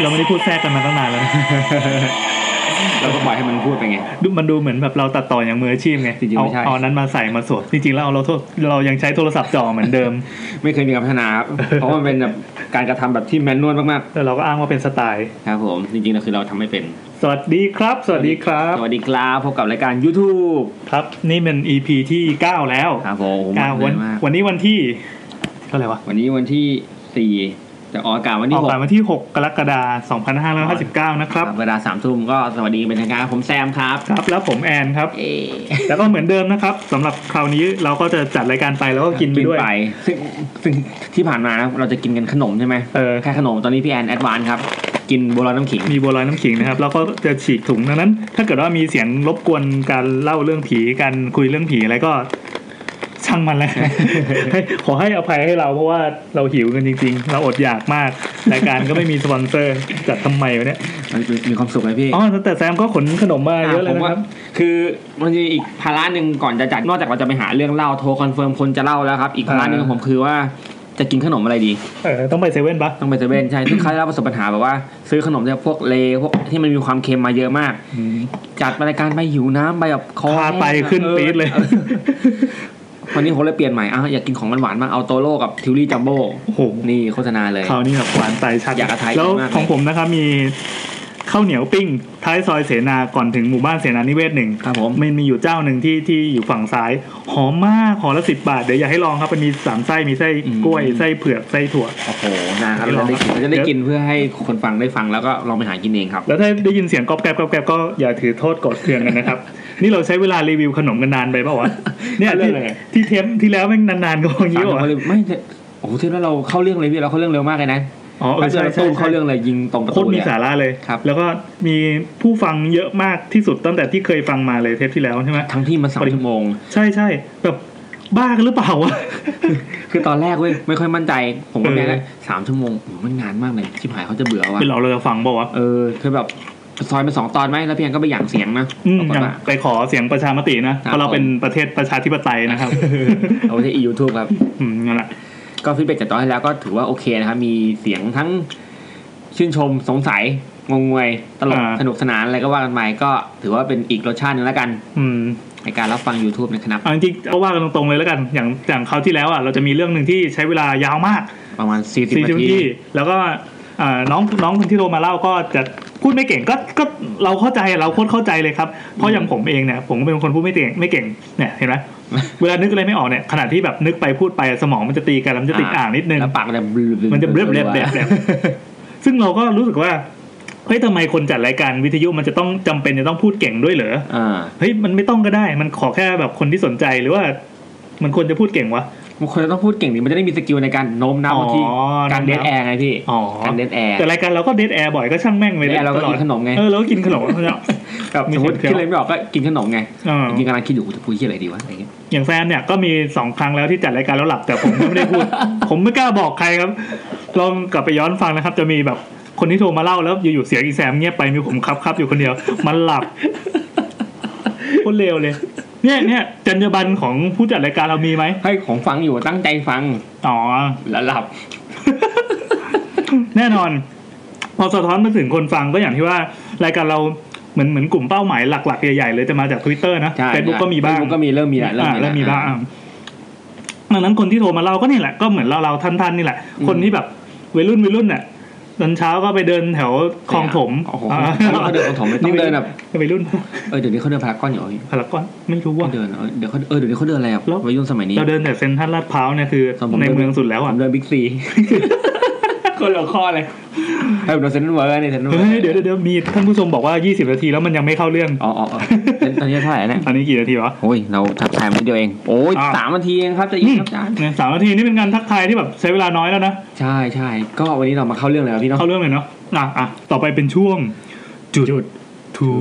เราไม่ได้พูดแทรกกันมาตั้งนาน แล้วนะ เราก็ปล่อยให้มันพูดไปไง ดูมันดูเหมือนแบบเราตัดต่ออย่างมืออาชีพไง จริงๆ เอา ไม่ใช่ เอาอันนั้นมาใส่มาสวดจริงๆแล้วเอาเราโทษเรายังใช้โทรศัพท์จ่อเหมือนเดิม ไม่เคยมีการพัฒนา ครับ เพราะมันเป็นแบบการกระทำแบบที่แมนนวลมาก แล้วเราก็อ้างว่าเป็นสไตล์ ๆครับผมจริงๆเราคือเราทำไม่เป็น สวัสดีครับ สวัสดีครับ สวัสดีครับพบกับรายการ YouTube ครับ นี่เป็น EP ที่ 9 แล้ว ครับผม เก้าวัน เหอยมาก วันนี้วันที่เท่าไหร่วะ วันนี้วันที่ 4 จะออกอากาศวัน อ ที่ อกอา6กาศวันที่ 6 กรกฎาคม2559 นะครับ เวลา3ามทุ่มก็สวัสดีเป็นทางการครับผมแซมครับ ครับแล้วผมแอนครับ เอ๊ะ แล้วก็เหมือนเดิมนะครับสำหรับคราวนี้เราก็จะจัดรายการไปแล้วก็กินไปด้วย ไปซึ่งซึ่งที่ผ่านมานะเราจะกินกันขนมใช่ไหม เออ แค่ขนมตอนนี้พี่แอนแอดวานครับ กินบัวลอยน้ำขิง มีบัวลอยน้ำขิงนะครับแล้วก็จะฉีกถุงดังนั้น ถ้าเกิดว่ามีเสียงรบกวนการเล่าเรื่องผีการคุยเรื่องผีอะไรก็ช่างมันแล้ว ให้ ขอให้อภัยให้เราเพราะว่าเราหิวกันจริง ๆ เราอดอยากมากรายการก็ไม่มีสปอนเซอร์จัดทำไมวะเนี่ย มันมีความสุขไหมพี่ อ๋อแต่แซมก็ขนขนมมาเยอะเลย ผม นะ ว่า ครับ คือมันจะมีอีกภาระหนึ่งก่อนจะจัด นอกจากเราจะไปหาเรื่องเล่าโทรคอนเฟิร์มคนจะเล่าแล้วครับ อีกภาระหนึ่ง อ่า ของผมคือว่าจะกินขนมอะไรดี เออต้องไปเซเว่นปะ ต้องไปเซเว่น ใช่ ซึ่งเขาได้รับประสบปัญหาแบบว่า ซื้อขนมจากพวกเลย์พวกที่มันมีความเค็มมาเยอะมาก จัดรายการไปหิวน้ำไปแบบคอ พาไป แห้งอะ ขึ้น ออ ปี๊ดเลย ออ วันนี้ผมเลยเปลี่ยนใหม่อ้าวอยากกินของหวานๆบ้างเอาโตโร่กับทิวลี่จัมโบ้ โอ้โห นี่โฆษณาเลย คราวนี้แบบหวานใจชัด อยากกระไทย แล้ว มากเลย ของผมนะครับมีข้าวเหนียวปิ้งท้ายซอยเสนาก่อนถึงหมู่บ้านเสนานิเวศหนึ่ง ครับผม มันมีอยู่เจ้าหนึ่งที่ที่อยู่ฝั่งซ้าย หอมมากหอละสิบบาท เดี๋ยวอยากให้ลองครับมันมีสามไส้มีไส้กล้วยไส้เผือกไส้ถั่ว โอ้โหนะครับเราจะได้กินเราจะได้กินเพื่อให้คนฟังได้ฟังแล้วก็ลองไปหากินเองครับ แล้วถ้าได้ยินเสียงกรอบแกรบกรอบแกรบก็อย่าถือโทษโกดเคืองกันนะครับ นี่เราใช้เวลารีวิวขนมกันนานไปเป ล่าวะเนี่ย เอาเรื่ ที่ องอะไร ที่เทปที่แล้วแม่งนานๆก็อย่างนี้สามสิบ วะ คนเลยไม่แต่โอ้โหเที่แล้วเราเข้าเรื่องเลยพี่เราเข้าเรื่องเร็วมากเลยนะ อ๋อเออถ้าเกิด ใช่ เรา ใช่ใช่ตู้มเข้าเรื่องเลยยิงตรงประ โค ตู ตร เล มี ย สา อะ ระเลย ครับ แล้วก็มีผู้ฟังเยอะมากที่สุดตั้งแต่ที่เคยฟังมาเลยเทปที่แล้วใช่ไหม ทั้งที่มันสาม ปริมาณ ชั่วโมง ใช่ใช่แบบบ้ากันหรือเปล่าวะ คือตอนแรกเว้ยไม่ค่อยมั่นใจ ผมก็ เออ แค่สามชั่วโมงโอ้โหมันนานมากเลยชิบหายเขาจะเบื่อว่ะ เป็นเราเราจะฟังเปล่าวะ เออคือแบบซอยเป็นสองตอนไหมแล้วพี่แอนก็ไปหยั่งเสียงนะ อืม ปอย่ารากฏง ว่า ไปขอเสียงประชามตินะเพราะเรา ผม เป็นประเทศประชาธิปไตย นะครับ เอาไปที่ยูทูบครับ อืมนั่นแหละ ก็ฟีดแบ็กจากตอนที่แล้วก็ถือว่าโอเคนะครับมีเสียงทั้งชื่นชมสงสัยงงงวยตลกสนุกสนานอะไรก็ว่ากันไปก็ถือว่าเป็นอีกรสชาติหนึงแล้วกัน อืม ในการรับฟัง YouTube นะครับ เอาจริงๆเอาว่ากันตรงๆเลยแล้วกัน อย่างอย่างคราวที่แล้วอ่ะเราจะมีเรื่องหนึ่งที่ใช้เวลายาวมาก ประมาณ40 สี่สิบ นา นา ที ทีแล้วก็อ่าน้องน้องคนที่โทรมาเล่าก็จะพูดไม่เก่งก็ก็เราเข้าใจเราโคตรเข้าใจเลยครับเพราะอย่างผมเองเนี่ยผมก็เป็นคนพูดไม่เก่งไม่เก่งเนี่ยเห็นไหมเวลานึกอะไรไม่ออกเนี่ยขณะที่แบบนึกไปพูดไปสมองมันจะตีกันแล้วมันจะติด อ่า อ่างนิดนึง แล้วปากมันจะบลืบ มันจะเรียบเรียบแบบแบบซึ่งเราก็รู้สึกว่า เฮ้ยทำไมคนจัดรายการวิทยุมันจะต้องจำเป็นจะต้องพูดเก่งด้วยเหรอ อ่า เฮ้ยมันไม่ต้องก็ได้ มันขอแค่แบบคนที่สนใจหรือว่า มันควรจะพูดเก่งวะ มันควรจะต้องพูดเก่งดิมันจะได้มีสกิลในการโน้มน้าว อ๋อ มาที่การ โน้ เด ม ท น้าว แอร์ไงพี่ อ๋อ การเดทแอร์ แต่รายการเราก็เดทแอร์บ่อยก็ช่างแม่งไปเลย Dead air เราก็กินขนมไง เออเราก็กิน ขนมเนี่ย แบบ มี สมมติ เสียง คิดอะไรไม่ออกก็กินขนมไง อ่า จริงๆกำลังคิดอยู่จะพูดที่อะไรดีวะอะไรเงี้ย อย่างแฟนเนี่ยก็มีสองครั้งแล้วที่จัดรายการแล้วหลับแต่ผมก็ไม่ได้พูด ผมไม่กล้าบอกใครครับ ลองกลับไปย้อนฟังนะครับ จะมีแบบคนที่โทรมาเล่าแล้วอยู่ๆเสียงอีแซมเงียบไปมีผมครับครับอยู่คนเดียว มันหลับ โคตรเร็วเลย เนี่ยเนี่ยจรรยาบรรณของผู้จัดรายการเรามีไหม ให้ของฟังอยู่ตั้งใจฟัง อ๋อ แล้วหลับ แน่นอน พอสะท้อนมาถึงคนฟังก็อย่างที่ว่ารายการเราเหมือนเหมือนกลุ่มเป้าหมายหลัก ๆ ใหญ่ๆเลยจะมาจาก Twitter นะ ใช่ Facebook ก็มีบ้าง เฟซบุ๊กก็มีเริ่มมีละ อ่าแล้วมีบ้าง ละ ดังนั้นคนที่โทรมาเราก็นี่แหละก็เหมือนเราเราท่านท่านๆนี่แหละ อืม คนที่แบบวัยรุ่นวัยรุ่นเนี่ยตอนเช้าก็ไปเดินแถวคลองถม โอ้โห อ่า เขาเดินของถมไม่ต้องเดินแบบ วัยรุ่น เออเดี๋ยวนี้เขาเดินพารากอนอยู่เหรอพี่ พารากอนไม่รู้ว่า เดินเออเดี๋ยวเขาเออเดี๋ยวนี้เขาเดินอะไรอ่ะ แล้ว วัยรุ่นสมัยนี้ เราเดินแต่เซ็นทรัลลาดพร้าวเนี่ยคือ สมมุติ ในเมืองสุดแล้วอ่ะ ผมเดินบิ๊กซี คนละข้อเลยให้ผมเดินเซนต์เวิร์ดเนี่ยเซนต์เวิ เฮ้ ร์ ยเดี๋ยวเดี๋ยวเดี๋ยวมีท่านผู้ชมบอกว่า 20 นาทีแล้วมันยังไม่เข้าเรื่อง อ๋ออ๋ออ๋อตอนนี้เท่าไหร่แล้วเนี่ย ตอนนี้กี่นาทีวะ โอ้ย เราทักทายมันดเดียวเอง โอ้ย อ่า สามนาทีเองครับจะอีกครับอาจารย์ เนี่ยสามนาทีนี่เป็นการทักทายที่แบบใช้เวลาน้อยแล้วนะ ใช่ใช่ก็วันนี้เรามาเข้าเรื่องเลยครับพี่เน้อง เข้าเรื่องเลยเนาะอ่ะอ่ะต่อไปเป็นช่วง จุดทู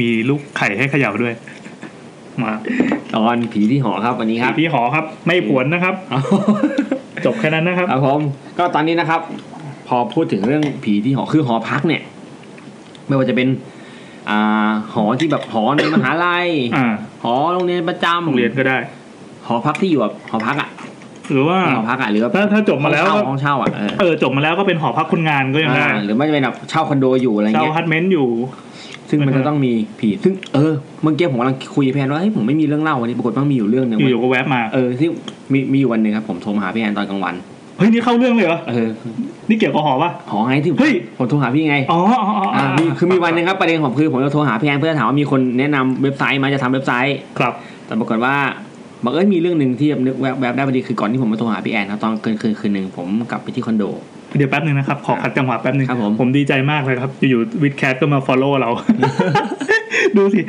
มีลูกไข่ให้เขย่าด้วย มา ตอนผีที่หอครับวันนี้ครับ พี่หอครับ ไม่ผวนนะครับ เอา จบแค่นั้นนะครับ ครับผมก็ตอนนี้นะครับ พอพูดถึงเรื่องผีที่หอคือหอพักเนี่ย ไม่ว่าจะเป็น อ่าหอที่แบบหอในมหาลัย อ่า หอโรงเรียนประจำ โรงเรียนก็ได้ หอพักที่อยู่แบบหอพักอ่ะ หรือว่า หอพักอ่ะหรือว่า ถ้าถ้าจบมาแล้ว ห้องเช่า ก็ ห้องเช่าอ่ะเออ เออจบมาแล้วก็เป็นหอพักคนงานก็ยังได้ อ่าหรือไม่จะเป็นแบบเช่าคอนโดอยู่อะไร เช่า เงี้ย ฮาร์ดเมนต์อยู่ ซึ่งมันจะต้องมีผีซึ่งเออเมื่อกี้ผมกำลังคุยกับพี่แอนว่าเฮ้ยผมไม่มีเรื่องเล่าวันนี้ปรากฏว่ามีอยู่เรื่องหนึง อยู่ๆก็แวบมา เออที่มีมีอยู่วันหนึ่งครับผมโทรมาหาพี่แอนตอนกลางวัน เฮ้ยนี่เข้าเรื่องเลยเหรอ เออ นี่เกี่ยวกับหอป่ะ หอไงที่ เฮ้ย ผมโทรหาพี่ไง อ๋ออ๋ออ๋ออ๋ อ่า อ มีคือมีวันหนึงครับประเด็นของคือผมจะโทรหาพี่แอนเพื่อถามว่ามีคนแนะนำเว็บไซต์ไหมจะทำเว็บไซต์ ครับ แต่ปรากฏว่าบังเอิญมีเรื่องหนึ่งที่นึกแวบๆได้พอดีคือก่อนที่ผมมาโทรหาพี่แอนครับตอนเกินคืนคืนหนึ่งผมกลับไปที่คอนโด เดี๋ยวแป๊บหนึ่งนะครับ ขอขัดจังหวะแป๊บหนึ่ง ครับผม ผมดีใจมากเลยครับอยู่ๆวิดแคทก็มาฟอลโล่เรา ดูสิ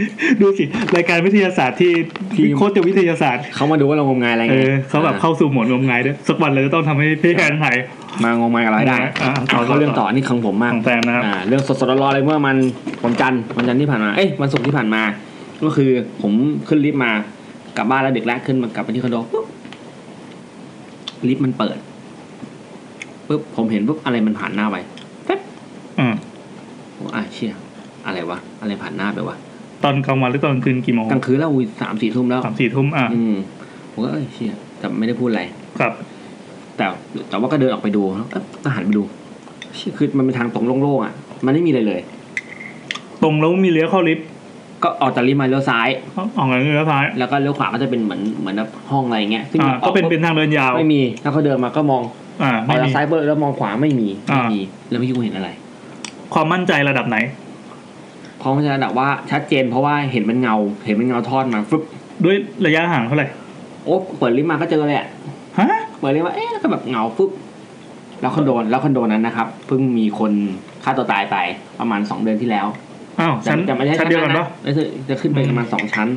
ดูสิรายการวิทยาศาสตร์ที่ที่โคตรจะวิทยาศาสตร์ เขามาดูว่าเรางมงายอะไร เอ เงี้ย อเขาแบบเข้าสู่โหมดงมงายด้วยสักวันเราจะต้องทำให้พี่แอนหาย มางมงายกับเราให้ได้ อ่าต่อ เขาเรื่องต่อนี่ของผมมาก ของแฟนนะครับ อ่าเรื่องสดๆร้อนๆเลยเมื่อมันวันจันทร์วันจันทร์ที่ผ่านมาเอ้ยวันศุกร์ที่ผ่านมา ก็คือผมขึ้นลิฟต์มากลับบ้านแล้วเด็กแรกขึ้นมากลับไปที่คอนโดปุ๊บลิฟต์มันเปิดปุ๊บผมเห็นปุ๊บอะไรมันผ่านหน้าไป อืม ผมอ่ะเชี่ยอะไรวะ อะไรผ่านหน้าไปวะ ตอนกลางวันหรือตอนกลางคืนกี่โมง กลางคืนแล้วอุ้ยสามสี่ทุ่มแล้ว สามสี่ทุ่มอ่ะ อืมผมก็เอ้ยเชี่ยแต่ไม่ได้พูดอะไร ครับ แต่แต่ว่าก็เดินออกไปดูแล้วเอ๊ะก็หันไปดูเชี่ยคือมันเป็นทางตรงโล่งๆอ่ะ มันไม่มีอะไรเลย ตรงแล้วมีเลี้ยวเข้าลิฟต์ ก็ออกจากลิฟต์มาเลี้ยวซ้าย ออกเงินเลี้ยวซ้าย แล้วก็เลี้ยวขวาก็จะเป็นเหมือนเหมือนแบบห้องอะไรเงี้ยซึ่ง อ่า อ ก็ อ เป็นเป็นทางเดินยาว ไม่มี แล้วเขาเดินมาก็มอง อ่า ออ ไม่ กจา มี กซ้ายเบอร์แล้วมองขวาไม่มี อ่า ไม่มีแล้วไม่อกี้กูเห็นอะไร ความมั่นใจระดับไหน เพราะมันจะระดับว่าชัดเจนเพราะว่าเห็นมันเงา เห็นมันเงาทอดมาฟึบ ด้วยระยะห่างเท่าไหร่ โอ๊ะเปิดลิฟต์มาก็เจอเลยอ่ะ ฮะ เปิดเลยว่าเอ๊ะแล้วก็แบบเหงาปุ๊บแล้วคอนโดนแล้วคอนโดนั้นนะครับเพิ่งมีคนฆ่าตัวตายไปประมาณสองเดือนที่แล้ว อ้าวชั้น จำจำไม่ได้ ชั้นเดียวกันปะ ไม่ใช่จะขึ้นไปประมาณสองชั้น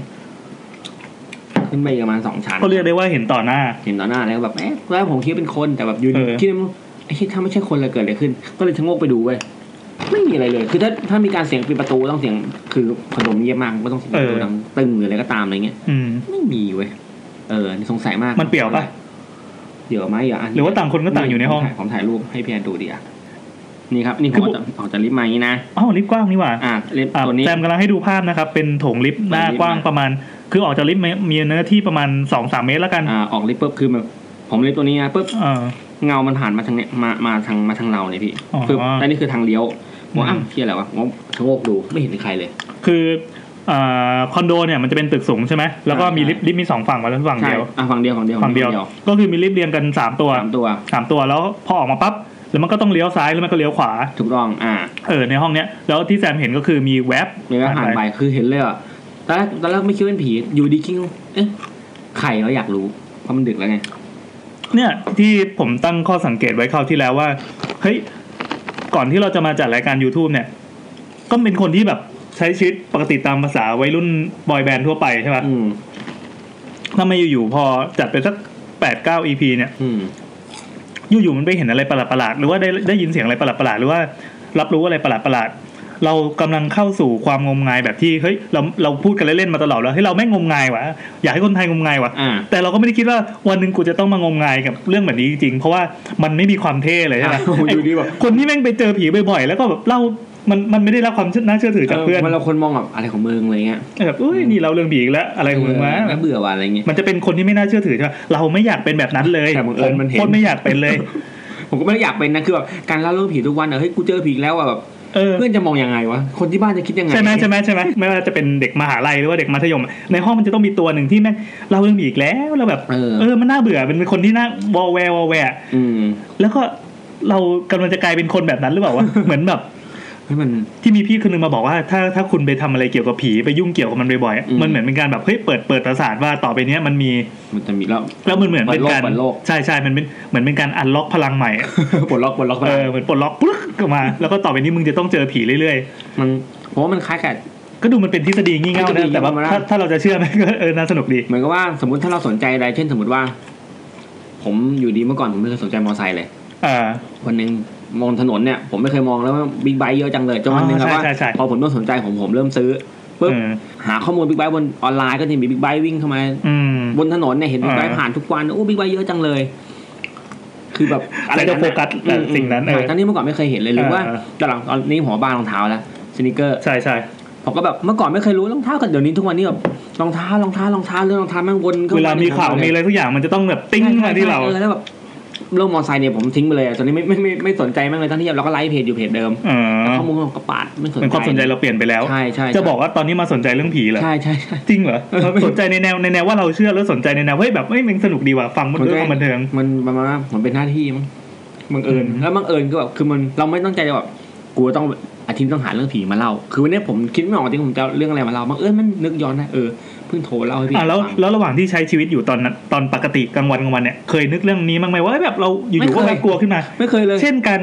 ขึ้นไปประมาณสองชั้น ก็เรียกได้ว่าเห็นต่อหน้า เห็นต่อหน้าแล้วแบบเอ๊ะตอนแรกผมคิดว่าเป็นคนแต่แบบอยืน เออ คิดว่าไอ้ที่ถ้าไม่ใช่คนเลยเกิดอะไรขึ้น ก็เลยชะโงกไปดูเว้ยไม่มีอะไรเลย คือถ้าถ้ามีการเสียงปิดประตูต้องเสียงคือคอนโดมันเงียบมากก็ต้องเสียงประตูดังตึงหรืออะไรก็ตามอะไรเงี้ย อืม ไม่มีเว้ยเออนี่สงสัยมาก มันเปลี่ยวปะ เดี๋ยวไหมเดี๋ยวอ่ะ หรือว่าต่างคนก็ต่างอยู่ในห้อง ผมถ่ายรูปให้พี่แอนดูดิอ่ะ นี่ครับ นี่ผ คือผมม จะออกจากลิฟต์มาอย่างนี้นะ อ้าวลิฟต์กว้างนี่หว่า อ่ะลิฟต์ อ่ะ ตัวนี้ แซมกำลังให้ดูภาพนะครับ เป็นโถงลิฟต์หน้า ลิฟต์ กว้าง นะ ประมาณ คือออกจากลิฟต์มีมีเนื้อที่ประมาณสองสามเมตรแล้วกัน อ่าออกลิฟต์ปุ๊บคือแบบผมลิฟต์ตัวนี้นะปุ๊บ อ่า เงามันผ่านมาทางเนี้ยมามาทางมาทางเราเนี่ยพี่ อ๋อ ปึ๊บแล้วนี่คือทางเลี้ยวผมว่า อืม อ้าวเที่ยอะไรวะผมชะโงกดูไม่เห็นใครเลย คืออ่าคอนโดเนี่ยมันจะเป็นตึกสูงใช่ไหมแล้วก็มี ใช่ ลิฟต์ลิฟต์มีสองฝั่งมาแล้วฝั่ง ใช่ เดียว อ่ะฝั่งเดียวฝั่งเดียว ฝั่งเดียว ก็คือมีลิฟต์เรียงกันสามตัว สามตัว สามตัวแล้วพอออกมาปั๊บแล้วมันก็ต้องเลี้ยวซ้ายแล้วมันก็เลี้ยวขวา ถูกต้องอ่า เออในห้องเนี้ยแล้วที่แซมเห็นก็คือมีแว็บ เดี๋ยวก็ผ่านไปคือเห็นเลยอ่ะตอนแรกตอนแรกไม่คิดว่าเป็นผีอยู่ดีคิดว่าเอ๊ะใครเราอยากรู้เพราะมันดึกแล้วไง เนี่ยที่ผมตั้งข้อสังเกตไว้คราวที่แล้วว่าเฮ้ยก่อนที่เราจะมาจัดรายการ YouTube เนี่ย ก็เป็นคนที่แบบใช้ชีวิตปกติตามภาษาวัยรุ่นบอยแบนด์ทั่วไปใช่ป่ะ อืม ถ้าไม่อยู่ๆพอจัดไปสักแปดเก้า EP เนี่ย อืม อยู่ๆมันไปเห็นอะไรประหลาดๆหรือว่าได้ได้ยินเสียงอะไรประหลาดๆหรือว่ารับรู้อะไรประหลาดๆเรากำลังเข้าสู่ความงมงายแบบที่เฮ้ยเราเราพูดกันเล่นๆมาตลอดแล้วเฮ้ยเราไม่งงมงายวะอยากให้คนไทยงมงายวะ อ่า แต่เราก็ไม่ได้คิดว่าวันหนึ่งกูจะต้องมางมงายกับเรื่องแบบนี้จริงๆเพราะว่ามันไม่มีความเท่เลยใช่ไหม อ่ะผมอยู่ดีแบบ คนที่แม่งไปเจอผีบ่อยๆแล้วก็แบบเล่ามันมันไม่ได้รับความน่าเชื่อถือจากเพื่อน มันเราคนมองแบบอะไรของมึงอะไรเงี้ย แบบเอ้ยนี่เราเรื่องผีอีกแล้วอะไรของมึงวะ เออน่าเบื่อว่ะอะไรเงี้ย มันจะเป็นคนที่ไม่น่าเชื่อถือใช่ไหมเราไม่อยากเป็นแบบนั้นเลย แต่บังเอิญมันเห็น โคตรไม่อยากเป็นเลย ผมก็ไม่ได้อยากเป็นนะคือแบบการเล่าเรื่องผีทุกวันอะเฮ้ยกูเจอผีอีกแล้วอะแบบ เออ เพื่อนจะมองยังไงวะคนที่บ้านจะคิดยังไง ใช่ไหมใช่ไหมใช่ไหมไม่ว่าจะเป็นเด็กมหาลัยหรือว่าเด็กมัธยม ในห้องมันจะต้องมีตัวหนึ่งที่แม่งเล่าเรื่องผีอีกแล้วแล้วแบบ เออ เออมันน่าเบื่อเป็นคนที่น่าวอแวร์วอแวร์ อืม แล้วก็เรากำลังจะกลายเป็นคนแบบนั้นหรือเปล่าวะ เหมือนแบบ เฮ้ยมัน ที่มีพี่คนนึงมาบอกว่าถ้าถ้าคุณไปทำอะไรเกี่ยวกับผีไปยุ่งเกี่ยวกับมันบ่อยๆอะ อืม มันเหมือนเป็นการแบบเฮ้ยเปิดเปิดประสาทว่าต่อไปเนี้ยมันมี มันจะมีแล้ว แล้วมันเหมือนเป็นการ เปิดโลก ใช่ใช่มันเป็นเหมือนเป็นการอันล็อกพลังใหม่อะ ปลดล็อกปลดล็อกไป เออ เหมือนปลดล็อกปุ๊บออกมา แล้วก็ต่อไปนี้มึงจะต้องเจอผีเรื่อย มันผมว่ามันคล้ายกับ ๆก็ดูมันเป็นทฤษฎีงี่เง่า ทฤษฎี นะแต่ว่า ธรรมดา ถ้าถ้าเราจะเชื่อไหม ก็เออน่าสนุกดี เหมือนกับว่าสมมติถ้าเราสนใจอะไรเช่นสมมติว่า ผมอยู่ดีเมื่อก่อนผมไม่เคยสนใจมอเตอร์ไซค์เลย อ่า วันหนึ่งมองถนนเนี่ยผมไม่เคยมองแล้วว่าบิ๊กไบค์เยอะจังเลยจนวันหนึ่งคอ๋อรับว่า ใช่ใช่ใช่ พอผมเริ่มสนใจผมผมเริ่มซื้อปุ๊บ เออ หาข้อมูลบิ๊กไบค์บนออนไลน์ก็จะมีบิ๊กไบค์วิ่งเข้ามา อืม บนถนนเนี่ยเห็นบิ๊กไบค์ อ่า ผ่านทุกวันโอ้บิ๊กไบค์เยอะจังเลย คือแบบ อะไรจะโฟกัสแต่สิ่งนั้นเออ ทั้งที่เมื่อก่อนไม่เคยเห็นเลยหรือว่า อ่า ตอนหลังตอนนี้หัวบ้านรองเท้าแล้วสนิเกอร์ ใช่ใช่ ผมก็แบบเมื่อก่อนไม่เคยรู้รองเท้ากันเดี๋ยวนี้ทุกวันนี้แบบ รองเท้ารองเท้ารองเท้าเรื่องรองเท้าแม่งวนข้ เวลามี ใน ข่าว หั มี เย อะไรทุกอย่างมันจะต้องแบบติ้ง ใช่ มาที่เรา ใช่ออแล้วแบบเรื่องมอเตอร์ไซค์เนี่ยผมทิ้งไปเลยอะตอนนี้ไม่ไม่ไม่ไม่สนใจแม่งเลยทั้งที่เราก็ไลฟ์เพจอยู่เพจเดิม เออ แต่ข้อมูลของกระปาดไม่สน เหมือนความสนใจเราเปลี่ยนไปแล้ว ใช่ใช่ จะบอกว่าตอนนี้มาสนใจเรื่องผีเหรอ ใช่ใช่ใช่ จริงเหรอ เออไม่ สนใจในแนวในแนวว่าเราเชื่อแล้วสนใจในแนวเฮ้ยแบบเฮ้ยมันสนุกดีว่ะฟังมันด้วยความบันเทิง มันประมาณว่ามันเป็นหน้าที่มั้งบังเอิญ อืม แล้วบังเอิญก็แบบคือมันเราไม่ตั้งใจจะแบบกลัวต้องอาทิตย์ต้องหาเรื่องผีมาเล่า คือวันเนี้ยผมคิดไม่ออกจริงผมจะเอาเรื่องอะไรมาเล่าบังเอิญมันนึกย้อนได้เออเพิ่งโทรเล่าให้พี่ อ่ะแล้ว ฟัง แล้วระหว่างที่ใช้ชีวิตอยู่ตอนนั้นตอนปกติกลางวันกลางวันเนี่ยเคยนึกเรื่องนี้บ้างไหมว่าเอ้ยแบบเราอ ไม่ ยู่ๆ เค ก็ ย มากลัวขึ้นมา ไม่เคยเลย เช่นกัน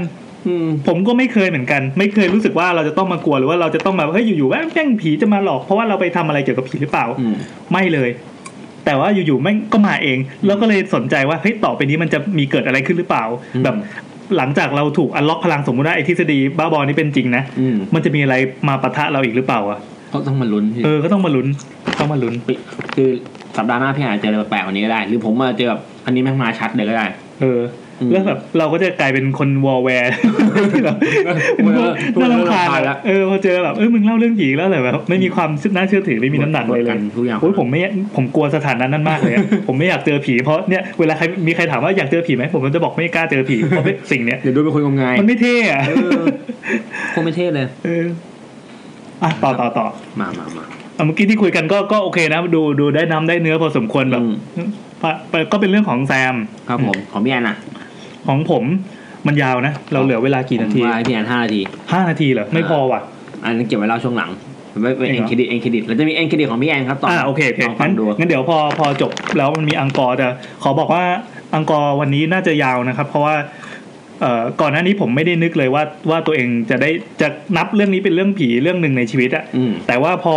อืม ผมก็ไม่เคยเหมือนกัน ไม่เคยรู้สึกว่าเราจะต้องมากลัวหรือว่าเราจะต้องแบบเฮ้ยอยู่ๆแม่งแม่งผีจะมาหลอกเพราะว่าเราไปทำอะไรเกี่ยวกับผีหรือเปล่า อืม ไม่เลย แต่ว่าอยู่ๆแม่งก็มาเอง แล้วก็เลยสนใจว่าเฮ้ยต่อไปนี้มันจะมีเกิดอะไรขึ้นหรือเปล่า อืม แบบหลังจากเราถูกอัลล็อกพลังสมมุติว่าไอ้ทฤษฎีบ้าบอนี่เป็นจริงนะ อืม มันจะมีอะไรมาปะทะเราอีกหรือเปล่าอ่ะ ก็ต้องมาลุ้นพี่ เออ ก็ต้องมาลุ้น ต้องมาลุ้น ปิคือสัปดาห์หน้าพี่อาจจะเจออะไรแปลกๆกว่านี้ก็ได้ หรือผมมาเจอแบบอันนี้แม่งมาชัดเลยก็ได้ เออ อืม แล้วแบบเราก็จะกลายเป็นคนวอลแวร์ ที่แบบเป็นพวก เออ น่ารำคาญ เออ อะ แล้ว เออ พอเจอแบบ เออ มึงเล่าเรื่องผีแล้วเหรอแบบ ไม่มีความน่าเชื่อถือ ไม่มีน้ำหนักเลยเลย ทุกอย่าง โอ้ยผมไม่ผมกลัวสถานะนั้นมากเลยอะ ผมไม่อยากเจอผีเพราะเนี่ยเวลาใครมีใครถามว่าอยากเจอผีไหมผมก็จะบอกไม่กล้าเจอผีเพราะเป็นสิ่งเนี้ย เดี๋ยวดูเป็นคนงมงาย มันไม่เท่อะ เออโคตรไม่เท่เลย เอออ่ะต่อต่อต่อ มามามา เอาเมื่อกี้ที่คุยกันก็ก็โอเคนะ ดูดูได้น้ำได้เนื้อพอสมควรแบบ อืม ปะปะก็เป็นเรื่องของแซม ครับผมของพี่แอนอ่ะ ของผมมันยาวนะ เราเหลือเวลากี่นาที ผมว่ให้พี่แอนห้านาที ห้านาทีเหรอไม่พอว่ะ อันนั้นเก็บไว้เล่าช่วงหลังไว้เป็น เอ เอ็ ง น เหรอ เครดิตเอ็นเครดิตเราจะมีเอ็นเครดิตของพี่แอนครับตอน อ่าโอเคโอเค ลองฟั งั้ ง น ดู งั้นเดี๋ยวพอพอจบแล้วมันมีอังกอร์แต่ขอบอกว่าอังกอร์วันนี้น่าจะยาวนะครับ เพราะว่าเอ่อก่อนหน้านี้ผมไม่ได้นึกเลยว่าว่าตัวเองจะได้จะนับเรื่องนี้เป็นเรื่องผีเรื่องหนึ่งในชีวิตอะ อืม แต่ว่าพอ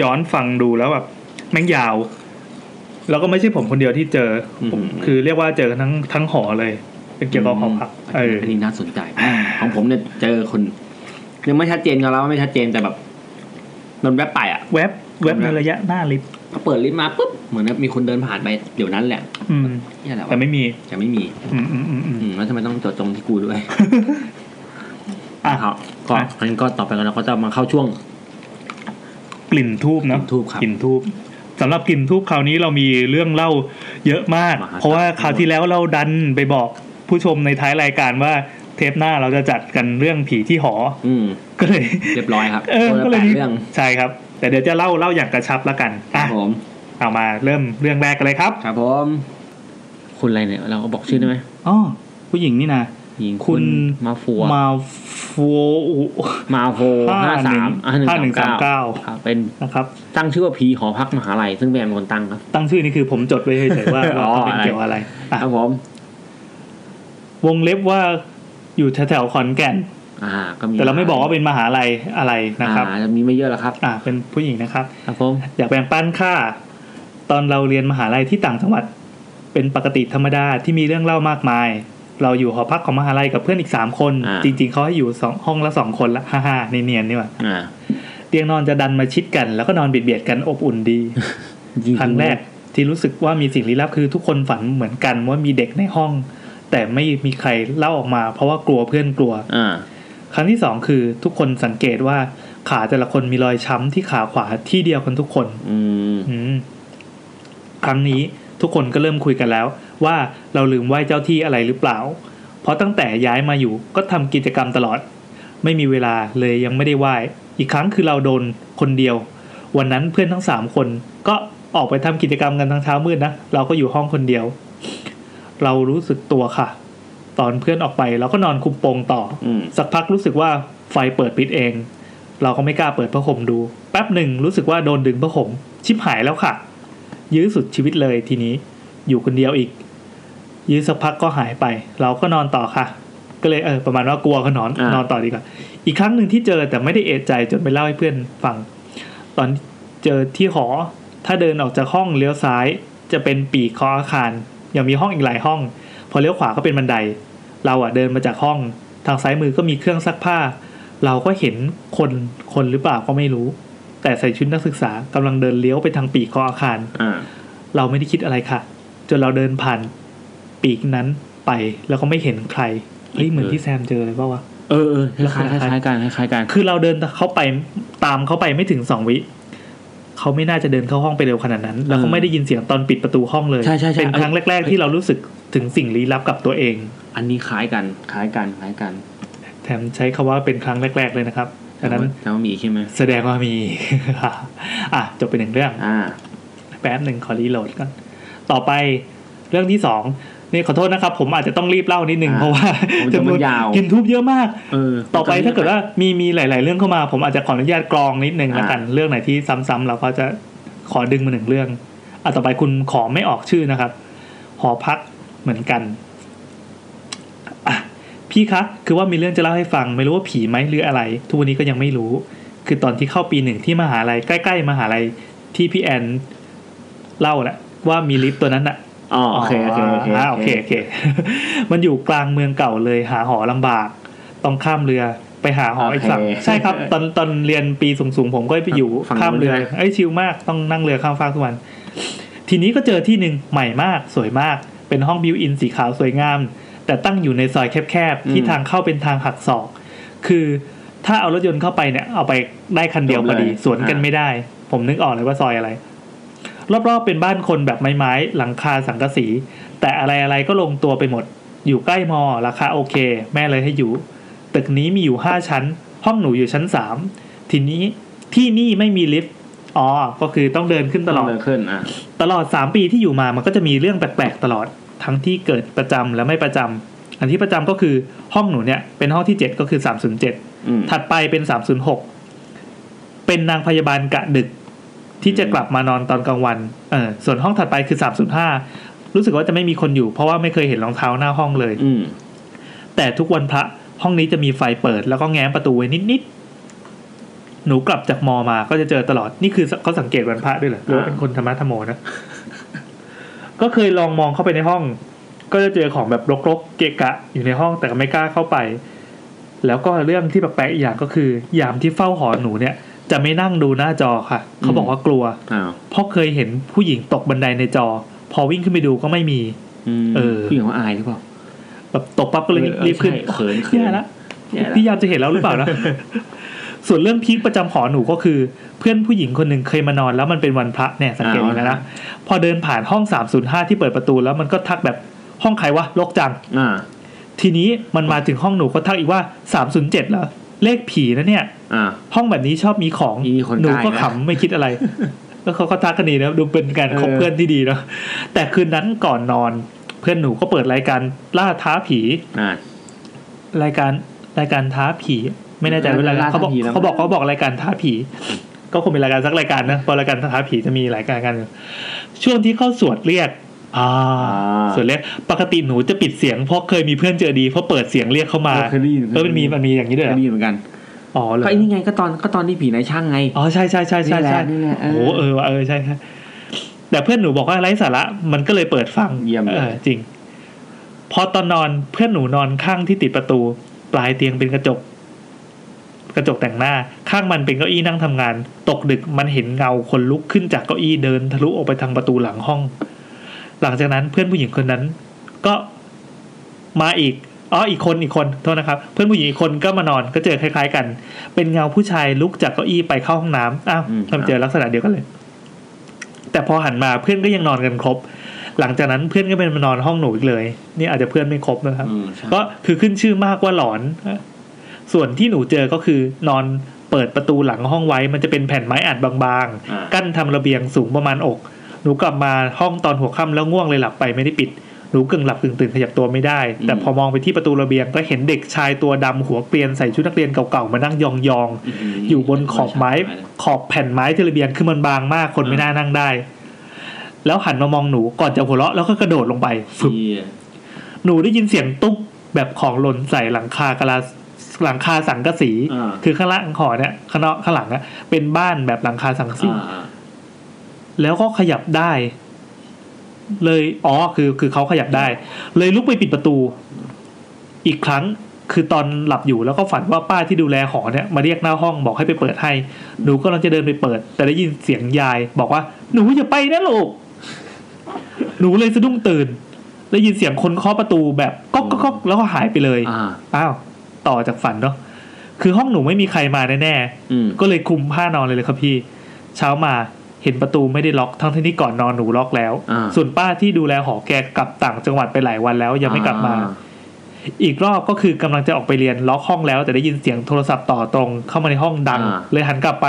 ย้อนฟังดูแล้วแบบแม่งยาว แล้วก็ไม่ใช่ผมคนเดียวที่เจอผมคือเรียกว่าเจอกันทั้งทั้งหอเลย เป็นเกี่ยวกับหอพักเออ อันนี้น่าสนใจ ของผมเนี่ยเจอคนยังไม่ชัดเจนกันแล้วว่าไม่ชัดเจนแต่แบบมันแวบไปอ่ะ เว็บเว็บในระยะหน้าลิฟต์ พอเปิดลิฟต์มาปุ๊บเหมือนมีคนเดินผ่านไปเดี๋ยวนั้นแหละ อืม นี่แหละ แต่ ว่า ไม่มี จะไม่มี อืมอืมอืมอืม อืมแล้วทำไมต้องเจอดจงที่กูด้วย อ่ะ ครับก็ อ่ะ งั้นก็ต่อไปกันเราก็จะมาเข้าช่วง กลิ่นทูบเนาะ กลิ่นธูปครับ กลิ่นทูบสำหรับกลิ่นทูบคราวนี้เรามีเรื่องเล่าเยอะมาก มหาศาล เพราะว่าคราวที่แล้วเราดันไปบอกผู้ชมในท้ายรายการว่าเทปหน้าเราจะจัดกันเรื่องผีที่หอ อืม ก็เลย เรียบร้อยครับ เออ คนละ ก็เลย แปด มี เรื่อง ใช่ครับ แต่เดี๋ยวจะเล่าเล่าอย่างกระชับละกัน ครั อ่ะ บผม เอามาเริ่มเรื่องแรกกันเลยครับ ครับผมคุณอะไรเนี่ย เราบอกชื่อได้ไหม อ๋อผู้หญิงนี่นะ หญิง คุณ มาฟัว มาฟัวอุ มาโฟห้าสาม ห้าหนึ่งสามเก้า ครับเป็น นะครับ ตั้งชื่อว่าผีหอพักมหาลัยซึ่งแม่เป็นคนตั้งครับ ตั้งชื่อนี่คือผมจดไว้เฉยๆว่าว่า อ๋อ เขาเป็น อะไร เกี่ยวอะไรอ่ะ ครับผม วงเล็บว่าอยู่แถวๆขอนแก่น อ่าก็มี แต่เราไม่บอกว่าเป็นมหาลัยอะไรนะครับ อ่ามีไม่เยอะหรอกครับ อ่าเป็นผู้หญิงนะครับ ครับผม อยากแบ่งปันค่ะ ตอนเราเรียนมหาลัยที่ต่างจังหวัด เป็นปกติธรรมดาที่มีเรื่องเล่ามากมาย เราอยู่หอพักของมหาลัยกับเพื่อนอีก 3 คน อ่า จริง ๆเขาให้อยู่สองห้องละ 2 คนละฮ่าฮ่าๆเนียนๆนี่หว่า อ่า เตียงนอนจะดันมาชิดกัน แล้วก็นอนเบียดๆกันอบอุ่นดี ยิ ครั้งแรกที่รู้สึกว่ามีสิ่งลี้ลับคือทุกคนฝันเหมือนกันว่ามีเด็กในห้อง แต่ไม่มีใครเล่าออกมา เพราะว่ากลัวเพื่อนกลัว อ่า ครั้งที่สองคือทุกคนสังเกตว่าขาแต่ละคนมีรอยช้ำที่ขาขวาที่เดียวกันทุกคน อืม อืมครั้งนี้ทุกคนก็เริ่มคุยกันแล้ว ว่าเราลืมไหว้เจ้าที่อะไรหรือเปล่า เพราะตั้งแต่ย้ายมาอยู่ก็ทำกิจกรรมตลอด ไม่มีเวลาเลยยังไม่ได้ไหว้ อีกครั้งคือเราโดนคนเดียว วันนั้นเพื่อนทั้งสามคน ก็ออกไปทำกิจกรรมกันทั้งเช้ามืดนะเราก็อยู่ห้องคนเดียว เรารู้สึกตัวค่ะ ตอนเพื่อนออกไปเราก็นอนคุมโปงต่อ อืม สักพักรู้สึกว่าไฟเปิดปิดเอง เราก็ไม่กล้าเปิดผ้าห่มดู แป๊บหนึ่งรู้สึกว่าโดนดึงผ้าห่มชิบหายแล้วค่ะ ยื้อสุดชีวิตเลยทีนี้ อยู่คนเดียวอีก ยื้อสักพักก็หายไป เราก็นอนต่อค่ะ ก็เลยเออประมาณว่ากลัวก็นอนนอนต่อดีกว่า อีกครั้งหนึ่งที่เจอแต่ไม่ได้เอะใจจนไปเล่าให้เพื่อนฟัง ตอนเจอที่หอ ถ้าเดินออกจากห้องเลี้ยวซ้าย จะเป็นปีกของอาคาร ยังมีห้องอีกหลายห้อง พอเลี้ยวขวาก็เป็นบันได เราอ่ะเดินมาจากห้อง ทางซ้ายมือก็มีเครื่องซักผ้า เราก็เห็นคนคนหรือเปล่าก็ไม่รู้ แต่ใส่ชุดนักศึกษากำลังเดินเลี้ยวไปทางปีกของอาคาร อ่า เราไม่ได้คิดอะไรค่ะ จนเราเดินผ่านปีกนั้นไปแล้วก็ไม่เห็นใครเฮ้ยเหมือนที่แซมเจอเลยป่าวะ เออเออคล้ายๆคล้ายๆกันคล้ายๆกัน คือเราเดินเขาไปตามเขาไปไม่ถึงสองวิ เขาไม่น่าจะเดินเข้าห้องไปเร็วขนาดนั้น แล้วเขาไม่ได้ยินเสียงตอนปิดประตูห้องเลย ใช่ใช่ใช่ เป็นครั้งแรก ๆ ที่เรารู้สึกถึงสิ่งลี้ลับกับตัวเอง อันนี้คล้ายกันคล้ายกันคล้ายกัน แถมใช้คำว่าเป็นครั้งแรก ๆ เลยนะครับดังนั้น แต่ว่ามีอีกใช่ไหม แสดงว่ามี อ่ะจบไปหนึ่งเรื่อง อ่า แป๊บหนึ่งขอรีโหลดก่อน ต่อไปเรื่องที่สองนี่ขอโทษนะครับ ผมอาจจะต้องรีบเล่านิดนึง อ่า เพราะว่า ผมจะมันยาว กินทูบเยอะมาก เออ ต่อไปถ้าเกิดว่ามีมีหลาย ๆ เรื่องเข้ามา ผมอาจจะขออนุญาตกรองนิดนึงแล้วกัน เรื่องไหนที่ซ้ำๆเราก็จะขอดึงมาหนึ่งเรื่องอ่ะต่อไปคุณขอไม่ออกชื่อนะครับ หอพักเหมือนกันอ่ะพี่คะคือว่ามีเรื่องจะเล่าให้ฟัง ไม่รู้ว่าผีไหมหรืออะไร ทุกวันนี้ก็ยังไม่รู้ คือตอนที่เข้าปีหนึ่งที่มหาลัยใกล้ ๆ มหาลัยที่พี่แอนเล่าแหละว่ามีลิฟต์ตัวนั้นอะ อ๋อโอเคโอเคโอเค อ่าโอเคโอเค มันอยู่กลางเมืองเก่าเลยหาหอลำบาก ต้องข้ามเรือไปหาหอ โอเค อีกฝั่งใช่ครับ ตอนตอนเรียนปีสูงๆผมก็ไปอยู่ ฝั่งนู้น ข้ามเรือ ใช่ไหม ไอ้ยชิลมากต้องนั่งเรือข้ามฟากทุกวัน ทีนี้ก็เจอที่หนึ่งใหม่มากสวยมาก เป็นห้องบิวอินสีขาวสวยงาม แต่ตั้งอยู่ในซอยแคบๆที่ทางเข้าเป็นทางหักศอก คือถ้าเอารถยนต์เข้าไปเนี่ยเอาไปได้คันเดียวพอดี จบเลย สวนกัน อ่า ไม่ได้ ผมนึกออกเลยว่าซอยอะไร รอบๆเป็นบ้านคนแบบไม้ๆหลังคาสังกะสี แต่อะไรๆก็ลงตัวไปหมด อยู่ใกล้มอ ราคาโอเค แม่เลยให้อยู่ ตึกนี้มีอยู่ห้าชั้น ห้องหนูอยู่ชั้นสามทีนี้ที่นี่ไม่มีลิฟต์อ๋อก็คือต้องเดินขึ้นตลอด เดินขึ้นอ่ะ ตลอด 3 ปีที่อยู่มามันก็จะมีเรื่องแปลกๆตลอดทั้งที่เกิดประจำและไม่ประจำอันที่ประจำก็คือห้องหนูเนี่ยเป็นห้องที่ 7 ก็คือ 307 อืม ถัดไปเป็น 306 เป็นนางพยาบาลกะดึก ที่จะกลับมานอนตอนกลางวันเออส่วนห้องถัดไปคือ 305 รู้สึกว่าจะไม่มีคนอยู่เพราะว่าไม่เคยเห็นรองเท้าหน้าห้องเลย อืม แต่ทุกวันพระห้องนี้จะมีไฟเปิดแล้วก็แง้มประตูไว้นิดๆ หนูกลับจากมอมาก็จะเจอตลอด นี่คือเขาสังเกตวันพระด้วยเหรอหรือว่าเป็นคนธรรมะธรรมโมนะ ก็เคยลองมองเข้าไปในห้อง ก็จะเจอของแบบรกๆ เกะกะ อยู่ในห้องแต่ก็ไม่กล้าเข้าไป แล้วก็เรื่องที่แปลกๆอีกอย่างก็คือ ยามที่เฝ้าหอหนูเนี่ย จะไม่นั่งดูหน้าจอค่ะ เขาบอกว่ากลัว อ้าว เพราะเคยเห็นผู้หญิงตกบันไดในจอ พอวิ่งขึ้นไปดูก็ไม่มี ม เออ ผู้หญิงเขาอายหรือเปล่า แบบตกปั๊บก็เลยรีบขึ้น ใช่เขินเขิน แย่ละ แย่ละ พี่ยามจะเห็นแล้วหรือเปล่านะ ส่วนเรื่องพีคประจำหอหนูก็คือ เพื่อนผู้หญิงคนหนึ่งเคยมานอนแล้วมันเป็นวันพระเนี่ยสังเกตเห็นแล้วนะ พอเดินผ่านห้อง 305 ที่เปิดประตูแล้วมันก็ทักแบบห้องใครวะลกจัง อ่า ทีนี้มันมาถึงห้องหนูก็ทักอีกว่า 307เหรอเลขผีนะเนี่ย อ่า ห้องแบบนี้ชอบมีของ มีคน หนูก็ ได้นะ ขำไม่คิด อะไร แล้วเขาก็ทักกันดีนะดูเป็นการคบเพื่อนที่ดีเนาะแต่คืนนั้นก่อนนอน เพื่อนหนูก็เปิดรายการล่าท้าผี อ่า รายการรายการท้าผี ไม่แน่ใจว่า เออ รายการ ล่า เขาบอก ท้าผีแล้ว เขาบอกเขาบอกรายการท้าผี ก็คงเป็นรายการสักรายการนะเพราะรายการท้าผีจะมีหลายการกันอยู่ช่วงที่เข้าสวดเรียก อ่าสวดเรียกปกติหนูจะปิดเสียงเพราะเคยมีเพื่อนเจอดีเพราะเปิดเสียงเรียกเข้ามา เออเคยได้ยิน เออมันมีมันมีอย่างนี้ด้วย เค เหรอยได้ยินเหมือนกัน อ๋อเหรอ ก็ไอ้นี่ไงก็ตอนก็ตอนที่ผีนายช่างไง อ๋อใช่ใช่ใช่ใช่ใช่ นี่แหละนี่แหละเออ โอ้เออว่ะเออใช่ใช่แต่เพื่อนหนูบอกว่าไร้สาระมันก็เลยเปิดฟัง เยี่ยมเลย ออจริง พอตอนนอนเพื่อนหนูนอนข้างที่ติดประตู ปลายเตียงเป็นกระจก กระจกแต่งหน้า ข้างมันเป็นเก้าอี้นั่งทำงาน ตกดึกมันเห็นเงาคนลุกขึ้นจากเก้าอี้เดินทะลุออกไปทางประตูหลังห้อง หลังจากนั้นเพื่อนผู้หญิงคนนั้น ก็มาอีกอ๋ออีกคนอีกคนโทษนะครับ เพื่อนผู้หญิงอีกคนก็มานอนก็เจอคล้าย ๆ กัน เป็นเงาผู้ชายลุกจากเก้าอี้ไปเข้าห้องน้ำอ้าว อืม ทำเจอลักษณะเดียวกันเลย แต่พอหันมาเพื่อนก็ยังนอนกันครบ หลังจากนั้นเพื่อนก็เป็นมานอนห้องหนูอีกเลยนี่อาจจะเพื่อนไม่ครบนะครับ อืมใช่ ก็คือขึ้นชื่อมากว่าหลอน ส่วนที่หนูเจอก็คือนอนเปิดประตูหลังห้องไว้ มันจะเป็นแผ่นไม้อัดบาง อ่า ๆ กั้นทำระเบียงสูงประมาณอก หนูกลับมาห้องตอนหัวค่ำแล้วง่วงเลยหลับไปไม่ได้ปิด หนูกึ่งหลับกึ่งตื่นขยับตัวไม่ได้ แต่พอมองไปที่ประตูระเบียงก็เห็นเด็กชายตัวดำหัวเกรียนใส่ชุดนักเรียนเก่าๆมานั่งยองๆ อยู่บนขอบไม้ขอบแผ่นไม้ที่ระเบียงคือมันบางมากคนไม่น่านั่งได้ แล้วหันมามองหนูก่อนจะหัวเราะแล้วก็กระโดดลงไปฟึบ เหี้ย หนูได้ยินเสียงตุ๊บแบบของหล่นใส่หลังคากระลาหลังคาสังกะสี อ่า คือข้างล่างหอเนี่ยข้างนอกข้างหลังอะเป็นบ้านแบบหลังคาสังกะสี อ่าอ่า แล้วก็ขยับได้ เลยอ๋อคือคือเขาขยับได้ เลยลุกไปปิดประตู อีกครั้งคือตอนหลับอยู่แล้วก็ฝันว่าป้าที่ดูแลหอเนี่ยมาเรียกหน้าห้องบอกให้ไปเปิดให้ หนูก็กำลังจะเดินไปเปิด แต่ได้ยินเสียงยาย บอกว่าหนูอย่าไปนะลูก หนูเลยสะดุ้งตื่นได้ยินเสียงคนเคาะประตูแบบก๊อกก๊อกก๊อกแล้วก็หายไปเลย อ่า อ้าวต่อจากฝันเนาะคือห้องหนูไม่มีใครมาแน่ๆ อืม ก็เลยคลุมผ้านอนเลยเลยครับพี่ เช้ามา เห็นประตูไม่ได้ล็อกทั้งที่นี่ก่อนนอนหนูล็อกแล้ว อ่า ส่วนป้าที่ดูแลหอแกกลับต่างจังหวัดไปหลายวันแล้วยังไม่กลับมา อ่ อีกรอบก็คือกำลังจะออกไปเรียนล็อกห้องแล้ว แต่ได้ยินเสียงโทรศัพท์ต่อตรง เข้ามาในห้องดัง เลยหันกลับไป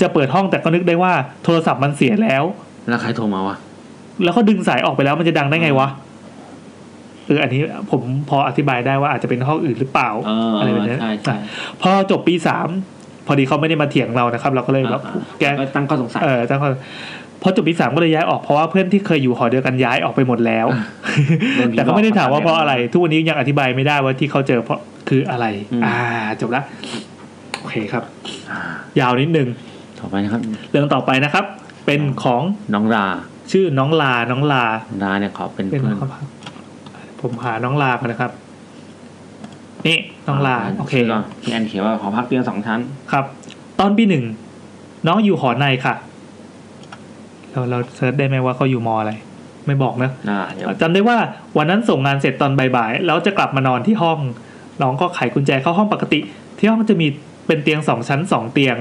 จะเปิดห้องแต่ก็นึกได้ว่าโทรศัพท์มันเสียแล้ว แล้วใครโทรมาวะ แล้วก็ดึงสายออกไปแล้วมันจะดังได้ไงวะเอออันนี้ผมพออธิบายได้ว่าอาจจะเป็นห้องอื่นหรือเปล่า เอออ ไรแบบนี้ ใช่ใช่ พอจบปีสามพอดีเขาไม่ได้มาเถียงเรานะครับ เราก็เลยแบบ อ่า แก ก็ตั้งข้อสงสัย เออตั้งคนพอจบปีสามก็เลยย้ายออกเพราะว่าเพื่อนที่เคยอยู่หอเดียวกันย้ายออกไปหมดแล้ว โดนผี แต่ก็ไม่ได้ถามว่า บอก เพราะอะไร ทุกวันนี้ยังอธิบายไม่ได้ว่าที่เขาเจอเพราะคืออะไร อืม อ่า จบละโอเคครับ ยาวนิดนึง ต่อไปนะครับ เรื่องต่อไปนะครับ เป็นของ น้องรา ชื่อน้องลาน้องลา ราเนี่ยขอเป็น เป็น เพื่อน ครับผมหาน้องลาก่อนนะครับ นี่น้องลาโอเค ก็พี่แอนเขียนว่าขอพักเตียงสองชั้น ครับ ตอนปีหนึ่งน้องอยู่หอในค่ะ เราเราเซิร์ชได้ไหมว่าเขาอยู่มออะไร ไม่บอกนะ อ่าเดี๋ยว จำได้ว่าวันนั้นส่งงานเสร็จตอนบ่ายๆแล้วจะกลับมานอนที่ห้อง น้องก็ไขกุญแจเข้าห้องปกติ ที่ห้องจะมีเป็นเตียงสองชั้นสองเตียง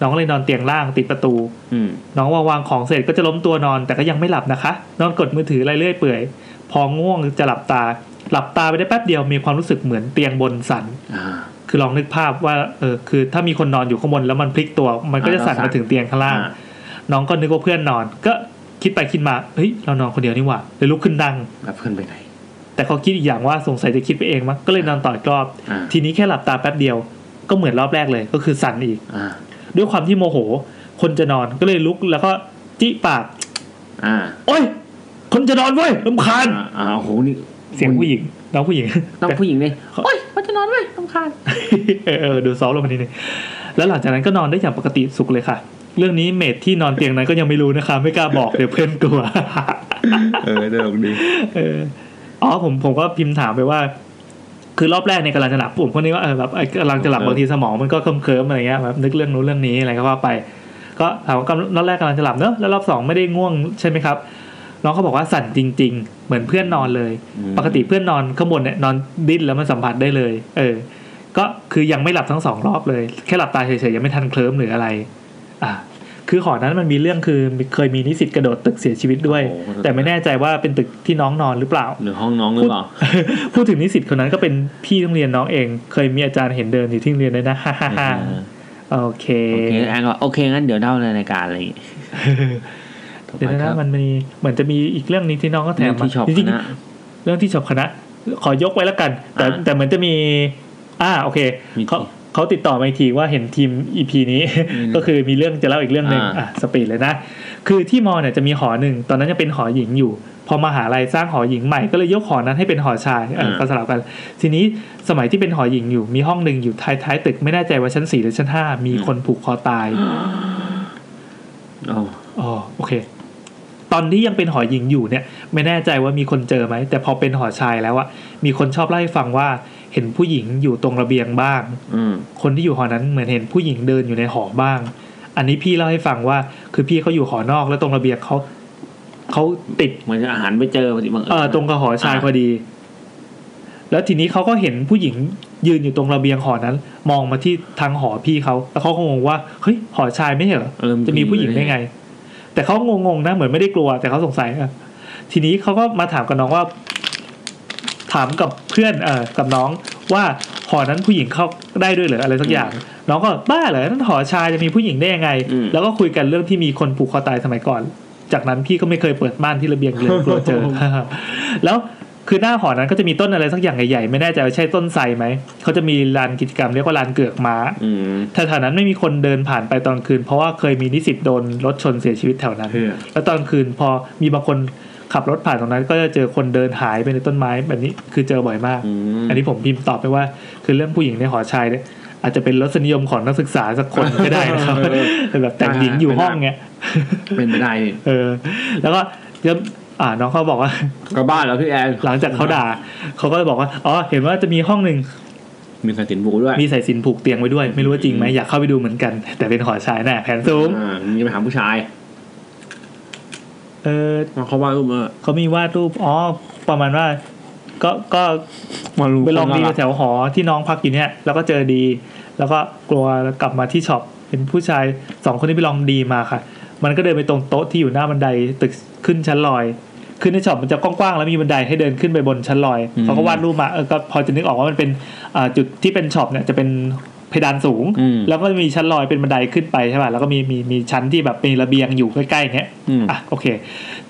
น้องเลยนอนเตียงล่างติดประตู อืม น้องวางวางของเสร็จก็จะล้มตัวนอนแต่ก็ยังไม่หลับนะคะ นอนกดมือถือไรเรื่อยเปื่อย พอง่วงจะหลับตา หลับตาไปได้แป๊บเดียวมีความรู้สึกเหมือนเตียงบนสั่น อ่า คือลองนึกภาพว่าเออคือถ้ามีคนนอนอยู่ข้างบนแล้วมันพลิกตัว มันก็จะ อ่า สั่น สั่น มาถึงเตียงข้างล่าง อ่า น้องก็นึกว่าเพื่อนนอน ก็คิดไปคิดมาเฮ้ยเรานอนคนเดียวนี่หว่าเลยลุกขึ้นนั่ง แล้วเพื่อนไปไหน แต่เขาคิดอีกอย่างว่าสงสัยจะคิดไปเองมั้งก็เลยนอนต่ออีกรอบ อ่า ทีนี้แค่หลับตาแป๊บเดียว ก็เหมือนรอบแรกเลยก็คือสั่นอีก อ่า ด้วยความที่โมโห คนจะนอนก็เลยลุกแล้วก็จี้ปาก อ่า โอ๊ย คนจะนอนเว้ยลำคาญ อ่าอ่าโอ้โหนี่ เสียงผู้หญิงน้องผู้หญิง ต้องผู้หญิงเลย เขา โอ้ยมันจะนอนเว้ยต้องคาน เออเออดูซอฟต์ลงมานิดนึงแล้วหลังจากนั้นก็นอนได้อย่างปกติสุขเลยค่ะ เรื่องนี้เมดที่นอนเตียงนั้นก็ยังไม่รู้นะคะ ไม่กล้าบอกเดี๋ยวเพื่อนกลัว เออตลกดี เอออ๋อผมผมก็พิมพ์ถามไปว่า คือรอบแรกเนี่ยกำลังจะหลับผมคนนี้ก็เออแบบเอ้ยกำลังจะหลับบางทีสมองมันก็เคลิ้มเคิมๆอะไรเงี้ยแบบนึกเรื่องนู้นเรื่องนี้อะไรก็ว่าไป ก็ถามว่ากำลังรอบแรกกำลังจะหลับเนอะแล้วรอบสองไม่ได้ง่วงใช่ไหมครับน้องเขาบอกว่าสั่นจริง ๆ เหมือนเพื่อนนอนเลย ปกติเพื่อนนอนข้างบนเนี่ยนอนดิ้นแล้วมันสัมผัสได้เลย เออ ก็คือยังไม่หลับทั้งสองรอบเลย แค่หลับตาเฉยๆยังไม่ทันเคลิ้มหรืออะไร อ่ะคือหอนั้นมันมีเรื่องคือเคยมีนิสิตกระโดดตึกเสียชีวิตด้วย แต่ไม่แน่ใจว่าเป็นตึกที่น้องนอนหรือเปล่า หรือห้องน้องหรือเปล่า พูดถึงนิสิตคนนั้นก็เป็นพี่โรงเรียนน้องเอง เคยมีอาจารย์เห็นเดินอยู่ที่โรงเรียนด้วยนะ ฮ่าฮ่าฮ่าโอเค โอเคแอนก็โอเคงั้นเดี๋ยวเล่าในรายการอะไรอย่างงี้ต่อไป เดี๋ยว ครั นะ บ มันมีเหมือนจะมีอีกเรื่องนี้ที่น้องก็แถ เรื่อ ม ง มา ที่ชอบ จริง นะ ๆเรื่องที่จบคณะ ขอยกไว้แล้วกัน แต่ อ่า แต่เหมือนจะมี อ่าโอเค มี เขาเขาติดต่อมาอีกทีว่าเห็นทีมอีพี นี้ ก็คือมีเรื่องจะเล่าอีกเรื่องหนึ่ง อ่า อ่ะสปีดเลยนะ คือที่มอเนี่ยจะมีหอหนึ่งตอนนั้นยังเป็นหอหญิงอยู่ พอมาหาลัยสร้างหอหญิงใหม่ก็เลยยกหอนั้นให้เป็นหอชายเออ อ่า ก็สลับกัน ทีนี้สมัยที่เป็นหอหญิงอยู่ มีห้องหนึ่งอยู่ท้ายท้ายๆตึกไม่แน่ใจว่าชั้นสี่หรือชั้นห้ามีคนผูกคอตาย โอ้ อ๋อโอเค ตอนที่ยังเป็นหอหญิงอยู่เนี่ย ไม่แน่ใจว่ามีคนเจอไหม แต่พอเป็นหอชายแล้วอะมีคนชอบเล่าให้ฟังว่าเห็นผู้หญิงอยู่ตรงระเบียงบ้าง อืม คนที่อยู่หอนั้นเหมือนเห็นผู้หญิงเดินอยู่ในหอบ้าง อันนี้พี่เล่าให้ฟังว่า คือพี่เขาอยู่หอนอกแล้วตรงระเบียงเขาเขาติด เหมือนอาหารไปเจอพอดีบังเอิญ เออตรงกับหอชาย อ่า พอดี แล้วทีนี้เขาก็เห็นผู้หญิงยืนอยู่ตรงระเบียงหอนั้น มองมาที่ทางหอพี่เขาแล้วเขาก็งงว่าเฮ้ยหอชายไม่ใช่เหรอ เออ จะมีผู้หญิงได้ไง แต่เขางงๆนะเหมือนไม่ได้กลัว แต่เขาสงสัยอะทีนี้เขาก็มาถามกับน้องว่า ถามกับเพื่อนเออกับน้องว่าหอนั้นผู้หญิงเข้าได้ด้วยเหรออะไรสักอย่าง น้องก็บ้าเหรอนั่นหอชายจะมีผู้หญิงได้ยังไง อืม แล้วก็คุยกันเรื่องที่มีคนผูกคอตายสมัยก่อน จากนั้นพี่ก็ไม่เคยเปิดม่านที่ระเบียงเลยกลัวเจอ แล้วคือหน้าหอนั้นก็จะมีต้นอะไรสักอย่างใหญ่ๆไม่แน่ใจว่าใช่ต้นไทรไหมเขาจะมีลานกิจกรรมเรียกว่าลานเกือกม้า อืม แถวๆนั้นไม่มีคนเดินผ่านไปตอนคืน เพราะว่าเคยมีนิสิตโดนรถชนเสียชีวิตแถวนั้น เพื่อ แล้วตอนคืนพอมีบางคนขับรถผ่านตรงนั้น ก็จะเจอคนเดินหายไปในต้นไม้แบบนี้คือเจอบ่อยมาก อืม อันนี้ผมพิมพ์ตอบไปว่า คือเรื่องผู้หญิงในหอชายเนี่ยอาจจะเป็นรสนิยมของนักศึกษาสักคนก็ได้นะครับแบบแต่งหญิงอยู่ห้องเงี้ย เป็นไปได้ เออ แล้วก็จะอ่าน้องเขาบอกว่า กลับบ้านแล้วพี่แอน หลังจากเขาด่าเขาก็เลยบอกว่าอ๋อเห็นว่าจะมีห้องหนึ่ง มีสายสินบูด้วย มีสายสินผูกเตียงไว้ด้วย ไม่รู้ว่าจริงไหมอยากเข้าไปดูเหมือนกัน แต่เป็นหอชายแน่ะแผนสูง อ่ามีไปหาผู้ชาย เออ เขาว่ารูปเมื่อ เขามีวาดรูปอ๋อประมาณว่า ก็ก็ มารูป ไปลองดีแถวหอที่น้องพักอยู่เนี่ย แล้วก็เจอดี แล้วก็กลัวกลับมาที่ช็อปเป็นผู้ชายสองคนนี้ไปลองดีมาค่ะ มันก็เดินไปตรงโต๊ะที่อยู่หน้าบันไดตึกขึ้นชั้นลอย ขึ้นในช็อปมันจะกว้างๆแล้วมีบันไดให้เดินขึ้นไปบนชั้นลอย อืม เขาก็วาดรูปมาเออก็พอจะนึกออกว่ามันเป็นอ่าจุดที่เป็นช็อปเนี่ยจะเป็นเพดานสูง อืม แล้วก็มีชั้นลอยเป็นบันไดขึ้นไปใช่ป่ะแล้วก็มีมีมีชั้นที่แบบมีระเบียงอยู่ใกล้ๆอย่างเงี้ย อืม อ่ะโอเค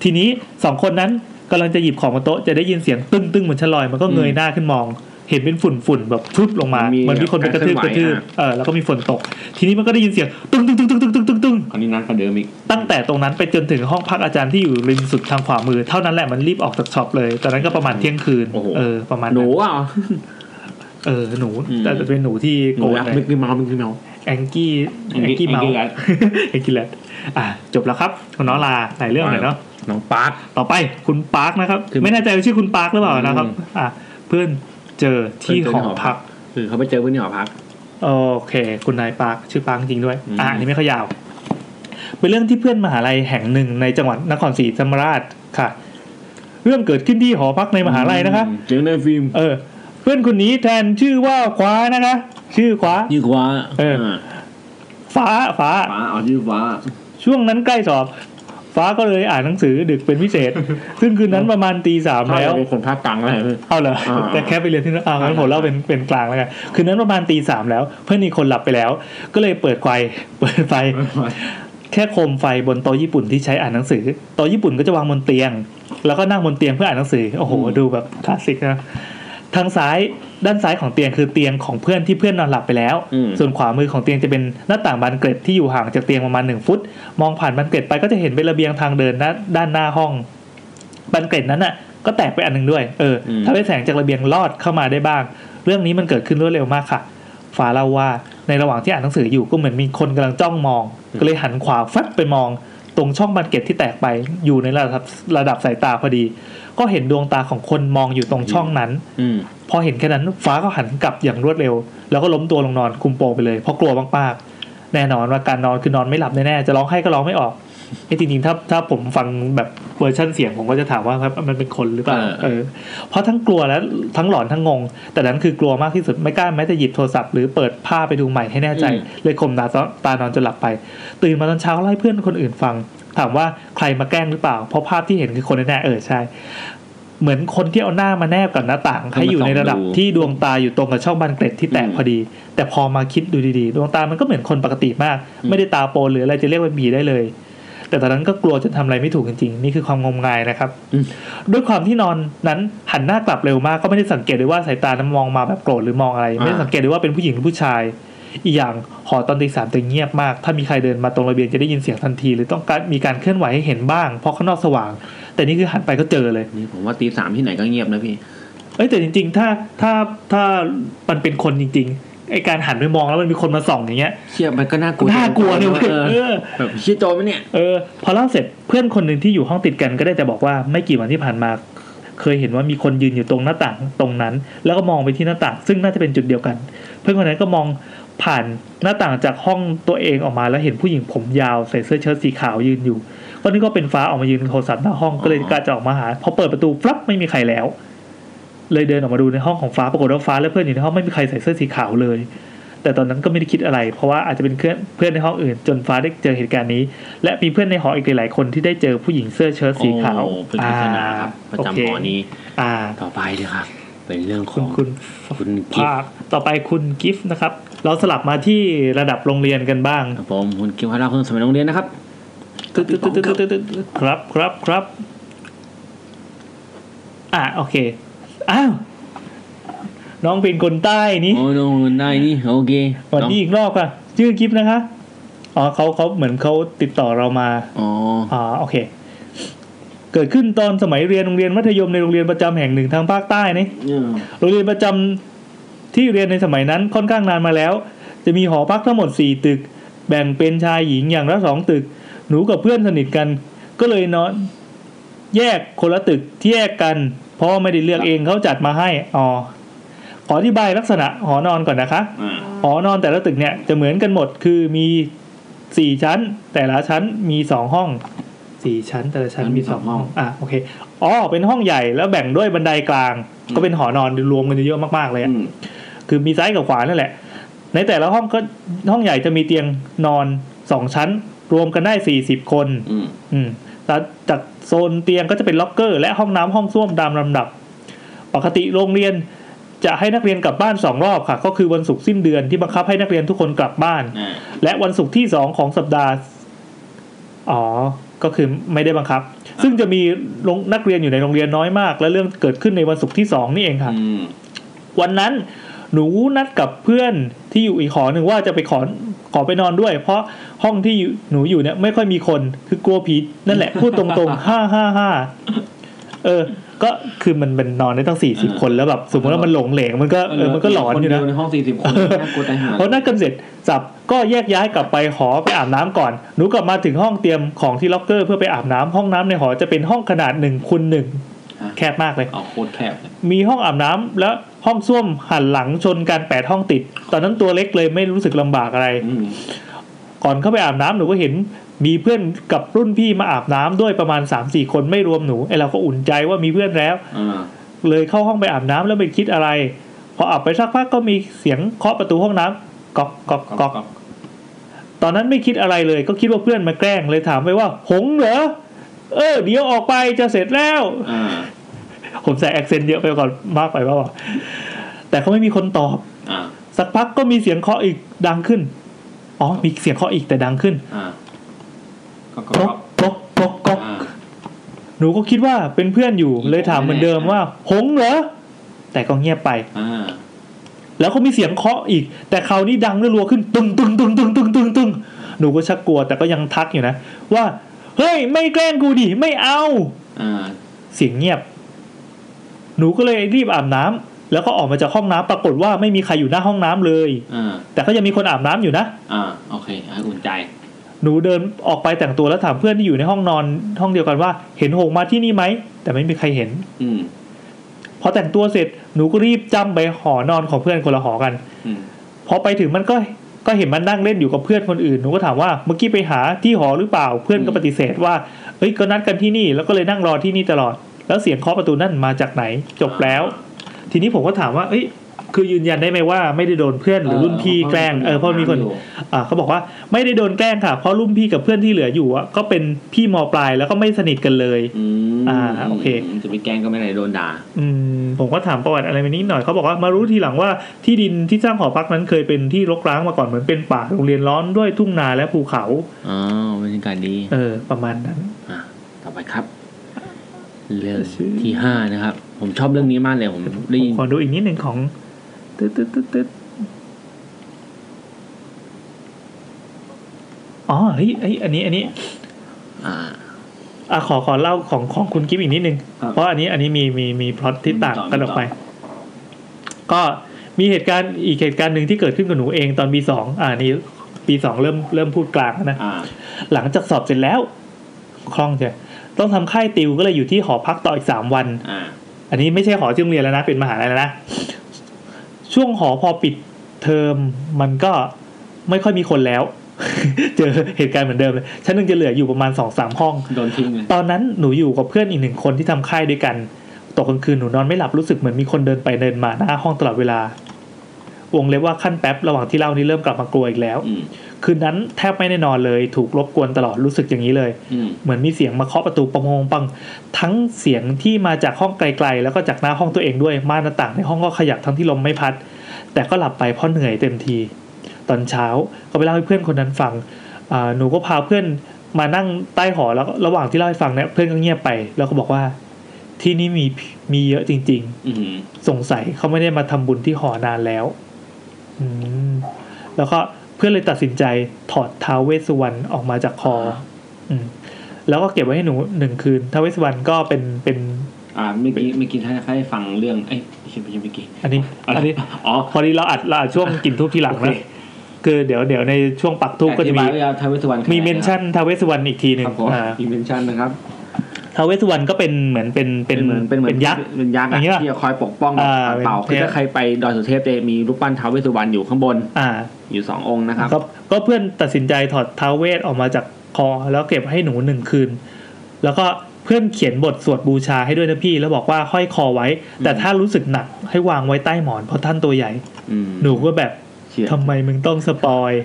ทีนี้สองคนนั้นกำลังจะหยิบของบนโต๊ะจะได้ยินเสียงตึ้งตึ้งๆเหมือนชั้นลอยมันก็เงยหน้าขึ้นมอง เห็นเป็นฝุ่นฝุ่นๆแบบฟึบลงมา มันมี เหมือนมีคนไปกระทืบ การ ก เคลื่ ระ อนไหว ทืบ อ่ะ เออแล้วก็มีฝนตก ทีนี้มันก็ได้ยินเสียงตึ้งตึ้งตึ้งตึ้งตึ้งตึ้งตึ้งตึ้ง คราวนี้นักกว่าเดิมอีก ตั้งแต่ตรงนั้นไปจนถึงห้องพักอาจารย์ที่อยู่ริมสุดทางขวามือ เท่านั้นแหละมันรีบออกจากช็อปเลยตอนนั้นก็ประมาณเที่ยงคืน โอ้โห เออประมาณ หนู นั้น อ่ะ เออหนู อืม แต่จะเป็นหนูที่ ห โก นู รธ รัก เลย มิกกี้เมาส์มิกกี้เมาส์ แองกี้ แองแอกี้งกี้เมา แองกี้แรด แองกี้แรดอ่ะจบแล้วครับคุณน้องลาหลายเรื่องหน่อยเนาะ น้องปาร์ค ต่อไปคุณปาร์คนะครับ คือ ไม่แน่ใจว่าชื่อคุณปาร์คหรือเปล่านะครับ อืม อ่ะเพื่อนเจอที่ เพื่หอนเจอที่ อ หอพั พัก ก คือเขาไปเจอเพื่อนที่หอพัก โอเค คุณนายปาร์คชื่อปาร์คจริงๆด้วย อืม อ่ะอันนี้ไม่ค่อยยาว เป็นเรื่องที่เพื่อนมหาลัยแห่งหนึ่งในจังหวัดนครศรีธรรมราชค่ะ เรื่องเกิดขึ้นที่หอพักในมหาลัยนะคะ อืมเจอในฟิล์ม เออ เพื่อนคนนี้แทนชื่อว่าคว้านะคะ ชื่อคว้า ยี่ขวา เออ า ฟ้าฟ้า ฟ้าเอาชื่อฟ้า ช่วงนั้นใกล้สอบ ฟ้าก็เลยอ่านหนังสือดึกเป็นพิเศษ ซึ่งคืนนั้นประมาณตีสามแล้ว เป็นคนภาคกลางอะไร เอาเหรอ อ่า แต่แค่ไปเรียนที่นั่นอ่างั้น อ่า ผมเล่าเป็นเป็นกลางแล้วกันคืนนั้นประมาณตีสามแล้ว เพื่อนอีกคนหลับไปแล้ว ก็เลยเปิดไฟเปิดไฟ แค่โคมไฟบนโต๊ะญี่ปุ่นที่ใช้อ่านหนังสือโต๊ะญี่ปุ่นก็จะวางบนเตียง แล้วก็นั่งบนเตียงเพื่ออ่านหนังสือโอ้โห อืม ดูแบบคลาสสิกนะทางซ้ายด้านซ้ายของเตียงคือเตียงของเพื่อนที่เพื่อนนอนหลับไปแล้ว อืม ส่วนขวามือของเตียงจะเป็นหน้าต่างบานเกล็ดที่อยู่ห่างจากเตียงประมาณหนึ่งฟุต มองผ่านบานเกล็ดไปก็จะเห็นเป็นระเบียงทางเดินด้านด้านหน้าห้องบานเกล็ดนั้นน่ะ ก็แตกไปอันหนึ่งด้วยเอออ ม ทำให้แสงจากระเบียงลอดเข้ามาได้บ้าง เรื่องนี้มันเกิดขึ้นรวดเร็วมากค่ะฟ้าเล่าว่าในระหว่างที่อ่านหนังสืออยู่ก็เหมือนมีคนกำลังจ้องมอง อืม ก็เลยหันขวาฟัดไปมอง ตรงช่องบานเกล็ดที่แตกไปอยู่ในระดับระดับสายตาพอดี ก็เห็นดวงตาของคนมองอยู่ตรงช่องนั้น อืม พอเห็นแค่นั้นฟ้าก็หันกลับอย่างรวดเร็ว แล้วก็ล้มตัวลงนอนคลุมโปงไปเลยเพราะกลัวมากๆแน่นอนว่าการนอนคือนอนไม่หลับแน่ๆจะร้องไห้ก็ร้องไม่ออกไอ้ยจริงๆถ้าถ้าผมฟังแบบเวอร์ชันเสียงผมก็จะถามว่าครับมันเป็นคนหรือเปล่า เออ เออเพราะทั้งกลัวและทั้งหลอนทั้งงง แต่นั้นคือกลัวมากที่สุดไม่กล้าแม้แต่หยิบโทรศัพท์หรือเปิดผ้าไปดูใหม่ให้แน่ใจ เลยข่มตาตานอนจนหลับไป ตื่นมาตอนเช้าไล่าให้เพื่อนคนอื่นฟัง ถามว่าใครมาแกล้งหรือเปล่า เพราะภาพที่เห็นคือคนแน่ๆเออใช่ เหมือนคนที่เอาหน้ามาแนบกับหน้าต่าง ให้อยู่ในระดับ ส่องดู ที่ดวงตาอยู่ตรงกับช่องบานเกล็ดที่แตก อืม พอดี แต่พอมาคิดดูดีๆ ดวงตามันก็เหมือนคนปกติมาก อืม ไม่ได้ตาโปนหรืออะไรจะเรียกว่าบีได้เลย แต่ตอนนั้นก็กลัวจนทำอะไรไม่ถูกจริงๆ นี่คือความงมงายนะครับ ด้วยความที่นอนนั้นหันหน้ากลับเร็วมากก็ไม่ได้สังเกตเลยว่าสายตานั้นมองมาแบบโกรธหรือมองอะไร ไม่ได้สังเกตเลยว่าเป็นผู้หญิงหรือผู้ชาย อีกอย่างหอตอนตีสามจะเงียบมาก ถ้ามีใครเดินมาตรงระเบียงจะได้ยินเสียงทันที หรือต้องการมีการเคลื่อนไหวให้เห็นบ้าง เพราะข้างนอกสว่าง แต่นี่คือหันไปก็เจอเลย นี่ผมว่าตีสามที่ไหนก็เงียบนะพี่ เอ้ยแต่จริง ๆ ถ้าถ้าถ้ามันเป็นคนจริงๆไอการหันไปมองแล้วมันมีคนมาส่องอย่างเงี้ย เชี่ยมันก็น่ากลัว น่ากลัวเนี่ยเว้ย ออ เออ แบบเชี่ยโจรไหมเนี่ย เออพอเล่าเสร็จเพื่อนคนหนึ่งที่อยู่ห้องติดกันก็ได้แต่บอกว่าไม่กี่วันที่ผ่านมา เคยเห็นว่ามีคนยืนอยู่ตรงหน้าต่างตรงนั้น แล้วก็มองไปที่หน้าต่าง ซึ่งน่าจะเป็นจุดเดียวกัน เพื่อนคนนั้นก็มองผ่านหน้าต่างจากห้องตัวเองออกมาแล้วเห็นผู้หญิงผมยาวใส่เสื้อเชิ้ตสีขาวยืนอยู่ก็นึกว่าเป็นฟ้าออกมายืนโทรศัพท์หน้าห้องก็เลย อ๋อ กะจะออกมาหาพอเปิดประตูฟลับไม่มีใครแล้ว เลยเดินออกมาดูในห้องของฟ้าปรากฏว่าฟ้าและเพื่อนอยู่ในห้องไม่มีใครใส่เสื้อสีขาวเลย แต่ตอนนั้นก็ไม่ได้คิดอะไร เพราะว่าอาจจะเป็นเพื่อนเพื่อนในห้องอื่น จนฟ้าได้เจอเหตุการณ์นี้ และมีเพื่อนในหออีกหลายๆคนที่ได้เจอผู้หญิงเสื้อเชิ้ตสีขาว โอ้เป็นปริศนาครับประจำหอนี้ อ่า ต่อไปเลยครับ เป็นเรื่องข คุ อ ณ ง คุณ คุณกิฟ ภาคต่อไปคุณกิฟต์นะครับ เราสลับมาที่ระดับโรงเรียนกันบ้าง ครับผมคุณกิฟเขาเล่าเรื่องสมัยโรงเรียนนะครับ ตึ๊ดตึ๊ดตึ๊ดตึ๊ดตึ๊ดตึ๊ดตึ๊ดครับครับครับ อ่ะโอเค อ้าว น้องเป็นคนใต้นี่ โอ้น้องได้นี่โอเค สวันนี้อีกรอบอ่ะชื่อกิฟต์นะคะ อ๋อเขาเขาเหมือนเขาติดต่อเรามา อ๋อ อ่าโอเค เกิดขึ้นตอนสมัยเรียนโรงเรียนมัธยมในโรงเรียนประจำแห่งหนึ่งทางภาคใต้นี่ โรงเรียนประจำที่เรียนในสมัยนั้นค่อนข้างนานมาแล้ว จะมีหอพักทั้งหมด 4 ตึก แบ่งเป็นชายหญิงอย่างละสองตึก หนูกับเพื่อนสนิทกัน ก็เลยนอนแยกคนละตึกที่แยกกัน เพราะว่าไม่ได้เลือก ครับ เองเขาจัดมาให้อ๋อขออธิบายลักษณะหอนอนก่อนนะคะ อ่า หอนอนแต่ละตึกเนี่ยจะเหมือนกันหมดคือมีสี่ชั้น แต่ละชั้นมีสองห้องสี่ชั้น แต่ละชั้น มันมี มีสองห้อง สองห้อง อ่ะโอเคอ๋อเป็นห้องใหญ่แล้วแบ่งด้วยบันไดกลาง อืม ก็เป็นหอนอนรวมกันเยอะมากๆเลยอะ อืม คือมีซ้ายกับขวานั่นแหละ ในแต่ละห้องก็ห้องใหญ่จะมีเตียงนอนสองชั้น รวมกันได้สี่สิบคน อืม อืมแล้วจากโซนเตียงก็จะเป็นล็อกเกอร์ และห้องน้ำห้องส้วมตามลำดับ ปกติโรงเรียนจะให้นักเรียนกลับบ้านสองรอบค่ะ ก็คือวันศุกร์สิ้นเดือนที่บังคับให้นักเรียนทุกคนกลับบ้าน อ่า และวันศุกร์ที่สองของสัปดาห์ อ๋อ ก็คือไม่ได้บังคับ ซึ่งจะมีโรงนักเรียนอยู่ในโรงเรียนน้อยมาก และเรื่องเกิดขึ้นในวันศุกร์ที่สองนี่เองค่ะ อืม วันนั้นหนูนัดกับเพื่อนที่อยู่อีกหอหนึ่งว่าจะไปขอขอไปนอนด้วย เพราะห้องที่อยู่หนูอยู่เนี่ยไม่ค่อยมีคนคือกลัวผีนั่นแหละ พูดตรงๆ ห้าห้าห้าเออ ก็คือมันเป็นนอนได้ตั้งสี่สิบคนแล้วแบบสมมติว่ามันหลงเหลงมันก็เออมันก็หลอนอยู่นะ คเดีวในห้องสี่สิบคนน่ากลัวตายห่า พอนัดกันเสร็จสับก็แยกย้ายกลับไปหอไปอาบน้ำก่อน หนูกลับมาถึงห้องเตรียมของที่ล็อกเกอร์เพื่อไปอาบน้ำห้องน้ำในหอจะเป็นห้องขนาดหนึ่งคูณหนึ่ง ะ แคบมากเลย เอาโคตรแคบเลย มีห้องอาบน้ำและห้องส้วมหันหลังชนกันแปดห้องติด ตอนนั้นตัวเล็กเลยไม่รู้สึกลำบากอะไร อืม ก่อนเข้าไปอาบน้ำหนูก็เห็น มีเพื่อนกับรุ่นพี่มาอาบน้ำด้วยประมาณ3าสี่คนไม่รวมหนูไอเราก็อุ่นใจว่ามีเพื่อนแล้ว อ่า เลยเข้าห้องไปอาบน้ำแล้วไม่คิดอะไร พออาบไปสักพักก็มีเสียงเคาะประตูห้องน้ำก๊อกก๊อกก๊อก ตอนนั้นไม่คิดอะไรเลยก็คิดว่าเพื่อนมาแกล้งเลยถามไปว่า หงเหรอ เออ เดี๋ยวออกไปจะเสร็จแล้ว อ่า ผมใส่แอคเซนต์เยอะไปก่อนมากไปเปล่าวะแต่เขาไม่มีคนตอบ อ่า สักพักก็มีเสียงเคาะอีกดังขึ้น อ๋อ มีเสียงเคาะอีกแต่ดังขึ้น อ่าก็ก็ ก๊อกก๊อกก๊อกก๊อก อ่า หนูก็คิดว่าเป็นเพื่อนอยู่ อีก เลยถามเหมือน แน่ๆ เดิมว่า หงเหรอ แต่ก็เงียบไป อ่า แล้วก็มีเสียงเคาะอีก แต่คราวนี้ดังและรัวขึ้นตึงตึงตึงตึงตึงตึงตึงหนูก็ชักกลัวแต่ก็ยังทักอยู่นะ ว่า เฮ้ย ไม่แกล้งกูดิไม่เอา อ่า เสียงเงียบ หนูก็เลยรีบอาบน้ำแล้วก็ออกมาจากห้องน้ำปรากฏว่าไม่มีใครอยู่หน้าห้องน้ำเลย อ่า แต่ก็ยังมีคนอาบน้ำอยู่นะ อ่าโอเคอ่ะอุ่นใจ หนูเดินออกไปแต่งตัวแล้วถามเพื่อนที่อยู่ในห้องนอนห้องเดียวกันว่าเห็นหงมาที่นี่ไหม แต่ไม่มีใครเห็น อืม พอแต่งตัวเสร็จหนูก็รีบจำไปหอนอนของเพื่อนคนละหอกัน อืม พอไปถึงมันก็ก็เห็นมันนั่งเล่นอยู่กับเพื่อนคนอื่นหนูก็ถามว่าเมื่อกี้ไปหาที่หอหรือเปล่าเพื่อนก็ปฏิเสธว่าเอ้ยก็นัดกันที่นี่แล้วก็เลยนั่งรอที่นี่ตลอด แล้วเสียงเคาะประตูนั่นมาจากไหน จบแล้ว ทีนี้ผมก็ถามว่า เอ้ย คือยืนยันได้ไหมว่าไม่ได้โดนเพื่อนหรือรุ่นพี่แกล้ง เออเพราะมีคน อยู่ อ่าเขาบอกว่าไม่ได้โดนแกล้งค่ะ เพราะรุ่นพี่กับเพื่อนที่เหลืออยู่อ่ะก็เป็นพี่มปลายแล้วก็ไม่สนิทกันเลย อืม อ่าโอเค จะไปแกล้งก็ไม่ได้โดนด่า อืมผมก็ถามประวัติอะไรไปนิดหน่อยเขาบอกว่ามารู้ทีหลังว่าที่ดินที่สร้างหอพักนั้นเคยเป็นที่รกร้างมาก่อนเหมือนเป็นป่าโรงเรียนร้อนด้วยทุ่งนาและภูเขา อ๋อบรรยากาศดี เออ ประมาณนั้น อ่าต่อไปครับ เรื่องที่ห้านะครับ ผมชอบเรื่องนี้มากเลยผมได้ยิน ขอดูอีกนิดหนึ่งของตึ๊ดตึ๊ดตึ๊ดตึ๊ดอ๋อเฮ้ยเฮ้ยอันนี้อันนี้ อ่า อ่ะขอขอเล่าของของคุณกิฟอีกนิดนึง ครับ เพราะอันนี้อันนี้มีมีมีพล็อตที่ต่าง ต่อ กันออกไป ก็มีเหตุการณ์อีกเหตุการณ์หนึ่งที่เกิดขึ้นกับหนูเองตอนปีสองอ่านี่ปีสองเริ่มเริ่มพูดกลางแล้วนะ อ่า หลังจากสอบเสร็จแล้ว คล่องใช่ต้องทำค่ายติวก็เลยอยู่ที่หอพักต่ออีกสามวัน อ่า อันนี้ไม่ใช่หอที่โรงเรียนแล้วนะเป็นมหาลัยแล้วนะ ช่วงหอพอปิดเทอมมันก็ไม่ค่อยมีคนแล้ว เจอเหตุการณ์เหมือนเดิมเลยชั้นหนึ่งจะเหลืออยู่ประมาณสองสามห้อง โดนทิ้งเลย ตอนนั้นหนูอยู่กับเพื่อนอีกหนึ่งคนที่ทำค่ายด้วยกัน ตกกลางคืนหนูนอนไม่หลับรู้สึกเหมือนมีคนเดินไปเดินมาหน้าห้องตลอดเวลา วงเล็บว่าขั้นแป๊บระหว่างที่เล่านี่เริ่มกลับมากลัวอีกแล้ว อืม คืนนั้นแทบไม่ได้นอนเลย ถูกรบกวนตลอดรู้สึกอย่างนี้เลย อืม เหมือนมีเสียงมาเคาะประตูปังปังปังทั้งเสียงที่มาจากห้องไกลๆ แล้วก็จากหน้าห้องตัวเองด้วยม่านหน้าต่างในห้องก็ขยับทั้งที่ลมไม่พัด แต่ก็หลับไปเพราะเหนื่อยเต็มที ตอนเช้าก็ไปเล่าให้เพื่อนคนนั้นฟังอ่าหนูก็พาเพื่อนมานั่งใต้หอแล้วก็ระหว่างที่เล่าให้ฟังเนี่ยเพื่อนก็เงียบไป แล้วก็บอกว่า ที่นี่มีมีเยอะจริง ๆ อืม สงสัยเขาไม่ได้มาทำบุญที่หอนานแล้ว อืม แล้วก็เพื่อนเลยตัดสินใจถอดท้าวเวสสุวรรณออกมาจากคอ อืม แล้วก็เก็บไว้ให้หนูหนึ่งคืนท้าวเวสสุวรรณก็เป็นเป็น อ่าเมื่อกี้เมื่อกี้ถ้าใครได้ฟังเรื่องเอ้ยไม่ใช่ไม่ใช่เมื่อกี้ อันนี้ อันนี้ อ๋อ พอดีเราอัดเราอัดช่วงกินทูบทีหลัง โอ นะ เค คือเดี๋ยวเดี๋ยวในช่วงปักทูบก็จะมี อธิบายว่าทาวเวสสุวรรณคือ มี อะไร เมนชั่นท้าวเวสสุวรรณอีกทีหนึ่ ค ง รับผม อ่า มีเมนชั่นนะครับ ท้าวเวสสุวรรณก็เป็นเหมือนเป็นเป็นเป็นยักษ์ เป็นยักษ์ อ อะ ย่างเงี้ย ที่จะคอยปกป้อง อ่า ปัดเป่า เป็ คื น อ ยักษ์ ถ้าใครไปดอยสุเทพจะมีรูปปั้นทาวเวสสุวรรณอยู่ข้างบน อ่า อยู่สององค์นะครับ ก็ก็เพื่อนตัดสินใจถอดท้าวเวทออกมาจากคอ แล้วเก็บให้หนูหนึ่งคืน แล้วก็เพื่อนเขียนบทสวดบูชาให้ด้วยนะพี่ แล้วบอกว่าห้อยคอไว้ แต่ถ้ารู้สึกหนักให้วางไว้ใต้หมอนเพราะท่านตัวใหญ่ อืม หนูก็แบบ เขียน ทำไมมึงต้องสปอย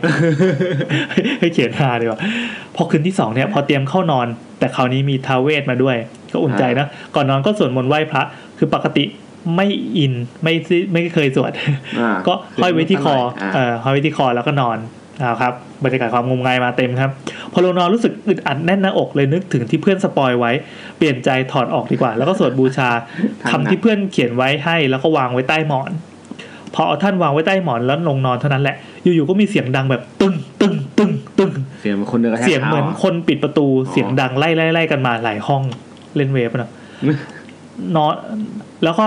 ให้ให้เขียนฮาดีกว่าพอคืนที่สองเนี่ยพอเตรียมเข้านอน แต่คราวนี้มีทาเวทมาด้วย ก็อุ่นใจนะก่อนนอนก็สวดมนต์ไหว้พระ คือปกติไม่อินไม่ซิไม่เคยสวด อ่า ก็ห้อยไว้ที่คอ อ่า เอ่อห้อยไว้ที่คอแล้วก็นอนนะครับบรรยากาศความงมงายมาเต็มครับ พอลงนอนรู้สึกอึดอัดแน่นหน้าอกเลยนึกถึงที่เพื่อนสปอยไว้ เปลี่ยนใจถอดออกดีกว่า แล้วก็สวดบูชาคำที่เพื่อนเขียนไว้ให้แล้วก็วางไว้ใต้หมอน พอเอาท่านวางไว้ใต้หมอนแล้วลงนอนเท่านั้นแหละ อยู่ๆก็มีเสียงดังแบบตึ้งตึ้งตึ้งตึ้ง เสียงเหมือนคนเดินกระแทก เสียงเหมือน ท้าะ คนปิดประตู อ เสียงดังไล่ไล่ไล่กันมาหลายห้องเล่นเวฟอะเนอะ นอนแล้วก็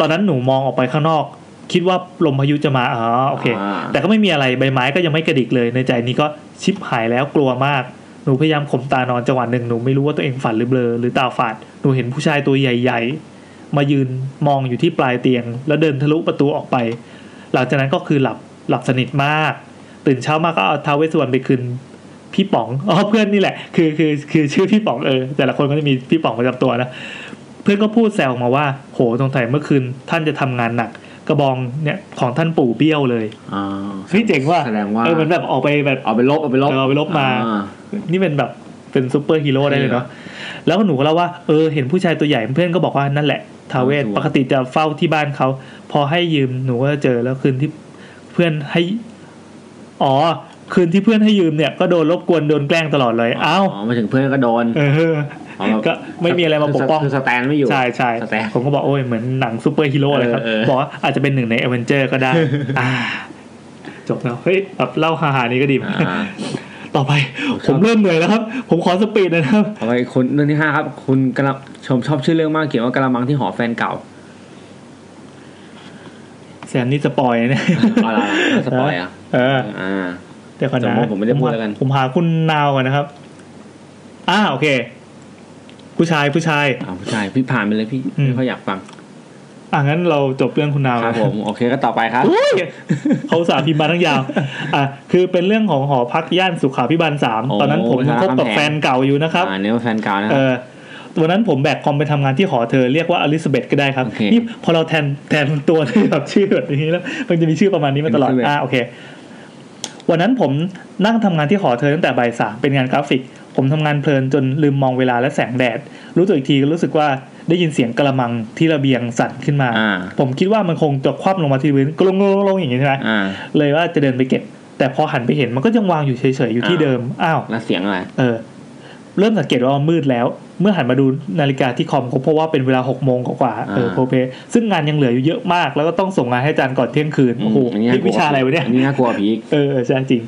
ตอนนั้นหนูมองออกไปข้างนอก คิดว่าลมพายุจะมาอ๋อโอเค อ่า แต่ก็ไม่มีอะไรใบไม้ก็ยังไม่กระดิกเลยในใจนี้ก็ชิบหายแล้วกลัวมาก หนูพยายามข่มตานอนจังหวะหนึ่งหนูไม่รู้ว่าตัวเองฝันหรือเบลอหรือตาฝาดหนูเห็นผู้ชายตัวใหญ่ ๆ มายืนมองอยู่ที่ปลายเตียง แล้วเดินทะลุประตูออกไป หลังจากนั้นก็คือหลับหลับสนิทมาก ตื่นเช้ามาก็เอาท้าวเวสสวรรณไปคืนพี่ป๋องอ๋อเพื่อนนี่แหละคือคือคือชื่อพี่ป๋องเออแต่ละคนก็จะมีพี่ป๋องประจำตัวนะ เพื่อนก็พูดแซวออกมาว่า โหสงสัยเมื่อคืนท่านจะทำงานหนัก กระบองเนี่ยของท่านปู่เบี้ยวเลย อ่า เฮ้ยเจ๋งว่ะ แสดงว่า เออมันแบบออกไปแบบ เอาไปลบเอาไปลบ เออเอาไปลบมา อ่ นี่เป็นแบบเป็นซูเปอร์ฮีโร่ได้เลยเนาะแล้วหนูก็เล่าว่าเออเห็นผู้ชายตัวใหญ่เพื่อนก็บอกว่านั่นแหละทาเวศปกติจะเฝ้าที่บ้านเขา พอให้ยืมหนูก็เจอแล้วคืนที่เพื่อนให้อ๋อคืนที่เพื่อนให้ยืมเนี่ยก็โดนรบกวนโดนแกล้งตลอดเลยอ้าว อ๋อมาถึงเพื่อนก็โดน เออ อ๋อแบบ ก็ไม่มีอะไรมาปกป้อง คือสแตนไม่อยู่ ใช่ใช่ สแตน ผมก็บอกโอ้ยเหมือนหนังซูเปอร์ฮีโร่เลยครับ เออเออ บอกว่าอาจจะเป็นหนึ่งในเอเวนเจอร์ก็ได้ อ่า จบแล้วเฮ้ยแบบเล่าฮาๆนี้ก็ดี อ่า ต่อไป ผมเริ่มเหนื่อยแล้วครับ ผมขอสปีดหน่อยนะครับ ต่อไปคนเรื่องที่ห้าครับ คุณกระลำชมชอบชื่อเรื่องมากเขียนว่ากระมังที่หอแฟนเก่า แซมนี่สปอยนะเนี่ย อะไรสปอยอ่ะ เออ อ่า เดี๋ยวก่อน สม นะ มุติผมไม่ได้พูดแล้วกัน ผมหาคุณนาวก่อนนะครับ อ่าโอเค ผู้ชายผู้ชาย เอาผู้ชายพี่ผ่านไปเลยพี่ อืม ไม่ค่อยอยากฟัง อ่ะงั้นเราจบเรื่องคุณนาว ครับผมโอเคก็ต่อไปครับ อุ๊ยเขาอุตสาห์พิมพ์มาทั้งยาว อ่ะ คือเป็นเรื่องของหอพักย่านสุขาพิบาลสาม โอ้ ตอนนั้นผมยังคบกับ ครับ แฟนเก่าอยู่นะครับ อ่าเนี่ยว่าแฟนเก่านะ เออตัวนั้นผมแบกคอมไปทำงานที่หอเธอเรียกว่าอลิซาเบธก็ได้ครับ โอเค นี่พอเราแทนแทนตัว ที่แบบชื่อแบบนี้แล้ว มันจะมีชื่อประมาณนี้มาตลอด Elizabeth อ่าโอเค วันนั้นผมนั่งทำงานที่หอเธอตั้งแต่บ่ายสามเป็นงานกราฟิก ผมทำงานเพลินจนลืมมองเวลาและแสงแดด รู้ตัวอีกทีก็รู้สึกว่าได้ยินเสียงกระมังที่ระเบียงสั่นขึ้นมา อ่า ผมคิดว่ามันคงจะคว่ำลงมาที่พื้นกลงๆๆๆอย่างนี้ใช่ไหม อ่า เลยว่าจะเดินไปเก็บ แต่พอหันไปเห็นมันก็ยังวางอยู่เฉยๆอยู่ที่ อ่า เดิมอ้าว แล้วเสียงอะไร เออเริ่มสังเกตว่ามันมืดแล้ว เมื่อหันมาดูนาฬิกาที่คอมก็เพราะว่าเป็นเวลาหกโมงกว่าๆเออโพเพซึ่งงานยังเหลืออยู่เยอะมาก แล้วก็ต้องส่งงานให้อาจารย์ก่อนเที่ยงคืน โอ้โห มนนี้ นี่วิชาอะไรวะเนี่ย นนี้น่ากลัวผีอีก เออเออใช่จริง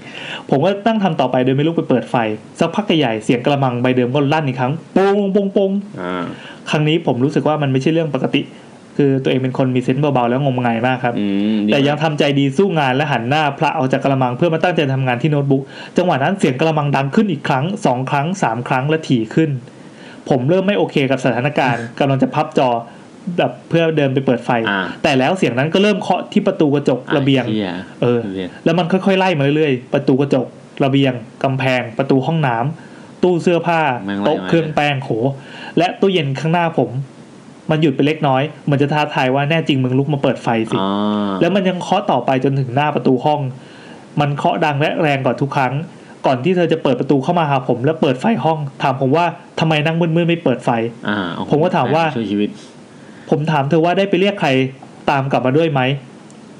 ผมก็ตั้งทำต่อไปโดยไม่ลุกไปเปิดไฟ สักพักใหญ่ๆเสียงกระมังใบเดิมก็ลั่นอีกครั้งโปงโปงโปง อ่า ครั้งนี้ผมรู้สึกว่ามันไม่ใช่เรื่องปกติ คือตัวเองเป็นคนมีเซนส์เบาๆแล้วงมงายมากครับ อืมดี แต่ยังทำใจดีสู้งานและหันหน้าพระออกจากกระมังเพื่อมาตั้งใจทำงานที่โน้ตบุ๊กจังหวะนั้นเสียงกระมังดังขึ้นอีกครั้งสองครั้งสามครั้งและถี่ขึ้น ผมเริ่มไม่โอเคกับสถานการณ์ กำลังจะพับจอแบบเพื่อเดินไปเปิดไฟ อ่า แต่แล้วเสียงนั้นก็เริ่มเคาะที่ประตูกระจกระเบียง ไอ้หี้ เออ ระบียง แล้วมันค่อยๆไล่มาเรื่อยๆ ประตูกระจก ระเบียง กำแพง ประตูห้องน้ำ ตู้เสื้อผ้า โต๊ะเครื่องแป้งโห และตู้เย็นข้างหน้าผม มันหยุดไปเล็กน้อย มันจะท้าทายว่าแน่จริงมึงลุกมาเปิดไฟสิ อ๋อ แล้วมันยังเคาะต่อไปจนถึงหน้าประตูห้อง มันเคาะดังและแรงกว่าทุกครั้ง ก่อนที่เธอจะเปิดประตูเข้ามาหาผมและเปิดไฟห้อง ถามผมว่าทำไมนั่งมืดๆไม่เปิดไฟ อ่าโอ้โห ผมก็ถามว่า ช่วยชีวิต ผมถามเธอว่าได้ไปเรียกใครตามกลับมาด้วยไหม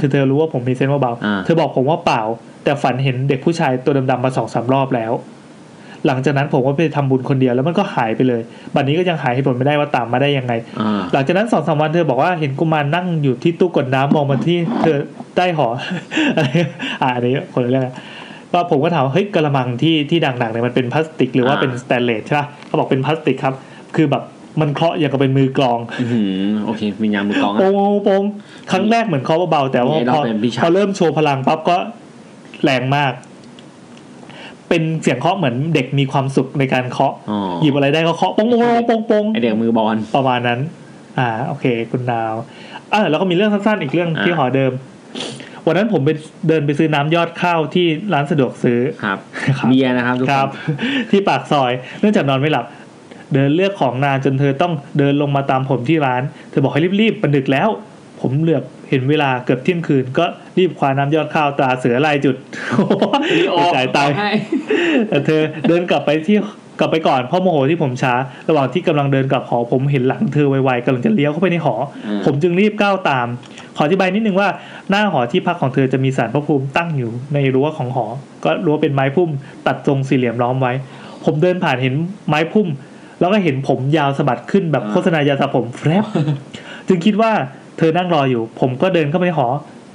คือเธอรู้ว่าผมมีเซนส์เบา อ่า ๆเธอบอกผมว่าเปล่า แต่ฝันเห็นเด็กผู้ชายตัวดำๆมาสองสามรอบแล้ว หลังจากนั้นผมก็ไปทำบุญคนเดียวแล้วมันก็หายไปเลย บัดนี้ก็ยังหายเหตุผลไม่ได้ว่าตามมาได้ยังไง อ่า หลังจากนั้นสองสามวันเธอบอกว่าเห็นกุมารนั่งอยู่ที่ตู้กดน้ำมองมาที่เธอใต้หอ อะไรอ่าอันนี้คนละเรื่องนะก็ผมก็ถามว่าเฮ้ยกระมังที่ที่ดังๆเนี่ยมันเป็นพลาสติกหรือว่าเป็นสแตนเลสใช่ปะเขาบอกเป็นพลาสติกครับ คือแบบมันเคาะอย่างกับเป็นมือกลอง อื้อหือโอเควิญญาณมือกลอง โป อ่ะ งโปงครั้งแรกเหมือนเขาเบาๆแต่ว่า มีไอด พ ออลเป็นพี่ชาย พอเริ่มโชว์พลังปั๊บก็แรงมาก เป็นเสียงเคาะเหมือนเด็กมีความสุขในการเคาะ อ๋อ หยิบอะไรได้ก็เคาะโปงโปงโปงโปง ไอเด็กมือบอล ประมาณนั้น อ่า โอเค คุณดาวอ่าแล้วก็มีเรื่องสั้นๆอีกเรื่อง อ่า ที่หอเดิม วันนั้นผมไปเดินไปซื้อน้ำยอดข้าวที่ร้านสะดวกซื้อ ครับ ครับ เบียร์นะครับทุก ค ค รั น บ ที่ปากซอย เนื่องจากนอนไม่หลับ เดินเลือกของนานจนเธอต้องเดินลงมาตามผมที่ร้าน เธอบอกให้รีบๆมันดึกแล้ว ผมเหลือบเห็นเวลาเกือบเที่ยงคืนก็ รีบควาน้ำยอดข้าวตราเสือลายจุด โอ้โหจ่ายตังค์ ให้ แต่เธอเดินกลับไปที่กลับไปก่อนเพราะโมโหที่ผมช้า ระหว่างที่กำลังเดินกลับหอผมเห็นหลังเธอไวๆกำลังจะเลี้ยวเข้าไปในหอ อืม ผมจึงรีบก้าวตาม ขออธิบายนิดนึงว่าหน้าหอที่พักของเธอจะมีสารพระภูมิตั้งอยู่ในรั้วของหอ ก็รั้วเป็นไม้พุ่ม ตัดทรงสี่เหลี่ยมล้อมไว้ ผมเดินผ่านเห็นไม้พุ่ม แล้วก็เห็นผมยาวสะบัดขึ้นแบบโฆษณายาสระผมแฟบ จึงคิดว่าเธอนั่งรออยู่ ผมก็เดินเข้าไปในหอ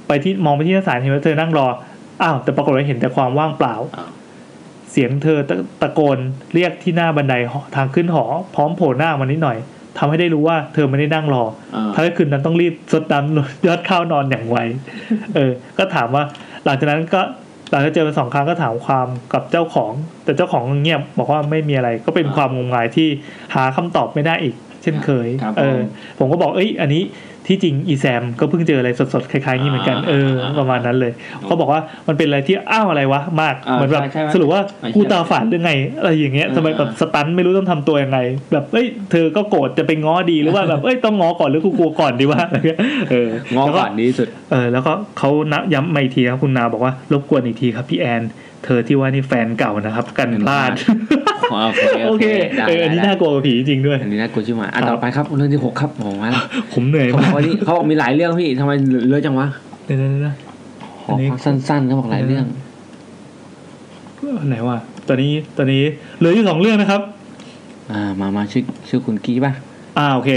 ไปที่มองไปที่หน้าศาลเห็นว่าเธอนั่งรอ อ้าวแต่ปรากฏว่าเห็นแต่ความว่างเปล่า อ้าว เสียงเธอตะตะโกนเรียกที่หน้าบันไดหอทางขึ้นหอ พร้อมโผล่หน้ามานิดหน่อยทำให้ได้รู้ว่าเธอไม่ได้นั่งรอ อ่า ทั้งคืนนั้นต้องรีบซดน้ำ ยอดข้าวนอนอย่างไว เออ ก็ถามว่า หลังจากนั้นก็หลังจากเจอมันสองครั้งก็ถามความกับเจ้าของ แต่เจ้าของเงียบบอกว่าไม่มีอะไร ก็เป็นความงมงายที่หาคำตอบไม่ได้อีก เช่นเคย ครับ เออ ผม ผมก็บอกเอ้ย อันนี้ที่จริงอีแซมก็เพิ่งเจออะไรสดๆคล้ายๆนี้เหมือนกัน เออ อ่า ประมาณนั้นเลย โอเค เขาบอกว่ามันเป็นอะไรที่อ้าวอะไรวะมาก อ่า เหมือนแบบ ใช่ใช่ไหม สรุปว่า ไม่เชื่อ กูตาฝาดหรือไง อะไรอย่างเงี้ยทำไมแบบ อ่า สตันไม่รู้ต้องทำตัวยังไง แบบเอ้ยเธอก็โกรธจะไปง้อดีหรือว่าแบบเอ้ยต้องง้อก่อนหรือกูกลัวก่อนดีวะอะไรเงี้ยเออง อ แล้ว ก่อนดีที่สุด เออแล้วก็เขานะย้ำมาอีกทีครับคุณนาบอกว่ารบกวนอีกทีครับพี่แอน เธอที่ว่านี่แฟนเก่านะครับ กันพลาด โอเค ได้ เอออันนี้ ได้ น่ากลัวกว่าผีจริงด้วย อันนี้น่ากลัวชิบหายอ่ะ ครับ ต่อไปครับเรื่องที่หกครับโอ้โหมาแล้ว ผมเหนื่อย เขาบ มา อก ก ว่านี่เขาบอกมีหลายเรื่องพี่ทำไมเยอะจังวะ เดี๋ยวๆๆ ข อั อน นี้ พักสั้นๆเขาบอกหลายเรื่อง ๆอันไหนวะตอนนี้ตอนนี้เหลืออยู่สองเรื่องนะครับ อ่ามามาชื่อชื่อคุณกี้ป่ะ อ่าโอเค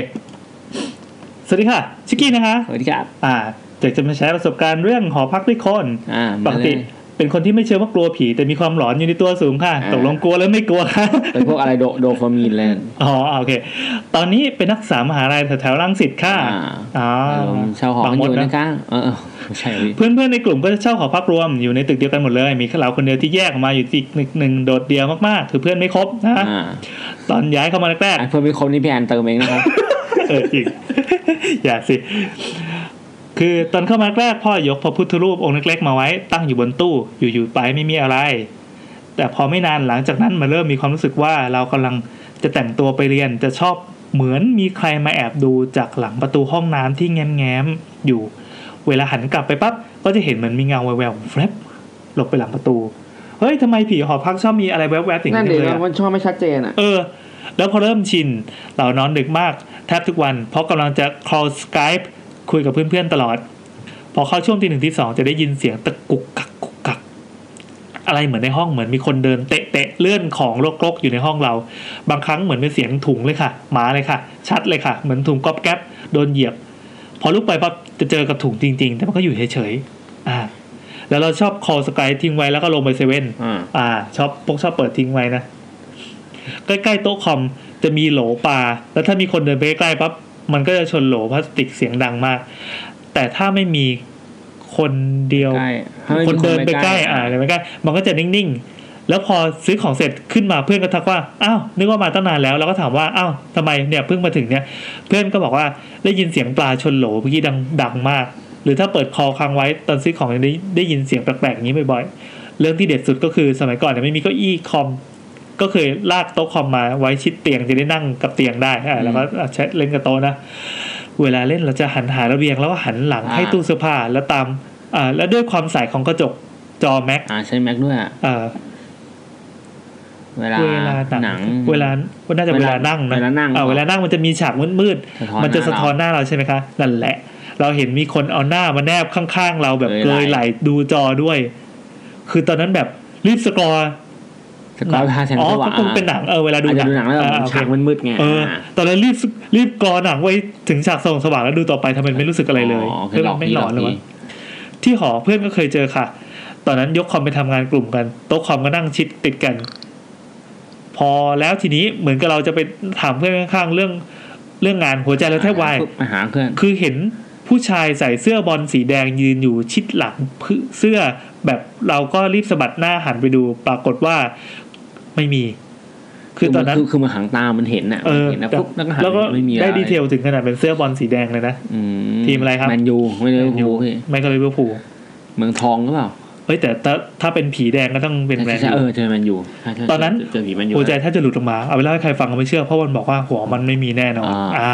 สวัสดีค่ะชิกกี้นะคะ สวัสดีครับ อ่าอยากจะมาแชร์ประสบการณ์เรื่องหอพักด้วยคน อ่า ป มากเล ติ ย เป็นคนที่ไม่เชื่อว่ากลัวผี แต่มีความหลอนอยู่ในตัวสูงค่ะ อ่า ตกลงกลัวแล้วไม่กลัว ค่ะ เป็นพวกอะไรโดโดฟามีนเลย อ๋อโอเค ตอนนี้เป็นนักศึกษามหาลัยแถวๆรังสิตค่ะ อ่า อ๋อ ผมเช่าหอ บัง อ มด ยู่ นะ นะคะเออเออไม่ใช่พี่ เพื่อนๆในกลุ่มก็จะเช่าหอพักรวมอยู่ในตึกเดียวกันหมดเลย มีเราคนเดียวที่แยกออกมาอยู่ที่ตึกหนึ่งโดดเดียวมากๆ คือเพื่อนไม่ครบนะ อ่า ตอนย้ายเข้ามาแรก อ่ะเพื่อนพี่คมนี่พี่แอนเติมเองนะครับ ๆเออจริง อย่าสิ คือตอนเข้ามาแรกพ่อยกพระพุทธรูปองค์เล็กๆมาไว้ตั้งอยู่บนตู้อยู่ๆไปไม่มีอะไร แต่พอไม่นานหลังจากนั้นมาเริ่มมีความรู้สึกว่าเรากำลังจะแต่งตัวไปเรียนจะชอบเหมือนมีใครมาแอบดูจากหลังประตูห้องน้ำที่แง้มๆอยู่ เวลาหันกลับไปปั๊บก็จะเห็นเหมือนมีเงาแววๆแฟบหลบไปหลังประตูเฮ้ยทำไมผีหอพักชอบมีอะไรแวบๆอย่าง นั่ นี้ น จั เดี๋ ง ยว เลยอะ มันชอบไม่ชัดเจนอ่ะ เออ แล้วพอเริ่มชิน เรานอนดึกมาก แทบทุกวัน เพราะกำลังจะ call Skype คุยกับเพื่อนๆตลอด พอเข้าช่วงตีหนึ่งที่สองจะได้ยินเสียงตะกุกกักกุกกัก อะไรเหมือนในห้องเหมือนมีคนเดินเตะเตะเลื่อนของรกๆอยู่ในห้องเรา บางครั้งเหมือนเป็นเสียงถุงเลยค่ะหมาเลยค่ะ ชัดเลยค่ะ เหมือนถุงก๊อบแก๊บโดนเหยียบ พอลุกไปปั๊บจะเจอกับถุงจริง ๆ แต่มันก็อยู่เฉยๆอ่า แล้วเราชอบ call Skype ทิ้งไว้แล้วก็ลงไปเซเว่น อ่า อ่าชอบพวกชอบเปิดทิ้งไว้นะ ใกล้ๆโต๊ะคอมจะมีโหลปลาแล้วถ้ามีคนเดินไปใกล้ๆปั๊บมันก็จะชนโหลพลาสติกเสียงดังมาก แต่ถ้าไม่มีคนเดียว ใกล้ให้ คนเดินไปใกล้ อ่ะ อ่าเดินไปใกล้มันก็จะนิ่งๆ แล้วพอซื้อของเสร็จขึ้นมาเพื่อนก็ทักว่าอ้าวนึกว่ามาตั้งนานแล้วเราก็ถามว่าอ้าวทำไมเนี่ยเพิ่งมาถึงเนี่ย เพื่อนก็บอกว่าได้ยินเสียงปลาชนโหลเมื่อกี้ดังดังมาก หรือถ้าเปิดคอค้างไว้ตอนซื้อของยังได้ได้ยินเสียงแปลกๆอย่างนี้บ่อยๆ เรื่องที่เด็ดสุดก็คือสมัยก่อนเนี่ยไม่มีเก้าอี้คอม ก็เคยลากโต๊ะคอมมาไว้ชิดเตียงจะได้นั่งกับเตียงได้อ่าแล้วก็เอาใช้เล่นกับโต๊ะนะ เวลาเล่นเราจะหันหาระเบียงแล้วก็หันหลังให้ตู้เสื้อผ้าแล้วตามอ่าแล้วด้วยความใสของกระจกจอแม็ก อ่าใช้แม็กด้วยอ่ะ อ่า เวลา เวลา หนัง เวลาน่าจะเวลานั่งนะ เวลานั่ง อ่าเวลานั่งมันจะมีฉากมืดๆ มันจะสะท้อน หา หน้าเราใช่ไหมคะ นั่นแหละ เราเห็นมีคนเอาหน้ามาแนบข้างๆ เราแบบ เก เก ยไหล่ ยไหลดูจอด้วย คือตอนนั้นแบบรีบสกอร์ เราสะท้อนทาแสง อ๋อ สว่าง ก็คงเป็นหนังเออเวลา ดู ดู หนังดูหนังแล้ว อ่า มัน โอเค ฉากมืดๆไง เออ า ตอนนั้นรีบรีบกรอหนังไว้ถึงฉากส่องสว่างแล้วดูต่อไปทำเป็นไม่รู้สึกอะไรเลย อ๋อโอเค เพื่อนมันไม่หลอนเลยวะ ที่หอเพื่อนก็เคยเจอค่ะ ตอนนั้นยกคอมไปทำงานกลุ่มกัน โต๊ะคอมก็นั่งชิดติดกัน พอแล้วทีนี้เหมือนกับเราจะไปถามเพื่อนข้างๆเรื่องเรื่องงานหัวใจเราแทบวาย ไปหาเพื่อน คือเห็นผู้ชายใส่เสื้อบอลสีแดงยืนอยู่ชิดหลังเสื้อแบบเราก็รีบสะบัดหน้าหันไปดูปรากฏว่าไม่มี คือตอนนั้น คืคือมันหางตา มันเห็นน่ะ เอ มัน อ เห็นนะ แต่ ปุ๊บแล้วก็หัน แล้วก็ ไม่มีอะร ได้ดีเทลถึงขนาดเป็นเสื้อบอลสีแดงเลยนะ อื ทีมอะไรครับ แมนยูไม่ได้ แมน ลิเวอร์พูลพี่ ไม่ก็เลยเวอร์พูล เมืองทองหรือเปล่า เอ้ยแต่ถ้าถ้าเป็นผีแดงก็ต้องเป็นแมน ใช่ ยู เออเจอแมนยูใช่ใช่ ตอนนั้น เจเจอผีแมนยู หัวใจถ้าจะหลุดออกมาเอาไปเล่าให้ใครฟังก็ไม่เชื่อเพราะมันบอกว่าหัวมันไม่มีแน่นอน อ่า อ่า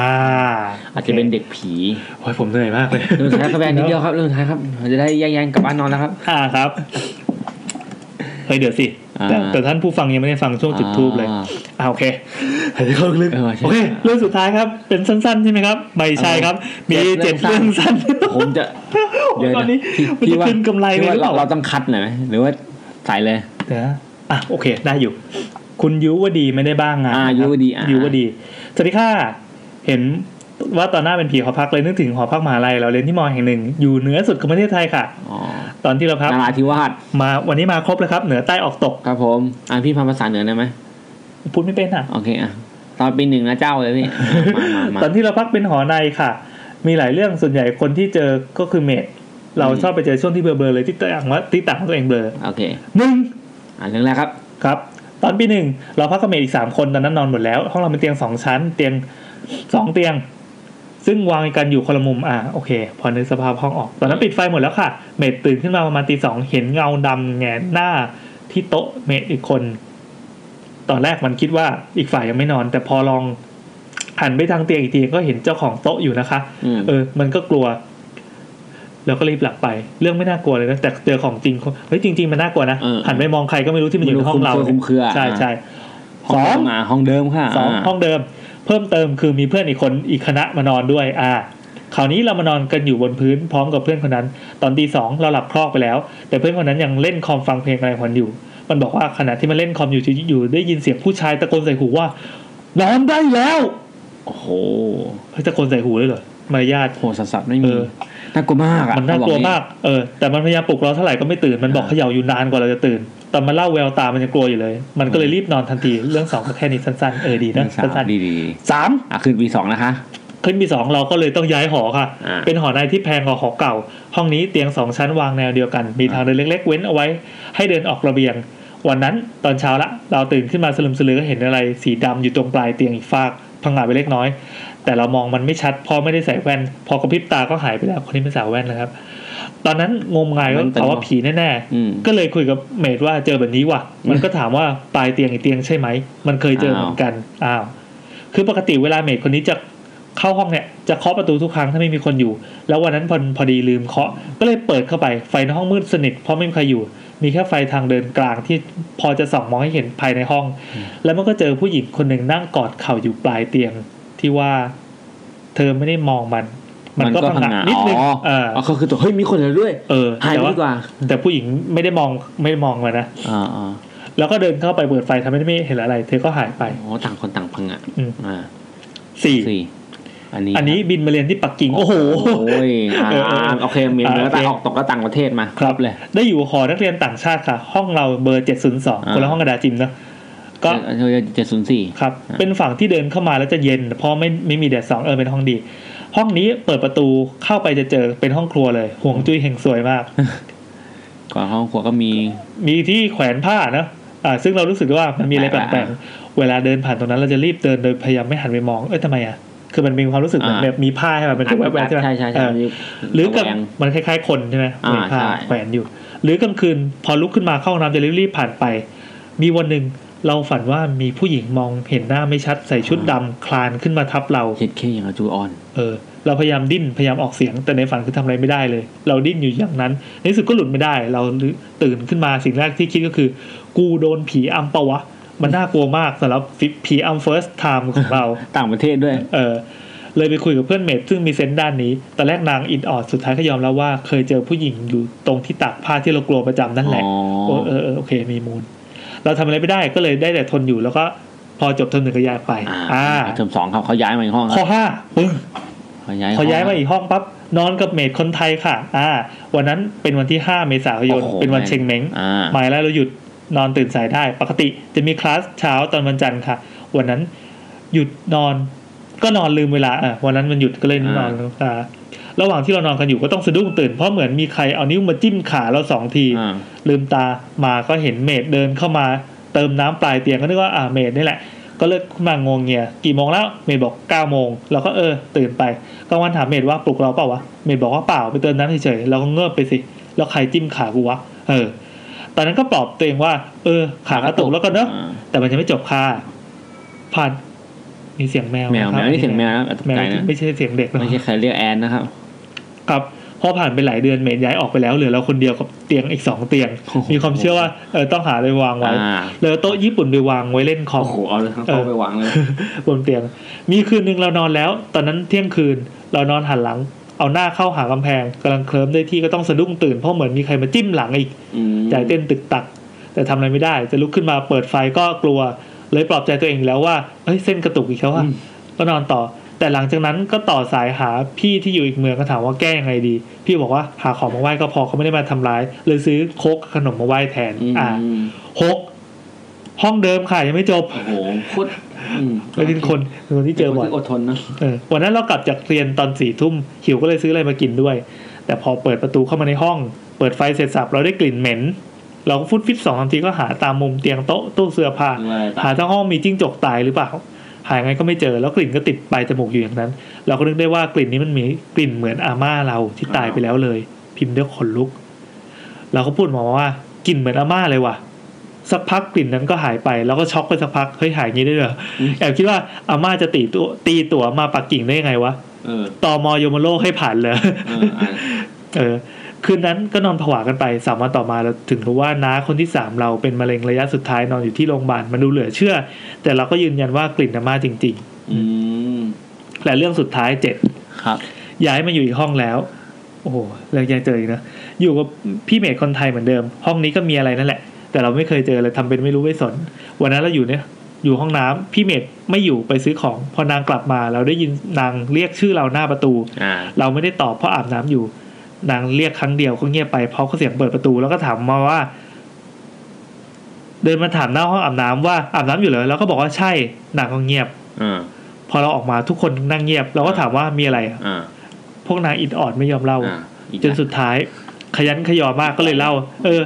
อาจจะเป็นเด็กผี โอ้ยผมเหนื่อยมากเลย เรื่องสุดท้ายครับแบนนิดเดียวครับเรื่องสุดท้ายครับเราจะได้แยกๆกลับบ้านนอนแล้วครับ อ่าครับเฮ้ยเดี๋ยวสิแต่ อ่า แต่ท่านผู้ฟังยังไม่ได้ฟังช่วงจุดทูบเลย อ่า อ่าโอเคเฮ้ยเข้าเรื่อง เออใช่ โอเคเรื่องสุดท้ายครับ เป็นสั้นๆใช่ไหมครับ ไม่ใช่ครับ มี เออเจ็ เจ็ด ดเรื่ เรื่อ อง งสั้ สั้น น ผมจะ โอ้ยตอนนี้มัน พี่ จะขึ้นกำไรไปหรือเปล่า พี่ว่เราต้องคัดหน่อยไหมหรือว่าใส่เลย เดี๋ยวนะอ่ะโอเค ได้อยู่ คุณยุวดีไม่ได้บ้างงาน อ่า นะครับ ยุวดีอ่ายุ ยุวดีสวัสดีค่ะเห็นว่าตอนหน้าเป็นผีหอพักเลยนึกถึงหอพักมหาลัยเราเรียนที่มอแห่งหนึ่ง อยู่เหนือสุดของประเทศไทยค่ะ อ๋อ ตอนที่เราพัก นาราธิวาส มาวันนี้มาครบแล้วครับ เหนือใต้ออกตก ครับผมอ่ะพี่พาภาษาเหนือได้ไหม พูดไม่เป็นอ่ะ โอเคอ่ะตอนปีหนึ่งนะเจ้าเลยพี่มามา ตอ มาน ที่เราพักเป็นหอในค่ะ มีหลายเรื่องส่วนใหญ่คนที่เจอก็คือเมดเราชอบไปเจอช่วงที่เบลอๆเลยที่ต่างว่าที่ต่างของตัวเองเบลอ โอเค หนึ่ง อ่ะเรื่องแรกครับ ครับ ตอนปีหนึ่งเราพักกับเมดอีกสามคนตอนนั้นนอนหมดแล้ว ห้องเราเป็นเตียงสองชั้น เตียงสองเตียง ซึ่งวางกันอยู่คนละมุมอ่าโอเค พอนึกสภาพห้องออก ตอนนั้นปิดไฟหมดแล้วค่ะ เมดตื่นขึ้นมาประมาณตีสองเห็นเงาดำแงนหน้าที่โต๊ะเมดอีกคน ตอนแรกมันคิดว่าอีกฝ่ายยังไม่นอน แต่พอลองหันไปทางเตียงอีกทีก็เห็นเจ้าของโต๊ะอยู่นะคะ อืม เออ มันก็กลัว แล้วก็รีบหลับไป เรื่องไม่น่ากลัวเลยนะ แต่เจอของจริงเขาเฮ้ยจริง ๆ มันน่ากลัวนะ เออ หันไปมองใครก็ไม่รู้ที่มันอยู่ในห้องเรา ไม่รู้คุ้มเครือคุ้มเครือ ใช่ใช่ ห้ ส อองเดิ ง มมาห้องเดิมค่ะ สอง า ห้องเดิม เพิ่มเติมคือมีเพื่อนอีกคนอีกคณะมานอนด้วย อ่า คราวนี้เรามานอนกันอยู่บนพื้นพร้อมกับเพื่อนคนนั้น ตอนตีสองเราหลับคลอกไปแล้ว แต่เพื่อนคนนั้นยังเล่นคอมฟังเพลงอะไรของมันอยู่ มันบอกว่าขณะที่มันเล่นคอมอยู่อยู่ได้ยินเสียงผู้ชายตะโกนใส่หูว่านอนได้แล้ว โอ้โห เฮ้ยตะโกนใส่หูเลยเหรอมารยาท โหสัสสัสไม่ เอ มี อ น่ากลัวมากอ่ะ มันน่ากลัวมาก เออ แต่มันพยายามปลุกเราเท่าไหร่ก็ไม่ตื่น มันบอกเขย่าอยู่นานกว่าเราจะตื่น ตอนมันเล่าแววตา มันยังกลัวอยู่เลย มันก็เลยรีบนอนทันที เรื่องสองก็แค่นี้สั้นๆ เออดี นะ นะ สั้น ดีดี ๆสาม ๆอ่ะขึ้นปีสองนะคะ ขึ้นปีสองเราก็เลยต้องย้ายหอค่ะ อ่า เป็นหอในที่แพงกว่าหอเก่า ห้องนี้เตียงสองชั้นวางแนวเดียวกัน มีทางเดินเล็ก ๆ เว้นเอาไว้ ให้เดินออกระเบียง วันนั้นตอนเช้าละเราตื่นขึ้นมาสลึมสลือก็เห็นอะไรสีดำอยู่ตรงปลายเตียงอีกฟากพังงาดไปเล็กน้อย แต่เรามองมันไม่ชัดเพอไม่ได้ใส่แว่น พอกระพริบตาก็หายไปแล้วคนนี้เป็นสาวแว่นนะครับ ตอนนั้นงมงายก็ มันเป็น ตอบว่าผีแน่ อืม ๆก็เลยคุยกับเมดว่าเจอแบบนี้ว่ะ มันก็ถามว่าปลายเตียงอีกเตียงใช่ไหมมันเคยเจอเหมือนกันอ้าว คือปกติเวลาเมดคนนี้จะเข้าห้องเนี่ยจะเคาะประตูทุกครั้งถ้าไม่มีคนอยู่ แล้ววันนั้นพอพอดีลืมเคาะก็เลยเปิดเข้าไปไฟในห้องมืดสนิทเพราะไม่มีใครอยู่ มีแค่ไฟทางเดินกลางที่พอจะส่องมองให้เห็นภายในห้อง แล้วมันก็เจอผู้หญิงคนหนึ่งนั่งกอดเข่าอยู่ปลายเตียง ที่ว่าเธอไม่ได้มองมัน มันก็พังงะนิดนึง อ๋อ เออ อ๋อก็คือตัวเฮ้ยมีคนอยู่ด้วย เออ หาย แต่ ไป ว่า ดีกว่า แต่ผู้หญิงไม่ได้มองไม่ได้มองมันนะ อ่าอ่า แล้วก็เดินเข้าไปเปิดไฟทำให้ไม่เห็นอะไร เธอก็หายไป อ๋อต่างคนต่างพังอ่ะ อืม อ่า สี่ สี่อันนี้ อันนี้บินมาเรียนที่ปักกิ่งโอ้โห โอ้ยอ่า เออเออ โอเคมี อ่า แล้วแต่ โอเค ออกตกก็ต่างประเทศมา ครับเลยได้อยู่หอนักเรียนต่างชาติค่ะ ห้องเราเบอร์ 702 อ่า คนละห้องกระดาษจิมเนอะก็ เจ็ดศูนย์สี่ ครับ อ่า เป็นฝั่งที่เดินเข้ามาแล้วจะเย็นเพราะไม่ไม่มีแดดสองเออเป็นห้องดี ห้องนี้เปิดประตูเข้าไปจะเจอเป็นห้องครัวเลยห่วงจุ้ยแห่งสวยมาก ก่อนห้องครัวก็มี มีที่แขวนผ้านะอ่าซึ่งเรารู้สึกว่ามันมีอะไรแปลอ่ากๆเวลาเดินผ่านตรงนั้นเราจะรีบเดินโดยพยายามไม่หันไปมองเอ้ยทำไมอ่ะคือมันมีความรู้สึกเหมือน อ่า แบบมีผ้าให้มันเป็นแวบๆใช่ไหม ใช่ใช่ เอ ใช่ อ มี หรือกับ ระแวง มันคล้ายๆคนใช่ไหม อ่า มีผ้า ใช่ แขวนอยู่ หรือกลางคืนพอลุกขึ้นมาเข้าห้องน้ำจะรีบๆผ่านไป มีวันหนึ่งเราฝันว่ามีผู้หญิงมองเห็นหน้าไม่ชัดใส่ชุดดำคลานขึ้นมาทับเรา เจ็ดเคอย่างกับจูออน เออ เราพยายามดิ้นพยายามออกเสียง แต่ในฝันคือทำอะไรไม่ได้เลย เราดิ้นอยู่อย่างนั้นในที่สุดก็หลุดไม่ได้ เราตื่นขึ้นมาสิ่งแรกที่คิดก็คือ กูโดนผีอัมปะวะมันน่ากลัวมากสำหรับผีอัมเฟิร์สไทม์ของ เรา ต่างประเทศด้วย เออเลยไปคุยกับเพื่อนเมดซึ่งมีเซนส์ด้านนี้ ตอนแรกนางอินออดสุดท้ายก็ยอมแล้วว่าเคยเจอผู้หญิงอยู่ตรงที่ตากผ้าที่เรากลัวประจำนั่นแหละ อ๋อ โอ้เออเออโอเคมีมูล เราทำอะไรไม่ได้ก็เลยได้แต่ทนอยู่แล้วก็พอจบเทอมหนึ่งก็ย้ายไป อ่า อ่า เทอมสองครับเขาย้ายมาอีกห้องค ข้ รั อบ ห้าปึ้ง เขาย้าย พอย้ายมาอีกห้องปั๊บนอนกับเมดคนไทยค่ะ อ่า วันนั้นเป็นวันที่ 5 เมษายน โอ้โห เป็นวันเชงเม้ง อ่า หมายแล้วเราหยุดนอนตื่นสายได้ ปกติจะมีคลาสเช้าตอนวันจันทร์ค่ะ วันนั้นหยุดนอนก็นอนลืมเวลาอ่ะวันนั้นมันหยุดก็เลยนอนลืมเวลาระหว่างที่เรานอนกันอยู่ก็ต้องสะดุ้งตื่นเพราะเหมือนมีใครเอานิ้วมาจิ้มขาเราสองที อ่า ลืมตามาก็เห็นเมดเดินเข้ามาเติมน้ำปลายเตียงก็นึกว่าอ่าเมดนี่แหละ ก็เลิกขึ้นมางงเงียกี่โมงแล้วเมดบอก9ก้าโมงเราก็เออ ตื่นไปกลางวันถามเมดว่าปลุกเราเปล่าวะเมดบอกว่าเปล่าไปเติมน้ำเฉยๆเราก็เงิบไปสิ แล้วใครจิ้มขากูวะ เออ ตอนนั้นก็ปลอบตัวเองว่า เออ ขากระตุกแล้วกันเนาะ อ่า แต่มันจะไม่จบค่ะผ่านมีเสียงแมว แมว ะค แม รับ วนี่เสียงแมวนะครับตก แมว ใจนะ ไม่ใช่เสียงเด็กนะ ไม่ใช่ใครเรียกแอนนะครับ ครับพอผ่านไปหลายเดือนเมย์ย้ายออกไปแล้วเหลือเราคนเดียวกับเตียงอีกสองเตียง โอ้โห มีความเชื่อว่าเออต้องหาอะไรวางไว้ อ่า เลยเอาโต๊ะญี่ปุ่นไปวางไว้เล่นคอม โอ้โหเอาเลยครับเข้าไปวางเลย บนเตียง มีคืนหนึ่งเรานอนแล้ว ตอนนั้นเที่ยงคืน เรานอนหันหลัง เอาหน้าเข้าหากำแพงกำลังเคลิ้มได้ที่ก็ต้องสะดุ้งตื่นเพราะเหมือนมีใครมาจิ้มหลังอีก อืม ใจเต้นตึกตัก แต่ทำอะไรไม่ได้ จะลุกขึ้นมาเปิดไฟก็กลัว เลยปลอบใจตัวเองอีกแล้วว่าเอ้ยเส้นกระตุกอีกแล้วว่า อืม ก็นอนต่อ แต่หลังจากนั้นก็ต่อสายหาพี่ที่อยู่อีกเมืองก็ถามว่าแก้ยังไงดี พี่บอกว่าหาของมาไหว้ก็พอเขาไม่ได้มาทำร้าย เลยซื้อโคกกับขนมมาไหว้แทน อืม อ่าหกห้องเดิมค่ะยังไม่จบ โอ้โหโคตรอืม ไม่ใช่คนเป็นคนที่เจอบ่อย ป็นคนที่อดทนนะ เออวันนั้นเรากลับจากเรียนตอนสี่ทุ่มหิวก็เลยซื้ออะไรมากินด้วย แต่พอเปิดประตูเข้ามาในห้อง เปิดไฟเสร็จสับเราได้กลิ่นเหม็น เราก็ฟุดฟิตสองสามทีก็หาตามมุมเตียงโต๊ะตู้เสื้อผ้าหาทั้งห้องมีจิ้งจกตายหรือเปล่า หายังไงก็ไม่เจอแล้วกลิ่นก็ติดปลายจมูกอยู่อย่างนั้น เราก็นึกได้ว่ากลิ่นนี้มันมีกลิ่นเหมือนอาม่าเราที่ตายไปแล้วเลย พิมพ์ด้วยขนลุก เราก็พูดหมอว่ากลิ่นเหมือนอาม่าเลยว่ะ สักพักกลิ่นนั้นก็หายไปแล้วก็ช็อกไปสักพักเฮ้ยหายงี้ได้เหรออ ม แอบคิดว่าอาม่าจะตีตัวตีตั๋วมาปักกิ่งได้ยังไงวะ เออ ตอมอยมโลกให้ผ่านเลย เอออ่ะ เออ คืนนั้นก็นอนผวากันไปสามวันต่อมาเราถึงรู้ว่าน้าคนที่สามเราเป็นมะเร็งระยะสุดท้ายนอนอยู่ที่โรงพยาบาลมันดูเหลือเชื่อ แต่เราก็ยืนยันว่ากลิ่นอาม่าจริง อืม ๆ และเรื่องสุดท้ายเจ็ด ครับ ย้ายมาอยู่อีกห้องแล้ว โอ้โหเรายังเจออีกนะ อยู่กับพี่เมดคนไทยเหมือนเดิม ห้องนี้ก็มีอะไรนั่นแหละ แต่เราไม่เคยเจอเลยทำเป็นไม่รู้ไม่สน วันนั้นเราอยู่เนี่ย อยู่ห้องน้ำพี่เมดไม่อยู่ไปซื้อของ พอนางกลับมา เราได้ยินนางเรียกชื่อเราหน้าประตู อ่า เราไม่ได้ตอบเพราะอาบน้ำอยู่ นางเรียกครั้งเดียวก็เงียบไปเพราะเขาเสียงเปิดประตูแล้วก็ถามมาว่า เดินมาถามหน้าห้องอาบน้ำว่าอาบน้ำอยู่เหรอแล้วก็บอกว่าใช่นางก็เงียบ อ่า พอเราออกมาทุกคนนั่งเงียบเราก็ถามว่ามีอะไรอะ อ่า พวกนางอิดออดไม่ยอมเล่า อ่าอีก จนสุดท้าย ขยันขยอมากก็เลยเล่า เออ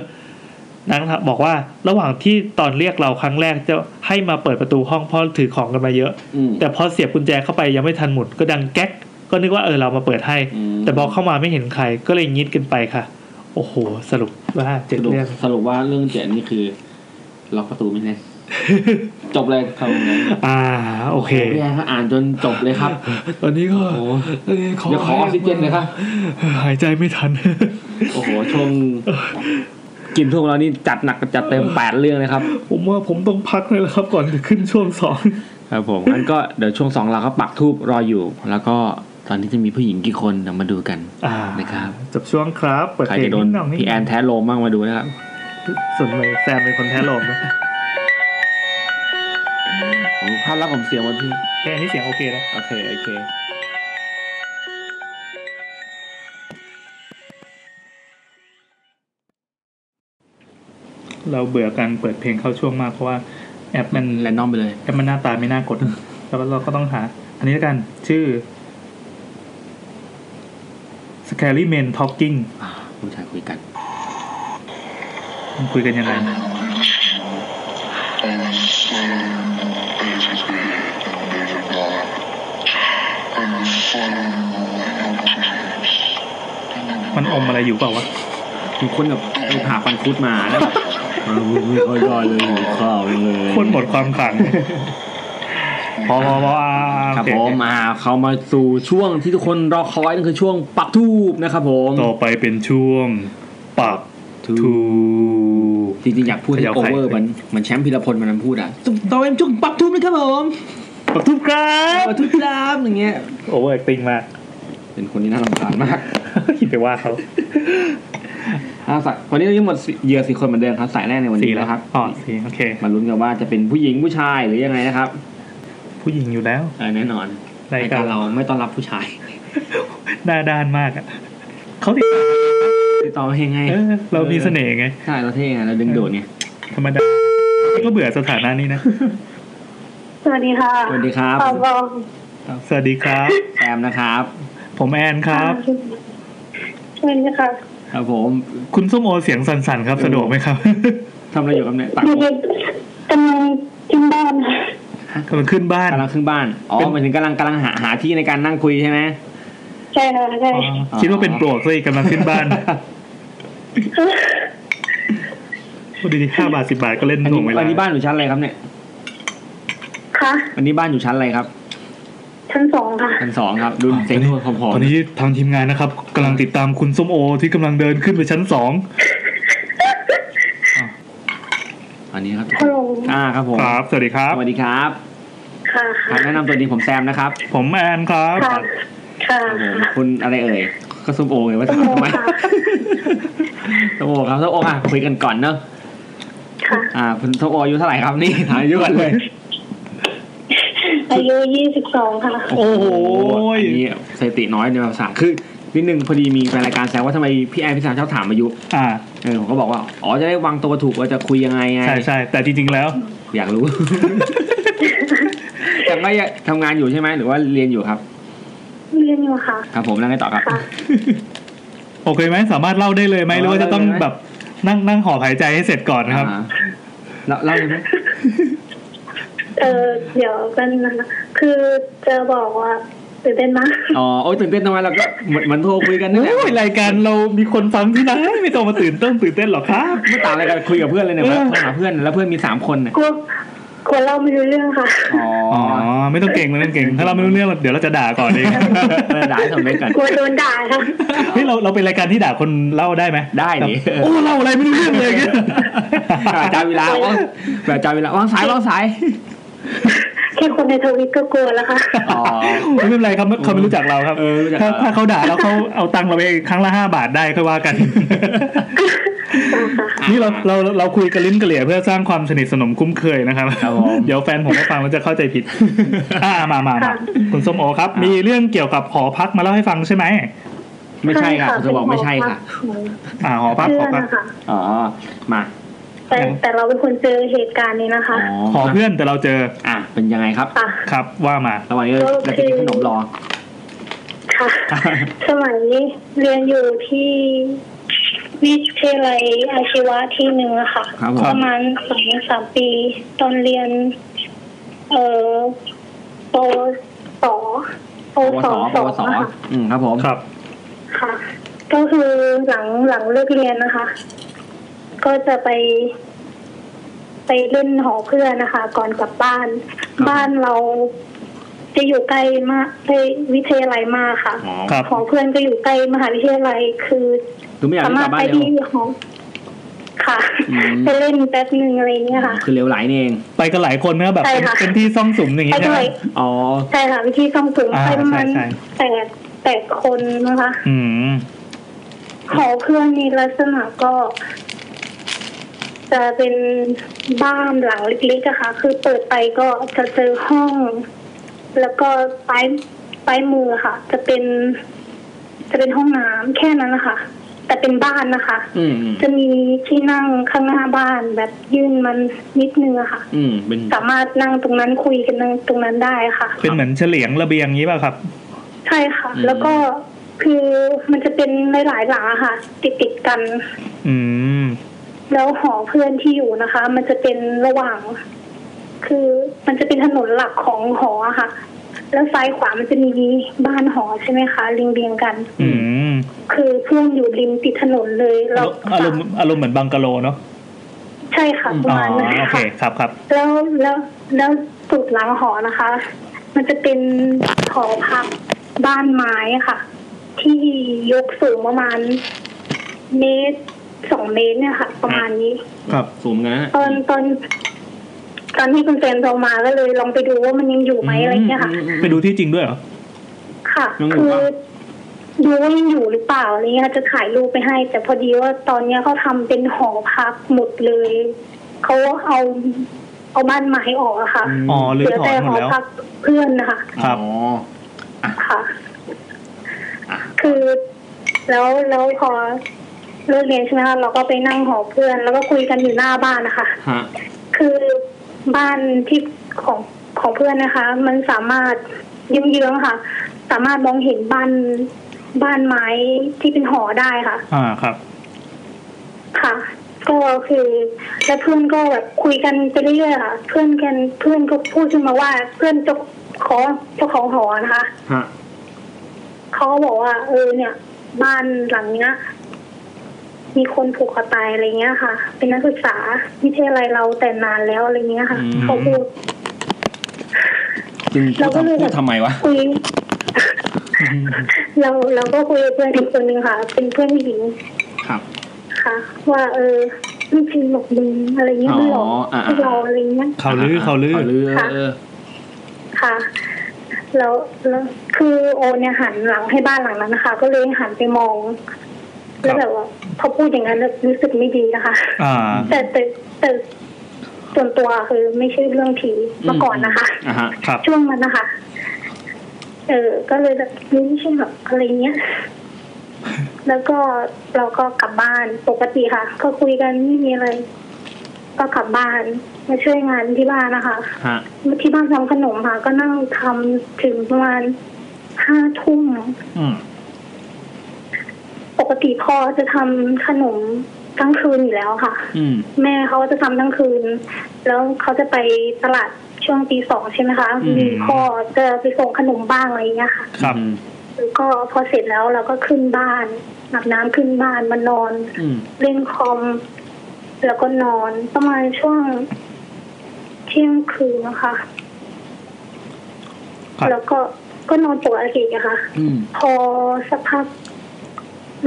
นางบอกว่าระหว่างที่ตอนเรียกเราครั้งแรกจะให้มาเปิดประตูห้องเพราะถือของกันมาเยอะ อืม แต่พอเสียบกุญแจเข้าไปยังไม่ทันหมุนก็ดังแก๊ก ก็นึกว่าเออเรามาเปิดให้ ม แต่พอเข้ามาไม่เห็นใครก็เลยงิดกันไปค่ะ โอ้โห สรุปว่าเจ็ด สรุป เรื่อง สรุปว่าเรื่องเจ็ดนี่คือล็อกประตูไม่แน่น จบเลยครับผม อ่า โอเค พี่แอนครับอ่านจนจบเลยครับ ตอนนี้ก็ โอ้โห ตอนนี้ขอ เดี๋ยวขอออกซิเจนเลยครับ หายใจไม่ทัน โอ้โหช่วงกินช่วงเรานี่จัดหนักจัดเต็มแปดเรื่องเลยครับ ผมว่าผมต้องพักเลยละครับ ก่อนจะขึ้นช่วงสอง ครับผมงั้นก็เดี๋ยวช่วงสองเราก็ปักทูบรออยู่ แล้วก็ตอนนี้จะมีผู้หญิงกี่คนเดี๋ยวมาดูกัน อ่า นะครับ จบช่วงครับเปิด ใคร เพล จะ ง โดน นิดหน่อย พี่แอนแท้โลมบ้างมาดูนะครับ ส่วนใหญ่แซมเป็นคนแท้ลมนะ ผมภาพลักษณ์ผมเสียหมดพี่ แค่นี้เสียงโอเคนะ โอเค โอเค เราเบื่อการเปิดเพลงเข้าช่วงมากเพราะว่าแอปมัน แรนดอมไปเลย แอปมันหน้าตาไม่น่ากด แล้วก็เราก็ต้องหา อันนี้แล้วกันชื่อ Scary Men Talking อ่าผู้ชายคุยกัน มันคุยกันยังไง Always slam on Daisy's bed and made a knock. And was following away your dreams. มันอมอะไรอยู่เปล่าวะ มีคนแบบไปผ่าฟันคุดมาแล้วแบบไม่ค่อยได้เลยข้าวเลย คนหมดความขลั ง พอพอพออ่า ค โอ รับ เค ผมมาเข้ามาสู่ช่วงที่ทุกคนรอคอยนั่นคือช่วงปักทูบนะครับผม ต่อไปเป็นช่วงปากทู จริงๆอยากพูด ข ให้ ยับ โอ ไข่ เวอร์มันเหมันแชมป์พีรพลมันพูดอ่ะต่อไปเป็นช่วงปักทูบนะครับผม ปากทูครับ ปักทูบครับอย่างเงี้ย โอเวอร์แอคติ้งมาก เป็นคนที่น่ารำคาญมาก คิดไปว่าเขา อาสักวันนี้เรายังหมดเหยื่อสี่คนเหมือนเดิมครับสายแรกในวันนี้นะครับ อ๋อสี่โอเค มาลุ้นกันว่าจะเป็นผู้หญิงผู้ชายหรือยังไงนะครับ ผู้หญิงอยู่แล้ว เออแน่นอน ราย ราย กา การ ร เรา เราไม่ต้อนรับผู้ชาย หน้าด้านมากอ่ะเขาติด ติดต่อมาเฮงไง เออเรามีเสน่ห์ไง ใช่เราเท่ไงเราดึงโดดไง ธรรมดาก็เบื่อสถานะนี้นะ สวัสดีค่ะ สวัสดีครับ ครับผม สวัสดีครับ แซมนะครับ ผมแอนครับ สวัสดีค่ะ ครับผม คุณส้มโอเสียงสั่นๆครับ สะดวกไหมครับ ทำอะไรอยู่ครับเนี่ยตัก เด็กๆกำลังกินบ้านค่ะ กำลังขึ้นบ้าน กำลังขึ้นบ้านอ๋อ เป็น หมายถึงกำลังกำลังหาหาที่ในการนั่งคุยใช่ไหม ใช่ค่ะใช่ อ๋อคิดว่าเป็นปลวกซะอีกกำลังขึ้นบ้าน พูดดีๆห้าบาทสิบาทก็เล่น อัน หน่ นี้ วงเวลา อันนี้บ้านอยู่ชั้นอะไรครับเนี่ย คะ อันนี้บ้านอยู่ชั้นอะไรครับ ชั้นสองค่ะ ชั้นสองครับดูเสียงดูผอม ตอนนี้ทางทีมงานนะครับกำลังติดตามคุณส้มโอ ที่กำลังเดินขึ้นไปชั้นสอง ๆอันนี้ครับ ฮัลโหล อ่าครับผม ครับ สวัสดีครับ สวัสดีครับ ค่ะ ครับแนะนำตัวดีผมแซมนะครับ ผมแอนครับ ค่ะค่ะ ครับผมคุณอะไรเอ่ยก็ส้มโอไงว่าถามทำไมส้มโอครับส้มโออ่ะคุยกันก่อนเนอะ ค่ะ อ่าคุณส้มโออายุเท่าไหร่ครับนี่ ถามอายุก่อนเลย อายุยี่สิบสองค่ะ โอ้โห อันนี้สถิติน้อยในภาษาคือนิดนึงพอดีมีแฟนรายการแซวว่าทำไมพี่แอนพี่แซมชอบถามอายุ อ่า เออผมก็บอกว่าอ๋อจะได้วางตัวถูกว่าจะคุยยังไงไง ใช่ใช่แต่จริงๆแล้ว อยากรู้ แต่ไม่อยากทำงานอยู่ใช่ไหมหรือว่าเรียนอยู่ครับ เรียนอยู่ค่ะ ครับผมแล้วไงต่อครับ ค่ะ โอเคไหมสามารถเล่าได้เลยไหมหเล่ารือว่าจะต้อง ได้เลยไหม แบบนั่งนั่งหอบหายใจให้เสร็จก่อนนะครับ อ่าแล้วเล่าเลยไหม เออเดี๋ยวกันงนะคะคือจะบอกว่าตื่นเต้นมาก อ๋อโอ้ยตื่นเต้นทำไมเราก็เหมือนเหมือนโทรคุยกันนี่แหละ โอ้ยรายการเรามีคนฟังที่ไหนไม่ต้องมาตื่นเต้นตื่นเต้นหรอกครับ ไม่ต่างอะไรกันคุยกับเพื่อนเลยเนี่ย เออ ว่าโทรหาเพื่อนแล้วเพื่อนมีสามคนน่ะ กลัวกลัวเล่าไม่รู้เรื่องค่ะ อ๋อ อ๋อ ไม่ต้องเก่งไม่ต้องเก่ง ถ้าเราไม่รู้เรื่องเดี๋ยวเราจะด่าก่อนเอง เออด่าให้สำเร็จก่อน กลัวโดนด่าค่ะ เฮ้ยเราเราเป็นรายการที่ด่าคนเล่าได้ไหม ได้ดิ แบบโอ้เล่าอะไรไม่รู้เรื่องเลยอย่างเงี้ย อาจารย์เวลาว่างแบบอาจารย์เวลาวางสายวางสาย แค่คนในทวิตก็กลัว แล้วค่ะ อ๋อ ไม่เป็นไรครับเขาไม่รู้จักเราครับ เออรู้จัก ถ้า เรา ถ้าเขาด่าแล้วเขาเอาตังค์เราไปครั้งละห้าบาทได้ค่อยว่ากัน นี่เราเราเราคุยกันลิ้นกระเหลี่ยเพื่อสร้างความสนิทสนมคุ้มเคยนะครับ ครับผม เดี๋ยวแฟนผมมาฟังแล้วจะเข้าใจผิด อ่ามามา คมารับ คุณส้มโอครับ มีเรื่องเกี่ยวกับหอพักมาเล่าให้ฟังใช่ไหม ไม่ใช่ค่ะเธอบอกไม่ใช่ค่ะ อ่าหอพัก เป็น ห ห อ อพั พั ก ก ของ อ๋อมา เพื่อนนะคะแต่แต่เราเป็นคนเจอเหตุการณ์นี้นะคะ อ๋อ หอเพื่อนแต่เราเจอ อ่ะเป็นยังไงครับ ค่ะ ครับว่ามา ระหว่างนี้เราจะกินขนมรอ ค่ะ สมัยเรียนอยู่ที่วิทยาลัยอาชีวะที่หนึ่งอะค่ะ ครับผม ประมาณสองสามปี ตอนเรียน เอ่อปสป ปวสสปวส อะค่ะ อืมครับผม ครับ ค่ะ ก็คือหลังหลังเลิกเรียนนะคะ ก็จะไป ไปเล่นหอเพื่อนนะคะ ก่อนกลับบ้าน ครับ บ้านเราจะอยู่ใกล้มากใกล้วิทยาลัยมากค่ะ อ๋อ ครับ ของเพื่อนก็อยู่ใกล้มหาวิทยาลัยคือ คือไม่อยาก สา ให้กมารลับบ้านถไปเร็ว ที่ของค่ะ อืม ไปเล่นแป๊บหนึ่งอะไรอย่างเงี้ยค่ะ คือเร็วไหลนี่เอง ไปกันหลายคนนะแบบ ใช่ เป็น ค่ะ เป็นที่ซ่องสุมอย่าง ไป งี้ใช่ไหมด้วย อ๋อ ใช่ค่ะวิธีต้องถึง อ่า ไปประมาณ ใช่ แปดแปดคนนะคะ อืม ของเพื่อนมีลักษณะก็ จะเป็นบ้านหลังเล็กๆอะค่ะ คือเปิดไปก็จะเจอห้อง แล้วก็ซ้ายซ้ายมือค่ะ จะเป็น จะเป็นห้องน้ำแค่นั้นนะคะ แต่เป็นบ้านนะคะ อืม อืม จะมีที่นั่งข้างหน้าบ้านแบบยื่นมันนิดนึงอะค่ะ อืม เป็น สามารถนั่งตรงนั้นคุยกันนั่งตรงนั้นได้ค่ะ เป็นเหมือนเฉลียงระเบียงงี้ป่ะครับ ใช่ค่ะ อืม แล้วก็คือมันจะเป็นหลายๆหลังอะค่ะ ติดติดๆกัน อืม แล้วหอเพื่อนที่อยู่นะคะ มันจะเป็นระหว่าง คือมันจะเป็นถนนหลักของหออะค่ะ แล้วซ้ายขวามันจะมีบ้านหอใช่ไหมคะเรียงเรียงๆกัน อืม คือเพื่อนอยู่ริมติดถนนเลยเรา อารมณ์อารมณ์เหมือนบังกะโลเนาะ ใช่ค่ะประ อ๋อ มาณนั้น โอเคคค่ะรับครับ แล้วแล้วแล้วสุดหลังหอนะคะ มันจะเป็นหอพักบ้านไม้ค่ะ ที่ยกสูงประมาณเมตรสองเมตรเนี่ยค่ะ ประมาณนี้ ครับ สูงเหมือนกันนะ ตอนตอนตอนที่คุณเซนโทรมาก็เลยลองไปดูว่ามันยังอยู่ไหมอะไรเงี้ยค่ะ มอืมอืม ไปดูที่จริงด้วยเหรอ ค่ะ ยังอยู่ คือ ปะ ดูว่ายังอยู่หรือเปล่าอะไรเงี้ยค่ะจะถ่ายรูปไปให้ แต่พอดีว่าตอนเนี้ยเขาทำเป็นหอพักหมดเลยเขาเอาเอาบ้านไม้ออกอะค่ะ อ๋อรื้อเหลือ ถอน แต่ ห ห มด อ แล้ว พักเพื่อนนะคะ ครับ อ๋อ ค่ะ อ่ะ คือแล้วแล้วพอเลิกเรียนใช่ไหมคะเราก็ไปนั่งหอเพื่อน แล้วก็คุยกันอยู่หน้าบ้านนะคะ ฮะ คือบ้านที่ของของเพื่อนนะคะ มันสามารถเยื้องๆค่ะ สามารถมองเห็นบ้านบ้านไม้ที่เป็นหอได้ค่ะ อ่าครับ ค่ะ ก็คือแล้วเพื่อนก็แบบคุยกันไปเรื่อยๆค่ะ เพื่อนกันเพื่อนก็พูดขึ้นมาว่า เพื่อนเจ้าของเจ้าของหอนะคะ ฮะ เขาก็บอกว่า เออเนี่ย บ้านหลังเนี้ย มีคนผูกคอตายอะไรเงี้ยค่ะ เป็นนักศึกษาวิทยาลัยเราแต่นานแล้วอะไรเงี้ยค่ะ อืม เขาพูด จริงพูดทำพูดทำไมวะ คุยเราเราก็คุยกับเพื่อนอีกคนนึงค่ะ เป็นเพื่อนผู้หญิง ครับ ค่ะ ว่าเออไม่จริงหรอกมึงอะไรเงี้ยไม่หลอก อ๋ออ่า พวกเราอะไรเงี้ย ข่าวลือข่าวลือ ข่าวลือ ค่ะ เออ ค่ะ แล้วแล้วคือโอเนี่ยหันหลังให้บ้านหลังนั้นนะคะ ก็เลยหันไปมอง ครับ แล้วแบบว่าพอพูดอย่างนั้นแล้วรู้สึกไม่ดีนะคะ อ่า แต่แต่แต่ส่วนตัวคือไม่ใช่เรื่องผีมาก่อนนะคะ อ่ะฮะ ครับ ช่วงมันนะคะ เออ ก็เลยแบบนี่ไม่ใช่แบบอะไรเงี้ย แล้วก็เราก็กลับบ้านปกติค่ะ ก็คุยกันไม่มีอะไร ก็กลับบ้านมาช่วยงานที่บ้านนะคะ ฮะ ที่บ้านทำขนมค่ะ ก็นั่งทำถึงประมาณห้าทุ่ม อืม ปกติพ่อจะทำขนมทั้งคืนอยู่แล้วค่ะ อืม แม่เขาจะทำทั้งคืน แล้วเขาจะไปตลาดช่วงตีสองใช่ไหมคะ อืม มีพ่อจะไปส่งขนมบ้างอะไรอย่างเงี้ยค่ะ ครับ อืม แล้วก็พอเสร็จแล้วเราก็ขึ้นบ้านอาบน้ำขึ้นบ้านมานอน อืม เล่นคอม แล้วก็นอนประมาณช่วงเที่ยงคืนนะคะ ครับ แล้วก็ก็นอนปกติอะค่ะ อืม พอสักพัก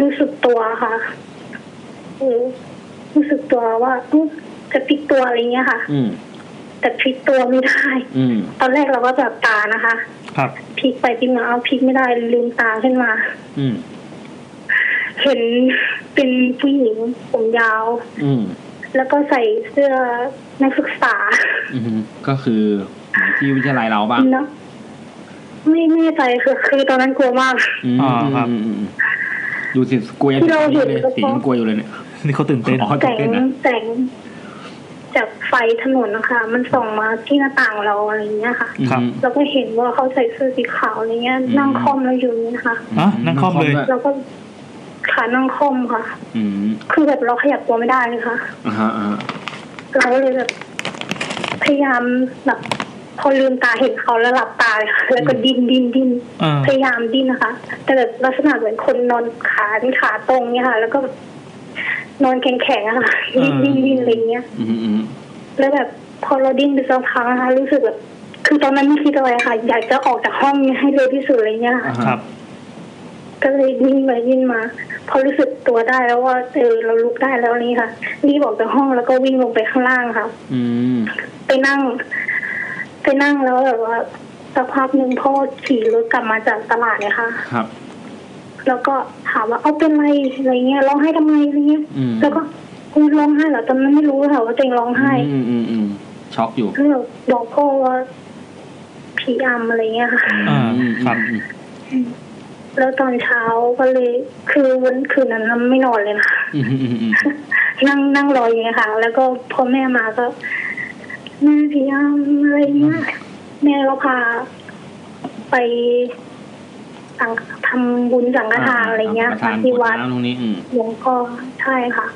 รู้สึกตัวค่ะเออรู้สึกตัวว่าอุ๊ยจะพลิกตัวอะไรเงี้ยค่ะ อืม แต่พลิกตัวไม่ได้ อืม ตอนแรกเราก็แบบตานะคะ ครับ พลิกไปพลิกมาเอาพลิกไม่ได้ลืมตาขึ้นมา อืม เห็นเป็นผู้หญิงผมยาว อืม แล้วก็ใส่เสื้อนักศึกษา อืมก็คือเหมือนที่วิทยาลัยเราบ้าง เนอะไม่แน่ใจคือคือตอนนั้นกลัวมาก อืมอืมอืมอืมดูสิกลัวยัง ที่เราเห็น เลยสียังกลัวอยู่เลยเนี่ย นี่เขาตื่นเต้น อ๋อ แสงแสงจากไฟถนนนะคะ มันส่องมาที่หน้าต่างเราอะไรอย่างเงี้ยค่ะ ครับ อืม เราก็เห็นว่าเขาใส่เสื้อสีขาวอะไรเงี้ย อืม นั่งคอมเราอยู่อย่างเงี้ยค่ะ อ่ะนั่งคล่อมเลย เราก็ขานั่งคอมค่ะ อืม คือแบบเราขยับตัวไม่ได้เลยค่ะ อ่าฮะอ่าฮะ เราก็เลยแบบพยายามแบบพอลืมตาเห็นเขาแล้วหลับตาเลยค่ะแล้วก็ดิ้นดิ้นดิ้น อ่า พยายามดิ้นนะคะ แต่แบบลักษณะเหมือนคนนอนขาขาตรงเนี่ยค่ะ แล้วก็แบบนอนแข็งๆอะค่ะดิ้นดิ้นดิ้นอะไรเงี้ย อืมอืม แล้วแบบพอเราดิ้นไปสักพักนะคะรู้สึกแบบคือตอนนั้นไม่คิดอะไรค่ะ อยากจะออกจากห้องให้เร็วที่สุดอะไรเงี้ย อ่า ค่ะ ฮะ ครับ ก็เลยดิ้นไปดิ้นมา พอรู้สึกตัวได้แล้วว่าเออเราลุกได้แล้วนี่ค่ะรีบออกจากห้องแล้วก็วิ่งลงไปข้างล่างค่ะ อืม ไปนั่ง ไปนั่งแล้วแบบว่าสักพักหนึ่งพ่อขี่รถกลับมาจากตลาดเลยค่ะ ครับ แล้วก็ถามว่าเอาเป็นไรอะไรเงี้ยร้องไห้ทำไมอะไรเงี้ย อืม แล้วก็กูร้องไห้เหรอตอนนั้นไม่รู้ค่ะว่าตัวเองร้องไห้ อืมอืมอืมช็อกอยู่ เพื่อบอกพ่อว่าผีอำอะไรเงี้ยค่ะ อ่าครับ อืม แล้วตอนเช้าก็เลยคือวันคืนนั้นไม่นอนเลยนะ อืมอืมอืมอืม นั่งนั่งรออย่างเงี้ยค่ะ แล้วก็พอแม่มาก็แม่ผีอำอะไรเงี้ยแม่ก็พาไปสังทำบุญสังฆทานอะไรเงี้ย สังฆทาค่ะน ที่ กรว วั ด ด น้ำตรงนี้อืม หลวงพ่อใช่ค่ะ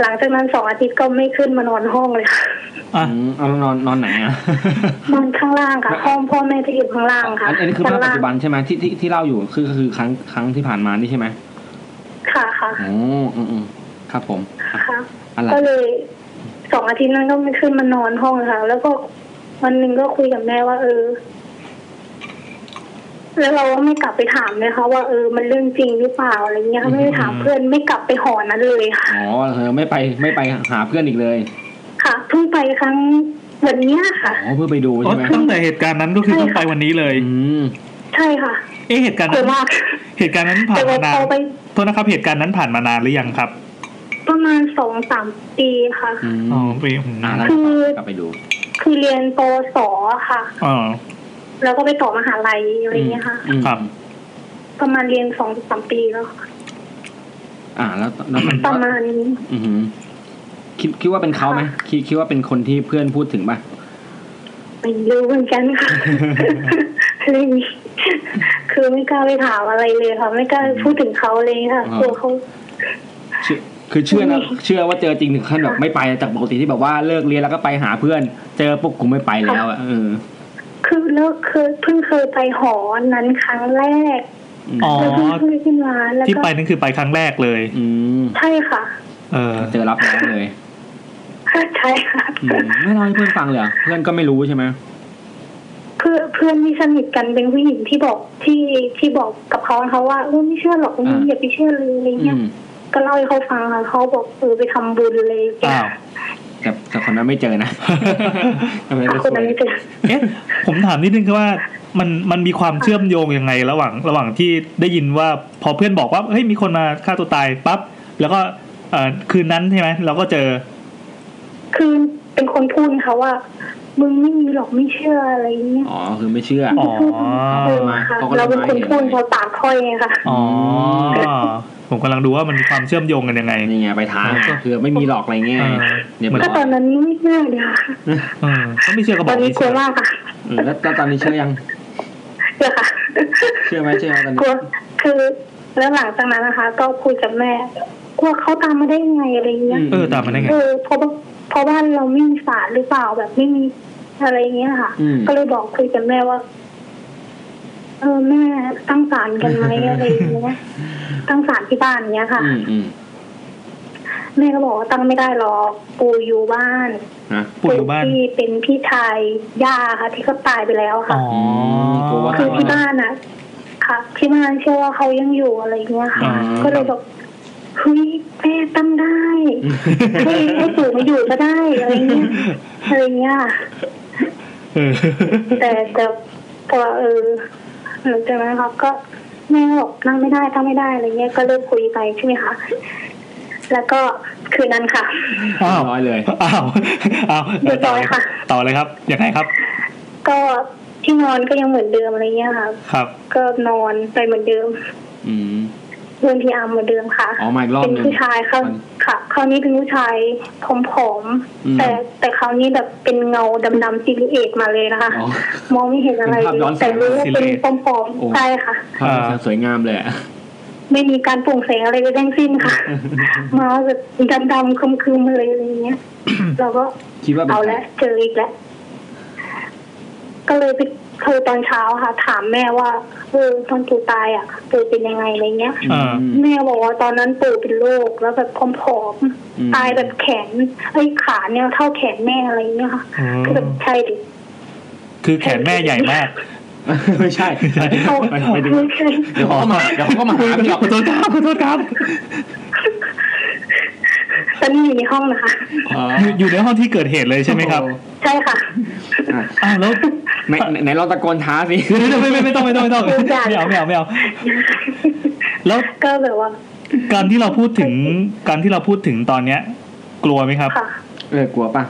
หลังจากนั้นสองอาทิตย์ก็ไม่ขึ้นมานอนห้องเลย ค่ะ อ่ะ อืมเอาแล้วนอนนอนไหนอ่ะ นอนข้างล่างค่ะ ห้องพ่อแม่จะอยู่ข้างล่างค่ะ อันอันนี้คือ ชั้ ภาพปัจ ล่าง จุบันใช่ไหมที่ที่ที่เล่าอยู่คือคือครั้งครั้งที่ผ่านมานี่ใช่ไหม ค่ะค่ะ อ๋ออืมอืมครับผมอ่ะ ค่ะ อะไร ก็เลยสองอาทิตย์นั้นก็ไม่ขึ้นมานอนห้องเลยค่ะ แล้วก็วันหนึ่งก็คุยกับแม่ว่า เออ แล้วเราก็ไม่กลับไปถามเลยค่ะว่าเออมันเรื่องจริงหรือเปล่าอะไรเงี้ยค่ะไม่ได้ถามเพื่อนไม่กลับไปหอนั้นเลยค่ะ อ๋อเธอไม่ไปไม่ไปหาเพื่อนอีกเลย ค่ะเพิ่งไปครั้งวันเนี้ยค่ะ อ๋อเพื่อไปดู อ๋อ ใช่ไหม ตั้งแต่เหตุการณ์นั้นก็คือ ใช่ ต้อง ค่ะ ไปวันนี้เลย อืม ใช่ค่ะ เอ๊ะเหตุการณ์ กลั นั้ วน มาก เหตุการณ์นั้นผ่า แต่ น ว่าามนาน พอไป โทษนะครับเหตุการณ์นั้นผ่านมานานหรือยังครับ ประมาณสองสามปีค่ะ อืม อ๋อปีอืม อ่าแล้ว คือ กลับไปดู คือเรียนปสค่ะ อ๋อ แล้วก็ไปต่อมหาลัยอะไรเงี้ยค่ะ อืม ครับ ประมาณเรียนสองสามปีแล้วค่ะ อ่าแล้วแล้วมัน ประมาณนี้ อือหือคิดคิดว่าเป็นเขาไหมคิดคิดว่าเป็นคนที่เพื่อนพูดถึงป่ะ ไม่รู้เหมือนกันค่ะ เลยคือไม่กล้าไปถามอะไรเลยค่ะ ไม่กล้าพูดถึงเขาเลยค่ะ อ่า กลัวเขา เชื่อคือเชื่อนะ ไม่ เชื่อว่าเจอจริงถึงขั้นแบบไม่ไปจากปกติที่แบบว่าเลิกเรียนแล้วก็ไปหาเพื่อน เจอปุ๊บกูไม่ไปแล้วอ่ะเออ คือแล้วเคยเพิ่งเคยไปหอนั้นครั้งแรก อ๋อ เราเพิ่งขึ้นขึ้นมาแล้ว ที่ ก็ ไปนั่นคือไปครั้งแรกเลย อืม ใช่ค่ะ เออ เจอรับน้องเลย ใช่ค่ะ อืมไม่เล่าให้เพื่อนฟังเลยเหรอเพื่อนก็ไม่รู้ใช่ไหม เพื่อนเพื่อนที่สนิทกันเป็นผู้หญิงที่บอกที่ที่บอกกับเขานะคะว่าเออไม่เชื่อหรอกมึงอย่าไปเชื่อเลยอะไร อื เงี้ย ม ก็เล่าให้เขาฟังค่ะเขาบอกเออไปทำบุญเลย อ้าว แต่แต่คนนั้นไม่เจอ นะ ทำไมไม่ คน คุ นั้ ย นจะ เอ๊ะ ผมถามนิดนึงคือว่ามันมันมีความเชื่อมโยงยังไงระหว่างระหว่างที่ได้ยินว่าพอเพื่อนบอกว่าเฮ้ยมีคนมาฆ่าตัวตายปั๊บแล้วก็เอ่อคืนนั้นใช่ไหมเราก็เจอ คือเป็นคนพูดเขาว่า มึงไม่มีหรอกไม่เชื่ออะไรเงี้ย อ๋อคือไม่เชื่อ อ๋อ เออค่ะเราเป็นคนพูดเขาตามค่อยไงค่ะ อ๋อ ผมกำลังดูว่ามันมีความเชื่อมโยงกันยังไง นี่ไงไปทางก็คือไม่มีหลอกอะไรเงี้ย เออ เนี่ย หมื บร้ ก็ อ ตอย นนั้นไม่เชื่อเลยค่ะ เออเขาไม่เชื่อก็บ ต อ อก นนี้ ไม่ กลั เชื่ ว อ มากค่ะ เออแล้วแล้วตอนนี้เชื่อยัง เดี๋ยวค่ะ เชื่อไหมเชื่อไหมตอน กลั นี้ วคือแล้วหลังจากนั้นนะคะ ก็คุยกับแม่กลัวเขาตามมาได้ยังไงอะไรเงี้ย เออตามมาได้ไง เออเพราะว่าเพราะว่าเราไม่มีสารหรือเปล่าแบบไม่มีอะไรเงี้ยค่ะ อืม ก็เลยบอกคุยกับแม่ว่า เออแม่ตั้งสารกัน ไหมอะไรเงี้ยตั้งสารที่บ้านเงี้ยค่ะ อืมอืม แม่ก็บอกว่าตั้งไม่ได้หรอกปู่อยู่บ้าน นะ ปู่อยู่บ้าน ที่เป็นพี่ชายย่าค่ะ ที่เขาตายไปแล้ว อ๋ ค่ะ อ คือที่บ้านนะค่ะ ที่บ้านเชื่อว่าเขายังอยู่อะไรอย่างเงี้ยค่ะ ก็เลยบอกเฮ้ยแม่ตั้งได้ให้ให้ปู่มาอยู่ก็ได้อะไรเงี้ย อะไรเงี้ย เออ แต่แต่พอเออหลังจากนั้นเขาก็แม่บอกนั่งไม่ได้ตั้งไม่ได้อะไรเงี้ยก็เลิกคุยไปใช่ไหมคะแล้วก็คืน นั้นค่ะ อ้าว เรียบร้อยเลย อ้าว อ้าว เรียบร้อยค่ะ ต่อเลยครับยังไงครับ ก็ที่นอนก็ยังเหมือนเดิมอะไรเงี้ยค่ะ ครับ ก็นอนไปเหมือนเดิม อืม เดินพีอาร์มเหมือนเดิมค่ะ อ๋อมาอีกรอบ เป็น หนึง ผู้ชายเขา มัน ค่ะ คราวนี้เป็นผู้ชายผอม อืม ๆแต่แต่คราวนี้แบบเป็นเงาดำๆซิลิเอตมาเลยนะคะ อ๋อ มองไม่เห็นอะไร เป็นภาพย้อนแส แต่ ง รู้ว่าเป็นผอม โอ้ ๆใช่ค่ะ ภาพมันสวยงามเลยอะ ไม่มีการปรุงแสงอะไรเลยทั้งสิ้นค่ะ มาแบบดำๆคลุมๆมาเลยอะไรอย่างเงี้ย เราก็ คิดว่าเป็น เอา ใคร ละเจออีกแล้วก็เลยไปโทรตอนเช้าค่ะ ถามแม่ว่าเออตอนปู่ตายอ่ะปู่เป็นยังไงอะไรเงี้ย อ่า อืม แม่บอกว่าตอนนั้นปู่เป็นโรคแล้วแบบผอม อืม ๆตายแบบแขนไอ้ยขาเนี่ยเท่าแขนแม่อะไรอย่างเงี้ยค่ะ อืม ก็แบบใช่ดิ คือแขนแม่ใหญ่มาก ไม่ใช่ เขา ไปไปดู ใช่ เดี๋ยวเขาก็มาเดี๋ยวเขาก็มาหาพี่หรอก ขอโทษครับขอโทษครับ ตอนนี้อยู่ในห้องนะคะ อ๋อ อยู่อยู่ในห้องที่เกิดเหตุเลยใช่ไหมครับ ใช่ค่ะ อ่ะ อ้าวแล้ว ไหนไหนไหนเราตะโกนท้าสิ เดี๋ยวเดี๋ยวไม่ไม่ไม่ต้องไม่ต้องไม่ต้องไม่เอาไม่เอาไม่เอาแล้ว ก็แบบว่า การที่เราพูดถึงการที่เราพูดถึงตอนเนี้ย กลัวไหมครับ ค่ะ เออกลัวป่ะ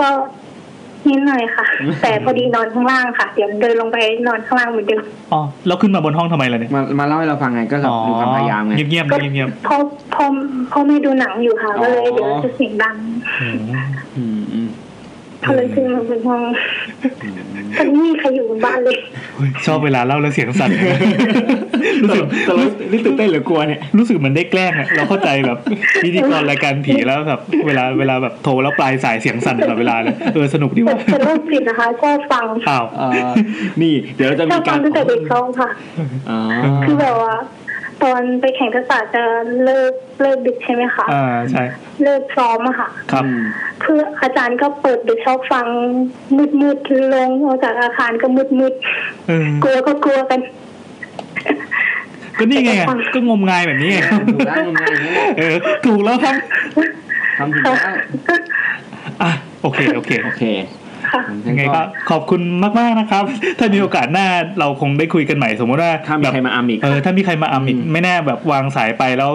ก็นิดหน่อยค่ะ แต่พอดีนอนข้างล่างค่ะ เดี๋ยวเดินลงไปนอนข้างล่างเหมือนเดิม อ๋อเราขึ้นมาบนห้องทำไมล่ะเนี่ย มามาเล่าให้เราฟังไงก็แบบดูความพยายามไง เงียบเงียบ ก็ เงียบเงียบ พอพอพอไม่ดูหนังอยู่ค่ะ ก็เลย อ๋อ เดี๋ยวจะเสียงดัง อืม อืมอืม ก็เลยขึ้นมาบนห้องตอนนี้มีใครอยู่บนบ้านเลย เฮ้ยชอบเวลาเล่าแล้วเสียง สั่นรู้สึก แต่เรานี่ตื่นเต้นหรือกลัวเนี่ย รู้สึกเหมันได้แกล้งอะเราเข้าใจแบบพิธีกรรายการผีแล้วแบบเวลาเวลาแบบโทรแล้วปลายสายเสียงสั่นตลอดเวลาเลยเออสนุกดี แต่ ว่า แต่โรคจิตนะคะชอบฟังช อ้าว เอ่อนี่เดี๋ยวเราจะมี อบ กา ฟั รง ตั้งแต่เด็กเขาค่ะ อ๋อ คือแบบว่า ตอนไปแข่งทักษะจะเลิกเลิกดึกใช่ไหมคะ อ่าใช่ เลิกซ้อมอะค่ะ ครับ อืม เพื่ออาจารย์ก็เปิดดึกชอบฟังมืดมืดๆลงออกจากอาคารก็มืดมืด เออ ๆกลัวก็กลัวกัน ก็นี่ไงอะก็งมงายแบบนี้ไงครับ ถูกแล้วงมงายอย่างนี้แหละ เออ ถูกแล้วครับ ทำถูกแล้ว อ่ะโอเคโอเค โอเค ค่ะ ยังไงก็ขอบคุณมากๆนะครับ ถ้ามีโอกาสหน้าเราคงได้คุยกันใหม่สมมติว่า ถ้ามี แบบ ใครมาอามอีก เออถ้ามีใครมาอัมอีก อืม ไม่แน่แบบวางสายไป แล้ว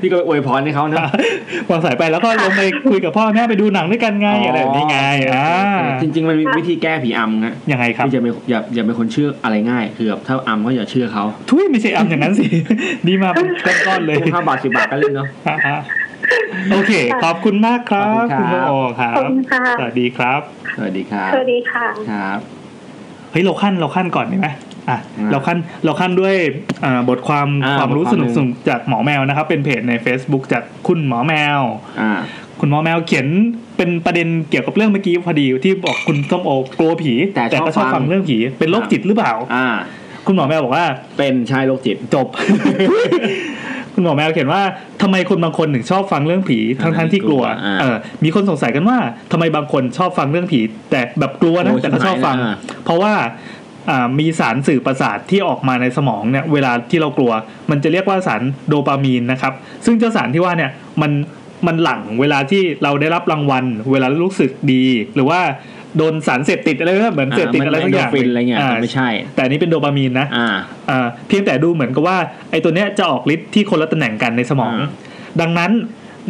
พี่ก็ไปอวยพรให้เขานะ วางสายไปแล้วก็ลงไปคุยกับพ่อแม่ไปดูหนังด้วยกันไงอะไรแบบนี้ไงอ่า จริง ๆ มันมีวิธีแก้ผีอำนะ ยังไงครับ พี่จะไม่อย่าอย่าเป็นคนเชื่ออะไรง่าย คือแบบถ้าอำก็อย่าเชื่อเขา ทุยไม่ใช่อัมอย่างนั้นสิ ดีมาเป็นก้อนๆเลย ห้าบาทสิบบาทก็เล่นเนาะ อ่ะโอเค ขอบคุณมากครับ ขอบคุคุณ ณครั พ่ บ อครั ขอบบ คุณค่ะ สวัสดีครับ สวัสดีครับ สวัสดีค่ะ ครับ เฮ้ยเราขั้นเราขั้นก่อนดีไหมอ่ะ อ่ะ เราขั้นเราขั้นด้วยอ่าบทความ อ่า ความรู้ บทค ส วาม นุก หนึ่ง สนุกจากหมอแมวนะครับ เป็นเพจใน Facebook จากคุณหมอแมว อ่า คุณหมอแมวเขียนเป็นประเด็นเกี่ยวกับเรื่องเมื่อกี้พอดีที่บอกคุณส้มโอกลัวผี แต่ชอบ ก็ชอบ ฟั ฟัง ง เรื่องผีเป็นโรค อ่ะ จิตหรือเปล่า อ่า คุณหมอแมวบอกว่า เป็นชายโรคจิต จบ คุณหมอแมวเขียนว่าทำไมคนบางคนถึงชอบฟังเรื่องผีทั้งทั้งๆที่กลัว อ่า เออมีคนสงสัยกันว่าทำไมบางคนชอบฟังเรื่องผี แต่แบบกลัวนะแต่ก็ชอบฟัง เพราะว่าอ่ามีสารสื่อประสาทที่ออกมาในสมองเนี่ยเวลาที่เรากลัว มันจะเรียกว่าสารโดปามีนนะครับ ซึ่งเจ้าสารที่ว่าเนี่ยมันมันหลั่งเวลาที่เราได้รับรางวัล เวลารู้สึกดี หรือว่าโดนสารเสพติดอะไรเหมือนเสพติดอะไรสักอย่าง ฟินอะไรเงี้ย อ่า มันไม่ใช่ แต่อันนี้เป็นโดปามีนนะ อ่า อ่าเพียงแต่ดูเหมือนกับว่าไอ้ตัวเนี้ยจะออกฤทธิ์ที่คนละตำแหน่งกันในสมอง อ่า ดังนั้น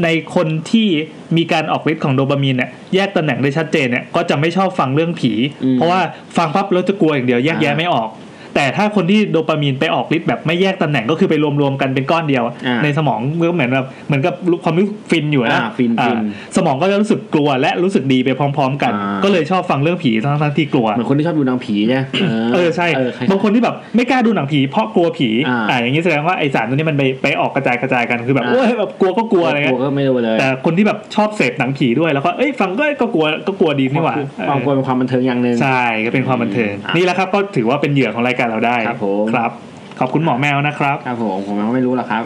ในคนที่มีการออกฤทธิ์ของโดปามีนเนี่ยแยกตำแหน่งได้ชัดเจนเนี่ยก็จะไม่ชอบฟังเรื่องผี เพราะว่าฟังปั๊บแล้วจะกลัวอย่างเดียวแยกแยะไม่ออก แต่ถ้าคนที่โดปามีนไปออกฤทธิ์แบบไม่แยกตำแหน่งก็คือไปรวมๆกันเป็นก้อนเดียว อ่า ในสมองก็เหมือนแบบเหมือนกับความรู้สึกฟินอยู่นะ อ่าฟินๆ อ่าสมองก็จะรู้สึกกลัวและรู้สึกดีไปพร้อม ๆ กัน อ่า ก็เลยชอบฟังเรื่องผีทั้งๆที่กลัว เหมือนคนที่ชอบดูหนังผีใช่ไหม เออใช่ เออใร บางคนที่แบบไม่กล้าดูหนังผีเพราะกลัวผี อ่า อ่าอย่างนี้แสดงว่าไอสารตัวนี้มันไปไปออกกระจายกระจายกันคือแบบ อ่า โอ้ยแบบกลัวก็กลัวอะไร กลั เงี้ วย ก็ไม่รู้เลย แต่คนที่แบบชอบเสพหนังผีด้วยแล้วก็เอ้ยฟังก็ก็กลัวก็กลัวดีนี่หว่า ความกลัวเป็นความบันเทิงอย่างหนึ่ง ใช่ก็เป็นความบันเทิง อ่านี่ นี่แหละครับก็ถือว่าเป็นเหยื่อของรายการเราได้ ครับผม ครับขอบคุณหมอแมวนะครับ ครับผมผมก็ไม่รู้หรอกครับ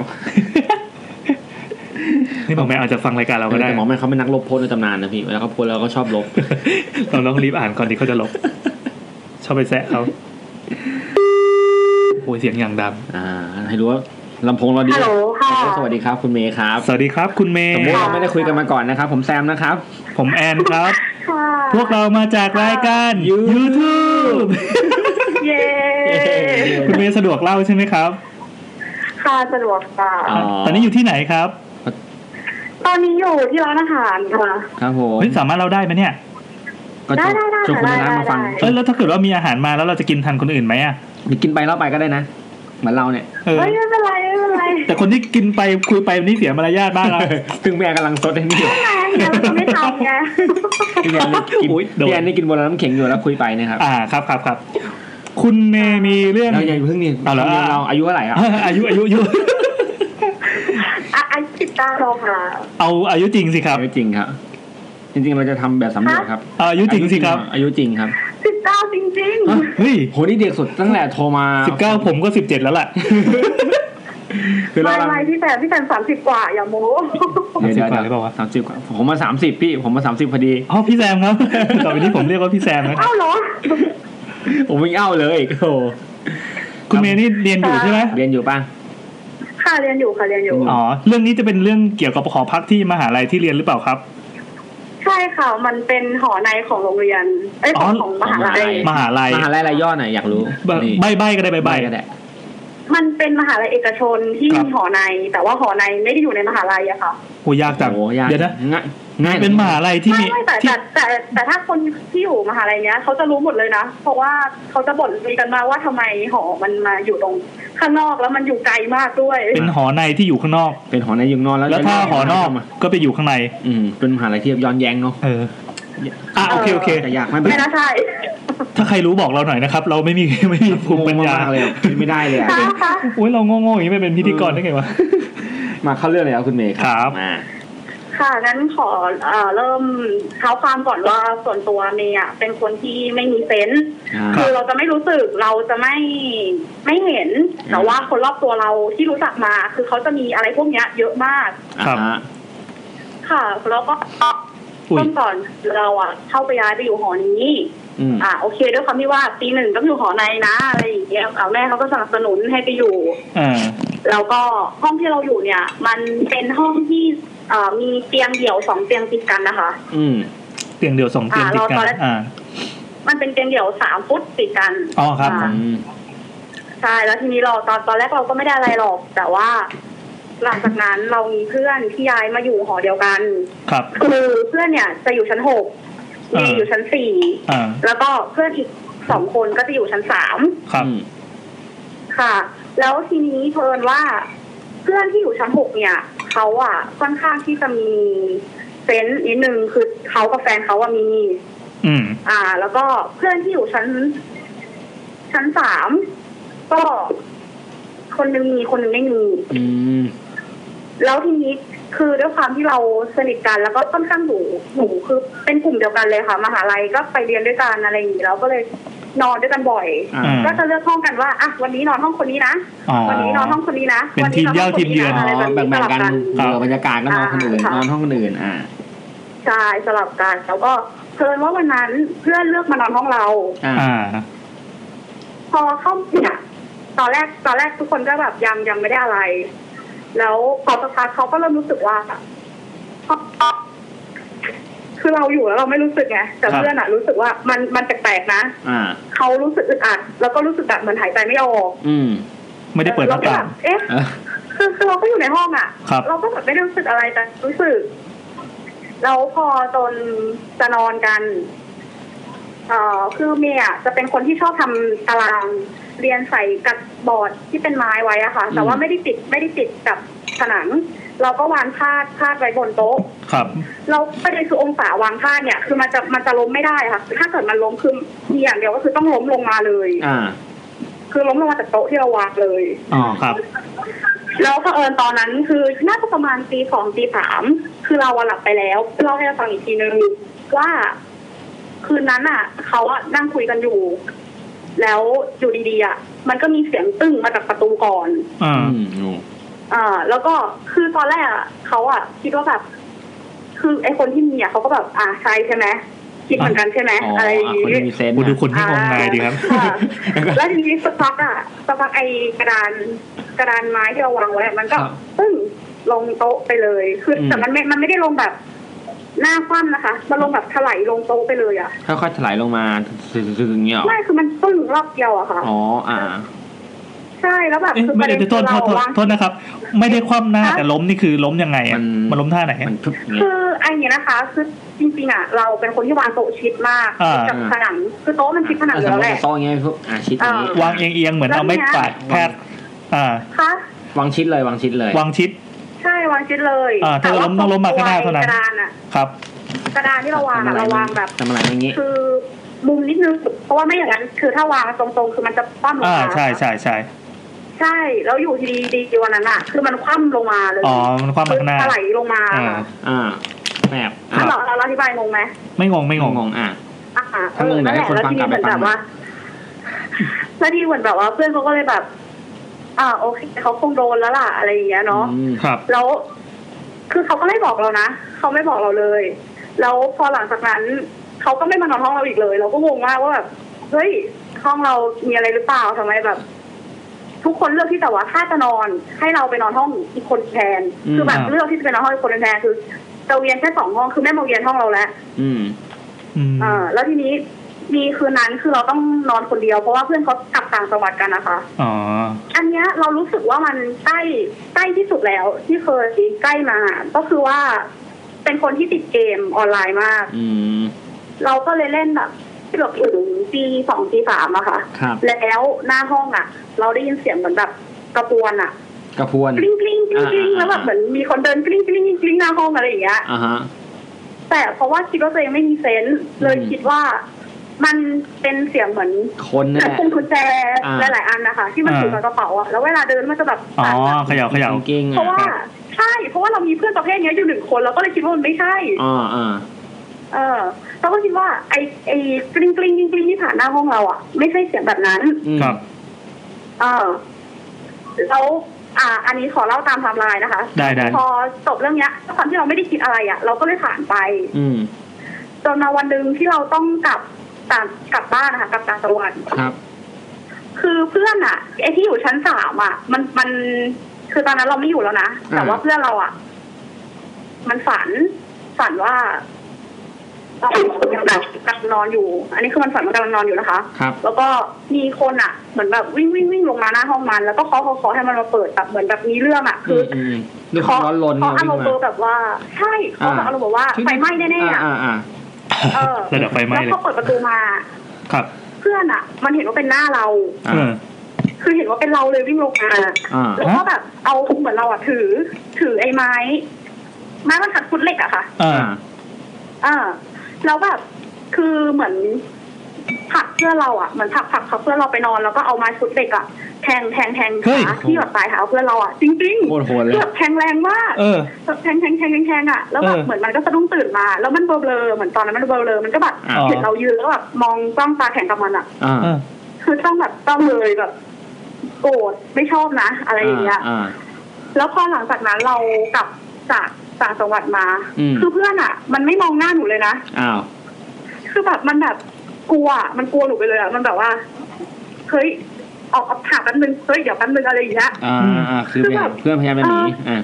นี่หมอแมวอาจจะฟังรายการเราก็ได้ แต่หมอแม่เขาเป็นนักลบโพสต์ในตำนานนะพี่แล้วเขาโพสต์แล้วก็ชอบลบ เราลองรีบอ่านก่อนดีเขาจะลบชอบไปแซะเขาโอ้ยเสียงอย่างดัง อ่า ให้รู้ว่าลำโพงเราดี ฮัลโหลค่ะ สวัสดีครับคุณเมย์ครับ สวัสดีครับ คุณเมย์ สมมติเราไม่ได้คุยกันมาก่อนนะครับ ผมแซมนะครับ ผมแอนครับ ค่ะ พวกเรามาจากรายการ YouTube YouTube เย้ คุณเมย์สะดวกเล่าใช่ไหมครับ ค่ะสะดวกค่ะ อ๋อ ตอนนี้อยู่ที่ไหนครับ ตอนนี้อยู่ที่ร้านอาหารค่ะ ครับผม เฮ้ยสามารถเล่าได้ไหมเนี่ย ก็ ได้ได้ได้ ชวนคุณ ได้ ชนะมาฟัง ได้ เอ้ยแล้วถ้าเกิดว่ามีอาหารมาแล้วเราจะกินทันคนอื่นไหมอ่ะ มีกินไปเล่าไปก็ได้นะ เหมือนเราเนี่ย เออ เฮ้ยไม่เป็นไรไม่เป็นไร แต่คนที่กินไปคุยไปนี่เสียมารยาท มากนะ ซึ่งแม่กำลังซดให้นี่อยู่ ไม่เป็นไรเราไม่ทำไง พี่แอนนี่กิน โอ้ยโดน พี่แอนนี่กินบนน้ำแข็งอยู่แล้วคุยไปนะครับ อ่าครับครับครับ คุณเมย์มีเรื่อง เราอย่าเพิ่งนี่ เอาเหรอ เราอายุเท่าไหร่ครับ อายุอายุอายุ อ่ะอันจิตตาลองค่ะ เอาอายุจริงสิครับ อายุจริงครับ จริงๆ เราจะทำแบบสำรวจครับ เอาอายุจริงสิครับ อายุจริงครับ สิบเก้าจริง เฮ้ย โหนี่เด็กสุดตั้งแต่โทรมา สิบเก้าผมก็สิบเจ็ดแล้วแห ละ ๆ คือเรา ไม่ไม่พี่แต่พี่แต่สามสิบกว่าอย่าโม้ เดี๋ยว 30กว่าหรือเปเดี๋ย ล่าว วะ สามสิบกว่าผมมาสามสิบพี่ ผมมาสามสิบพอดี อ๋อพี่แซมครับ ต่อไปนี้ผมเรียกว่าพี่แซมนะครับ เอ้าเหรอ ผมวิ่งเอ้าเลยโอ้โห คุณเมย์นี่เรียนอยู่ใช่ไหม เรียนอยู่ป่ะ ค่ะเรียนอยู่ค่ะเรียนอยู่ อ๋อ เรื่องนี้จะเป็นเรื่องเกี่ยวกับหอพักที่มหาลัยที่เรียนหรือเปล่าครับ ใช่ค่ะ มันเป็นหอในของโรงเรียนไอ้ยข อ๋ อง อ ของมหาลั ของมหาลั ย ย มหาลัย มหาลัยอะไรายย่อหน่อยอยากรู้นี่ ใบใบก็ได้ใบใบ ก็ได้ มันเป็นมหาลัยเอกชนที่ ครับ มีหอใน แต่ว่าหอในไม่ได้อยู่ในมหาลัยอะค่ะ โหยากจัง โอ้ยาก เดี๋ยวนะ ง่ายง่าย เป็นมหาลัยที่ ไม่ มี ไม่แต่ ที่ แต่แต่แต่แต่ถ้าคนที่อยู่มหาลัยเนี้ยเขาจะรู้หมดเลยนะ เพราะว่าเขาจะบ่นคุยกันมาว่าทำไมหอมันมาอยู่ตรงข้างนอกแล้วมันอยู่ไกลมากด้วย เป็นหอในที่อยู่ข้างนอก เป็นหอในยุงนอนแล้ว แล้วถ้าหอนอกก็ไปอยู่ข้างใน อืมเป็นมหาลัยที่ย้อนแย้งเนาะ เออ อ่ะโอเคโอเค แต่อยากไม่เป็น ไม่น่าใช่ ถ้าใครรู้บอกเราหน่อยนะครับ เราไม่มี ไม่มีภูมิปัญญา โง่กเลยอะคิดไม่ได้เลยอะ ค่ะ อุ้ยเราโง่ๆอย่างนี้ไปเป็นพิธีกรได้ไงวะ มาเข้าเรื่องเลยครับคุณเมย์ ครับ มา ค่ะงั้นขอเอ่อเริ่มเท้าความก่อนว่าส่วนตัวเมย์อะเป็นคนที่ไม่มีเซนส์ อ่า คือเราจะไม่รู้สึกเราจะไม่ไม่เห็น อืม แต่ว่าคนรอบตัวเราที่รู้จักมา คือเขาจะมีอะไรพวกเนี้ยเยอะมาก ครับ อ่าฮะ ค่ะแล้วก็ อุ้ย เริ่มก่อนเราอ่ะเข้าไปย้ายไปอยู่หอนี้ อืม อ่ะโอเคด้วยความที่ว่าปีหนึ่งต้องอยู่หอในนะอะไรอย่างเงี้ยอ่ะแม่เขาก็สนับสนุนให้ไปอยู่ อ่า แล้วก็ห้องที่เราอยู่เนี่ย มันเป็นห้องที่เอ่อมีเตียงเดี่ยวสองเตียงติดกันนะคะ อืม เตียงเดียวสองเตียงติดกัน อ่า มันเป็นเตียงเดี่ยวสามฟุตติดกัน อ๋อครับ า อืม ใช่แล้วทีนี้เราตอนตอนแรกเราก็ไม่ได้อะไรหรอก แต่ว่า หลังจากนั้นเรามีเพื่อนที่ย้ายมาอยู่หอเดียวกัน ครับ คือเพื่อนเนี่ยจะอยู่ชั้นหก อ่า เมียอยู่ชั้นสี่ อ่า แล้วก็เพื่อนอีกสองคนก็จะอยู่ชั้นสาม ครับ อืม ค่ะ แล้วทีนี้เพลินว่า เพื่อนที่อยู่ชั้นหกเนี่ยเขาอะค่อนข้างที่จะมีเซนส์นิดนึงคือเขากับแฟนเขาอะมี อืม อ่า แล้วก็เพื่อนที่อยู่ชั้น ชั้นสามก็คนหนึงมีคนหนึงไม่มี อืม แล้วทีนี้คือด้วยความที่เราสนิทกันแล้วก็ค่อนข้างหนูหนูคือเป็นกลุ่มเดียวกันเลยค่ะมหาลัยก็ไปเรียนด้วยกันอะไรอย่างนี้เราก็เลย นอนด้วยกันบ่อย อ่า อ่า ก็จะเลือกห้องกันว่าอ่ะวันนี้นอนห้องคนนี้นะ อ๋อ วันนี้นอนห้องคนนี้นะ เป็นทีมเหย้าทีมเยือน วั อ๋อ นี้ แบ่ง นอนห้องๆคนนี้นะอะไรแบบนี้สลับ กัน กัน ครับ เออบรรยากาศก็นอนคนอื่น อ่าค่ะ นอนห้องคนอื่นอ่า ใช่สลับกันแล้วก็เพิ่นว่าวันนั้นเพื่อนเลือกมานอนห้องเรา อ่า อ่า พอเข้าเนี่ยตอนแรกตอนแรกทุกคนก็แบบยังยังไม่ได้อะไร แล้วพอสักพักเขาก็เริ่มรู้สึกว่า คือเราอยู่แล้วเราไม่รู้สึกไงแต่ ครับ เพื่อนอะรู้สึกว่ามันมันแปลกๆนะ อ่า เขารู้สึกอึดอัด แล้วก็รู้สึกแบบเหมือนหายใจไม่ออก อืม ไม่ได้เปิดห เรา น้า ก็ ต่า แบ ง บเอ๊ะ เอ่อ คือคือเราก็อยู่ในห้องอะ ครับ เราก็แบบไม่ได้รู้สึกอะไรแต่รู้สึก แล้วพอตอนจะนอนกัน เอ่อคือเมียอะจะเป็นคนที่ชอบทำตาราง เรียนใส่กับบอร์ดที่เป็นไม้ไว้อะค่ะ แต่ว่า อืม ไม่ได้ติดไม่ได้ติดกับผนัง เราก็วางพาดพาดไว้บนโต๊ะ ครับ เราประเด็นคือองศาวางพาดเนี่ย คือมันจะมันจะล้มไม่ได้ค่ะ ถ้าเกิดมันล้มคือมีอย่างเดียวก็คือต้องล้มลงมาเลย อ่า คือล้มลงมาจากโต๊ะที่เราวางเลย อ๋อครับ แล้วเผอิญตอนนั้นคือน่าจะประมาณตีสองตีสามคือเราอะหลับไปแล้วเล่าให้เราฟังอีกทีนึงว่า คืนนั้นอ่ะเขาอะนั่งคุยกันอยู่ แล้วอยู่ดีๆอ่ะมันก็มีเสียงตึ้งมาจากประตูก่อน อ่า อืมโอ้ อ่า แล้วก็คือตอนแรกอะเขาอ่ะคิดว่าแบบ คือไอคนที่มีอ่ะเขาก็แบบอ่าใช่ใช่ไหมคิดเหมือนกันใช่ไหม อ๋อ อะไรอย่าง อ่ะคนที่งี้มีเซนส์ กู อ่ะ ดูคนที่งงงายดีครับ อ่าค่ะแล้วทีนี้สักพักอ่ะสักพักไอ้กระดานกระดานไม้ที่เราวางไว้อะมันก็ปึ้งลงโต๊ะไปเลยคือแต่มันไม่มันไม่ได้ลงแบบ หน้าคว่ำนะคะ มันลงแบบถลายลงโต๊ะไปเลยอ่ะ ค่อยๆถลายลงมาถึงๆอย่างเงี้ยเหรอ ไม่คือมันปึ้งรอบเดียวอะค่ะ อ๋ออ่า ใช่แล้วแบบ เอ๊ะ คือป ไม่ ระ ได้ เด็น โทษโทษโทษ วาง โทษนะครับ ไม่ได้คว่ำหน้า ฮะ แต่ล้มนี่คือล้มยังไง มั อะ น มันล้มท่าไหน มันทึบอย่างเงี้ย คือไอ้เนี่ยนะคะ คือจริงๆอ่ะ เราเป็นคนที่วางโต๊ะชิดมาก อ่า กับผนังคือโต๊ะมันชิดผนังอยู่แล้วแหละ ซ่องเงี้ยพวกอ่ะชิดอย่างนี้ เอ วางเอียงเอียงๆเหมือน แล้ว เอาไม่ เนี่ย กวาดแพทย์อ่า คะ วางชิดเลยวางชิดเลยว างชิด ใช่วางชิดเลย อ่าถ้าเราล้มต้องล้มมาข้างหน้าเท่านั้น กระดานอ่ะ ครับ กระดานที่เราวาง ทำ อะ อะไร เราวางแบบ ทำอะไรอย่างงี้ คือมุมนิดนึงเพราะว่าไม่อย่างนั้น คือถ้าวางตรงๆ คือมันจะคว่ำลง อ่า มา ใช่ใช่ใช่ ใช่ แล้วอยู่ดีๆดีวันนั้นอะคือมันคว่ำลงมาเลย อ๋อมันคว่ำมาข้างหน้า ถลายลงมา อ่า อ่าแบบอ่ะ เราเราอธิบายงงไหม ไม่งงไม่งง งงๆอ่ะ อ่า ถ้างงเดี๋ยวให้คนฟังกลับไปฟัง แล้วทีนี้เหมือนแบบว่าแล้วทีนี้เหมือนแบบว่า เพื่อนเขาก็เลยแบบ อ่าโอเคเขาคงโดนแล้วล่ะอะไรอย่างเงี้ยเนาะ อืม ครับ แล้ว คือเขาก็ไม่บอกเรานะเขาไม่บอกเราเลย แล้วพอหลังจากนั้นเขาก็ไม่มานอนห้องเราอีกเลย เราก็งงมากว่าแบบเฮ้ยห้องเรามีอะไรหรือเปล่าทำไมแบบ ทุกคนเลือกที่แต่ว่าถ้าจะนอน ให้เราไปนอนห้องอีกคนแทน คือแบบ อืม เลือกที่จะไปนอนห้องอีกคนแทนคือจะเวียนแค่สองห้องคือแม่มาเวียนห้องเราแล้ว อืม อืม เออแล้วทีนี้มีคืนนั้นคือเราต้องนอนคนเดียวเพราะว่าเพื่อนเขากลับต่างจังหวัดกันนะคะ อ๋อ อันเนี้ยเรารู้สึกว่ามันใกล้ใกล้ที่สุดแล้ว ที่เคยใกล้มา ก็คือว่าเป็นคนที่ติดเกมออนไลน์มาก อืม เราก็เลยเล่นแบบที่แบบถึงตีสองตีสามอะค่ะ ครับ แล้วหน้าห้องอะเราได้ยินเสียงเหมือนแบบกระปวนอะ กระพวน กริ้งกริ้งกริ้งกริ้งแล้วแบบเหมือนมีคนเดินกริ้งกริ้งกริ้งกริ้งหน้าห้องอะไรอย่างเงี้ย อ่าฮะ แต่เพราะว่าคิดว่าตัวเองไม่มีเซนส์เลยคิดว่ามันเป็นเสียงเหมือน คนนี่นแหแต่ละ พวงกุญแจ อ่า หลายๆอันนะคะ ที่มันอยู่กับกระเป๋าอะแล้วเวลาเดินมันจะแบบ อ๋อ ปากอะ เขย่าเขย่า จริงๆ เพราะ อ่ะ ว่าใช่เพราะว่าเรามีเพื่อนประเภทเนี้ยอยู่หนึ่งคนเราก็เลยคิดว่ามันไม่ใช่ อ่าอ่า เออเราก็คิดว่าไอ้ไอ้กริ๊งกริ๊งกริ๊งกริ๊งที่ผ่านหน้าห้องเราอ่ะไม่ใช่เสียงแบบนั้น อืม ครับ เออแล้วอ่า อันนี้ขอเล่าตามไทม์ไลน์นะคะ ได้ได้ พอจบเรื่องเนี้ยด้วยความที่เราไม่ได้คิดอะไรอ่ะ เราก็เลยผ่านไป อืม จนมาวันหนึ่งที่เราต้องกลับต่างกลับบ้านนะคะกลับต่างจังหวัด ครับ คือเพื่อนอ่ะไอ้ที่อยู่ชั้นสามอ่ะ มันมันคือตอนนั้นเราไม่อยู่แล้วนะแต่ว่า อ่า เพื่อนเราอ่ะ มันฝันฝันว่าเรากำลังกำลังนอนอยู่ อันนี้คือมันฝันว่ากำลังนอนอยู่นะคะ ครับ แล้วก็มีคนอ่ะ เหมือนแบบวิ่งวิ่งวิ่งลงมาหน้าห้องมัน แล้วก็เคาะเคาะเคาะให้มันมาเปิดแบบเหมือนแบบมีเรื่องอ่ะ อื คือ มอืมด้วยความร้อนรน เคาะอารมณ์ วิ่ง แบบว่า ใช่เคาะแบบอารมณ์แบบว่าไฟไหม้แน่ๆอ่ะ อ่าอ่า เออ ระดับไฟไหม้ แล้ว เลย พอเปิดประตูมา ครับ เพื่อนอ่ะ มันเห็นว่าเป็นหน้าเรา อ่า เออ คือเห็นว่าเป็นเราเลยวิ่งลงมา อ่า แล้วก็แบบเอาเหมือนเราอ่ะถือ ถือไอ้ไม้ ไม้บรรทัดฟุตเหล็กอะค่ะ อ่า อ่า อ่าแล้วแบบคือเหมือน ผลักเพื่อนเราอ่ะเหมือนผลักผลักเขาเพื่อนเราไปนอนแล้วก็เอาไม้ชุดเด็กอ่ะแทงแทงแทง เฮ้ย ขาที่แบบปลายเท้าเพื่อนเราอ่ะจริง โคตรโหด ๆ เล คื ย อแบบแทงแรงมาก เออ แบบแทงแทงแทงแทงแทงอ่ะแล้วแบบ เออ เหมือนมันก็สะดุ้งตื่นมา แล้วมันเบลอๆเหมือนตอนนั้นมันเบลอๆมันก็แบบ อ๋อ เห็นเรายืนแล้วแบบมองจ้องตาแข็งกับมันอ่ะ อ่า อ่ะ คือต้องแบบต้องเลยแบบโกรธไม่ชอบนะ อะไรอย่างเงี้ย อ่า แล้วพอหลังจากนั้นเรากลับจากต่างจังหวัดมา อืม คือเพื่อนอ่ะ มันไม่มองหน้าหนูเลยนะ อ้าว คือแบบมันแบบกลัวอะมันกลัวหนูไปเลยอ่ะ มันแบบว่า เฮ้ย ออกออกถามแป๊บนึง เฮ้ย เดี๋ยวแป๊บนึงอะไรอย่างเงี้ย อ่าอ่าคือพยายามเพื่อนพยายามจะหนีอ่า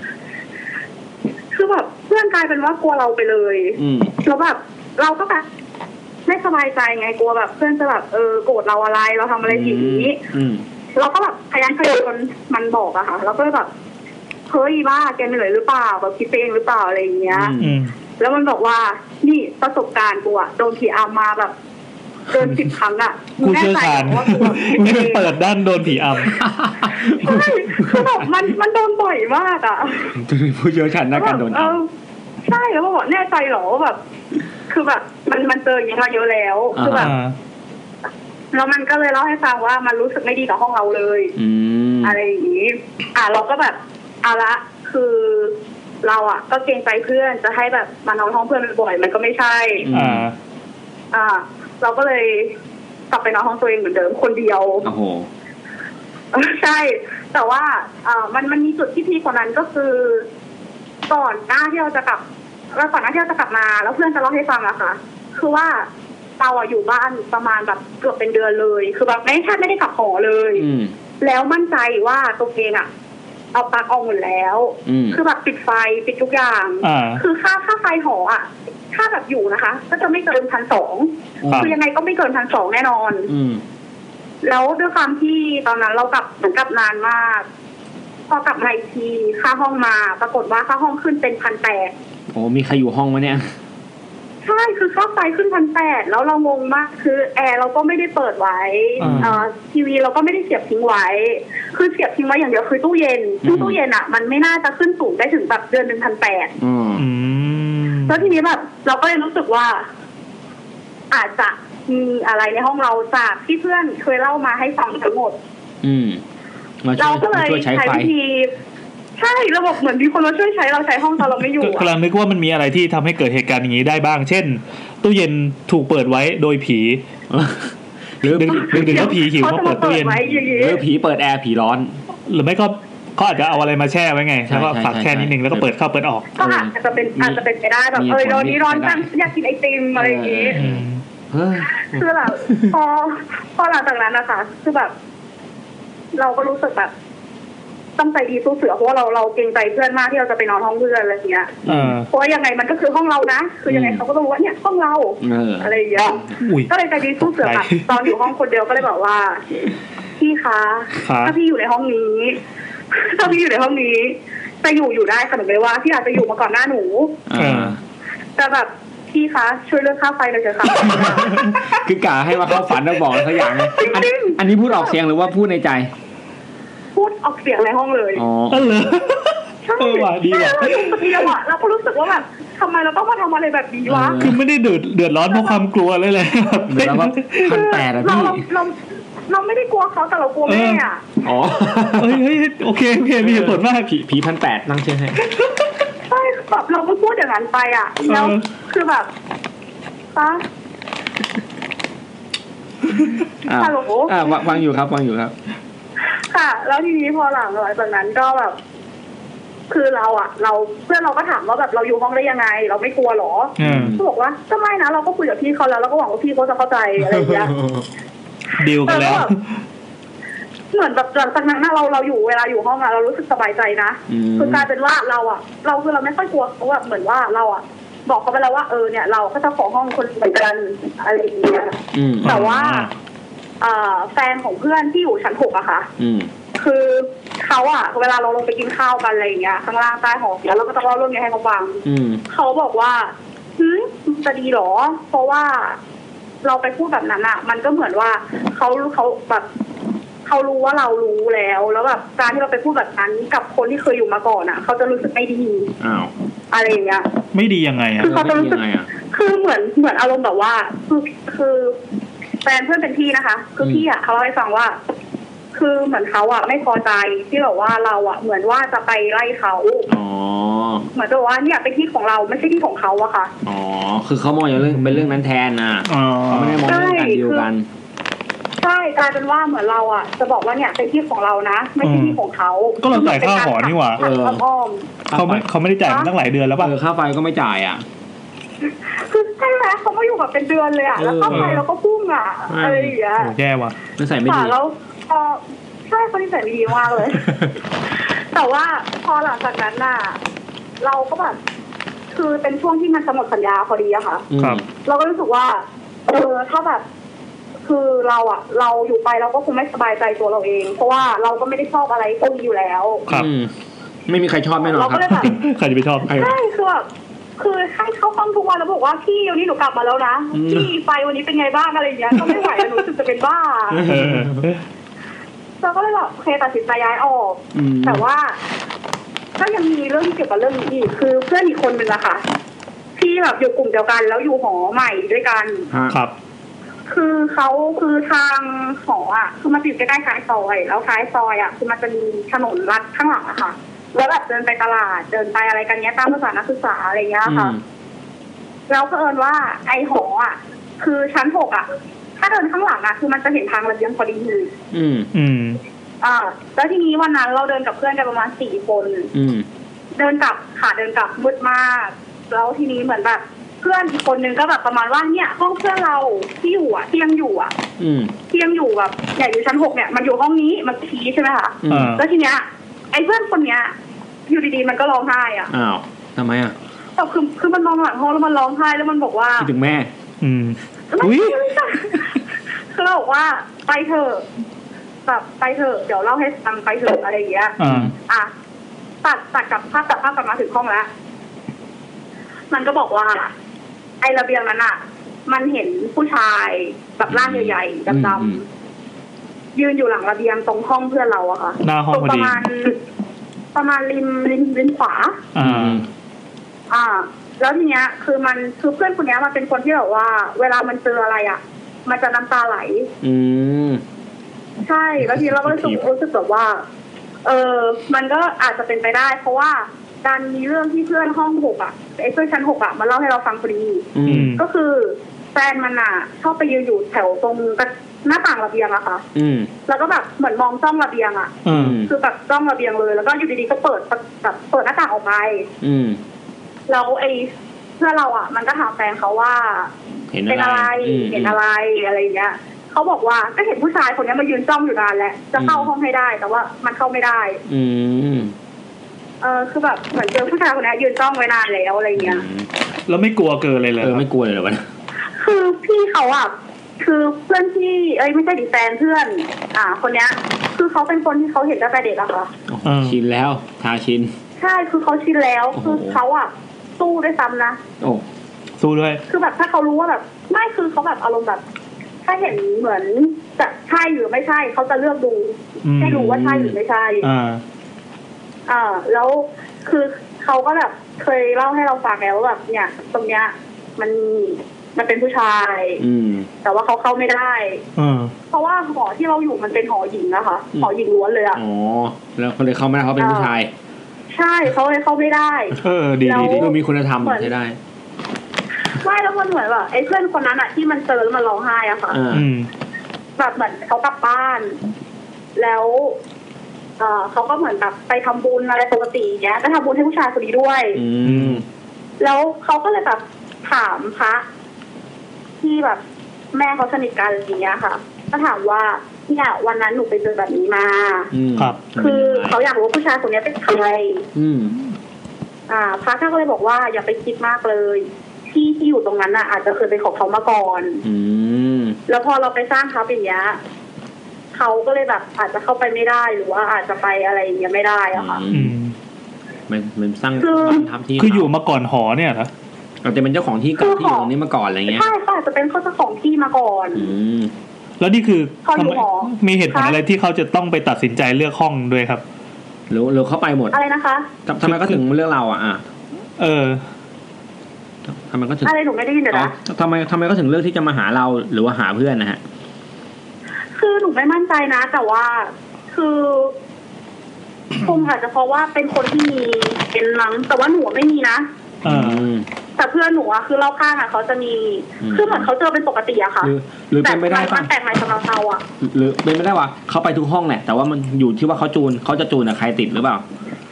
คือแบบเพื่อนกลายเป็นว่ากลัวเราไปเลย อืม แล้วแบบเราก็แบบไม่สบายใจไง กลัวแบบเพื่อนจะแบบเออโกรธเราอะไร เราทำอะไรผิดอย่างนี้ อืม เราก็แบบพยายามเคยจนมันบอกอะค่ะเราก็แบบเฮ้ยบ้าแกเหนื่อยหรือเปล่าแบบคิดไปเองหรือเปล่าอะไรอย่างเงี้ย อื อืม แล้วมันบอกว่านี่ประสบการณ์กูอะโดนผีอำมาแบบเกินสิบครั้งอะ กูเชี่ยวชาญ แน่ใจเหรอว่ากูแบบ นี่มันเปิดด้านโดนผีอ ใช่คือแบบมันมันโดนบ่อยมากอะ จะเป็นผู้เชี่ยวชาญด้านการโดน เอ อั อใช่แล้วบอกแน่ใจเหรอว่าแบบ คือแบบ มันมันเจออย่างเงี้ยมาเยอะแล้วคือ ำ แบบ อ่า แล้วมันก็เลยเล่าให้ฟังว่ามันรู้สึกไม่ดีกับห้องเราเลย อืม อะไรอย่างนี้ อ่ะเราก็แบบเอาละ คือเราอ่ะ ก็เกรงใจเพื่อนจะให้แบบมานอนห้องเพื่อนบ่อยๆมันก็ไม่ใช่ อืม อ่า อ่า เราก็เลยกลับไปนอนห้องตัวเองเหมือนเดิมคนเดียว โอ้โห ใช่ แต่ว่าเอ่อมันมันมีจุดที่พีกกว่านั้นก็คือก่อนหน้าที่เราจะกลับเราก่อนหน้าที่เราจะกลับมา แล้วเพื่อนจะเล่าให้ฟังอะค่ะ คือว่าเราอะอยู่บ้านประมาณแบบเกือบเป็นเดือนเลย คือแบบไม่แทบไม่ได้กลับหอเลย อืม แล้วมั่นใจว่าตัวเองอะเอาปลั๊กออกหมดแล้ว อืม คือแบบปิดไฟปิดทุกอย่าง อ่า คือค่าค่าไฟหออะถ้าแบบอยู่นะคะ ก็จะไม่เกินพันสอง ครับ คือยังไงก็ไม่เกินพันสองแน่นอน อืม แล้วด้วยความที่ตอนนั้นเรากลับเหมือนกลับนานมากพอกลับมาอีกทีค่าห้องมาปรากฏว่าค่าห้องขึ้นเป็นพันแปด โอ้ มีใครอยู่ห้องวะเนี่ย ใช่คือค่าไฟขึ้นพันแปดแล้วเรางงมากคือแอร์เราก็ไม่ได้เปิดไว้ อ่า เอ่อทีวีเราก็ไม่ได้เสียบทิ้งไว้ คือเสียบทิ้งไว้อย่างเดียวคือตู้เย็นซึ่ง อืม ตู้เย็นอ่ะมันไม่น่าจะขึ้นสูงได้ถึงแบบเดือนหนึ่งพันแปด อืม อืม แล้วทีนี้แบบเราก็เลยรู้สึกว่า อาจจะมีอะไรในห้องเราจากที่เพื่อนเคยเล่ามาให้ฟังทั้งหมด อืม มาช่ เรา วย ก็เล มายช่วยใช้ ใช้ ไฟ วิธีใช่ระบบเหมือนมีคนมาช่วยใช้เราใช้ห้องตอนเราไม่อยู่ กำ อะ ลังนึกว่ามันมีอะไรที่ทำให้เกิดเหตุการณ์อย่างนี้ได้บ้าง เช่น ตู้เย็นถูกเปิดไว้โดยผี หรือ ดึ งดึงดึงแล้วผีหิว เขา มา จะ เปิดมาตู้เปิด เย็น ไว้อย่าง ห นี้ รือผีเปิดแอร์ผีร้อน หรือไม่ก็เขาอาจจะเอาอะไรมาแช่ไว้ไง ใช่ แล้วก็ ใช่ ฝากแช่นิดนึง ใช่ แล้วก็เปิดเข้าเปิดออก ก็อาจจะเป็นอาจจะเป็นไปได้แบบ มี เออ คน ร้อนนี้ร้อน มี จังอยากกินไอติมอะไรอย่างนี้ เออ เฮ้ย คือแบบพอพอหลังจากนั้นนะคะคือแบบ เราก็รู้สึกแบบต้องใจดีสู้เสือเพราะว่าเราเราเกรงใจเพื่อนมากที่เราจะไปนอนห้องเพื่อนอะไรอย่างเงี้ย เออ เพราะว่ายังไงมันก็คือห้องเรานะ คือยังไง อืม เขาก็ต้องรู้ว่าเนี่ยห้องเรา เออ อะไรอย่างเงี้ย อุ้ย ก็เลยใจดีสู้เสือค่ะ ตกใจ ตอนอยู่ห้องคนเดียวก็เลยบอกว่า พี่คะ ครับ ถ้าพี่อยู่ในห้องนี้ ถ้าพี่อยู่ในห้องนี้จะอยู่อยู่ได้ค่ะหนูเลยว่าพี่อาจจะอยู่มาก่อนหน้าหนู อ่า แต่แบบพี่คะช่วยเลือกค่าไฟหน่อยเถอะค่ะ คือกะให้มาเข้าฝันแล้วบอกอะไรสักอย่างนะอัน จริงๆ อันนี้พูดออกเสียงหรือว่าพูดในใจ พูดออกเสียงในห้องเลย อ๋อ เออเหร อ ใช่ เออว่ะดีว่ะ ใช่เราอยู่คนเดียวอะเราก็รู้สึกว่าแบบทำไมเราต้องมาทำอะไรแบบนี้วะ เออ คือไม่ได้เดือดเดือดร้อนเพราะความกลัวเลยเลย เหมือนว่าพันแปดอะ เรา พี่ เราเราไม่ได้กลัวเขาแต่เรากลัวแม่อะ อ๋อ เฮ้ยเฮ้ยโอเคโอเคมีเหตุผลมาก ผีผีพันแปดนั่งเชื่อให้ ใช่คือแบบเราก็พูดอย่างนั้นไปอ่ะ เออ แล้วคือแบบป้า อ่า ฮัลโหล อ่าวางวางอยู่ครับวางอยู่ครับ ค่ะ แล้วทีนี้พอหลังหลังจากนั้นก็แบบ คือเราอ่ะ เราเพื่อนเราก็ถามว่าแบบเราอยู่ห้องได้ยังไง เราไม่กลัวหรอ เออ เขาบอกว่าก็ไม่นะเราก็คุยกับพี่เขาแล้วเราก็หวังว่าพี่เขาจะเข้าใจอะไรอย่างเงี้ย ดีลกันแล้ว เหมือนแบบหลังจากนั้นนะเราเราอยู่เวลาอยู่ห้องอะเรารู้สึกสบายใจนะ อืม คือกลายเป็นว่าเราอะเราคือเราไม่ค่อยกลัวเพราะว่าเหมือนว่าเราอะบอกเขาไปแล้วว่าเออเนี่ย เราก็จะขอห้องคนเหมือนกันอะไรอย่างเงี้ย อืม แต่ว่า อ่า เอ่อแฟนของเพื่อนที่อยู่ชั้นหกอะค่ะ อืม คือเขาอะเวลาเราลงไปกินข้าวกันอะไรอย่างเงี้ยข้างล่างใต้หอแล้วเราก็จะเล่าเรื่องนี้ให้เขาฟัง อืม เขาบอกว่าหืมจะดีเหรอ เพราะว่าเราไปพูดแบบนั้นอะมันก็เหมือนว่าเขารู้เขาแบบเขารู้ว่าเรารู้แล้ว แล้วแบบการที่เราไปพูดแบบนั้นกับคนที่เคยอยู่มาก่อนอะเขาจะรู้สึกไม่ดี อ้าว อะไรอย่างเงี้ย ไม่ดียังไงอ่ะ คือเขาจะรู้สึก แล้วไม่ดียังไงอะ คือเหมือนเหมือนอารมณ์แบบว่า คือคือ แฟนเพื่อนเป็นพี่นะคะคือพี่อ่ะเขาเล่าให้ฟังว่า คือเหมือนเขาอ่ะไม่พอใจที่แบบว่าเราอ่ะเหมือนว่าจะไปไล่เขา อ๋อ เหมือนกับว่าเนี่ยเป็นที่ของเราไม่ใช่ที่ของเขาอะค่ะ อ๋อ คือเขามองอย่างเรื่องเป็นเรื่องนั้นแทนนะ อ๋อ เขาไม่ได้มองเรื่องการดีลกัน ใช่กลายเป็นว่าเหมือนเราอ่ะ จะบอกว่าเนี่ยเป็นที่ของเรานะ ไม่ใช่ที่ของเขา ก็เราจ่ายค่าหอนี่หว่า เออ ขัดอ้อม เขาไม่เขาไม่ได้จ่ายมาตั้งหลายเดือนแล้วป่ะ เออค่าไฟก็ไม่จ่ายอ่ะ คือใช่ไหมเขาไม่อยู่แบบเป็นเดือนเลยอ่ะ แล้วเข้าไป เออ เราก็พุ่งอ่ะ ใช่ อะไรอย่างเงี้ย โอ้แย่ว่ะ นิสัยไม่ ค่ะ ดี แล้วพอใช่คนที่ใส่ไม่ดีมาก เลย แต่ว่าพอหลังจากนั้นน่ะ เราก็แบบคือเป็นช่วงที่มันจะหมดสัญญาพอดีอะค่ะ อืม ครับ เราก็รู้สึกว่าเออถ้าแบบ คือเราอ่ะ เราอยู่ไปเราก็คงไม่สบายใจตัวเราเอง เพราะว่าเราก็ไม่ได้ชอบอะไรพวกนี้อยู่แล้ว ครับ อืมไม่มีใครชอบแน่นอน เรา ครั ก็ บ เลยแบบ ใครจะไปชอบ เออ ใช่คือแบบคือให้เข้าห้องทุกวันแล้วบอกว่าพี่วันนี้หนูกลับมาแล้วนะ อืม พี่ไฟวันนี้เป็นไงบ้างอะไรอย่างเงี้ยก็ไม่ไหวแล้วหนูรู้สึกจะเป็นบ้า เออ เราก็เลยแบบโอเคตัดสินใจย้ายออก อืม แต่ว่า ก็ยังมีเรื่องที่เกี่ยวกับเรื่องนี้อีกคือเพื่อนอีกคนนึงอะค่ะที่แบบอยู่กลุ่มเดียวกันแล้วอยู่หอใหม่ด้วยกัน ฮะ ครับ คือเขาคือทางหออ่ะ คือมันอยู่ใกล้ๆท้ายซอย แล้วท้ายซอยอ่ะคือมันจะมีถนนลัดข้างหลังอะค่ะ แล้วแบบเดินไปตลาดเดินไปอะไรกันเนี้ยตามภาษานักศึกษาอะไรเงี้ย อื ค่ะ ม แล้วเผอิญว่าไอหออ่ะ คือชั้นหกอ่ะ ถ้าเดินข้างหลังอ่ะคือมันจะเห็นทางระเบียงพอดีเลย อืม อืม อ่าแล้วทีนี้วันนั้นเราเดินกับเพื่อนกันประมาณสี่คน อืม เดินกลับค่ะเดินกลับมืดมาก แล้วทีนี้เหมือนแบบเพื่อนอีกคนนึงก็แบบประมาณว่าเนี่ย ห้องเพื่อนเราที่อยู่อ่ะที่ยังอยู่อ่ะ อืม ที่ยังอยู่แบบเนี่ยอยู่ชั้นหกเนี่ยมันอยู่ห้องนี้มันชี้ใช่ไหมคะ อืม อ่า แล้วทีเนี้ยไอ้เพื่อนคนเนี้ยอยู่ดีๆมันก็ร้องไห้อ่ะ อ้าวทำไมอ่ะ แต่คือคือมันมองหลังห้องแล้วมันร้องไห้แล้วมันบอกว่า คิดถึงแม่ อืม อุ๊ ไม่ ย ไม่ไม่ คือเราบอกว่าไปเถอะแบบไปเถอะเดี๋ยวเล่าให้ฟังไปเถอะอะไรอย่างเงี้ย อ่า อ่ะตัดตัดกลับภาพตัดภาพกลับมาถึงห้องแล้ว มันก็บอกว่า ไอระเบียงนั้นอ่ะ มันเห็นผู้ชายแบบร่างใหญ่ อืม ๆด อืม ำๆยืนอยู่หลังระเบียงตรงห้องเพื่อนเราอะค่ะ หน้าห้อง ตรพงอ ป ดี ระมาณ ประมาณริมริมริมขวา อ่า อ่า แล้วทีเนี้ย คือมันคือเพื่อนคนเนี้ยมันเป็นคนที่แบบว่า เวลามันเจออะไรอ่ะ มันจะน้ำตาไหล อืม ใช่แล้วทีนี้เราก็รู้สึกรู้สึกแบบว่า เออมันก็อาจจะเป็นไปได้ เพราะว่าการมีเรื่องที่เพื่อนห้องหกอ่ะไอ้เพื่อนชั้นหกอ่ะมาเล่าให้เราฟังพอดี อืม ก็คือแฟนมันอ่ะชอบไปยืนอยู่แถวตรงกระหน้าต่างระเบียงอะค่ะ อืม แล้วก็แบบเหมือนมองจ้องระเบียงอ่ะ อืม คือแบบจ้องระเบียงเลย แล้วก็อยู่ดีๆก็เปิดแบบเปิดหน้าต่างออกไป อืม แล้วไอ้เพื่อนเราอ่ะ มันก็ถามแฟนเขาว่า เห็น เป็น อะ อะไร ไร ม เห็นอะไร อะไรอย่างเงี้ย เขาบอกว่าก็เห็นผู้ชายคนเนี้ยมายืนจ้องอยู่นานแล้ว จะเข้าห้องให้ได้ แต่ว่ามันเข้าไม่ได้ อืม เออ คือแบบเหมือนเจอผู้ชายคนเนี้ยยืนจ้องไว้นานแล้วอะไรเงี้ย แล้วไม่กลัวเกินเลยเลย เออไม่กลัวเลยเหรอวะ คือพี่เขาอ่ะ คือเพื่อนที่ เอ้ยไม่ใช่ดิแฟนเพื่อน อ่า คนเนี้ย คือเขาเป็นคนที่เขาเห็นตั้งแต่เด็กอะค่ะ โอ้โหชินแล้วทาชิน ใช่ คือเขาชินแล้ว คือเขาอ่ะสู้ด้วยซ้ำนะ โอ้ สู้ด้วย คือแบบถ้าเขารู้ว่าแบบ ไม่คือเขาแบบอารมณ์แบบ ถ้าเห็นเหมือนจะใช่หรือไม่ใช่ เขาจะเลือกดู อืม ให้รู้ว่าใช่หรือไม่ใช่ อ่า เออแล้วคือเขาก็แบบเคยเล่าให้เราฟังแล้วว่าแบบเนี่ย ตรงเนี้ย มันมันเป็นผู้ชาย อืม แต่ว่าเขาเข้าไม่ได้ อ่า เพราะว่าหอที่เราอยู่มันเป็นหอหญิงนะคะ อืม หอหญิงล้วนเลยอะ อ๋อ แล้วเขาเลยเข้าไม่ได้เขาเป็นผู้ชาย ใช่เขาเลยเข้าไม่ได้ เออ ดีดีดี ดูมีคุณธรรม เหมือน ใช้ได้ ไม่แล้วมันเหมือนแบบไอ้เพื่อนคนนั้นอะที่มันเจอแล้วมันร้องไห้อะค่ะ อ่า อืม แบบเหมือนเขากลับบ้าน แล้ว เออเขาก็เหมือนแบบไปทำบุญอะไรปกติอย่างเนี้ยไปทำบุญให้ผู้ชายคนนี้ด้วย อืม แล้วเขาก็เลยแบบถามพระที่แบบแม่เขาสนิทกันอะไรอย่างเงี้ยค่ะ ก็ถามว่าเนี่ยวันนั้นหนูไปเจอแบบนี้มา อืม ครับ คือเขาอยากรู้ว่าผู้ชายคนเนี้ยเป็นใคร อืม อ่าพระท่านก็เลยบอกว่าอย่าไปคิดมากเลย ที่ที่อยู่ตรงนั้นน่ะ อาจจะเคยเป็นของเขามาก่อน อืม แล้วพอเราไปสร้างเขาเป็นอย่างเงี้ยเขาก็เลยแบบอาจจะเข้าไปไม่ได้หรือว่าอาจจะไปอะไรอย่างเงี้ยไม่ได้อะค่ะ อื อื ม ม มันมันสร้าง คือ ความทับที่ คืออยู่มาก่อนหอเนี่ยนะ อาจจะเป็นเจ้าของที่เก่าที่อยู่ตรงนี้มาก่อนอะไรเงี้ย ใช่เขาอาจจะเป็นข้อเจ้าของที่มาก่อน อืม แล้วนี่คือ เขาอยู่ ทำไม หอ มีเหตุผลอะไรที่เขาจะต้องไปตัดสินใจเลือกห้องด้วยครับ หรือหรือเข้าไปหมด อะไรนะคะ ทำทำไมก็ถึงเรื่องเราอ่ะอ่ะ เออ ทำไมก็ถึง อะไรหนูไม่ได้ยินเดี๋ยว อ๋อ นะ ทำไมทำไมก็ถึงเลือกที่จะมาหาเราหรือว่าหาเพื่อนนะฮะ ไม่มั่นใจนะ แต่ว่าคือคงอาจจะเพราะว่าเป็นคนที่มีเป็นลัง แต่ว่าหนูไม่มีนะ เออ ม แต่เพื่อนหนูอะคือรอบข้างอะเขาจะมี อืม คือเหมือนเขาเจอเป็นปกติอะค่ะ หรือหรือ แต่ เป็นไม่ได้ มัน ป่ะ มันแปลกใหม่สำหรับเราอะ หรือเป็นไม่ได้ว่ะเขาไปทุกห้องแหละแต่ว่ามันอยู่ที่ว่าเขาจูนเขาจะจูนกับใครติดหรือเปล่า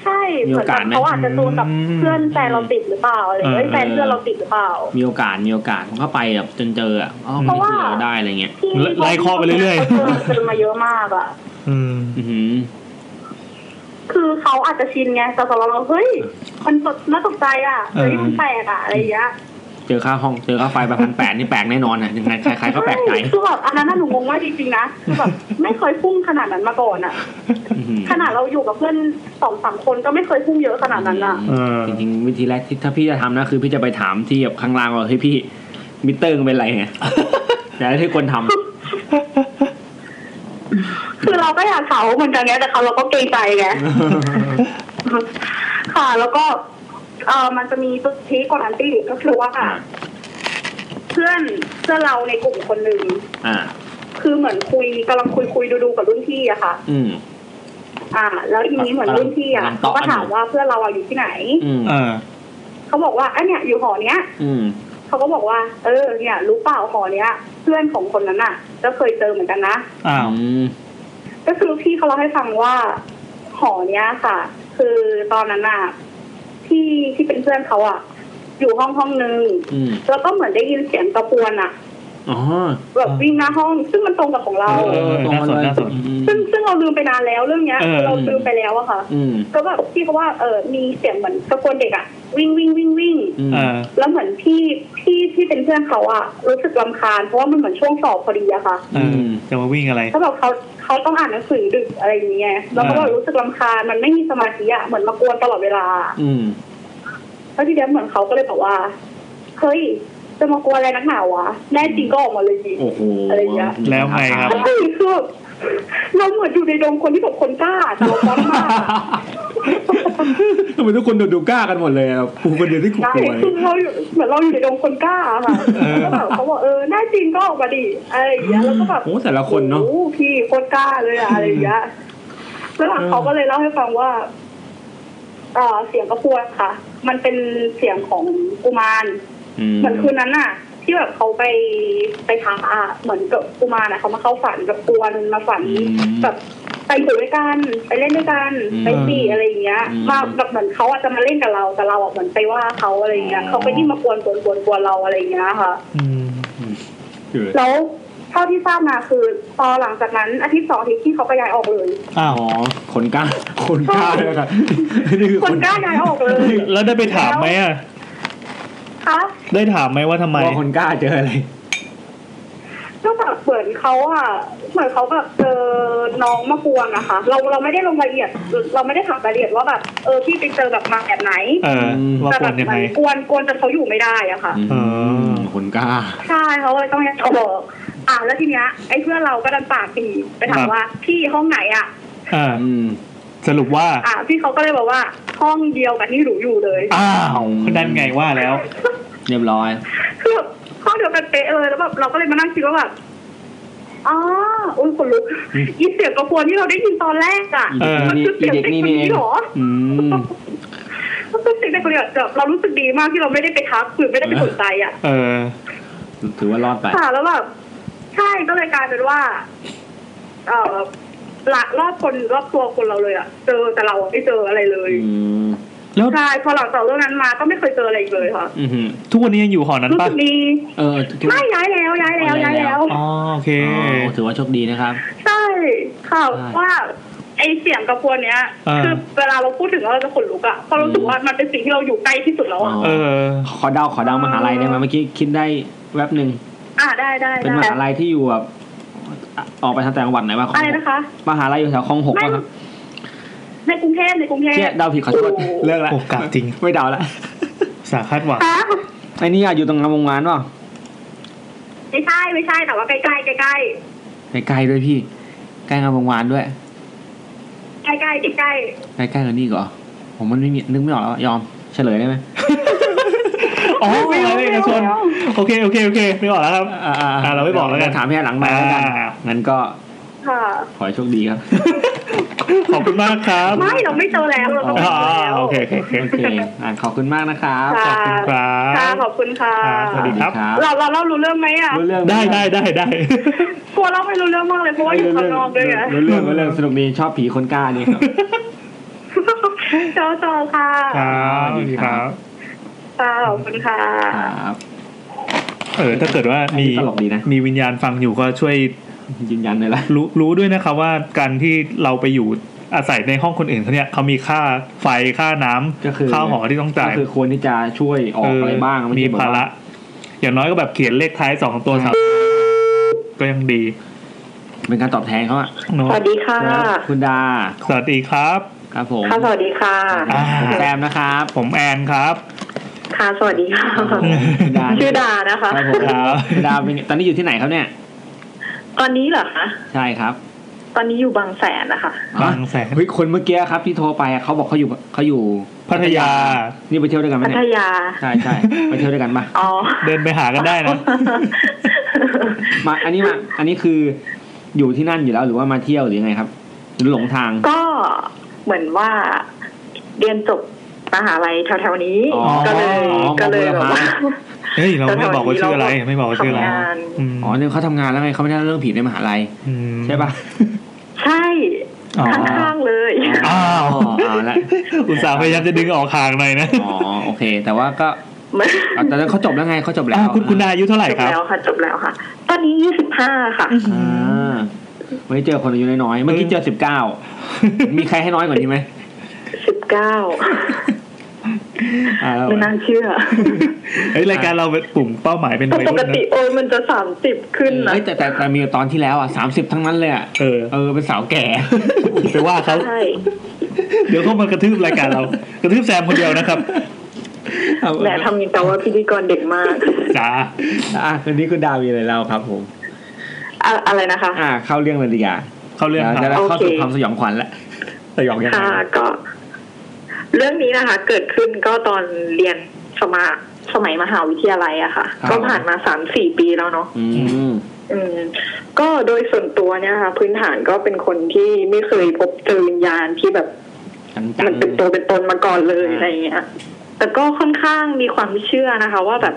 ใช่ มี เหมื โอ อน กา กั ส บ ไหม เขาอาจจะจูนกับเพื่อนแฟนเราติดหรือเปล่าอะไรอย่างเงี้ยเอ้ยแฟนเพื่อนเราติดหรือเปล่า มีโอกาสมีโอกาสผมเข้าไปแบบจนเจออ่ะอ๋อ เพ ไม่ ราะว่า เจอได้อะไรเงี้ย ที่ ไล่เคอไปเรื่อย ขาเจอเจอมาเยอะมากอะ ๆอืม อือหือ คือเขาอาจจะชินไงแต่สำหรับเราเฮ้ยมันตกน่าตกใจอะเฮ้ยมันแปลกอะอะไรอย่างเงี้ย เจอค่าห้องเจอค่าไฟไปพันแปดนี่แปลกแน่นอนอ่ะยังไงใครๆก็แปลกใจ ช่คือแบบอันนั้นน่ะหนูงงมากจริงๆนะคือแบบไม่เคยพุ่งขนาดนั้นมาก่อนอะ อื้อหือ ขนาดเราอยู่กับเพื่อนสองสามคนก็ไม่เคยพุ่งเยอะขนาดนั้นอะ เออ จริงๆวิธีแรกที่ถ้าพี่จะทำนะคือพี่จะไปถามที่แบบข้างล่างว่าเฮ้ยพี่มิเตอร์มันเป็นไร เนี่ย แต่ถ้าที่คนทำ คือเราก็อยากเขาเหมือนกันไงแต่เขาเราก็เกรงใจไงค่ะ แล้วก็เออมันจะมีตัวชี้กว่านั้นที่ก็คือว่า อ่า เพื่อนเพื่อนเราในกลุ่มคนหนึ่ง อ่า คือเหมือนคุยกำลังคุยคุยดูดูๆกับรุ่นพี่อะค่ะ อืม อ่า แล้วทีนี้เหมือนรุ่นพี่อะเขาก็ถามว่าเพื่อนเราอะอยู่ที่ไหน อืม เออ เขาบอกว่าอันเนี้ยอยู่หอเนี้ย อืม เขาก็บอกว่า เออ เนี่ย รู้เปล่าหอเนี้ย เพื่อนของคนนั้นน่ะ ก็เคยเจอเหมือนกันนะ อ้าว อืม ก็คือพี่เขาเล่าให้ฟังว่า หอเนี้ยค่ะ คือตอนนั้นน่ะที่ที่เป็นเพื่อนเขาอ่ะ อยู่ห้องห้องนึง อืม แล้วก็เหมือนได้ยินเสียงตะปวนอ่ะ อ๋อ แบบ อ่า วิ่งหน้าห้อง ซึ่งมันตรงกับของเรา เออน่าสนน่าสน อืม ซึ่งซึ่งเราลืมไปนานแล้วเรื่องเนี้ย เออ เราลืมไปแล้วอะค่ะ อืม ก็แบบพี่เขาว่า เออ มีเสียงเหมือนตะโกนเด็กอ่ะ วิ่งวิ่งวิ่งวิ่ง อืม เออ แล้วเหมือนพี่พี่ที่เป็นเพื่อนเขาอะรู้สึกลำคาญเพราะว่ามันเหมือนช่วงสอบพอดีอะค่ะ เออ จะมาวิ่งอะไร ถ้าแบบเขาเขาต้องอ่านหนังสือดึกอะไรอย่างเงี้ยแล้วก็แบบรู้สึกลำคาญมันไม่มีสมาธิอะเหมือนมากวนตลอดเวลา อืม แล้วทีเนี้ยเหมือนเขาก็เลยบอกว่าเฮ้ยจะมากวนอะไรนักหนาวะแน่จริงก็ออกมาเลยสิ โอ้โห อะไรอย่างเงี้ย แล้วไงครับ ใช่คือแบบเราเหมือนอยู่ในดงคนที่แบบคนกล้าตัวร้อนมากอะ ทำไมทุกคนดูดูกล้ากันหมดเลยอะกูคนเดียวที่กู ใช่ กลัวเลย คือเราอยู่เหมือนเราอยู่ในดงคนกล้าอะค่ะแล้วแบบเขาบอกเออแน่จริงก็ออกมาดิอะไรอย่างเงี้ยแล้วก็แบบ โอ้แต่ละคนเนาะ โอ้โหพี่โคตรกล้าเลยอะอะไรอย่างเงี้ยแล้วหลัง เออ เขาก็เลยเล่าให้ฟังว่าเอ่อเสียงกระพวนค่ะ มันเป็นเสียงของกุมาร อืม เหมือนคืนนั้นน่ะ ที่แบบเขาไปไปทาอะเหมือนกับกุมารนะเขามาเข้าฝันกับกวนมาฝัน อืม แบบไปอยู่ด้วยกัน ไปเล่นด้วยกัน อืม ไปสี่อะไรอย่างเงี้ย อืม มาแบบเหมือนเขาอาจจะมาเล่นกับเราแต่เราอะเหมือนไปว่าเขาอะไรอย่างเงี้ยเขาไปที่งมากวนกวนกวนกวนเราอะไรอย่างเงี้ยค่ะ อืม เออ แล้วเท่าที่ทราบมาคือพอหลังจากนั้นอาทิตย์สองอาทิตย์ที่เขาก็ย้ายออกเลย อ้าว อ๋อคนกล้า คนกล้าเลยครับนี่คือ คนกล้าย้ายออกเลย แล้วได้ไปถามไหมอ่ะ คะ ได้ถามไหมว่าทำไม ว่าคนกล้าเจออะไร ก็แบบเหมือนเขาอะเหมือนเขาแบบเจอน้องมากวนนะคะ เราเราไม่ได้ลงรายละเอียด เราไม่ได้ถามรายละเอียดว่าแบบเออพี่ไปเจอแบบมาแบบไหน เออ ว่า แต่ ค แบ น บ ยัง มั ไง นกวนกวนจนเขาอยู่ไม่ได้อะค่ะ อ๋อ คนกล้า ใช่เขาเลยต้องย้ายออกอ่ะแล้วทีเนี้ยไอ้เพื่อนเราก็ดันปากดีไปถามว่าพี่ห้องไหนอะ อ่า อืม สรุปว่า อ่ะพี่เขาก็เลยบอกว่าห้องเดียวกับที่หนูอยู่เลย อ้าวนั่นไงว่าแล้ว เรียบร้อย คือแบบข้อเดียวกันเป๊ะเลยแล้วแบบเราก็เลยมานั่งคิดว่าแบบอ๋ออุ้ยขนลุกอีเสียงกระพวนที่เราได้ยินตอนแรกอ่ะ อีเด็ก มั นี่ คือีอเสียง เด็ก เด็ก นี่ คน นี่เอ นี้ ง เหรอ อืม มันคือเสียงเด็กคนนี้อะแบบเรารู้สึกดีมากที่เราไม่ได้ไปทักหรือไม่ได้ไปสนใจอ่ะ เออ ถือว่ารอดไป ค่ะแล้วแบบใช่ก็เลยกลายเป็นว่า เอ่อละรอบคนรอบตัวคนเราเลยอ่ะเจอแต่เราอะไม่เจออะไรเลย อืม แล้ว ใช่พอหลังจากเรื่องนั้นมาก็ไม่เคยเจออะไรอีกเลยค่ะ อืม ทุกวันนี้ยังอยู่หอนั้น รู้ ปะ สึกดี เออถือ ไม่ย้ายแล้วย้ายแล้วย้ายแล้ว อ๋อ โอเค อ๋อถือว่าโชคดีนะครับ ใช่ค่ะ อ่า ว่าไอเสียงกระพวนเนี้ย อ่า คือเวลาเราพูดถึงแล้วเราจะขนลุกอะเพราะรู้สึกว่ามันเป็นสิ่งที่เราอยู่ใกล้ที่สุดแล้วอะ อ๋ เออ ขอเดาขอเดามหาลัยได้ไหมเมื่อกี้คิดได้แวบหนึ่ง อ่าได้ได้ เป็น ได้ มหาลัยที่อยู่แบบอ่ะออกไปทางแต่จังหวัดไหนบ้าง อะไรนะคะ มหาลัยอยู่แถวคลองหก ไม่ ป่ะครับ ในกรุงเทพในกรุงเทพ เชี่ยเดาผิดขอโทษ โ เลิกละ โอกาสจริง ไม่เดาละ สาคาดหวัง ฮะ ไอ้นี่อยู่ตรงงามวงวานป่ะ ไม่ใช่ไม่ใช่แต่ว่าใกล้ๆใกล้ๆใกล้ ใกล้ๆด้วยพี่ ใกล้งามวงวานด้วย ใกล้ใกล้ใกล้ ใกล้ๆกับนี่อีก่อผมมันไม่มีนึกไม่ออกแล้วอะยอมเฉลยได้ไหม อ๋อไม่เอาเอกชน โอเค โอเค โอเคไม่บอกแล้วครับ อ่า อ่าเราไม่บอกแล้วกัน ถามพี่หลังไมค์แล้วกัน อ่า งั้นก็ ๆ ค่ะ ขอให้โชคดีครับ ขอบคุณมากครับ ไม่เราไม่เจอแล้วเราก็ไม่ อ่า เจอแล้ว โอเคโอเคโอเค โอเคอ่ะขอบคุณมากนะครับ ขอบคุณครั ค่ะ บ ขอบคุณค่ะ ครับสวัสดี บ เราเราเล่ารู้เรื่องไหมอ่ะ รู้เรื่องหม ได้ได้ได้ได้ กลัวเราไม่รู้เรื่องมากเลยเพราะว่าอยู่ข้างนอกด้วยไง รู้เรื่องรู้เรื่องสนุกดีชอบผีคนกล้านี่ครับ เจ้าจอค่ะ ครับสวัสดีครับ ค่ะขอบคุณค่ะ ครับ เออถ้าเกิดว่ามี อันนี้ตลกดีนะ มีวิญญาณฟังอยู่ก็ช่วย ยืนยันเลยละ รู้รู้ด้วยนะครับว่าการที่เราไปอยู่อาศัยในห้องคนอื่นเขาเนี่ยเขามีค่าไฟค่าน้ำ ก็คือ ค่าหอที่ต้องจ่าย ก็คือควรที่จะช่วยออกอะไรบ้าง เออ ไใช่ มี แบบว่ ภาระอย่างน้อยก็แบบเขียนเลขท้ายสองตัวสามก็ยังดี เป็นการตอบแทนเขาอะ เนอะ สวัสดีค่ะ ครับคุณดา สวัสดีครับ ครับผม ค่ะ สวัสดีค่ะ อ่า ผมแซมนะครับ ผมแอนครับ ค่ะ สวัสดีค่ะ คุณดา ชื่อดานะคะ ครับผม ครับ คุณดาเป็นไงตอนนี้อยู่ที่ไหนครับเนี่ย ตอนนี้เหรอคะ ใช่ครับ ตอนนี้อยู่บางแสนนะคะ บางแสน เฮ้ยคนเมื่อกี้ครับที่โทรไปอะเขาบอกเขาอยู่เขาอยู่ พัทยา นี่ไปเที่ยวด้วยกันไหม พั เนี่ ท ย ยา ใช่ใช่ไปเที่ยวด้วยกันปะ อ๋อ เดินไปหากันได้นะ มาอันนี้มาอันนี้คืออยู่ที่นั่นอยู่แล้วหรือว่ามาเที่ยวหรือยังไงครับหรือหลงทาง ก็เหมือนว่าเรียนจบมหาลัยแถวๆนี้ อ๋อ ก็เลย อ๋อ ก็เลย มอ แบบ บุรพา ว่า เฮ้ยเราไม่บอกว่าชื่ออะไร ไม่บอกว่าชื่ออะไร ทำงาน อืม อ๋อเนี่ยเขาทำงานแล้วไงเขาไม่ได้เรื่องผีในมหาลัย ม ใช่ปะ ใช่ อ๋อ ข้างๆเลย อ้าว อ๋อเอาละ อุตส่าห์พยายามจะดึงออกห่างหน่อยนะ อ๋อโอเค แต่ว่าก็ อ่ะแต่นั้นเขาจบแล้วไงเขาจบแล้ว อ่าคุณคุณนายอายุเท่าไหร่ จบ ครับ แล้วค่ะ จบแล้วค่ะ ตอนนี้ยี่สิบห้าค่ะ อ่าวันนี้เจอคนอายุน้อยๆเมื่อกี้เจอสิบเก้ามีใครให้น้อยกว่านี้ไหม สิบเก้า อ่าแล้ว ไม่น่าเชื่อ เฮ้ยรายการเราเป็นกลุ่มเป้าหมายเป็นวัย ป รุ่นกนะ ติโอ้ยมันจะสามสิบขึ้นนะ เอ้ยแต่แต่แต่มีตอนที่แล้วอ่ะสามสิบทั้งนั้นเลยอ่ะ เออ เออเป็นสาวแก่ ไปว่าเขา ใช่ เดี๋ยวเขามากระทืบรายการเรา กระทืบแซมคนเดียวนะครับ แหละทำยินแต่ว่าพิธีกรเด็กมาก จ้า อ่ะวันนี้คุณดาวมีอะไรเล่าครับผม อะอะไรนะคะ อ่า เข้าเรื่องเลยดีกว่า เข้าเรื่องค แล้ว รับ แล้วเข้าสู่ โอเค ความสยองขวัญละสยองยังไง ค่ะก็ เรื่องนี้นะคะ เกิดขึ้นก็ตอนเรียนสมาสมัยมหาวิทยาลัยอะค่ะ ก็ผ่านมาสามสี่ปีแล้วเนาะ อืม อืม ก็โดยส่วนตัวเนี่ยค่ะ พื้นฐานก็เป็นคนที่ไม่เคยพบเจอวิญญาณที่แบบ จังจั มัน ง เป็นตัวเป็นตนมาก่อนเลย อ่า อะไรอย่างเงี้ย แต่ก็ค่อนข้างมีความเชื่อนะคะ ว่าแบบ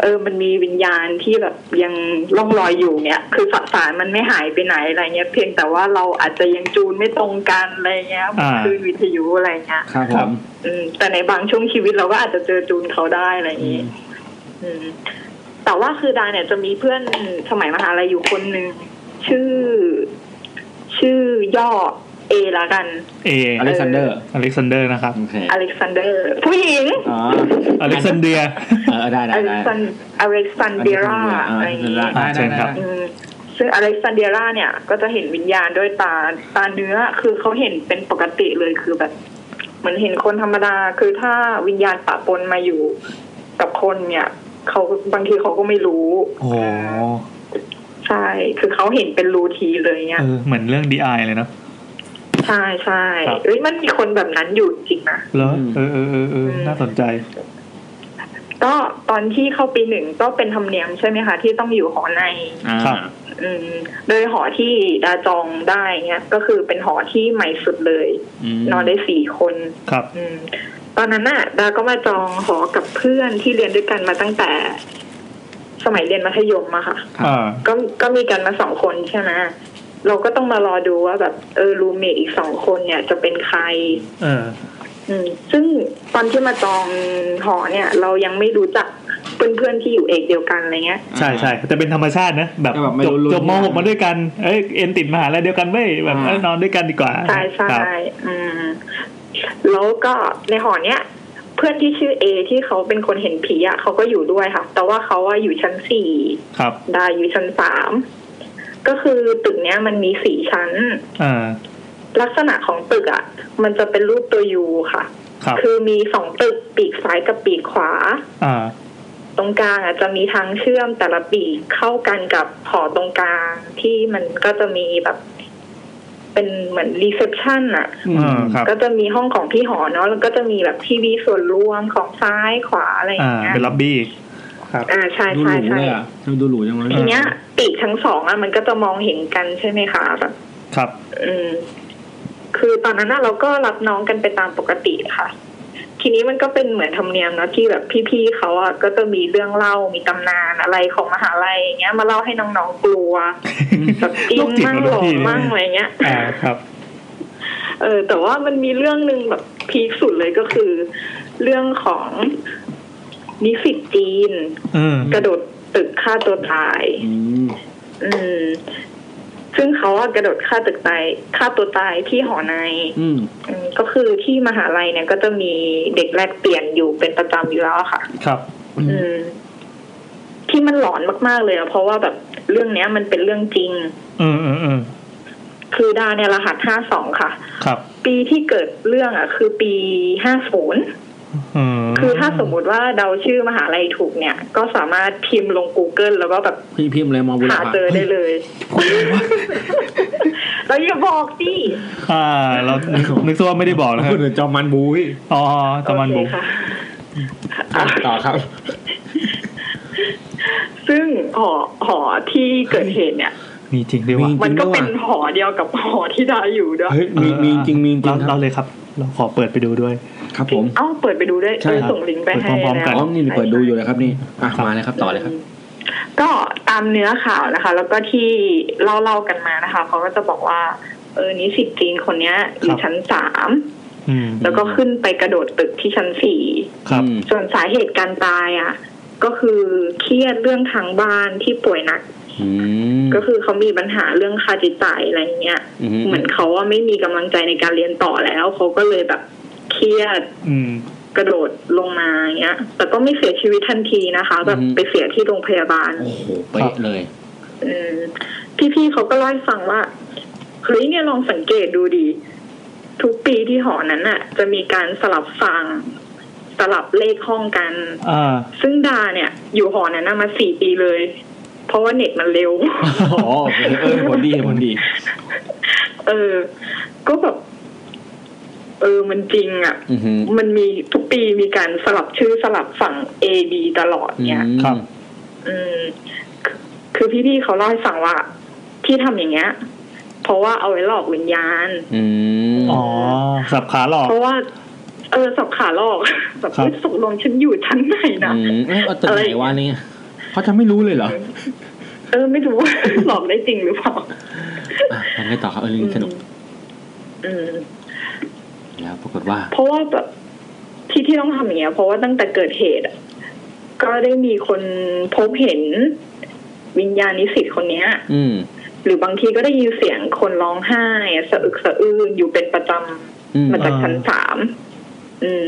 เออ มันมีวิญญาณที่แบบยังล่องลอยอยู่เนี่ย คือสสารมันไม่หายไปไหนอะไรเงี้ย เพียงแต่ว่าเราอาจจะยังจูนไม่ตรงกันอะไรเงี้ย อ่า คือวิทยุอะไรเงี้ย ครับผม อืมแต่ในบางช่วงชีวิตเราก็อาจจะเจอจูนเขาได้อะไรอย่างนี้ อืม แต่ว่าคือดาเนี่ยจะมีเพื่อนสมัยมหาลัยอยู่คนหนึ่งชื่อ ชื่อย่อเอละกัน เอ อเล็กซานเดอร์ อเล็กซานเดอร์นะครับ โอเค อเล็กซานเดอร์ผู้หญิง อ๋อ อเล็กซานเดีย เออได้ได้ อเล็ ได้ กซานอเล็กซานเดยราอะไรอย่างงี้ อ่าเชิญครับ อืมซึ่งอเล็กซานเดยราเนี่ย ก็จะเห็นวิญญาณด้วยตาตาเนื้อ คือเขาเห็นเป็นปกติเลยคือแบบ เหมือนเห็นคนธรรมดา คือถ้าวิญญาณปะปนมาอยู่กับคนเนี่ยเขาบางทีเขาก็ไม่รู้ โอ้โห ใช่ คือเขาเห็นเป็นรูทีเลยเนี่ย เออเหมือนเรื่องดีไอเลยเนอะ ใช่ใช่ ครับ เอ้ยมันมีคนแบบนั้นอยู่จริงนะ เหรอ อืม เออเออเออเออ อืม น่าสนใจ ก็ตอนที่เข้าปีหนึ่งก็เป็นธรรมเนียมใช่ไหมคะ ที่ต้องอยู่หอใน อ่า ครับ อืมโดยหอที่ดาจองได้เนี้ยก็คือเป็นหอที่ใหม่สุดเลย ม นอนได้สี่คน ครับ อืม ตอนนั้นน่ะ ดาก็มาจองหอกับเพื่อนที่เรียนด้วยกันมาตั้งแต่ สมัยเรียนมัธยมอะค่ะ อ่า ก็ก็มีกันมาสองคนใช่ไหมเราก็ต้องมารอดูว่าแบบเออรูเมทอีกสองคนเนี่ยจะเป็นใคร เออ อืม ซึ่งตอนที่มาจองหอเนี่ย เรายังไม่รู้จักเพื่อนๆที่อยู่เอกเดียวกันอะไรเงี้ย ใช่ใช่แต่เป็นธรรมชาตินะแบบ ก็แบบไม่ จบ รู้รุ่น จบมหก นะ มาด้วยกันเอ้ยเอ็นติดมหาลัยเดียวกันเว้ยแบบ อ่า เอ้ยนอนด้วยกันดีกว่า ใช่ใช่ ครับ อืม แล้วก็ในหอเนี้ย เพื่อนที่ชื่อเอที่เขาเป็นคนเห็นผีอะเขาก็อยู่ด้วยค่ะ แต่ว่าเขาว่าอยู่ชั้นสี่ ครับ ดาอยู่ชั้นสามก็คือตึกเนี้ยมันมีสี่ชั้น อ่า ลักษณะของตึกอะมันจะเป็นรูปตัวยูค่ะ ครับ คือมีสองตึกปีกซ้ายกับปีกขวา อ่า ตรงกลางอะจะมีทางเชื่อมแต่ละปีกเข้ากันกับหอตรงกลางที่มันก็จะมีแบบ เป็นเหมือนรีเซพชันอะ อืม อ่าครับ ก็จะมีห้องของพี่หอเนาะแล้วก็จะมีแบบทีวีส่วนรวมของซ้ายขวาอะไรอ อ่า ย่างเงี้ย เป็นล็อบบี้ ครับ อ่าใช่ ดูห ใช่ รูเล ใช่ ยอ่ะทำไมดูหรูจังวะ ทีเนี้ยปีกทั้งสองอ่ะมันก็จะมองเห็นกันใช่ไหมคะแบบ ครับ อืมคือตอนนั้นน่ะเราก็รับน้องกันไปตามปกติค่ะ ทีนี้มันก็เป็นเหมือนธรรมเนียมเนอะที่แบบพี่ๆเขาอะก็จะมีเรื่องเล่ามีตำนานอะไรของมหาลัยอย่างเงี้ย มาเล่าให้น้องๆกลัว แบบจริง โรคจิต มั่ง เหรหล อ อ พี่ ก เนี่ย มั่งอะไรเงี้ย อ่าครับ เออแต่ว่ามันมีเรื่องหนึ่งแบบพีคสุดเลยก็คือ เรื่องของนิสิตจีน เออก ระโดดตึกฆ่าตัวตาย อืม อืม ซึ่งเขาอะกระโดดฆ่าตึกตายฆ่าตัวตายที่หอใน อืม อืมก็คือที่มหาลัยเนี่ยก็จะมีเด็กแลกเปลี่ยนอยู่เป็นประจำอยู่แล้วอะค่ะ ครับ อื อื ม ม ที่มันหลอนมากๆเลยอะเพราะว่าแบบเรื่องเนี้ย มันเป็นเรื่องจริง เออเออเออ คือดาเนี่ยรหัสห้าสองค่ะ ครับ ปีที่เกิดเรื่องอะคือปีห้าศูนย์ เออ คือถ้าสมมุติว่าเดาชื่อมหาลัยถูกเนี่ย ก็สามารถพิมพ์ลง Google แล้วก็แบบ พี่พิมพ์เลยมองบุร หา พา เจอได้เลยแล้วอย่าบอกสิ อ่า เรา นึกนึกซะว่าไม่ได้บอกนะครับ พูดถึงจอมมันบุ้ย อ๋อตะมันบุก โอเคค่ะอ่ะ ต่อครับ ซึ่งหอหอที่เกิดเหตุเนี่ย มีจริงด้วยวะ มี มันก็ จริงด้วยว่ะ เป็นหอเดียวกับหอที่ดาอยู่ด้วย เฮ้ยมีมีจริงมีจริง เรา ครั เรา บ เลยครับ เราขอเปิดไปดูด้วย ครับผม เอ้าเปิดไปดูได้ ใช่ เออ ครับ ส่งลิงก์ไปให้ เปิดพร้อมๆกั อ๋อนี่เปิดดูอยู่เลยครับนี่อ่ะมาเลยครับต่อเลยครับ ก็ตามเนื้อข่าวนะคะ แล้วก็ที่เล่าเล่าๆกันมานะคะเขาก็จะบอกว่า เออนิสิตจีนคนเนี้ยอยู่ชั้นสาม อืม แล้วก็ขึ้นไปกระโดดตึกที่ชั้นสี่ ครับ อืม ส่วนสาเหตุการตายอ่ะ ก็คือเครียดเรื่องทางบ้านที่ป่วยหนัก อืม ก็คือเขามีปัญหาเรื่องค่าใช้จ่ายอะไรอย่างเงี้ย ม เหมือนเขาว่าไม่มีกำลังใจในการเรียนต่อแล้ว เขาก็เลยแบบเครียด อืม กระโดดลงมาอย่างเงี้ย แต่ก็ไม่เสียชีวิตทันทีนะคะ แบบไปเสียที่โรงพยาบาล โอ้โหเป๊ะเลย อืมพี่ๆเขาก็เล่าให้ฟังว่าเฮ้ยเนี่ยลองสังเกตดูดี ทุกปีที่หอนั้นน่ะ จะมีการสลับฟัง สลับเลขห้องกัน อ่า ซึ่งดาเนี่ย อยู่หอนั้นน่ะมาสี่ปีเลย เพราะว่าเน็ตมันเร็ว อ๋อโอเคเออผลดีผลดี เออ ก็แบบเออมันจริงอ่ะ อือหือ มันมีทุกปีมีการสลับชื่อสลับฝั่ง A B ตลอดเนี่ย อืม ครับ อืม คือคือพี่ๆเขาเล่าให้ฟังว่า ที่ทำอย่างเงี้ย เพราะว่าเอาไว้หลอกวิญญาณ อืม อ๋อ สับขาหลอก เพราะว่า เออสับขาหลอกแบบ ครับ เฮ้ยตกลงฉันอยู่ชั้นไหนนะ อืมเอ๊ะเอาตึก อะไร ไหนวะเนี่ยเขาจะไม่รู้เลยเหรอ เออไม่รู้ว่า หลอกได้จริงหรือเปล่า อ่ะทำไงต่อครับเออเรื่องนี้สนุก อืม แล้วปรากฏว่า เพราะว่าแบบที่ที่ต้องทำอย่างเงี้ยเพราะว่าตั้งแต่เกิดเหตุอะก็ได้มีคนพบเห็นวิญญาณนิสิตคนเนี้ย อืม หรือบางทีก็ได้ยินเสียงคนร้องไห้อะสะอึกสะอื้นอยู่เป็นประจ อืม ำมาจากชั้นสามอืม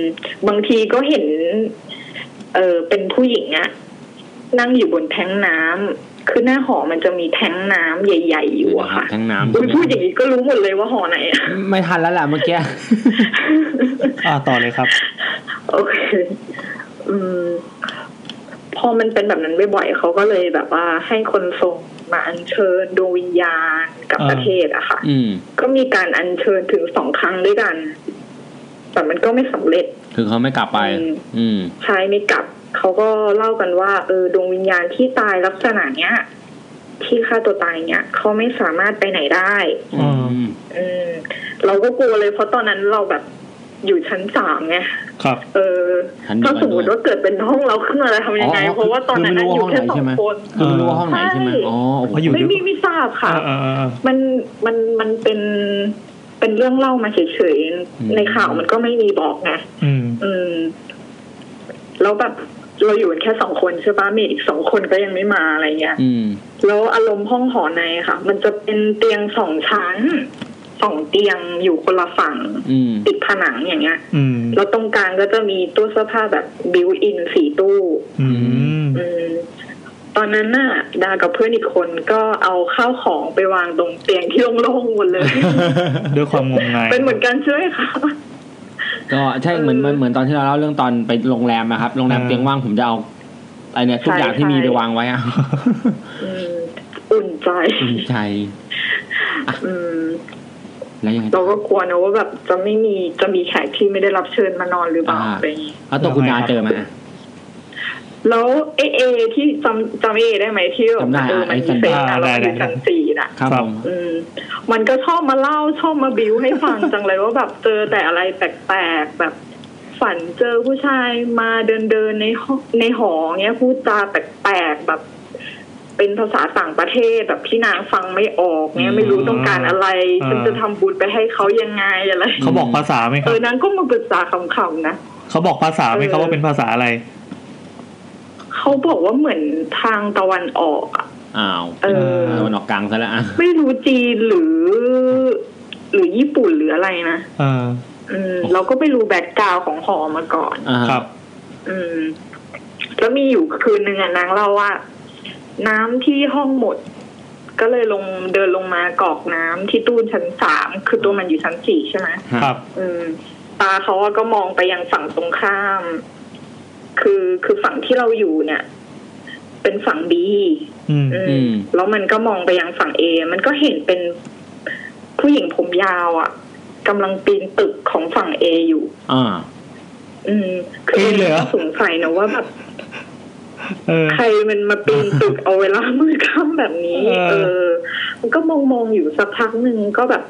บางทีก็เห็น เออเป็นผู้หญิงอะนั่งอยู่บนแท้งน้ำคือหน้าหอมันจะมีแท้งน้ำใหญ่ ๆ อยู่อะค่ะ ทั้งน้ำ อุ๊ยพูดอย่างนี้ก็รู้หมดเลยว่าหอไหนอะ ไม่ทันแล้วล่ะเมื่อกี้ อ่าต่อเลยครับ โอเค อืม พอมันเป็นแบบนั้นบ่อยๆเขาก็เลยแบบว่าให้คนทรงมาอัญเชิญดวงวิญญาณกลับ อ่า ประเทศอะค่ะ อืม ก็มีการอัญเชิญถึงสองครั้งด้วยกัน แต่มันก็ไม่สำเร็จ คือเขาไม่กลับไป อืม อืม ชายไม่กลับ เขาก็เล่ากันว่า เออดวงวิญญาณที่ตายลักษณะเนี้ย ที่ฆ่าตัวตายเนี้ยเขาไม่สามารถไปไหนได้ อืม อืม เราก็กลัวเลยเพราะตอนนั้นเราแบบอยู่ชั้นสามไง ครับ เออ ทันอยู่ ถ้าสมมติว่าเกิดเป็นห้องเราขึ้นมาจะทำยังไง อ๋อ เพราะว่าตอนนั้น คือไม่รู้ อยู่ ว่า แค่ ห้องไหนใช่ไหมคือสองคนไม่รู้ว่าห้องไหนใช่ไหม ใช่ อ๋อโอ้โห เขาอยู่ ไม่มีไม่ทราบค่ะ เออเออเออ มันมันมันเป็นเป็นเรื่องเล่ามาเฉย ม ๆในข่าวมันก็ไม่มีบอกไง อืม อืม แล้วแบบเราอยู่กันแค่สองคนใช่ปะเมดอีกสองคนก็ยังไม่มาอะไรเงี้ย อืม แล้วอารมณ์ห้องหอในค่ะ มันจะเป็นเตียงสองชั้นสองเตียงอยู่คนละฝั่ง อื ม ติดผนังอย่างเงี้ย อืม แล้วตรงกลางก็จะมีตู้เสื้อผ้าแบบบิวอินสี่ตู้ อืม อืม ตอนนั้นน่ะ ดากับเพื่อนอีกคนก็เอาข้าวของไปวางตรงเตียงที่โล่งๆหมด เลย ด้วยความงมงาย เป็นเหมือนกันใช่ไหมคะ ก็ใช่เหมือนเหมือนเหมือนตอนที่เราเล่าเรื่องตอนไปโรงแรมนะครับ โรงแรมเตียงว่างผมจะเอาไอเนี่ยทุกอย่างที่มีไปวางไว้อะ อืม อุ่นใจ อืมใจ อืม แล้วยังไงต่ เรา อ ก็กลัวนะว่าแบบจะไม่มีจะมีแขกที่ไม่ได้รับเชิญมานอนหรือเปล่า อ่า อะไรอย่างงี้ แล้วตัวคุณดาเจอไหมา แล้วเอเอที่จำจำเอได้ไหมที่แบบ จำได้ เออมัน ไอ้สั มี น เซน อ่า นะ ได้ เรา ได้ คือสันสีน่ะ ครับ ครับ ผม อืมมันก็ชอบมาเล่าชอบมาบิวให้ฟัง จังเลยว่าแบบเจอแต่อะไรแปลกๆแบบฝันเจอผู้ชายมาเดินเดินๆในห้องในหอเงี้ยพูดจาแปลกๆแบบ เป็นภาษาต่างประเทศแบบที่นางฟังไม่ออกเงี้ยไม่รู้ต้องการอะไร อ่า ฉันจะทำบุญไปให้เขายังไงอะไร เขาบอกภาษาไหมค เอ รับ อนางก็มาปรึกษาคำๆนะ เขาบอกภาษาไหมครับ เออ ว่าเป็นภาษาอะไร เขาบอกว่าเหมือนทางตะวันออกอะ อ้าว เออ ตะวันออกกลางซะแล้วอ่ะ ไม่รู้จีนหรือ หรือญี่ปุ่นหรืออะไรนะ เออ อืมเราก็ไม่รู้แบ็กกราวด์ของหอมาก่อน อ่า ครับ อืม แล้วมีอยู่คืนหนึ่งอ่ะนางเล่าว่า น้ำที่ห้องหมด ก็เลยลงเดินลงมากรอกน้ำที่ตู้ชั้นสามคือตัวมันอยู่ชั้นสี่ใช่ไหม ครับ อืม ตาเขาอะก็มองไปยังฝั่งตรงข้าม คือคือฝั่งที่เราอยู่เนี่ย เป็นฝั่งบี อืม อื อื ม ม แล้วมันก็มองไปยังฝั่งเอ มันก็เห็นเป็นผู้หญิงผมยาวอะ่ะกำลังปีนตึกของฝั่งเออยู่ อ่า อืม คื ปีนเลยเหรอ สงสัยนะว่าแบบ เออ ใครมันมาปีนตึกเอาเวลามืดค่ำแบบนี้ เออ เออ มันก็มองมองๆอยู่สักพักหนึ่งก็แบบ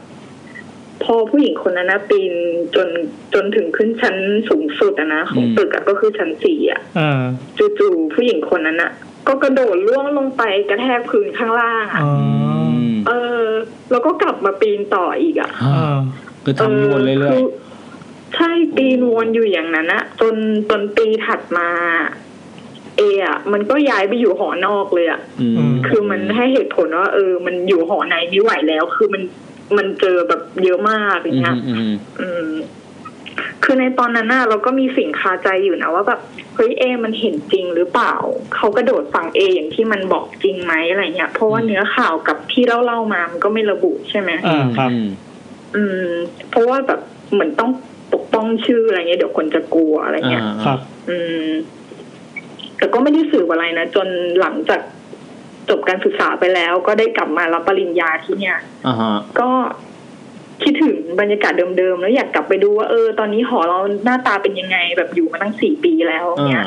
พอผู้หญิงคนนั้นนะปีนจนจนถึงขึ้นชั้นสูงสุดอะนะของ อืม ตึกอะก็คือชั้นสี่อะ เออ จู่ๆผู้หญิงคนนั้นอะก็กระโดดล่วงลงไปกระแทกพื้นข้างล่างอะ อ๋อ เออ แล้วก็กลับมาปีนต่ออีกอะ เอ อ่า อ คือทำวนเรื่อย คือใช่ปีนวนอยู่อย่างนั้นนะจนจนปีถัดมา เออะมันก็ย้ายไปอยู่หอนอกเลยอะ ๆอืม คือมันให้เหตุผลว่าเออ มันอยู่หอในไม่ไหวแล้ว คือมันมันเจอแบบเยอะมากอ อื ย่าง ม เงี้ย อืม อืม คือในตอนนั้นน่ะเราก็มีสิ่งคาใจอยู่นะว่าแบบเฮ้ยเอ มันเห็นจริงหรือเปล่า เขากระโดดฝั่งเออย่างที่มันบอกจริงไหมอะไรเงี้ยเพราะว่า อืม เนื้อข่าวกับที่เล่าเล่าๆมามันก็ไม่ระบุใช่ไหม เออครับ อืม อืม เพราะว่าแบบเหมือนต้องปกป้องชื่ออะไรเงี้ยเดี๋ยวคนจะกลัวอะไรเงี้ย อ่า ครับ อืม แต่ก็ไม่ได้สืบอะไรนะจนหลังจากจบการศึกษาไปแล้ว ก็ได้กลับมารับปริญญาที่เนี่ย อ่าฮะ ก็คิดถึงบรรยากาศเดิมๆ แล้วอยากกลับไปดูว่าเออตอนนี้หอเราหน้าตาเป็นยังไง แบบอยู่มาตั้งสี่ปีแล้ว อ่า เนี่ย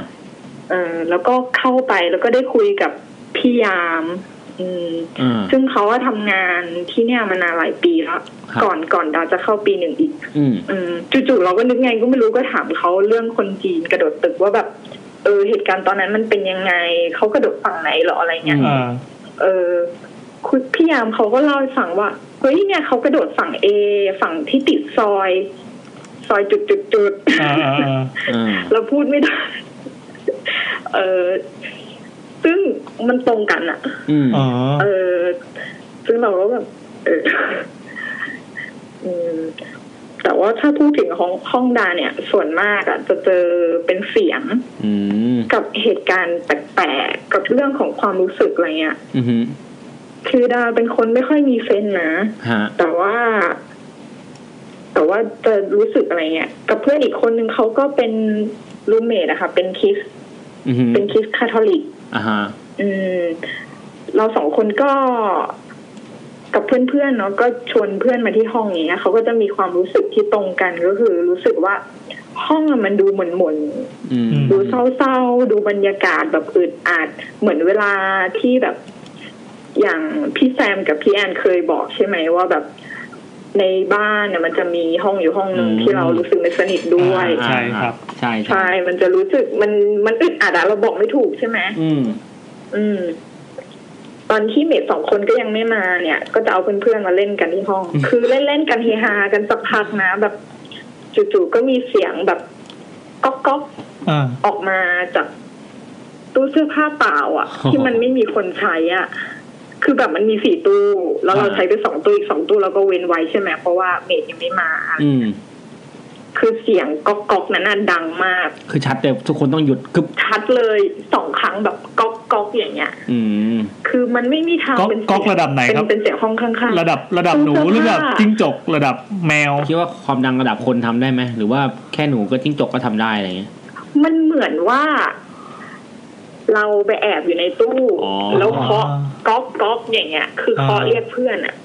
เออ แล้วก็เข้าไปแล้วก็ได้คุยกับพี่ยาม อืม อ่า ซึ่งเขาว่าทำงานที่เนี่ยมานานหลายปีแล้ว ครับ ก่อนก่อนดาวจะเข้าปีหนึ่งอีก อืม อืมจู่ๆเราก็นึกไงก็ไม่รู้ก็ถามเขาเรื่องคนจีนกระโดดตึกว่าแบบ เออเหตุการณ์ตอนนั้นมันเป็นยังไงเขากระโดดฝั่งไหนเหรออะไรเงี้ย เออ เออคุณพี่ยามเขาก็เล่าให้ฟังว่าเฮ้ยเนี่ยเขากระโดดฝั่งเอฝั่งที่ติดซอย ซอยจุดจุดจุดๆๆ เออเออเออ อ่า เราพูดไม่ได้ เออซึ่งมันตรงกันอะ อืม อ๋อ เออ ซึ่งเราก็แบบเอ ออืมแต่ว่าถ้าพูดถึงห้องห้องดาเนี่ย ส่วนมากอะจะเจอเป็นเสียง อืม กับเหตุการณ์แปลกๆกับเรื่องของความรู้สึกอะไรเงี้ย อืม คือดาเป็นคนไม่ค่อยมีเซนส์นะ ฮะ แต่ว่า แต่ว่าจะรู้สึกอะไรเงี้ย กับเพื่อนอีกคนนึงเขาก็เป็นรูเมทอะค่ะ เป็นคริส อืม เป็นคริสคาทอลิก อ่าฮะ อืม เราสองคนก็ กับเพื่อนๆเนาะก็ชวนเพื่อนมาที่ห้องนี้ยเขาก็จะมีความรู้สึกที่ตรงกันก็คือ รู้สึกว่า ห้องอะมันดูหม่นๆ อืม ดูเศร้าๆ ดูบรรยากาศแบบอึดอัด เหมือนเวลาที่แบบ อย่างพี่แซมกับพี่แอนเคยบอกใช่ไหมว่าแบบในบ้านเนี่ยมันจะมีห้องอยู่ห้องหนึ่ง อืม ที่เรารู้สึกไม่สนิทด้วย อ่า ใช่ครับ ใช่ใช่ ใช่ มันจะรู้สึกมันมันอึดอัดอะเราบอกไม่ถูกใช่ไหม อืม อืม ตอนที่เมดสองคนก็ยังไม่มาเนี่ย ก็จะเอาเพื่อนๆมาเล่นกันที่ห้อง อืม คือเล่นๆกันเฮฮากันสักพักนะแบบจู่ๆก็มีเสียงแบบก๊อกก๊อก เออ ออกมาจากตู้เสื้อผ้าเปล่า อะ อ๋อ ที่มันไม่มีคนใช้อะคือแบบมันมีสี่ตู้ แล้วเรา อ่า ใช้ไปสองตู้อีกสองตู้เราก็เว้นไว้ใช่ไหมเพราะว่าเมดยังไม่มา อืม คือเสียงก๊อกก๊อกนั้นน่ะดังมาก คือชัดแต่ทุกคนต้องหยุดกึบ ชัดเลยสองครั้งแบบก๊อกก๊อกอย่างเงี้ย อืม คือมันไม่มีทาง ก๊อก เป็น ก๊อกระดับไหนครับ เป็นเสียงห้องข้างๆ ระดับระดับหนู ตู้ หรือเสื้อผ้าแบบจิ้งจกระดับแมว คิดว่าความดังระดับคนทำได้ไหม หรือว่าแค่หนูก็จิ้งจกก็ทำได้อะไรเงี้ย มันเหมือนว่า เราไปแอบอยู่ในตู้ อ๋อ แล้วเคาะก๊อกก๊อกอย่างเงี้ย คือเคาะ อ่า เรียกเพื่อนอะ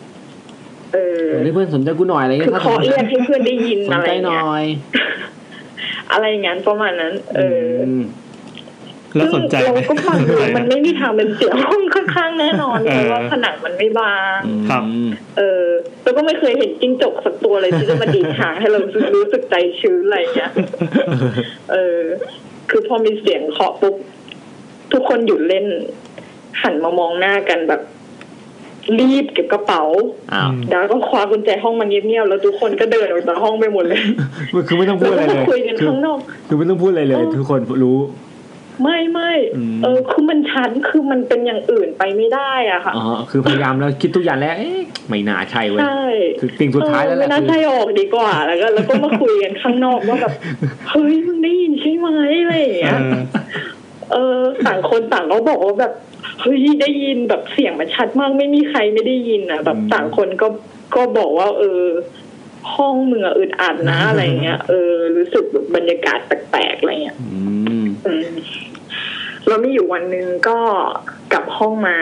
เออ เฮ้ยเพื่อนสนใจกูหน่อยอะไร คื เงี้ อย ถ้า เคาะเรียกให้เพื่อนได้ยิน สน อะไร ใจหน่ เงี้ย อย อะไรอย่างนั้นประมาณนั้น เอออ ม แล้วสนใจไหม เราก็ฟังดู สใจไห มันไม่มีทางเป็นเสียงห้องข้างๆแน่นอน เออ เพราะว่าผนังมันไม่บาง ครับ อืม เออแล้วก็ไม่เคยเห็นจิ้งจกสักตัวเลยที่จะมาดีดหางให้เรารู้สึกใจชื้นอะไรอย่างเงี้ย เออ คือพอมีเสียงเคาะปุ๊บ ทุกคนหยุดเล่น หันมามองหน้ากันแบบ รีบเก็บกระเป๋า อ้าว ดาวก็คว้ากุญแจห้องมันเงียบๆแล้วทุกคนก็เดินออกจากห้องไปหมดเลย คือไม่ต้องพู ดแล้ว อะไร ก็ เล มายคุยกัน คือ ข้างนอก คือไม่ต้องพูดอะไรเลย เออ ทุกคนรู้ ไม่ไม่ อืม เออคือมันชันคือมันเป็นอย่างอื่นไปไม่ได้อะค่ะ อ๋อ คือพยายามแล้วคิดทุกอย่างแล้วเอ๊ะไม่น่าใช่เว้ย ใช่ คือสิ่งสุดท้ายแล้วแหละ เออไม่น่า คื ใช่ อ ออกดีกว่าแล้วก็แล้วก็มาคุยกันข้างนอกว่าแบบเฮ้ยมึงได้ยินใช่ไหมอะไรอย่าง เอ เงี้ย อ เออต่างคนต่างก็บอกว่าแบบเฮ้ยได้ยินแบบเสียงมันชัดมากไม่มีใครไม่ได้ยินอ่ะ แบบต่างคนก็ก็บอกว่า เออ ห้องมึงอะอึดอัดนะอะไรอย่างเงี้ยเออรู้สึกแบบบรรยากาศแปลกๆอะไรอย่างเงี้ย อืม อืมแล้วมีอยู่วันหนึ่งก็กลับห้องมา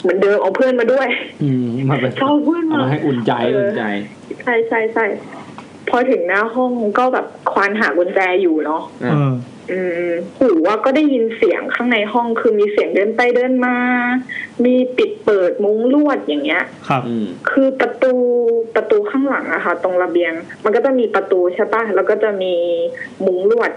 เหมือนเดิมเอาเพื่อนมาด้วย อืมมาเป็น ชอบเพื่อน เอา มา มาให้อุ่นใจอุ่นใจ ใช่ใช่ใช่พอถึงหน้าห้องก็แบบควานหากุญแจอยู่เนาะ เออ อืมหูว่าก็ได้ยินเสียงข้างในห้องคือมีเสียงเดินไปเดินมา มีปิดเปิดมุ้งลวดอย่างเงี้ย ครับ อืม คือประตูประตูข้างหลังอะค่ะ ตรงระเบียง มันก็จะมีประตูใช่ปะแล้วก็จะมีมุ้งลวด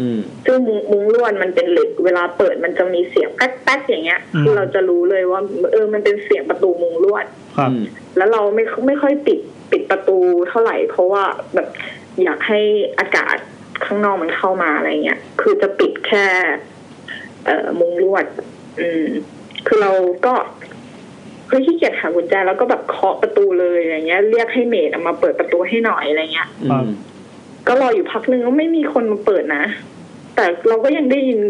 อืม ซึ่งมุ้งมุ้งลวดมันเป็นเหล็กเวลาเปิดมันจะมีเสียงแป๊กแป๊กอย่างเงี้ย อืม คือเราจะรู้เลยว่า เออมันเป็นเสียงประตูมุ้งลวด ครับ อืม แล้วเราไม่ไม่ค่อยปิดปิดประตูเท่าไหร่ เพราะว่าแบบอยากให้อากาศข้างนอกมันเข้ามาอะไรเงี้ยคือจะปิดแค่ เอ่อมุงลวด อืม คือเราก็เฮ้ยขี้เกียจหากุญแจแล้วก็แบบเคาะประตูเลยอะไรเงี้ย เรียกให้เมดอะมาเปิดประตูให้หน่อยอะไรเงี้ย อืม ก็รออยู่พักนึงก็ไม่มีคนมาเปิดนะ แต่เราก็ยังได้ยิน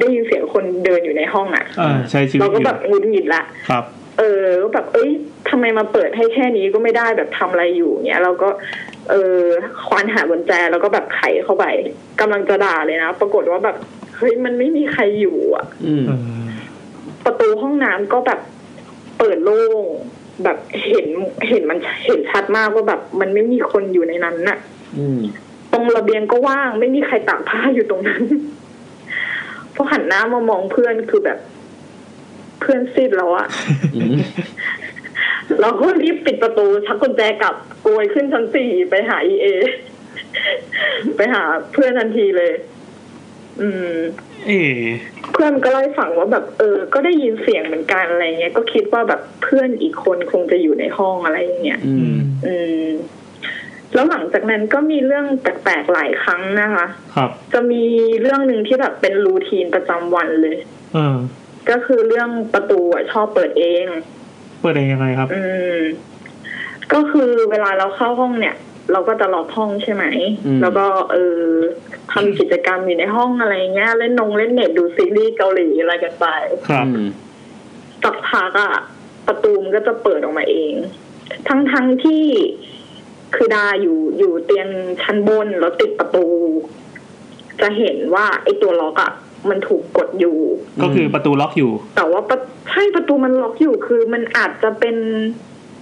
ได้ยินเสียงคนเดินอยู่ในห้องอะ เออ ใช้ชีวิ เรา ตอ ก็ ยู่ แบบหงุดหงิดละ ครับ เออแบบเอ้ยทำไมมาเปิดให้แค่นี้ก็ไม่ได้แบบทำอะไรอยู่เนี้ยเราก็ เออควานหากุญแจแล้วก็แบบไขเข้าไปกำลังจะด่าเลยนะ ปรากฏว่าแบบเฮ้ยมันไม่มีใครอยู่อ่ะ อืม เออ ประตูห้องน้ำก็แบบเปิดโล่งแบบเห็นเห็นมันเห็นชัดมากว่าแบบ มันไม่มีคนอยู่ในนั้นน่ะ อืม ตรงระเบียงก็ว่าง ไม่มีใครตากผ้าอยู่ตรงนั้น พอหันหน้ามามองเพื่อนคือแบบ เพื่อนซีดแล้วอะ อืม เราก็รีบปิดประตูชักกุญแจกลับโกยขึ้นชั้นสี่ไปหาเอเอ ไปหาเพื่อนทันทีเลย อืม เอ๋ เพื่อนก็เล่าให้ฟังว่าแบบ เออ ก็ได้ยินเสียงเหมือนกันอะไรเงี้ย ก็คิดว่าแบบเพื่อนอีกคนคงจะอยู่ในห้องอะไรอย่างเงี้ย อื อื ม ม อืม แล้วหลังจากนั้นก็มีเรื่องแปลกๆหลายครั้งนะคะ ครับ จะมีเรื่องหนึ่งที่แบบเป็นรูทีนประจำวันเลย เออ ก็คือเรื่องประตูอะชอบเปิดเอง เปิดเองยังไงครับ อืม ก็คือเวลาเราเข้าห้องเนี่ย เราก็จะล็อกห้องใช่ไหม แล้วก็เออทำกิจกรรมอยู่ในห้องอะไรเงี้ย เล่นนงเล่นเน็ตดูซีรีส์เกาหลีอะไรกันไป ครับ อืม สักพักอะประตูมันก็จะเปิดออกมาเอง ทั้งทั้งๆที่คือดาอยู่อยู่เตียงชั้นบนแล้วติดประตู จะเห็นว่าไอตัวล็อกอะมันถูกกดอยู่ ก็คือประตูล็อกอยู่ แต่ว่าประใช่ประตูมันล็อกอยู่คือมันอาจจะเป็น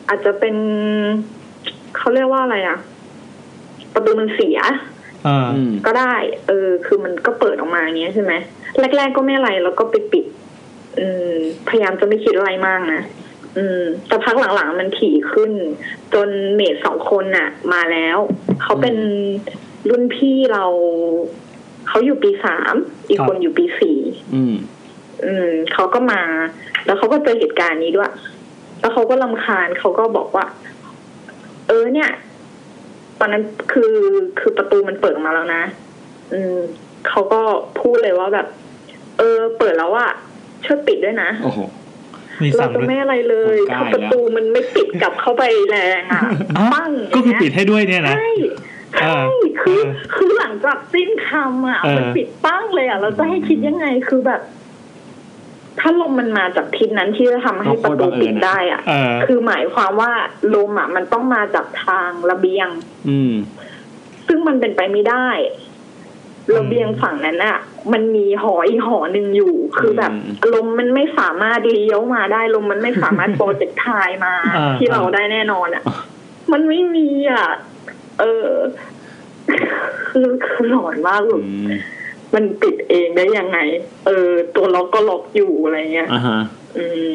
อาจจะเป็นเขาเรียกว่าอะไรอะประตูมันเสีย เออ อืม ก็ได้ เออ คือมันก็เปิดออกมาอย่างเงี้ยใช่ไหมแรก ๆ ก็ไม่อะไรแล้วก็ไปปิด อืม พยายามจะไม่คิดอะไรมากนะอืมแต่พักหลังๆมันถี่ขึ้น จนเมดสองคนน่ะ มาแล้วเขาเป็นรุ่นพี่เราเขาอยู่ปีสามอีก ครับ คนอยู่ปีสี่ อืม อืมเขาก็มา แล้วเขาก็เจอเหตุการณ์นี้ด้วย แล้วเขาก็ลำคาญเขาก็บอกว่า เออเนี่ย ตอนนั้นคือคือประตูมันเปิดออกมาแล้วนะ อืมเขาก็พูดเลยว่าแบบ เออ เปิดแล้วอะช่วยปิดด้วยนะ โอ้โห มี เรา สั่ง จะ ด้วย ไม่อะไรเลย ผมกล้า ถ้า อีกแล้ว ประตูมันไม่ปิดกลับเข้าไปแรงอะ อ้าว ปั้ง ก็คือปิด ย่างเงี้ย ให้ด้วยเนี่ยนะ ใช่ อ่า ใช่คือ เออ คือหลังจากสิ้นคำอ่ะ เออ มันปิดปั้งเลยอ่ะ เราจะให้คิดยังไงคือแบบ ถ้าลมมันมาจากทิศนั้นที่จะทำให้ประตูปิดได้อ่ะ เออ คือหมายความว่าลมอ่ะมันต้องมาจากทางระเบียง อืม ซึ่งมันเป็นไปไม่ได้ ระเบียงฝั่งนั้นอ่ะ มันมีหออีกหอหนึ่งอยู่ คือแบบลมมันไม่สามารถเลี้ยวมาได้ลมมันไม่สามาร ถโปรเจกต์ทายมา อ่า ที่เราได้แน่นอนอ่ะ มันไม่มี อ่ะ เออ คือคือหลอนมากแบบ อืม มันปิดเองได้ยังไง เออ ตัวล็อกก็ล็อกอยู่อะไรเงี้ย อ่าฮะ อืม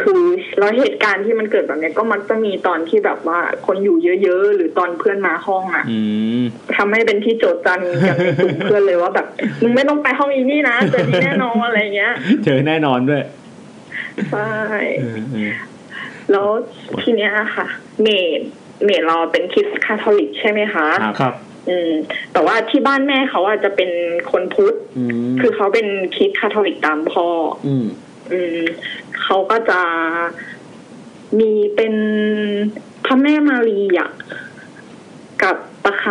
คือแล้วเหตุการณ์ที่มันเกิดแบบเนี้ยก็มักจะมีตอนที่แบบว่าคนอยู่เยอะๆ หรือตอนเพื่อนมาห้องอ่ะ อืม ทำให้เป็นที่โจทย์จันทร์กับในกลุ่มเพื่อนเลยว่าแบบมึงไม่ต้องไปห้องอีนี่นะเจอดีแน่นอนอะไรเงี้ย เจอแน่นอนด้วย ใช่ เออเออ แล้วทีเนี้ยค่ะ เมดเมดเราเป็นคริสต์คาทอลิกใช่ไหมคะ ครับ อืม แต่ว่าที่บ้านแม่เขาอาจจะเป็นคนพุทธ อืม คือเขาเป็นคริดคาทอลิกตามพ่อ อืม อืม เขาก็จะมีเป็นพระแม่มารีอะกับประค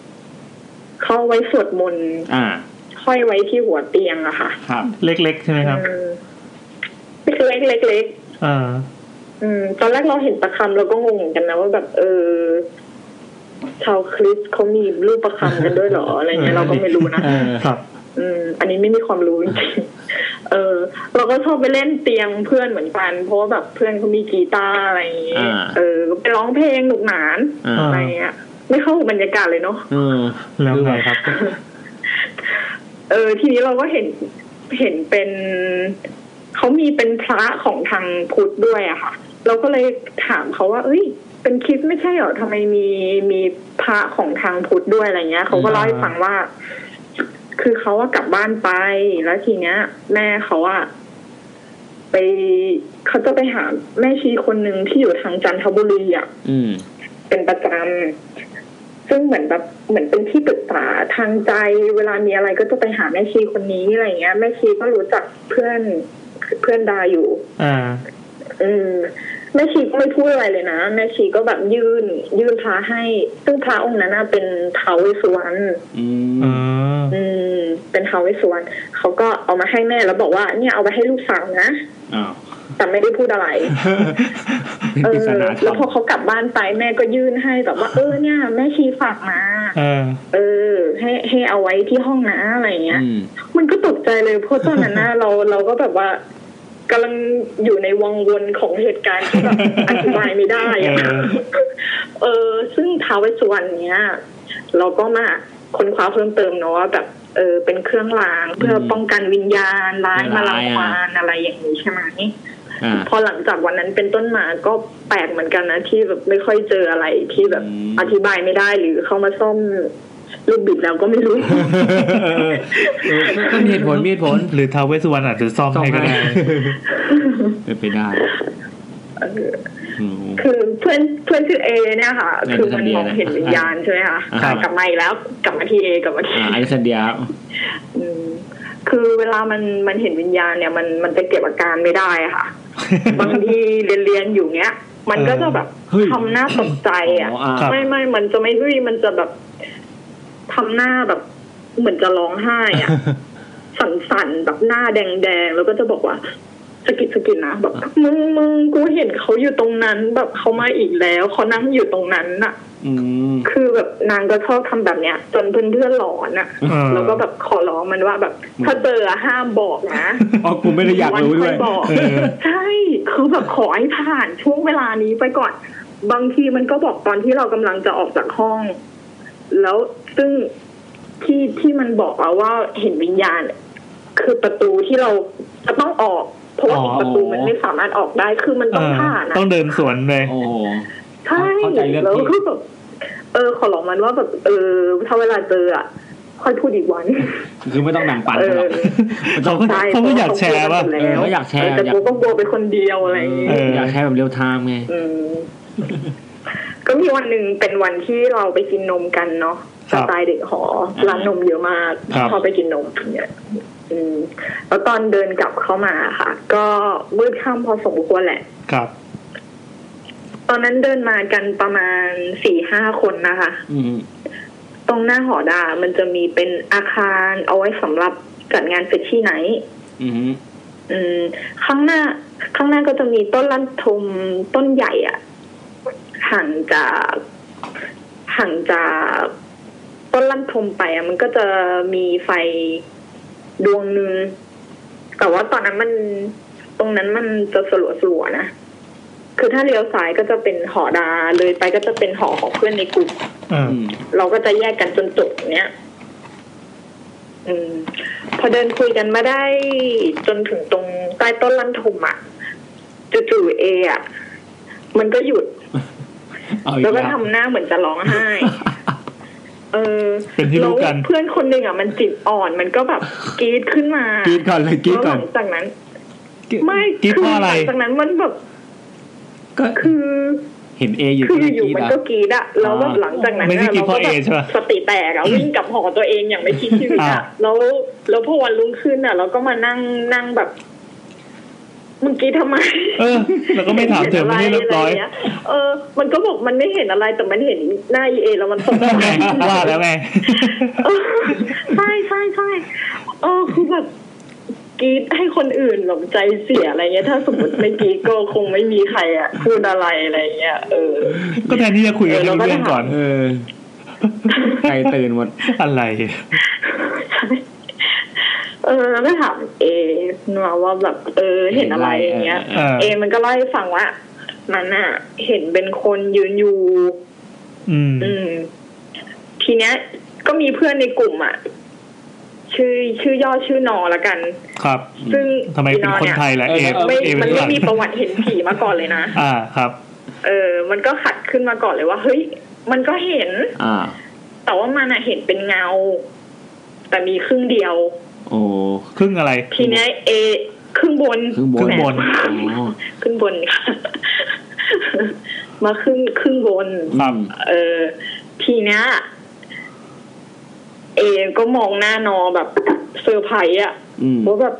ำเขาเอาไว้สวดมนต์ อ่า ห้อยไว้ที่หัวเตียงอะค่ะ ครับ เล็กๆใช่ไหมครับ อืมเล็กๆเล็กๆ เออ อืม ตอนแรกเราเห็นประคำเราก็งงเหมือนกันนะว่าแบบ เออ ชาวคริสต์เขามีรูปประคำกันด้วยเหรออะไรเงี้ยเราก็ไม่รู้นะ เออครับ อืมอันนี้ไม่มีความรู้จริงๆ เออ เราก็ชอบไปเล่นเตียงเพื่อนเหมือนกัน เพราะว่าแบบเพื่อนเขามีกีตาร์อะไรอย่างงี้ อ่า เออก็ไปร้องเพลงหนุกหนาน เออ อะไรเงี้ยไม่เข้ากับบรรยากาศเลยเนาะ เออ แล้วไงครับ เออ ทีนี้เราก็เห็นเห็นเป็นเขามีเป็นพระของทางพุทธด้วยอะค่ะ เราก็เลยถามเขาว่า เอ้ย เป็นคริดไม่ใช่เหรอทำไมมีมีพระของทางพุทธด้วยอะไรเงี้ยเขาก็เล่าให้ฟังว่า คือเขาอะกลับบ้านไป แล้วทีเนี้ย แม่เขาอะไปเขาจะไปหาแม่ชีคนหนึ่งที่อยู่ทางจันทบุรีอะ อืม เป็นประจำซึ่งเหมือนแบบเหมือนเป็นที่ปรึกษาทางใจ เวลามีอะไรก็จะไปหาแม่ชีคนนี้อะไรเงี้ย แม่ชีก็รู้จักเพื่อนเพื่อนดาอยู่ อ่า อืมแม่ชีก็ไม่พูดอะไรเลยนะแม่ชีก็แบบยื่นยื่นพระให้ ซึ่งพระองค์นั้นน่ะเป็นเทาวเวสสุวรรณ อื เอ ม อ อืม เป็นทาวเวสสวรรณเขาก็เอามาให้แม่แล้วบอกว่าเนี่ยเอาไปให้ลูกสาวนะ อ้าว แต่ไม่ได้พูด อะไร เป็นปเอริ อ ศนาธรรแล้ว ม พอเขากลับบ้านไปแม่ก็ยื่นให้แบบว่า เออเนี่ย แม่ชีฝากมา เออ เออ ให้ให้เอาไว้ที่ห้องนะอะไรอย่างเงี้ย อืม มันก็ตกใจเลยเพราะตอนนั้น นะเราเราก็แบบว่ากำลังอยู่ในวังวนของเหตุการณ์ที่แบบอธิบายไม่ได้อะ เออ เออ ซึ่งท้าวเวสสวรรณเนี้ยเราก็มาค้นคว้าเพิ่มเติมเนาะว่าแบบ เออ เป็นเครื่องรางเพื่อป้องกันวิญญาณร้ายมาลังควานอะไรอย่างนี้ใช่ไหม อ่า พอหลังจากวันนั้นเป็นต้นมาก็แปลกเหมือนกันนะที่แบบไม่ค่อยเจออะไรที่แบบอธิบายไม่ได้หรือเข้ามาซ่อมลูกบิดแล้วก็ไม่รู้ เออก็มีเหตุผลมีเหตุผล หรือทาวเวสสุวรรณอาจจะซ่อม ซ่อม ให้ก็ได้ ให้ เป็นไปได้อืม คือเพื่อนเพื่อนชื่อเอเนี่ยค่ะ ใน คือมัน ทะเบีย ม น องเห็นวิญญาณใช่ไหมคะ ครับ กลับมาอีกแล้วกลับมาที่เอกลับมาที่ อ่าอเล็กซานเดียครับ อืมคือเวลามันมันเห็นวิญญาณเนี่ย มันมันจะเก็บอาการไม่ได้อะค่ะ บางทีเรียนเรียนอยู่เนี้ย มันก็จะแบบ เฮ้ย ทำหน้าตกใจอ่ะ อ๋ออ่า ครับ ไม่ไม่มันจะไม่เฮ้ยมันจะแบบทำหน้าแบบเหมือนจะร้องไห้อ่ะ สั่นๆแบบหน้าแดงแดงๆแล้วก็จะบอกว่าสะกิดสะกิดนะแบบมึงมึงกูเห็นเขาอยู่ตรงนั้น แบบเขามาอีกแล้วเขานั่งอยู่ตรงนั้นน่ะ อืม คือแบบนางก็ชอบทำแบบเนี้ย จนเพื่อนเพื่อนๆหลอนอ่ะ เออ แล้วก็แบบขอร้องมันว่าแบบ ถ้าเจออะห้ามบอกนะ อ๋อกูไม่ได้อยากรู้ด้วย นค่อบอก เออ ใช่คือแบบขอให้ผ่านช่วงเวลานี้ไปก่อน บางทีมันก็บอกตอนที่เรากำลังจะออกจากห้อง แล้วซึ่งที่ที่มันบอกเราว่าเห็นวิญญาณ คือประตูที่เราจะต้องออก เพราะว่า อ๋อ อีกประตูมันไม่สามารถออกได้คือมัน เอ ต้อง อ ผ่านอะ ต้องเดินสวนเลย โอ้โห ใช่ เข้าใจเรื่องนี้ แล้วคือแบบเออ ขอร้องมันว่าแบบเออถ้าเวลาเจออ่ะ ค่อยพูดอีก วัน คือไม่ต้องแบ่งปัน เอ กันหรอกอเขาก็ ใช่ เขาก็อยากแชร์ว่า เขกลัวกันหมด เออ แล้ว อยากแชร์ แต่ อยาก กูก็กลัวไปคนเดียวอะไรอย่างงี้ เอออ อยากใช้แบบเรียลไทม์ไง อืม ก็มีวันหนึ่งเป็นวันที่เราไปกินนมกันเนาะ ค ส รับ ไตล์เด็กหอ อ่า ร้านนมเยอะมาก ครับ พอไปกินนมเนี่ยอืม แล้วตอนเดินกลับเข้ามาค่ะ ก็มืดค่ำพอสมควรแหละ ครับ ตอนนั้นเดินมากันประมาณสี่ห้าคนนะคะ อืม ตรงหน้าหอดามันจะมีเป็นอาคารเอาไว้สำหรับจัดงานเฟชชี่ไหน อืม อืมข้างหน้า ข้างหน้าก็จะมีต้นลั่นทมต้นใหญ่อะห่างจากห่างจากต้นลั่นทมไปอะมันก็จะมีไฟดวงหนึ่งแต่ว่าตอนนั้นมันตรงนั้นมันจะสลัวสลัวๆนะคือถ้าเลี้ยวซ้ายก็จะเป็นหอดาเลยไปก็จะเป็นหอของเพื่อนในกลุ่ม เออ อืม เราก็จะแยกกันจนจบเนี้ย อืม พอเดินคุยกันมาได้จนถึงตรงใต้ต้นลั่นทมอ่ะจู่ๆเออ่ะ มันก็หยุด เอาอีก แล้วก็ แล้ว ทำหน้าเหมือนจะร้องไห้ เออ เป็นที่รู้กัน แล้วเพื่อนคนหนึ่งอ่ะมันจิตอ่อนมันก็แบบกรีดขึ้นมาก รีดก่อนเลยกรีด แล้ก่อวหลั น งจากนั้น ไม่ กรี๊ดเพราะอะไร หลังจากนั้นมันแบบ ก็ คือ เห็นเออยู่ คือ ที่ อยู่ กี้ ๆมัน ละ ก็กรีดอ่ะแล้วแบบหลังจากนั้น ไม่ได้ อะ กรี๊ดเพราะ ก็แบบ เอใช่ปะ สติแตกอ่ะวิ่งกลับหอตัวเองอย่างไม่คิดชีวิต อ่า อ่ะแล้วแล้วพอวันรุ่งขึ้นอ่ะเราก็มานั่งนั่งแบบมึงกรีดทำไม เออ แล้วก็ไม่ถามเธอไม่ได้เรียบร้อย ะไางเงี้เออ มันก็บอกมันไม่เห็นอะไรแต่มันเห็นหน้าเอแล้วมันตกใจ ว่าแล้วไง เออใช่ใช่ใช่เออคือแบบกรีดให้คนอื่นหลงใจเสียอะไรเงี้ย ถ้าสมมติไม่กรีดก็คงไม่มีใครอะพูดอะไรอะไรเงี้ยเออ ก็แทนที่จะคุยกัน เอให้อเรา รู้ ก็ เรื่องก่อน เออใจตื่นหมด อะไร เออแล้วก็ถามเอมาว่าแบบเออเห็นอะไรอย่างเงี้ย เออ เอมันก็เล่าให้ฟังว่ามันอะเห็นเป็นคนยืนอยู่ อืม อืม ทีเนี้ยก็มีเพื่อนในกลุ่มอ่ะ ชื่อชื่อย่อชื่อนอละกัน ครับ ซึ่ง ทำไมเป็นคนไทยล่ะ เอ อีนอเนี่ย เอ ไม่ เป็ มันฝนไม่ รั่ง มีประวัติเห็นผีมาก่อนเลยนะ อ่า ครับ เออ มันก็ขัดขึ้นมาก่อนเลยว่า เฮ้ย มันก็เห็น อ่า แต่ว่ามันอะเห็นเป็นเงา แต่มีครึ่งเดียว โอ้ ครึ่งอะไร ทีเนี้ยเอครึ่งบน ครึ่งบน ครึ่งบน อ๋อ ครึ่งบนค่ะ มาครึ่งครึ่งบน ครับ เออทีเนี้ยเอก็มองหน้านอแบบเซอร์ไพรส์อะ อืม ว่าแบบ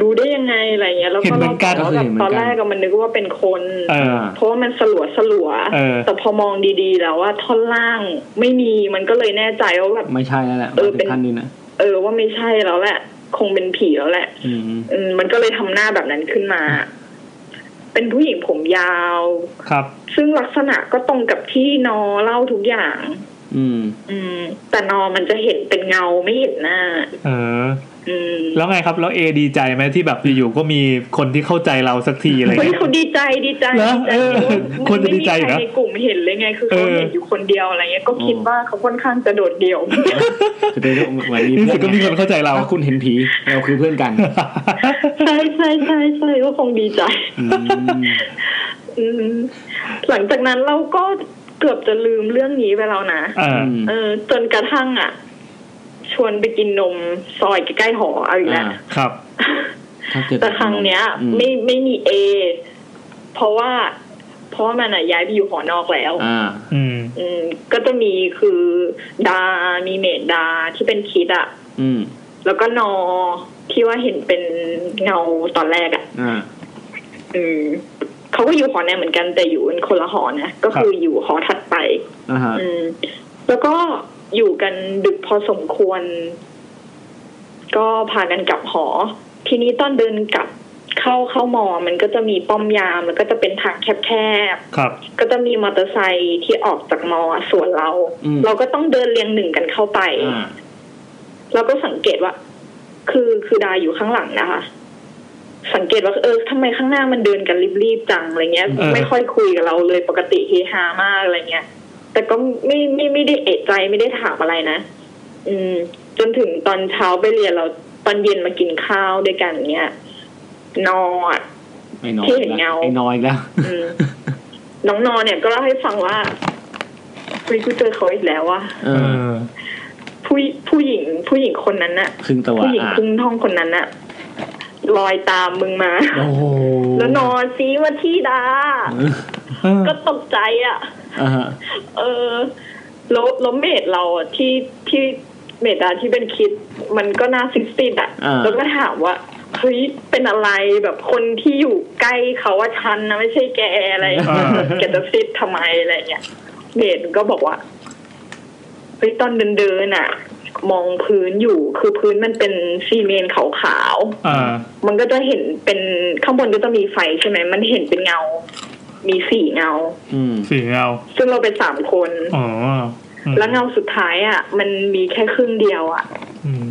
รู้ได้ยังไงอะไรเงี้ย แล้ว เห็ ก็ นเหมื เรา อนกัน บอกว่าแบบ เหมื ตอ อน น กัน แรกก็มันนึกว่าเป็นคน เออ เพราะว่ามันสลัวสลัวๆ เออ แต่พอมองดีๆ แล้วว่าท่อนล่างไม่มีมันก็เลยแน่ใจว่าแบบ ไม่ใช่แล้วแหละ เออ มา เป็ ถึ น งขั้นนี้นะ เออว่าไม่ใช่แล้วแหละ คงเป็นผีแล้วแหละ อืม อืมมันก็เลยทำหน้าแบบนั้นขึ้นมา เป็นผู้หญิงผมยาว ครับ ซึ่งลักษณะก็ตรงกับที่นอเล่าทุกอย่าง อืม อืม แต่นอนมันจะเห็นเป็นเงาไม่เห็นหน้า เออ อืม แล้วไงครับ แล้วเอดีใจไหมที่แบบอยู่ๆก็มีคนที่เข้าใจเราสักทีอะไร เฮ้ย เงี้ย เขาดีใจดีใจ เหรอ ดีใจ เออ เพราะว่า คนจะดีใจ ไม่มี เหรอ ใครในกลุ่มเห็นเลยไง คือเขา เออ เห็นอยู่คนเดียวอะไรเงี้ยก็คิด อ๋อ ว่าเขาค่อนข้างจะโดดเดี่ยว คือเป็นเหมือนมี รู้ เพื่อ สึก น ก็มีคน ไง เข้าใจเรา ถ้าคุณเห็นผีเราคือเพื่อนกัน ใช่ใช่ใช่ใช่ก็คงดีใจ อืม อืม หลังจากนั้นเราก็เกือบจะลืมเรื่องนี้ไปแล้วนะ เออ เออ จนกระทั่งอ่ะ ชวนไปกินนมซอยใกล้ๆหอเอาอีกแล้ว อ่า ครับ ถ้าเกิด แต่ครั้งเนี้ย อื ไม่ไม่มีเอ เพราะว่า เพราะว่ามันอะย้ายไปอยู่หอนอกแล้ว อ่า อืม อืม ก็จะมีคือดา มีเมดดาที่เป็นคิดอะ อืม แล้วก็นอที่ว่าเห็นเป็นเงาตอนแรกอะ อ่า อืมเขาก็อยู่หอแนเหมือนกันแต่อยู่เป็นคนละหอนะ ก็คืออยู่หอถัดไป อ่าฮะ อืม แล้วก็อยู่กันดึกพอสมควร ก็พากันกลับหอ ทีนี้ตอนเดินกลับเข้าเข้ามอ มันก็จะมีป้อมยาม แล้วก็จะเป็นทางแคบ ครับ ๆ ก็จะมีมอเตอร์ไซค์ที่ออกจากมอสวนเรา อืม เราก็ต้องเดินเรียงหนึ่งกันเข้าไป อ่า แล้วก็สังเกตว่า คือคือดาอยู่ข้างหลังนะคะ สังเกตว่าเออทำไมข้างหน้ามันเดินกันรีบๆจังอะไรเงี้ย เออ ไม่ค่อยคุยกับเราเลยปกติเฮฮามากอะไรเงี้ย แต่ก็ไม่ไม่ไม่ได้เอะใจไม่ได้ถามอะไรนะอืม จนถึงตอนเช้าไปเรียนเราตอนเย็นมากินข้าวด้วยกันเนี้ยนอน ไอ้นอย ที่เห็นเงา ไอ้นอยอีกแล้ว อื ม น้องนอนเนี่ยก็เล่าให้ฟังว่าเฮ้ยกูเจอเขาอีกแล้วว่ะ เอ เอ อ อ ผู้ผู้หญิง ผู้หญิงคนนั้นน่ะ ครึ่งตัว ผู้หญิง อ่ะ ครึ่งท้องคนนั้นน่ะลอยตามมึงมา โอ้โห แล้วนอนซีว่าที่ดา เออ ก็ตกใจอ่ะ อ่าฮะ เออแล้วแล้วเมดเราอะที่ที่เมดดาที่เป็นคิด มันก็น่าซิสติดอ่ะ อ่า แล้วก็ถามว่าเฮ้ยเป็นอะไรแบบคนที่อยู่ใกล้เขาว่าฉันนะไม่ใช่แกอะไรอย่างเงี้ยแกจะซิดทำไมอะไรอย่างเงี้ยเมดก็บอกว่าเฮ้ยตอนเดินเดินๆอ่ะ มองพื้นอยู่คือพื้นมันเป็นซีเมนต์ขาวๆ อ่า มันก็จะเห็นเป็นข้างบนก็จะมีไฟใช่ไหม มันเห็นเป็นเงา มีสี่เงา อืม สีเงา ซึ่งเราเป็นสามคน อ๋ออืม แล้วเงาสุดท้ายอ่ะ มันมีแค่ครึ่งเดียวอ่ะ อืม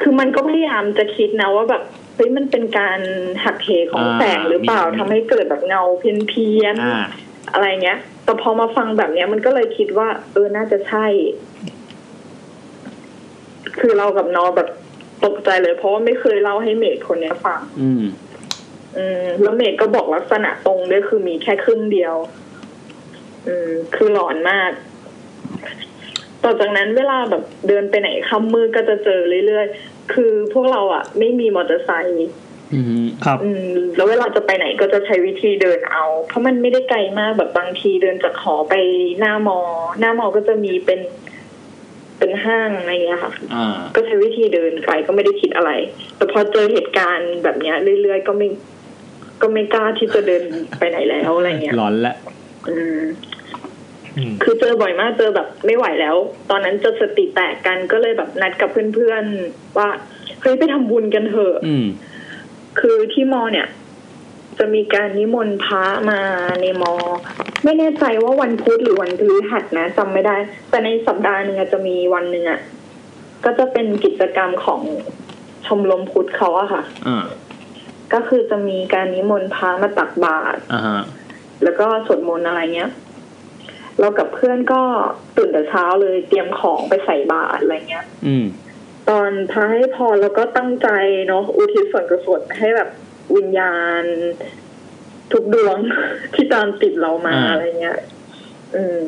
คือมันก็พยายามจะคิดนะว่าแบบเฮ้ยมันเป็นการหักเหของ อ่า แสงหรือเปล่า มี ทำให้เกิดแบบเงาเพี้ยนๆ อ่า อะไรเงี้ย แต่พอมาฟังแบบเนี้ย มันก็เลยคิดว่า เออน่าจะใช่ คือเรากับนอแบบตกใจเลย เพราะว่าไม่เคยเล่าให้เมดคนเนี้ยฟัง อืม อืมแล้วเมดก็บอกลักษณะตรงด้วยคือมีแค่ครึ่งเดียว อืมคือหลอนมาก ต่อจากนั้นเวลาแบบเดินไปไหนค่ำมืดก็จะเจอเรื่อยๆ คือพวกเราอะไม่มีมอเตอร์ไซค์ อืม ครับ อืมแล้วเวลาจะไปไหนก็จะใช้วิธีเดินเอา เพราะมันไม่ได้ไกลมากแบบบางทีเดินจากหอไปหน้ามอ หน้ามอก็จะมีเป็น เป็นห้างอะไรอย่างเงี้ยค่ะ อ่า ก็ใช้วิธีเดินไปก็ไม่ได้คิดอะไร แต่พอเจอเหตุการณ์แบบเนี้ยเรื่อยๆก็ไม่ ก็ไม่กล้าที่จะเดินไปไหนแล้วอะไรเงี้ย หลอนละ อืม อืม คือเจอบ่อยมากเจอแบบไม่ไหวแล้ว ตอนนั้นจะสติแตกกันก็เลยแบบนัดกับเพื่อนๆว่าเฮ้ยไปทำบุญกันเถอะ อืม คือที่มอเนี่ย จะมีการนิมนต์พระมาในมอ ไม่แน่ใจว่าวันพุธหรือวันพฤหัสนะจำไม่ได้ แต่ในสัปดาห์หนึ่งอะจะมีวันหนึ่งอะก็จะเป็นกิจกรรมของชมรมพุทธเขาอะค่ะ อ่า ก็คือจะมีการนิมนต์พระมาตักบาตร อ่าฮะ แล้วก็สวดมนต์อะไรเงี้ย เรากับเพื่อนก็ตื่นแต่เช้าเลยเตรียมของไปใส่บาตรอะไรเงี้ย อืม ตอนพระให้พรแล้วก็ตั้งใจเนาะอุทิศส่วนกุศลให้แบบวิญญาณ ทุกดวง ที่ตามติดเรามา อ่า อะไรเงี้ย อืม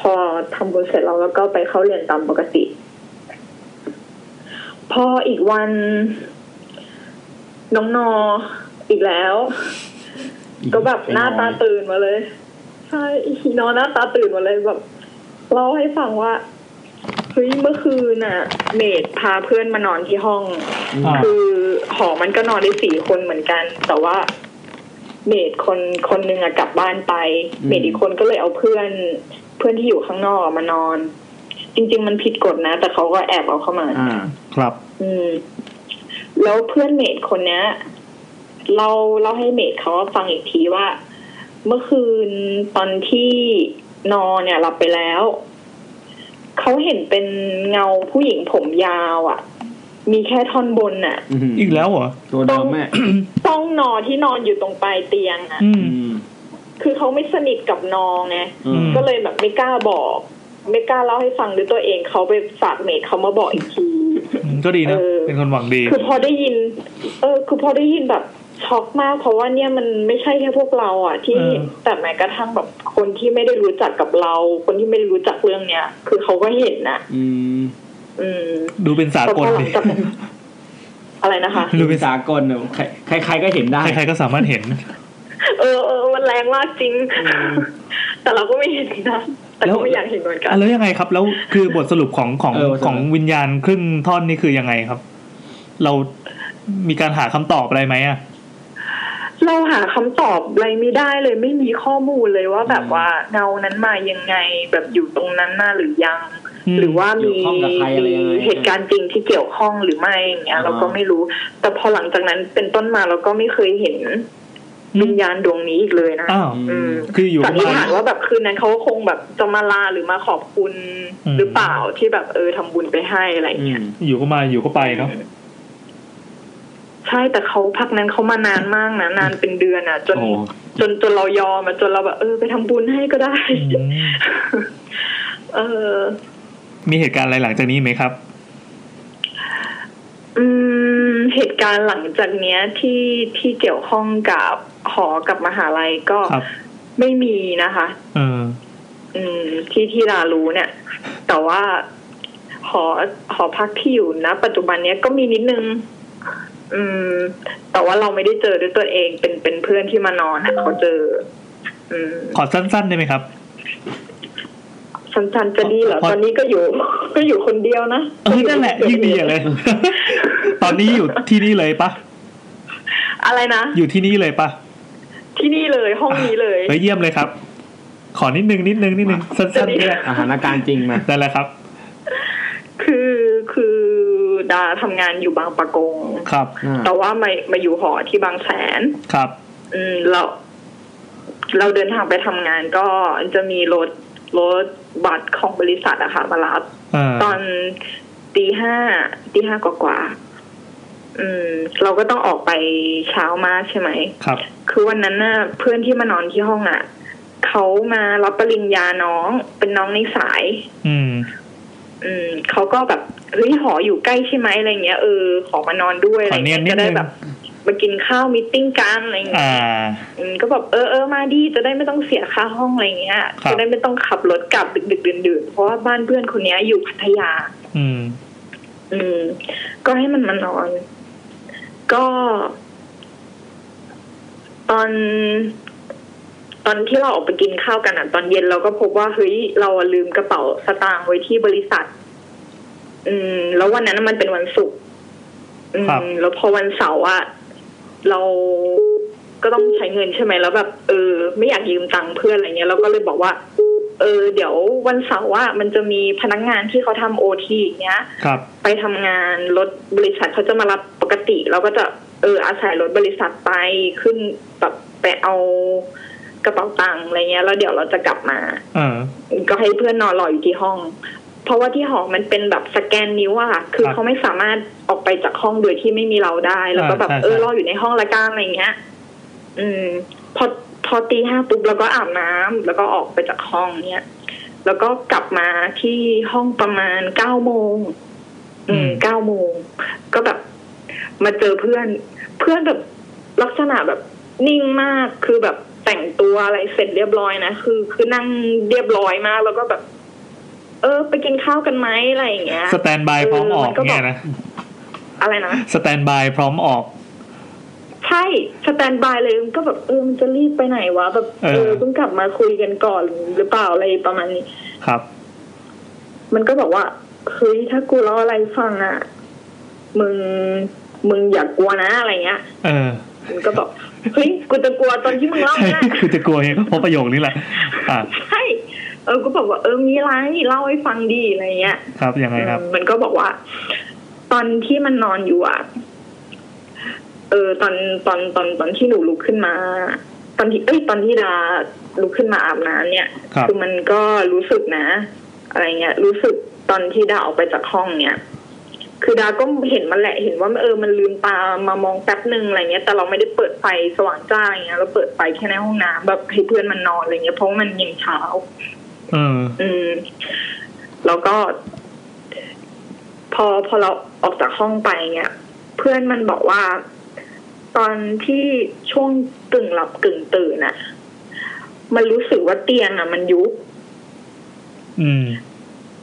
พอทำบุญเสร็จเราแล้วก็ไปเข้าเรียนตามปกติ พออีกวัน น้องนออีกแล้ว ก็แบบหน้าตาตื่นมาเลย ใช่อีนอนหน้าตาตื่นมาเลยแบบเล่าให้ฟังว่าเฮ้ยเมื่อคืนน่ะ เมดพาเพื่อนมานอนที่ห้อง อ่า คือหอมันก็นอนได้สี่คนเหมือนกัน แต่ว่า เมดคนคนหนึ่งอะกลับบ้านไป อืม เมดอีกคนก็เลยเอาเพื่อน เพื่อนที่อยู่ข้างนอกอะมานอน จริง ๆ มันผิดกฎนะ แต่เขาก็แอบเอาเข้ามา อ่า ครับ อืม แล้วเพื่อนเมดคนเนี้ยเราเล่าให้เมดเขาฟังอีกทีว่า เมื่อคืนตอนที่นอนเนี่ยหลับไปแล้ว เขาเห็นเป็นเงาผู้หญิงผมยาวอะ่ะ มีแค่ท่อนบนน่ะ ม อีกแล้วเหรอ ตัวเดิมแม่ ต้องนอนที่นอนอยู่ตรงปลายเตียงอะ่ะ อืม อืม คือเขาไม่สนิทกับนองไง อืม ม ก็เลยแบบไม่กล้าบอก ไม่กล้าเล่าให้ฟังด้วยตัวเอง เขาไปฝากเมดเขามาบอกอีกที อืมก็ดีนะ เออ เป็นคนหวังดี คือพอได้ยิน เออ คือพอได้ยินแบบช็อกมาก เพราะว่าเนี่ยมันไม่ใช่แค่พวกเราอ่ะ ที่ เออ แต่แม้กระทั่งแบบคนที่ไม่ได้รู้จักกับเรา คนที่ไม่ได้รู้จักเรื่องเนี้ยคือเขาก็เห็นนะ อืม อืม ดูเป็นสากล แต่พอหลั ดี งจาก อะไรนะคะ ดูเป็นสากลเนอะใครใคร ๆ ก็เห็นได้ ใครๆก็สามารถเห็น เออเออมันแรงมากจริง แต่เราก็ไม่เห็นนะแต่ แล้ว ก็ไม่อยากเห็นเหมือนกั อ่ะ น แล้วยังไงครับ แล้วคือบทสรุปของของ เออบทสรุป ของวิญญาณครึ่งท่อนนี่คือยังไงครับ เรามีการหาคำตอบอะไรไหมอ่ะ เราหาคำตอบอะไรไม่ได้เลย ไม่มีข้อมูลเลยว่าแบบว่าเงานั้นมายังไง แบบอยู่ตรงนั้นน่าหรือยัง อืม หรือว่ามี เกี่ยวข้องกับใครอะไรยังไง เหตุการณ์จริงที่เกี่ยวข้องหรือไม่อย่างเงี้ย อ่า เราก็ไม่รู้ แต่พอหลังจากนั้นเป็นต้นมาเราก็ไม่เคยเห็นวิญญาณดวงนี้อีกเลยนะ อ้าว อืม คืออยู่ สันนิษ มา ฐานว่าแบบคืนนั้นเขาก็คงแบบจะมาลาหรือมาขอบคุณ อืม หรือเปล่าที่แบบเออทำบุญไปให้อะไรอย่าง อื เงี้ย ม อยู่ก็มาอยู่ก็ไปเนาะ ใช่แต่เขาพักนั้นเขามานานมากนะนานเป็นเดือนอ่ะ จน โอ้ จนจนเรายอมอะจนเราแบบเออไปทำบุญให้ก็ได้ อืม เออ มีเหตุการณ์อะไรหลังจากนี้ไหมครับ อืมเหตุการณ์หลังจากเนี้ยที่ที่เกี่ยวข้องกับหอกับมหาลัยก็ ครับ ไม่มีนะคะ เออ อืม ที่ที่ลารู้เนี่ย แต่ว่าหอหอพักที่อยู่นะ ปัจจุบันเนี้ยก็มีนิดนึง อืม แต่ว่าเราไม่ได้เจอด้วยตัวเองเป็นเป็นเพื่อนที่มานอนอะเขาเจอ อืม ขอสั้นๆได้ไหมครับ สันทันจะดีเหรอ พอ ตอนนี้ก็อยู่ ก็อยู่คนเดียวนะ เอ อนั่นแหละยิ่งดี เลย ตอนนี้อยู่ที่นี่เลยปะ อะไรนะ อยู่ที่นี่เลยปะ ที่นี่เลยห้องนี้เลย เฮ้ยเยี่ยมเลยครับ ขอนิดนึงนิดนึงนิดนึงสั้นๆก็ได้ อาหารการจริงมา นั่นแหละครับ คือคือดาทำงานอยู่บางปะกง ครับ อ่า แต่ว่ามามาอยู่หอที่บางแสน ครับ อืมเรา เราเดินทางไปทำงานก็จะมีรถรถบัสของบริษัทอะค่ะมารับ เออ ตอนตีห้าตีห้ากว่ากว่าๆอืม เราก็ต้องออกไปเช้ามากใช่ไหม ครับ คือวันนั้นน่ะเพื่อนที่มานอนที่ห้องอะเขามารับปริญญาน้องเป็นน้องในสาย อืม อืมเขาก็แบบเฮ้ยหออยู่ใกล้ใช่ไหมอะไรเงี้ยเออขอมานอนด้วยอะไร ขอเนีย เงี้ นนิดยจะ นึ ได้ ง แบบมากินข้าวมิทติ้งกันอะไรเงี้ย อ่า อืมก็แบบเออเออมาดีจะได้ไม่ต้องเสียค่าห้องอะไรเงี้ย ครับ จะได้ไม่ต้องขับรถกลับดึกดึกดื่นดื่นๆเพราะว่าบ้านเพื่อนคนเนี้ยอยู่พัทยา อืม อืม ก็ให้มันมานอน ก็ ตอน ตอนที่เราออกไปกินข้าวกันอ่ะ ตอนเย็นเราก็พบว่าเฮ้ยเราอะลืมกระเป๋าสตางค์ไว้ที่บริษัท อืม แล้ววันนั้นมันเป็นวันศุกร์อื ครับ ม แล้วพอวันเสาร์อะเราก็ต้องใช้เงินใช่ไหมแล้วแบบเออ ไม่อยากยืมตังค์เพื่อนอะไรเงี้ยเราก็เลยบอกว่า เออ เดี๋ยววันเสาร์อะมันจะมีพนักงานที่เขาทำโอทีอย่างเงี้ย ครับ ไปทำงานรถบริษัทเขาจะมารับปกติ เราก็จะเอออาศัยรถบริษัทไปขึ้นแบบไปเอากระเป๋าตังค์อะไรเงี้ยแล้วเดี๋ยวเราจะกลับมา เออ ก็ให้เพื่อนนอนรออยู่ที่ห้อง เพราะว่าที่หอมันเป็นแบบสแกนนิ้วอะค่ะคืคอรับ เขาไม่สามารถออกไปจากห้องโดยที่ไม่มีเราได้แล้วก็แบบ อ่าใช่ เออ ใช่ รออยู่ในห้องละกันอะไรเงี้ย อืม พอพอตีห้าปุ๊บแล้วก็อาบน้ำแล้วก็ออกไปจากห้องเนี้ยแล้วก็กลับมาที่ห้องประมาณเก้าโมงอืมเก้าโมงก็แบบมาเจอเพื่อน เพื่อนแบบลักษณะแบบนิ่งมากคือแบบแต่งตัวอะไรเสร็จเรียบร้อยนะคือ คือนั่งเรียบร้อยมากแล้วก็แบบ เออ ไปกินข้าวกันไหมอะไรอย่างเงี้ย สแตนบายพร้อมออก เออมันก็บอก เนี่ยนะ อะไรนะ สแตนบายพร้อมออก ใช่สแตนบายเลยมันก็แบบเออมันจะรีบไปไหนวะแบบ เออ เออเพิ่งกลับมาคุยกันก่อนหรือเปล่าอะไรประมาณนี้ ครับ มันก็บอกว่าเฮ้ยถ้ากูเล่าอะไรให้ฟังอ่ะ มึงมึงอย่ากกลัวนะอะไรเงี้ย เออ มันก็บอกเฮ้ยกูจะกลัวตอนที่มึงเล่า ใช่ เนี่ยคือจะกลัวไงก็เพราะประโยคนี้แหละ อ่า ใช่เออก็บอกว่าเออมีอะไรเล่าให้ฟังดีอะไรเงี้ย ครับยังไงครับ เออมันก็บอกว่า ตอนที่มันนอนอยู่อ่ะ เออ ตอนตอนตอนตอนที่หนูลุกขึ้นมา ตอนที่เอ้ยตอนที่ดาลุกขึ้นมาอาบน้ำเนี่ย ครับ อมันก็รู้สึกนะ อะไรเงี้ย รู้สึกตอนที่ดาออกไปจากห้องเนี่ย คือดาก็เห็นมันแหละเห็นว่าเออมันลืมตามามองแป๊บหนึ่งอะไรเงี้ย แต่เราไม่ได้เปิดไฟสว่างจ้าอย่างเงี้ยเราเปิดไฟแค่ในห้องน้ำแบบให้เพื่อนมันนอนอะไรเงี้ยเพราะว่ามันยังเช้า เออ อืม แล้วก็ พอพอเราออกจากห้องไปเนี่ย เพื่อนมันบอกว่า ตอนที่ช่วงกึ่งหลับกึ่งตื่นน่ะ มันรู้สึกว่าเตียงอ่ะ มันยุบ อืม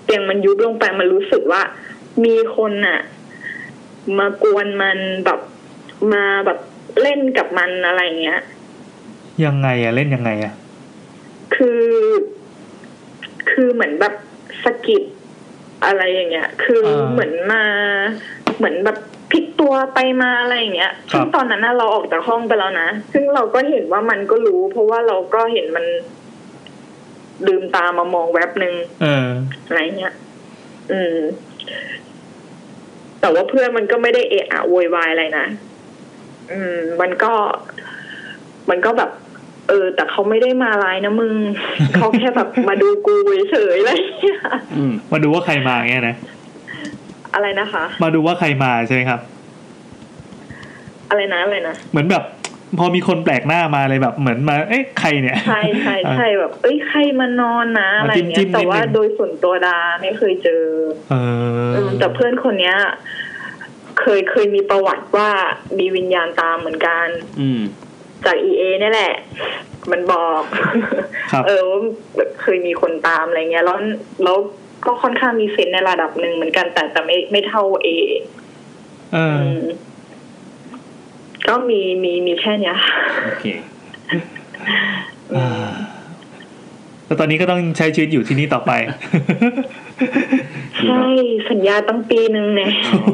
เตียงมันยุบลงไปมันรู้สึกว่า มีคนน่ะ มากวนมันแบบมาแบบเล่นกับมันอะไรเงี้ย ยังไงอะเล่นยังไงอะ คือ คือเหมือนแบบสะกิดอะไรอย่างเงี้ย คืออา เหมือนมา เหมือนแบบพลิกตัวไปมาอะไรอย่างเงี้ย ครับ ซึ่งตอนนั้นน่ะเราออกจากห้องไปแล้วนะ ซึ่งเราก็เห็นว่ามันก็รู้ เพราะว่าเราก็เห็นมันลืมตามามองแวบหนึ่ง เออ อะไรเงี้ย อืม แต่ว่าเพื่อนมันก็ไม่ได้เอะอะโวยวายอะไรนะ อืม มันก็ มันก็แบบ เออ แต่เขาไม่ได้มาร้ายนะมึง เขาแค่แบบ มาดูกูเฉยๆอะไรเงี้ย อืม มาดูว่าใครมาเงี้ยนะ อะไรนะคะ มาดูว่าใครมาใช่ไหมครับ อะไรนะ อะไรนะ เหมือนแบบ พอมีคนแปลกหน้ามาเลยแบบ เหมือนมา เอ๊ะใครเนี่ย ใช่ใช่ใช่แบบ เอ้ย ใครมานอนนะอะไร จิ้ม เงี้ จิ้ ย ม แต่ว่า นิดนึง โดยส่วนตัวดาไม่เคยเจอ เออ อืมแต่เพื่อนคนเนี้ย เคยเคยมีประวัติว่ามีวิญญาณตามเหมือนกัน อืม จากเอเอนี่ยแหละ มันบอก ครับ เออว่าแบบเคยมีคนตามอะไรเงี้ย แล้วแล้วก็ค่อนข้างมีเซนส์ในระดับหนึ่งเหมือนกันแต่แต่ไม่ไม่เท่าเอ เออ มก็มีมีมีแค่เนี้ย โอเค อ่าแล้วตอนนี้ก็ต้องใช้ชีวิตอยู่ที่นี่ต่อไป ดีครับ ใช่สัญญาตั้งปีหนึ่งเนี่ย ขอ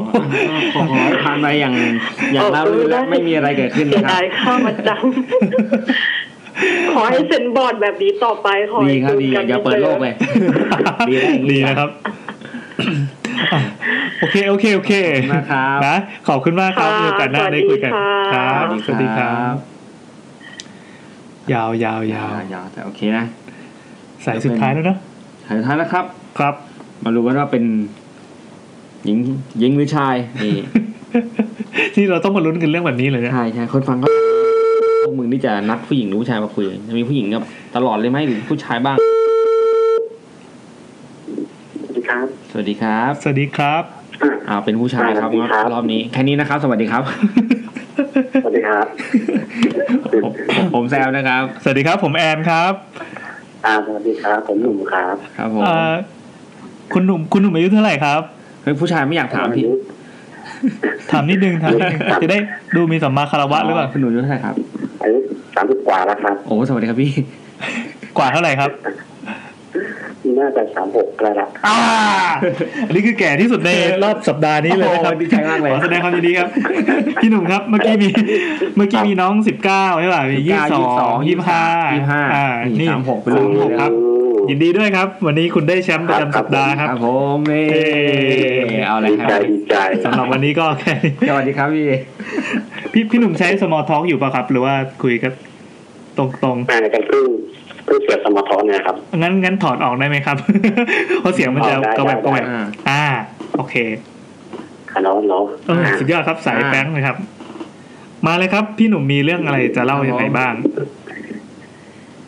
ขอให้ผ่านไปอย่างอย่างราบรื่นและไม่มีอะไรเกิดขึ้น เสี นะ ย ครั ดา บ ยข้าวมาจัง ขอให้เซ็นบอร์ดแบบนี้ต่อไปขอ ดี ให้ ครับดีอย่าเปิดโลกเลย ดีดีแล้วนะครับ อ่ะโอเค โอเค โอเค ขอบคุณมากครับ นะ ขอบคุณมากครับมีโอกาสหน้าได้คุยกัน ครับ สวัสดีครับ ยาวยาวยาว ยาวแต่โอเคนะ สายสุดท้ายแล้วเนอะ ถ่ายสุดท้ายแล้วครับ ครับ มารู้กันว่าเป็น หญิงหญิงหรือชายนี่ ที่เราต้องมาลุ้นกันเรื่องแบบนี้เลยนะ ชายชายคนฟังก็พวกมึงนี่จะนัดผู้หญิงหรือผู้ชายมาคุยจะมีผู้หญิงกับตลอดเลยไหมหรือผู้ชายบ้าง สวัสดีค ครับ สวัสดีครับ สวัสดีครับ อ่าเป็นผู้ชายครับ สวัสดีครับ รอบนี้แค่นี้นะครับ สวัสดีครับ สวัสดีครับ ผมผมแซมนะครับ สวัสดีครับ ผมแอนครับ อ่าสวัสดีครับ ผมหนุ่มครับ ครับผม เอ่อคุณหนุ่มคุณหนุ่มอายุเท่าไหร่ครับ เฮ้ยผู้ชายไม่อยากถามพี่ ถามนิดนึงถาม นิดนึงจะได้ดูมีสัมมาคารวะหรือเปล่า คุณหนุ่มอายุเท่าไหร่ครับ อายุสามสิบกว่าแล้วครับ โอ้สวัสดีครับพี่ กว่าเท่าไหร่ครับ น่าจะสามหกแล้วล่ะ อ่าอันนี้คือแก่ที่สุดในรอบสัปดาห์นี้เลยนะครับ โอ้ดีใจมากเลย ขอแสดงความยินดีครับ พี่หนุ่มครับ เมื่อกี้มีเมื่อกี้มีน้องสิบเก้าใช่ป่ะมียี่สิบสอง 22 ยี่สิบห้า ยี่สิบห้า อ่านี่ สามหกไปเลย สามหกครับ ยินดีด้วยครับ วันนี้คุณได้แชมป์ประจำสัปดาห์ครับ ครับผมเน่เอาเลย ดี ค ใจ รับ ดีใจ สำหรับวันนี้ก็แค่นี้ สวัสดีครับพี่ พี่พี่หนุ่มใช้สมอลท็อกอยู่ป่ะครับ หรือว่าคุยกันตรง แม่ในการเพิ่งเพิ่งเปิดสมาร์ทโฟนเนี่ยครับ ๆงั้นงั้นถอดออกได้ไหมครับ เพราะเสียงมันจะ ได้ กระแวบ ได้ กระแวบ อ่า อ่า โอเค ค่ะน้องน้อง เออสุดยอดครับสายแป้งเลยครับ มาเลยครับ พี่หนุ่มมีเรื่องอะไรจะเล่ายังไงบ้าง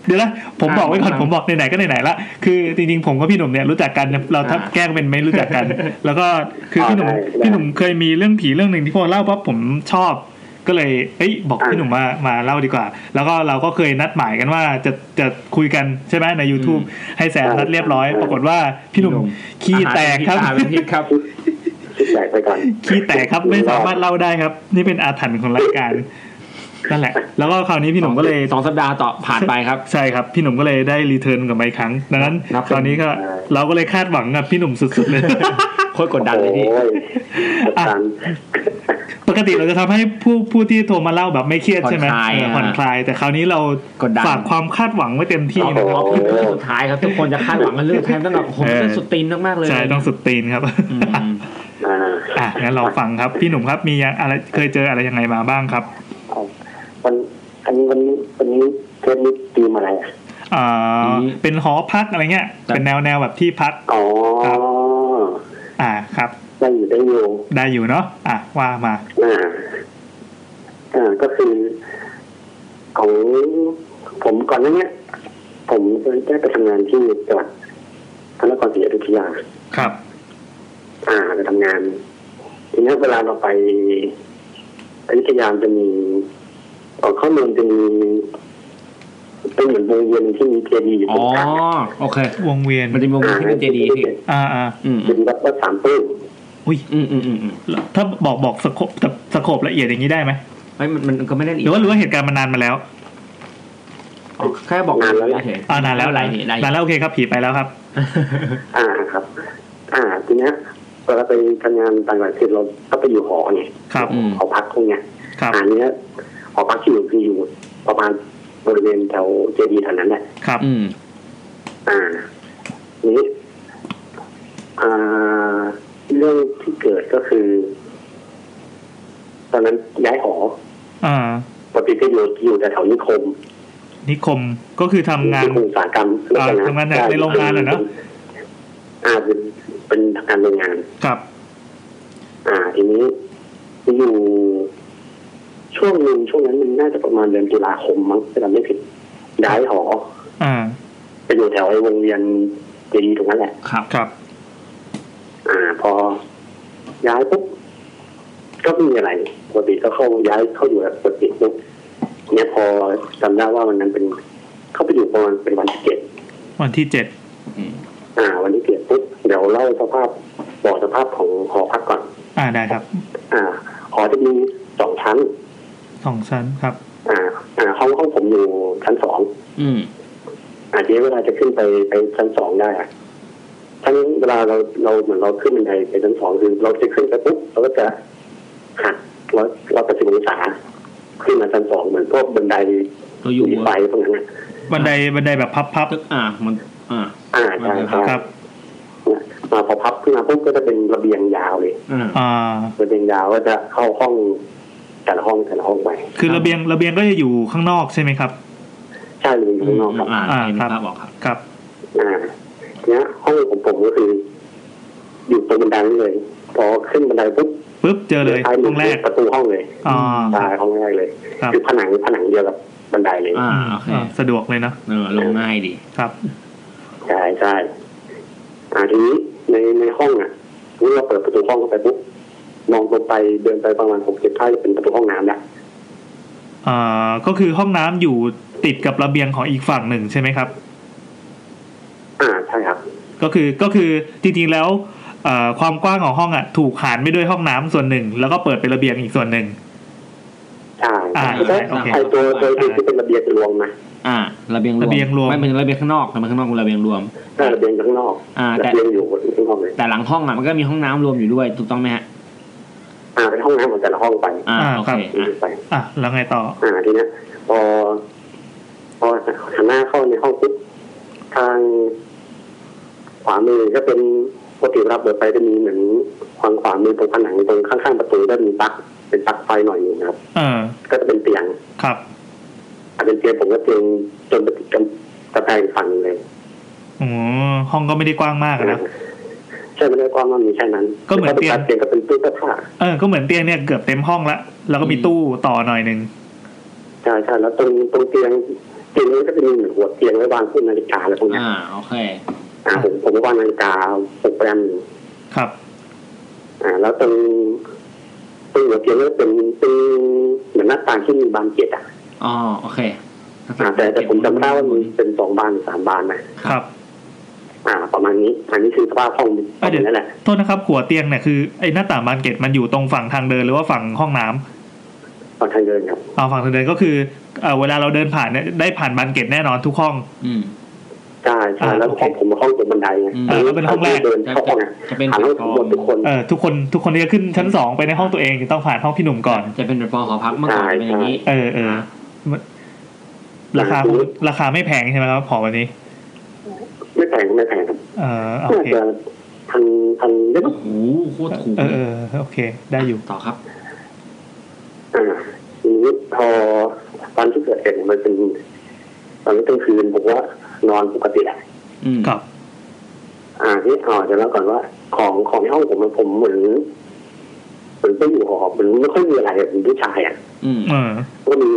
เดี๋ยวนะผมบอกไว้ก่อน อ่า ผมบอกไหนๆก็ไหนๆละคือจริงๆผมกับพี่หนุ่มเนี่ยรู้จักกันเราทับ อ่า แกล้งเป็นไม่รู้จักกัน แล้วก็คือพี่หนุ่มพี่หนุ่มเคยมีเรื่องผีเรื่องหนึ่งที่พอเล่าปั๊บผมชอบ ก็เลย เอ้ย บอกพี่หนุ่มมา มาเล่าดีกว่า แล้วก็เราก็เคยนัดหมายกันว่าจะ จะคุยกันใช่ไหมใน YouTube ให้แซนนัดเรียบร้อย ปรากฏว่าพี่หนุ่มขี้แตกครับ อาหาเป็นพิษครับ คิดใหญ่ไปก่อน ขี้แตกครับ ไม่สามารถเล่าได้ครับ นี่เป็นอาถรรพ์ของรายการ นั่นแหละ แล้วก็คราวนี้พี่หนุ่มก็เลย สองสัปดาห์ต่อผ่านไปครับ ใช่ครับ พี่หนุ่มก็เลยได้รีเทิร์นกลับมาอีกครั้ง ดังนั้น นับเป็น ตอนนี้ก็เราก็เลยคาดหวังกับพี่หนุ่มสุดๆเลย โคตรกดดันเลยพี่ โอ้ยกดดัน ปกติเราจะทำให้ผู้ผู้ที่โทรมาเล่าแบบไม่เครียดใช่ไหมเออผ่อนคลาย แต่คราวนี้เรา กดดัน ฝากความคาดหวังไว้เต็มที่ โอ้ นะคโหรับ คือเรื่องสุดท้ายครับ ทุกคนจะคาดหวังกันเรื่องแทนตั้งแต่ผม เออ จะสุดตีนมากๆเลย ใช่ต้องสุดตีนครับ อืม อ่า อ่ะงั้นเราฟังครับ พี่หนุ่มครับมียังอะไรเคยเจออะไรยังไงมาบ้างครับ วันอันนี้วันนี้วันนี้เทปนี้ตีมอะไรอ่ะ อ่า อืม เป็นหอพักอะไรเงี้ย ครับ เป็นแนวแนวแบบที่พัก อ๋อ ครับ อ่าครับ ได้อยู่ได้อยู่ ได้อยู่เนาะอ่ะว่ามา อ่าอ่าก็คือ ของผมก่อนหนั้นเนี่ย ผมเคยได้ไปทำงานที่จังหวัดพระนครศรีอยุธยา ครับ อ่าไปทำงาน ทีนี้เวลาเราไปอยุธยาจะมีของข้อมูลจะมีเป็นเหมือนวงเวียนที่มีเจดีย์อยู่ต อ๋ ร อง กลาง โอเคว งเวียน มันจะมีวงเวียนที่เป็นเจดีย์พี่ อ่าอ่า อืม เป็นวัดวัดสามปลื้ม อุ้ย อืมอืมอืมอืม ถ้าบอกบอกสโคปแต่สโคปละเอียดอย่างนี้ได้ไหม เฮ้ยมันมันก็ไม่ได้ละ ห เอี รื ย อ ด ว่าหรือว่าเหตุการณ์มันนานมาแล้ว อ๋อแค่บอกเฉยๆ อ่านานแล้ว ได้พี่ได้ นานแล้วโอเคครับผีไปแล้วครับ อ่าครับ อ่า ทีนี้เวลาไปทำงานต่างประเทศเราก็ไปอยู่หอไง ครับ อืม หอพักพวกเนี้ย ครับ อันนี้ยหอพักที่อยู่ที่อยู่ประมาณบริเวณแถวเจดีย์แถวนั้นแหละ ครับ อืม อ่า นี่อ่า เรื่องที่เกิดก็คือ ตอนนั้นย้ายหอ อ่า ปกติก็อยู่อยู่แต่แถวนิคม นิคมก็คือทำงาน นิคมอุตสาหกรรม อ่าทำงานในในโรงงานเหรอเนอะ อ่าเป็นเป็นทำงานโรงงาน ครับ อ่า ทีนี้อยู่ ช่วงหนึ่งช่วงนั้นมันน่าจะประมาณเดือนตุลาคมมั้งถ้าจำไม่ผิดย้ายหอ อ่า ไปอยู่แถวไอ้วงเวียนเจดีย์ตรงนั้นแหละ ครับ ครับ อ่าพอย้ายปุ๊บก็ไม่มีอะไรปกติก็เข้าย้ายเข้าอยู่แบบปกติปุ๊บเนี่ยพอจำได้ว่าวันนั้นเป็น เขาไปอยู่ประมาณเป็นวันที่เจ็ด วันที่เจ็ด อืม อ่า วันที่เจ็ดปุ๊บเดี๋ยวเล่าสภาพบอกสภาพของหอพักก่อน อ่าได้ครับ อ่าหอจะมีสองชั้น สองชั้นครับ อ่า อ่าห้องห้องผมอยู่ชั้นสอง อืม อาทีนี้เวลาจะขึ้นไปไปชั้นสองได้อะทั้งเวลาเราเราเหมือนเราขึ้นบันไดไปชั้นสองคือเราจะขึ้นไปปุ๊บเราก็จะหักร้อยร้อยแปดสิบองศาขึ้นมาชั้นสองเหมือนพวกบันได ตัวอยู่ มีไฟพวกนั้นอะ บันไดบันไดแบบพับ ตึกอ่ามันอ่า อ่าใช่ใช่ ๆครับ เนี่ยมาพอพับขึ้นมาปุ๊บก็จะเป็นระเบียงยาวเลย อ่า อ่า ระเบียงยาวก็จะเข้าห้องแต่ละห้องแต่ละห้องไป คือ ครับ ระเบียงระเบียงก็จะอยู่ข้างนอกใช่ไหมครับ ใช่เลยอยู่ข้างนอกครับ อ่า อ่า เห็น ครับ ภาพออกครับ ครับ อ่าเนี่ยห้องของผมก็คือ อยู่ตรงบันไดนี่เลย พอขึ้นบันไดปุ๊บ ปุ๊บเจอเลย ซ้ายมื ห้องแรก ประตูห้องเลย อ่า ตายห้องแรกเลย ครับ อผนังผนังเดียวกับบันไดเลย อ่าโอเค อ่าสะดวกเลยเนอะ เออลงง่ายดี ครับ ใช่ใช่อ่าทีนี้ ในในห้องอ่ะเมื่อเราเปิดประตูห้องเข้าไปปุ๊บมองลงไปเดินไปประมาณหกเจ็ดท่าจะเป็นประตูห้องน้ำแหละ อ่าก็คือห้องน้ำอยู่ติดกับระเบียงของอีกฝั่งหนึ่งใช่ไหมครับ อ่าใช่ครับ ก็คือก็คือจริงๆแล้วเอ่อความกว้างของห้องอ่ะถูกหารไปด้วยห้องน้ำส่วนหนึ่ง แล้วก็เปิดเป็นระเบียงอีกส่วนหนึ่ง ใช่ อ่า แล้ว โอเค ไอตัวตัวเองที่เป็นระเบียงรวมนะ อ่า ระเบียงรวม ระเบียงรวม ไม่เป็นระเบียงข้างนอกระเบียงข้างนอกคือระเบียงรวม ได้ระเบียงข้างนอก อ่า ระ แต่ เบียงอยู่ข้างนอกเลย แต่หลังห้องอ่ะมันก็มีห้องน้ำรวมอยู่ด้วยถูกต้องไหมฮะ อ่าเป็นห้องน้ำของแต่ละห้องไป อ่า อ่า โอ ครั เค บ อืม อ่ะ ไป อ่ะแล้วไงต่อ อ่าทีเนี้ยพอ พอหันหน้าเข้าในห้องปุ๊บทางขวามือก็เป็นปกติเวลาเปิดไปจะมีเหมือนทางขวามือตรงผนังตรงข้างๆประตูก็มีปลั๊กเป็นปลั๊กไฟหน่อยหนึงนะครับ เออ ก็จะเป็นเตียง ครับ อาเป็นเตียงผมก็เตียงจนไปติดกันตะแคงฝั่งเลย อ๋อห้องก็ไม่ได้กว้างมากอะนะ ใช่ไม่ได้กว้างมากมีแค่นั้น ก็เหมือนเตียง แล้วเตียงก็เป็นตู้เสื้อผ้า เออก็เหมือนเตียงเนี่ยเกือบเต็มห้องละแล้วก็มีตู้ต่อหน่อยหนึ่ง ใช่ใช่แล้วตรงตรงเตียงเตียงนี้ก็จะมีเหมือนหัวเตียงไว้วางขึ้นนาฬิกาอะไรพวกเนี้ย อ่าโอเค อ่าผมผมก็วางนาฬิกาปลุกแรมหนึ่ง ครับ อ่าแล้วตรงตรงหัวเตียงก็เป็นเป็นเหมือนหน้าต่างที่มีบานเกล็ดอ่ะ อ๋อโอเค อ่าแต่แต่ผมจำได้ว่ามันเป็นสองบานหรือสามบานนะครับ อ่า ประมาณนี้อันนี้คือสภาพห้อง เอ้ยเดี๋ยว นั่นแหละ โทษนะครับหัวเตียงเนี่ยคือไอ้หน้าต่างบานเกล็ดมันอยู่ตรงฝั่งทางเดินหรือว่าฝั่งห้องน้ำ ตอนทางเดินครับ เอาฝั่งทางเดินก็คือเอ่อเวลาเราเดินผ่านเนี่ยได้ผ่านบานเกล็ดแน่นอนทุกห้อง อืม ใช่ใช่ อ่า แล้ว โอเค ห้องผมเป็นห้องบนบันไดไง อืม เออแล้วเป็นห้องแรก เดินเข้าห้องอ่ะ จะเป็น ผ่านห้องผมหมดทุกคน เออทุกคนทุกคนที่จะขึ้นชั้นสองไปในห้องตัวเองจะต้องผ่านห้องพี่หนุ่มก่อน จะเป็นแบบฟอร์หอพักเมื่อก่อนจะเป็นอย่างนี้ เออเออมันราคาของราคาไม่แพงใช่ไหมครับหอวันนี้ ไม่แพงไม่แพงครับ เออโอ น่า เค จะพันพันเล็ก โอ้โหโคตรถูก เออ เล เอย อโอเค ได้อยู่ ต่อครับ อ่าทีนี้พอตอนที่เกิดเหตุเนี่ยมันเป็นตอนนี้กลางคืนผมว่านอนปกติแหละ อืม ครับ อ่าที่อ่าจะเล่าก่อนว่าของของในห้องผมมันผมเหมือนเหมือนไปอยู่หอเหมือนไม่ค่อยมีอะไรอะเป็นผู้ชายอ่ะ อืม เออ ก็มี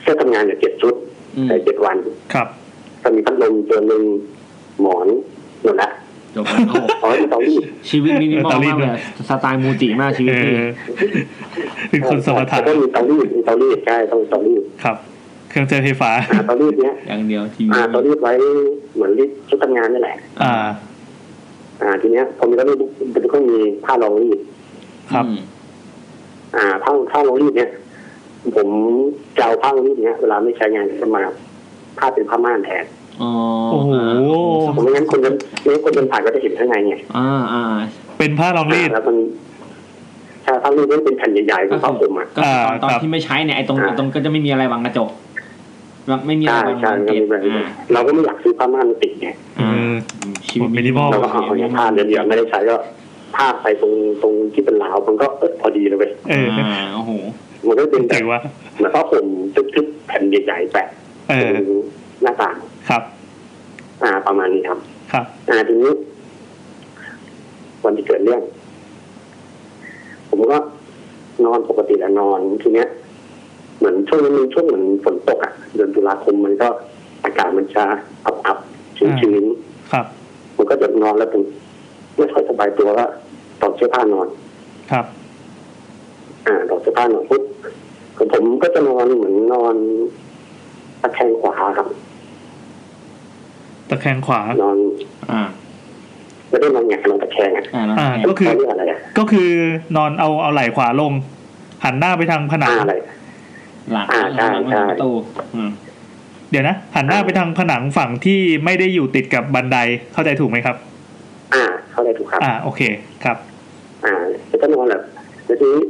เสื้อทำงานอยู่เจ็ดชุด อืม ใส่เจ็ดวัน ครับ ก็มีพัดลมตัวหนึ่งหมอนหมดละ จบแล้วโอ้โห อ๋อมีเตารีด ชีวิตมินิมเออลอตอนนี้ มากเลยสไตล์มูจิมากชีวิต เอ พี่ อเป็นคนสมรรถะ แล้วก็มีเตารีดมีเตารีดใช่ต้องเตารีด ครับ เครื่องใช้ไฟฟ้า อ่าเตารีดเนี้ย อย่างเดียวชีวิต อ่าเตารีดไว้เหมือนรีดชุดทำงานนี่แหละ อ่า อ่า ทีเนี้ยพอมีเตารีดมันก็มีผ้ารองรีด ครับ อืม อ่าผ้าผ้าลงรีดเนี่ย ผมจะเอาผ้าลงรีดเนี่ยเวลาไม่ใช้งานก็มาผ้าเป็นผ้าม่านแทน อ๋อ โอ้โห ผมไม่งั้นคนเดินไม่งั้นคนเดินผ่านก็จะเห็นข้างในไง อ่าอ่า เป็นผ้ารองรีด อ่าแล้วมันใช่ผ้าลงรีดมันเป็นแผ่นใหญ่ๆของผ้าคลุมอ่ะ ก็คือตอน อ่า ตอน ครับ ที่ไม่ใช้เนี่ยไอ้ตรง อ่า ตรงก็จะไม่มีอะไรบังกระจกไม่มีอะ ใช่ ไรบัง ใช่ก็ เก มี ต แบบนี้ อ่า เราก็ไม่อยากซื้อผ้าม่านมาติดไง เอ อ่า อ ชีวิต มิ มิ นิ นิ ม ม อ อ ล ล เราก็เอาเนี่ยผ้าเดี๋ยวๆไม่ได้ใช้ก็ผ้าไปตรงตรงที่เป็นราวมันก็เออพอดีเลยเว้ย เออ อ่าโอ้โห มันก็เป็นแบ เจ๋ บ งวะ เหมือนผ้าคลุมทึบๆแผ่นใหญ่ๆแปะ เอ ตร อ งหน้าต่าง ครับ อ่า ประมาณนี้ครับ ครับ อ่าทีนี้วันที่เกิดเรื่อง ผมก็นอนปกติแหละนอนทีเนี้ย เหมือนช่วงนั้นมันช่วงเหมือนฝนตกอ่ะเดือนตุลาคมมันก็อากาศมันจะอับอับชื้นชื้น ครับ ๆผมก็จะนอนแล้วผมไม่ค่อยสบายตัวก็ตอดเสื้อผ้านอน ครับ อ่าตอดเสื้อผ้านอนปุ๊บผมก็จะนอนเหมือนนอนตะแคงขวาครับ ตะแคงขวา นอน อ่า ไม่ได้นอนหงายนอนตะแคงอ่ะ อ่าแล้ว อ่า ไง ก็คือ เขาเรียกอะไรอ่ะ ก็คือนอนเอาเอาไหล่ขวาลง หันหน้าไปทางผนั อ่าง อะไร หลัง อ่า หลังห ใช่ ลัง ใช่ ประตูอืม เดี๋ยวนะ หันหน้าไปทางผนังฝั่งที่ไม่ได้อยู่ติดกับบันได เข้าใจถูกไหมครับ อ่า เขาเรียกถูกครับ อ่า โอเค ครับ อ่าแล้วก็นอนหลับแล้วทีนี้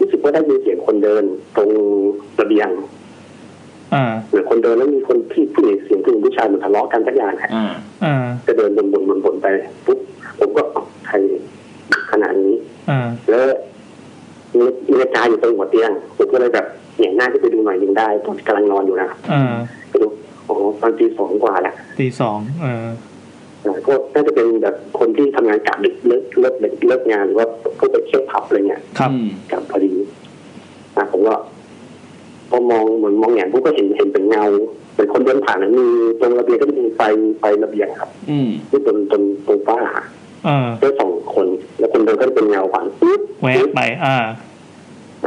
รู้สึกว่าได้ยินเสียงคนเดิน ตรงระเบียง อ่า เหมือนคนเดินแล้วมีคนที่ผู้หญิงเสียงผู้หญิงผู้ชายเหมือนทะเลาะกันสักอย่างอะ อ่า อ่า จะเดินบนบนบนบนไปปุ๊บผมก็เอ้าใครขนาดนี้ อ่า แล้วมีนาฬิกาอยู่ตรงหัวเตียงผมก็เลยแบบเหนียงหน้าที่ไปดูหน่อยยังได้ตอนกำลังนอนอยู่นะ อ่า ไปดูโอ้โหตอนตีสองกว่าแหละ ตีสองเออ อ่าก็น่าจะเป็นแบบคนที่ทำงานกะดึกเลิกเลิกเลิกงานหรือว่าพวกไปเที่ยวผับอะไรเงี้ย ครับ อืม กับพอดีนะผมก็พอมองเหมือนมองแหงนปุ๊บก็เห็นเห็นเป็นเงา เหมือนคนเดินผ่านนะมีตรงระเบียงก็จะมีไฟไฟระเบียงครับ อืม ที่ตรงตรงตรงฝ้า เออ เพื่อสองคน แล้วคนเดินก็จะเป็นเงาขวางปึ๊บ แวบไป อ่า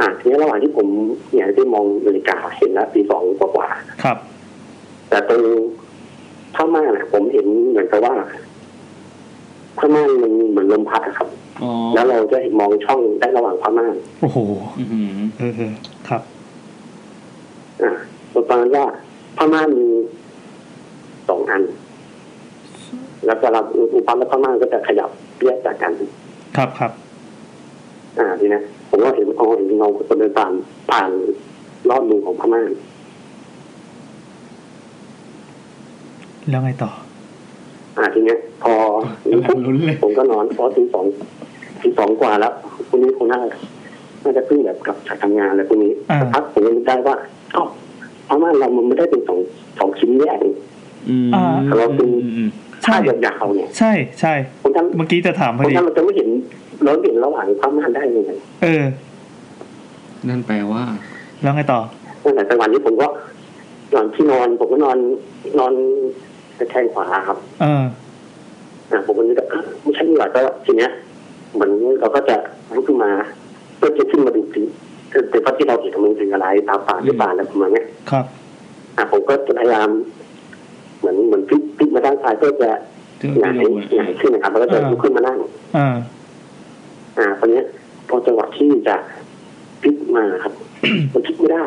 อ่ะทีนี้ระหว่างที่ผมเนี่ยที่มองนาฬิกาเห็นแล้วตีสองกว่าๆ ครับ แต่ตรงผ้าม่านอะผมเห็นเหมือนกับว่าผ้าม่านมันเหมือนลมพัดอะครับ อ๋อ แล้วเราจะเห็นมองช่องได้ระหว่างผ้าม่าน โอ้โห อื้อหือ เออเออครับ อ่าประมาณว่าผ้าม่านมีสองอัน แล้วก็รับอุปกรณ์และผ้าม่านก็จะขยับแยกจากกัน ครับครับ อ่าทีนะผมก็เห็นเอาเห็นเงาคนเดินผ่านผ่านลอดรูของผ้าม่าน แล้วไงต่อ อ่าทีเนี้ยพอ กำลังลุ้นเลย ผมก็นอนเพราะตีสองตีสองกว่าแล้วพรุ่งนี้คงน่าน่าจะเพิ่งแบบกลับจากทำงานอะไรพวกนี้ อ่า สักพักผมก็นึกได้ว่าเอ้าเพราะว่าเรามันไม่ได้เป็นสองสองชิ้นแยกนี่ อืม อ่า เราเป็น อืม ใช่ ผ้ายาวๆเนี่ย ใช่ใช่ เพราะฉะนั้น เมื่อกี้จะถามพ เพ อ ราะ ดี ฉะนั้นเราจะไม่เห็นเราเห็นระหว่างผ้าม่านได้ยังไง เออ นั่นแปลว่า แล้วไงต่อ ตั้งแต่วันนี้ผมก็นอนที่นอนผมก็นอนนอนตะแคงขวาครับ เออ อ่าผมก็นึกว่าเอ้าไม่ใช่นี่หว่าก็ทีเนี้ยเหมือนเราก็จะลุกขึ้นมาเพื่อจะขึ้นมาดูสิแต่ว่าที่เราเห็นมันเป็นอะไรตาป่าหรือเปล่าอะไรประมาณเนี้ย ครับ อ่ะผมก็จะพยายามเหมือนเหมือนพลิกพลิกมาด้านซ้ายเพื่อจะ ถึง ห ไป งาย ดูนะ หงายขึ้นนะครับแล้วก็จะ อ่า ลุกขึ้นมานั่ง เออ อ่าตอนนี้ยพอจังหวะที่จะพลิกมาครับ มันพลิกไม่ได้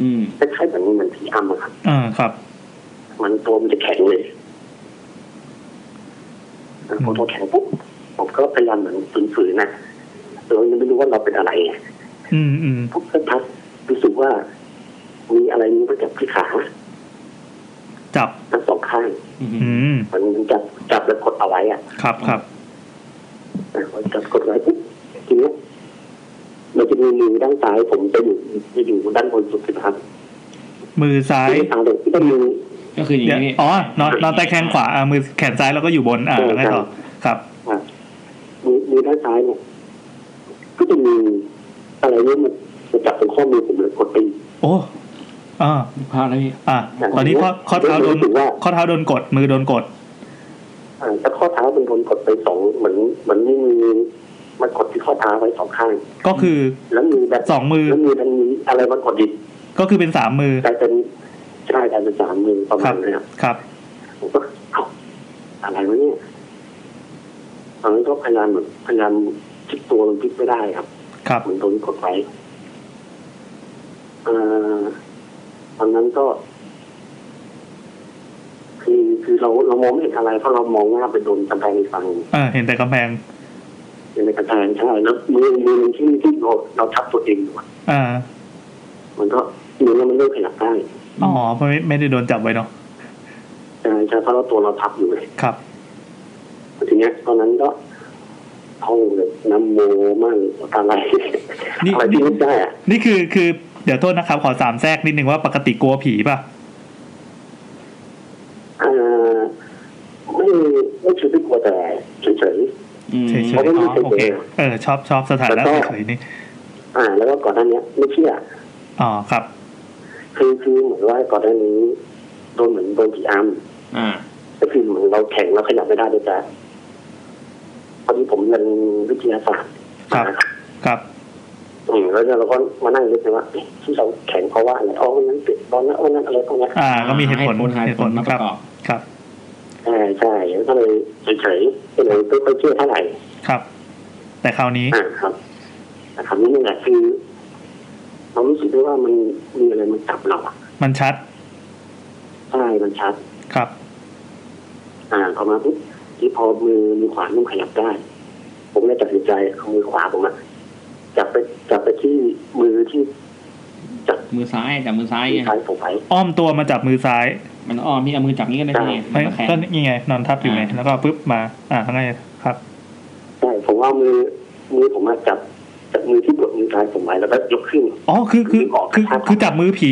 อืม คล้ายๆเหมือนเหมือนผีอำอะครับ เออ ครับ มันตัวมันจะแข็งเลยอ่ะพอตัวแข็งปุ๊บผมก็พยายามเหมือนฝืนๆนะเรายังไม่รู้ว่าเราเป็นอะไรไง อืมอืม ปุ๊บสักพักรู้สึกว่า มีอะไรนี้มาจับที่ขา จับ ทั้งสองข้าง อืม อืม มันมันจับจับแล้วกดเอาไว้อ่ะ ครับครับ อ่ะพอจับกดไว้ปุ๊บทีเนี้ยมันจะมีมือด้านซ้าย ผมจะอยู่จะอยู่ด้านบนสุดนะครับ มือซ้าย ที่ทางเด็กที่จะมี ก็คืออย่าง เดี๋ยว นี้ อ๋อ นอนนอนใต้แขนขวา อ่า มือแขนซ้ายแล้วก็อยู่บน อ่าแล้วไงต่อ ครับ อ่ะมือมือด้านซ้ายเนี่ยก็จะมีอะไรเนี่ยมันมันจับตรงข้อมือผมเลยกดไปอีก โอ้อ่า ภาพแล้วพี่ อ่าตอนนี้ข้อข้อเท้าโดน รู้สึกว่า ข้อเท้าโดนกด มือโดนกด อ่าแต่ข้อเท้าเป็นคนกดไปสองเหมือนเหมือนนี่มีมันกดที่ข้อเท้าไว้สองข้าง ก็คือ แล้วมือแบบ สองมือ แล้วมือทางนี้อะไรมันกดอีก ก็คือเป็นสามมือ กลายเป็นใช่กลายเป็นสามมือประ ค มา รั ณ บ เนี้ย ครับ ผมก็เอ้าอะไรวะเนี่ยตอนนั้นก็พยายามเหมือนพยายามพลิกตัวมันพลิกไม่ได้ครับ ครับ เหมือนโดนกดไว้เอ่อตอนนั้นก็ คือคือเราเรามองไม่เห็นอะไรเพราะเรามองหน้าไปโดนกำแพงอีกฝั่งหนึ่ง เออ เห็นแต่กำแพง เป็นในกำแพงใช่แล้วมือมือหนึ่งที่ที่เราเราทับตัวเองอยู่อะ อ่า มันก็มือนั้นมันเริ่มขยับได้ อ๋อไม่ไม่ไม่ได้โดนจับไว้เนาะ ใช่ใช่เพราะเราตัวเราทับอยู่เลย ครับ ทีเนี้ยตอนนั้นก็ท่องแบบน้ำโมมั่งอะไร นี่ อะไรที่นึกได้อะ นี่คือคือ เดี๋ยวโทษนะครับ ขอสามแทรกนิดนึงว่าปกติกลัวผีป่ะ เอ่อไม่ไม่คิดไม่กลัวแต่เฉย อืม เฉยๆ ไม่ได้ อ๋ รู้ อ สึก โอเค เลย เออ ชอบชอบสถานะ แล้วก็ เฉยๆนี่ ๆอ่า แล้วก็ก่อนหน้าเนี้ยไม่เชื่อ อ๋อ ครับ คือคือเหมือนว่าก่อนหน้านี้โดนเหมือนโดนผีอ อ่า ำก็คือเหมือนเราแข็งเราขยับไม่ได้เลยจ้ะพอดีผมเรียนวิทยาศาสตร์ ครับ มา ครับ อืมแล้วเราก็มานั่งนึกเลยว่าเอ๊ะที่เราแข็งเพราะว่าอะไรอ๋อวันนั้นติดบอลนะวันนั้นอะไรพวกเนี้ย อ่า ก็มีเหตุผล หา เห เห ตุ ตุ ผ ผ ล ลมาป ครับ ระกอบ ครับ ใช่ใช่แล้วก็เลยเฉยๆก็เลยไม่ค่อยเชื่อเท่าไหร่ ครับ แต่คราวนี้ อ่าครับนะครับนี่แหละคือเรารู้สึกได้ว่ามันมีอะไรมันจับเราอะ มันชัด ใช่มันชัด ครับ อ่าพอมาปุ๊บที่พอมือมือขวานุ่มขยับได้ ผมเลยตัดสินใจเอามือขวาผมอะจับไปจับไปที่มือที่ มือซ้ายจับมือซ้ายไง ท้ายผมไว้ อ้อมตัวมาจับมือซ้าย มันอ้อมพี่เอามือจับนี้ก็ได้พี่มั ไม่ นก็แข็ง ก็นี่ไง นอนทับอยู่ไง แล้วก็ปึ๊บมา อ่าทั้งไงครับ ใช่ผมว่ามือมือผมอะจับจับมือที่กดมือซ้ายผมไว้แล้วก็ยกขึ้น อ๋อ คือคือคือคือจับมือผี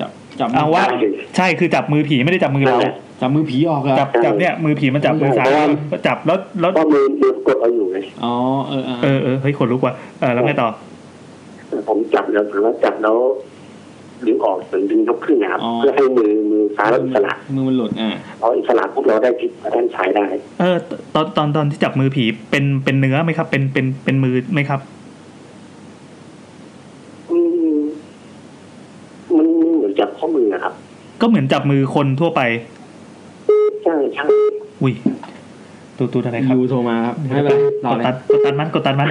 จับจับ เอาว่า จับ ใช่ คือจับมือผีไม่ได้จับมือเรา จับมือผีออกเหรอ จับจับเนี่ย มือผีมันจับมือซ้าย เพราะว่า จับแล้วแล้ว เพราะมือมือกดเราอยู่ไง อ๋อเออเออ เออเออเฮ้ยขนลุกว่ะเออแล้วไงต่อ ผมจับแล้วผมว่าจับแล้ว ดึงออกเหมือนดึงยกขึ้นนะครับ อ๋อ เพื่อให้มือมือซ้ายเราอิสระ มือมันหลุดอ่า เราอิสระปุ๊บเราได้ทิศมาด้านซ้ายได้ เออตอนตอนตอนที่จับมือผีเป็นเป็นเนื้อไหมครับ เป็นเป็นเป็นมือไหมครับ อืมมันเหมือนจับข้อมือนะครับ ก็เหมือนจับมือคนทั่วไป ใช่ใช่ อุ้ยตูตูอะไรครับ ยูโทรมาครับไม่เป็นไรต่อก ด เลย ตัดกดตัดมันกดตัดมัน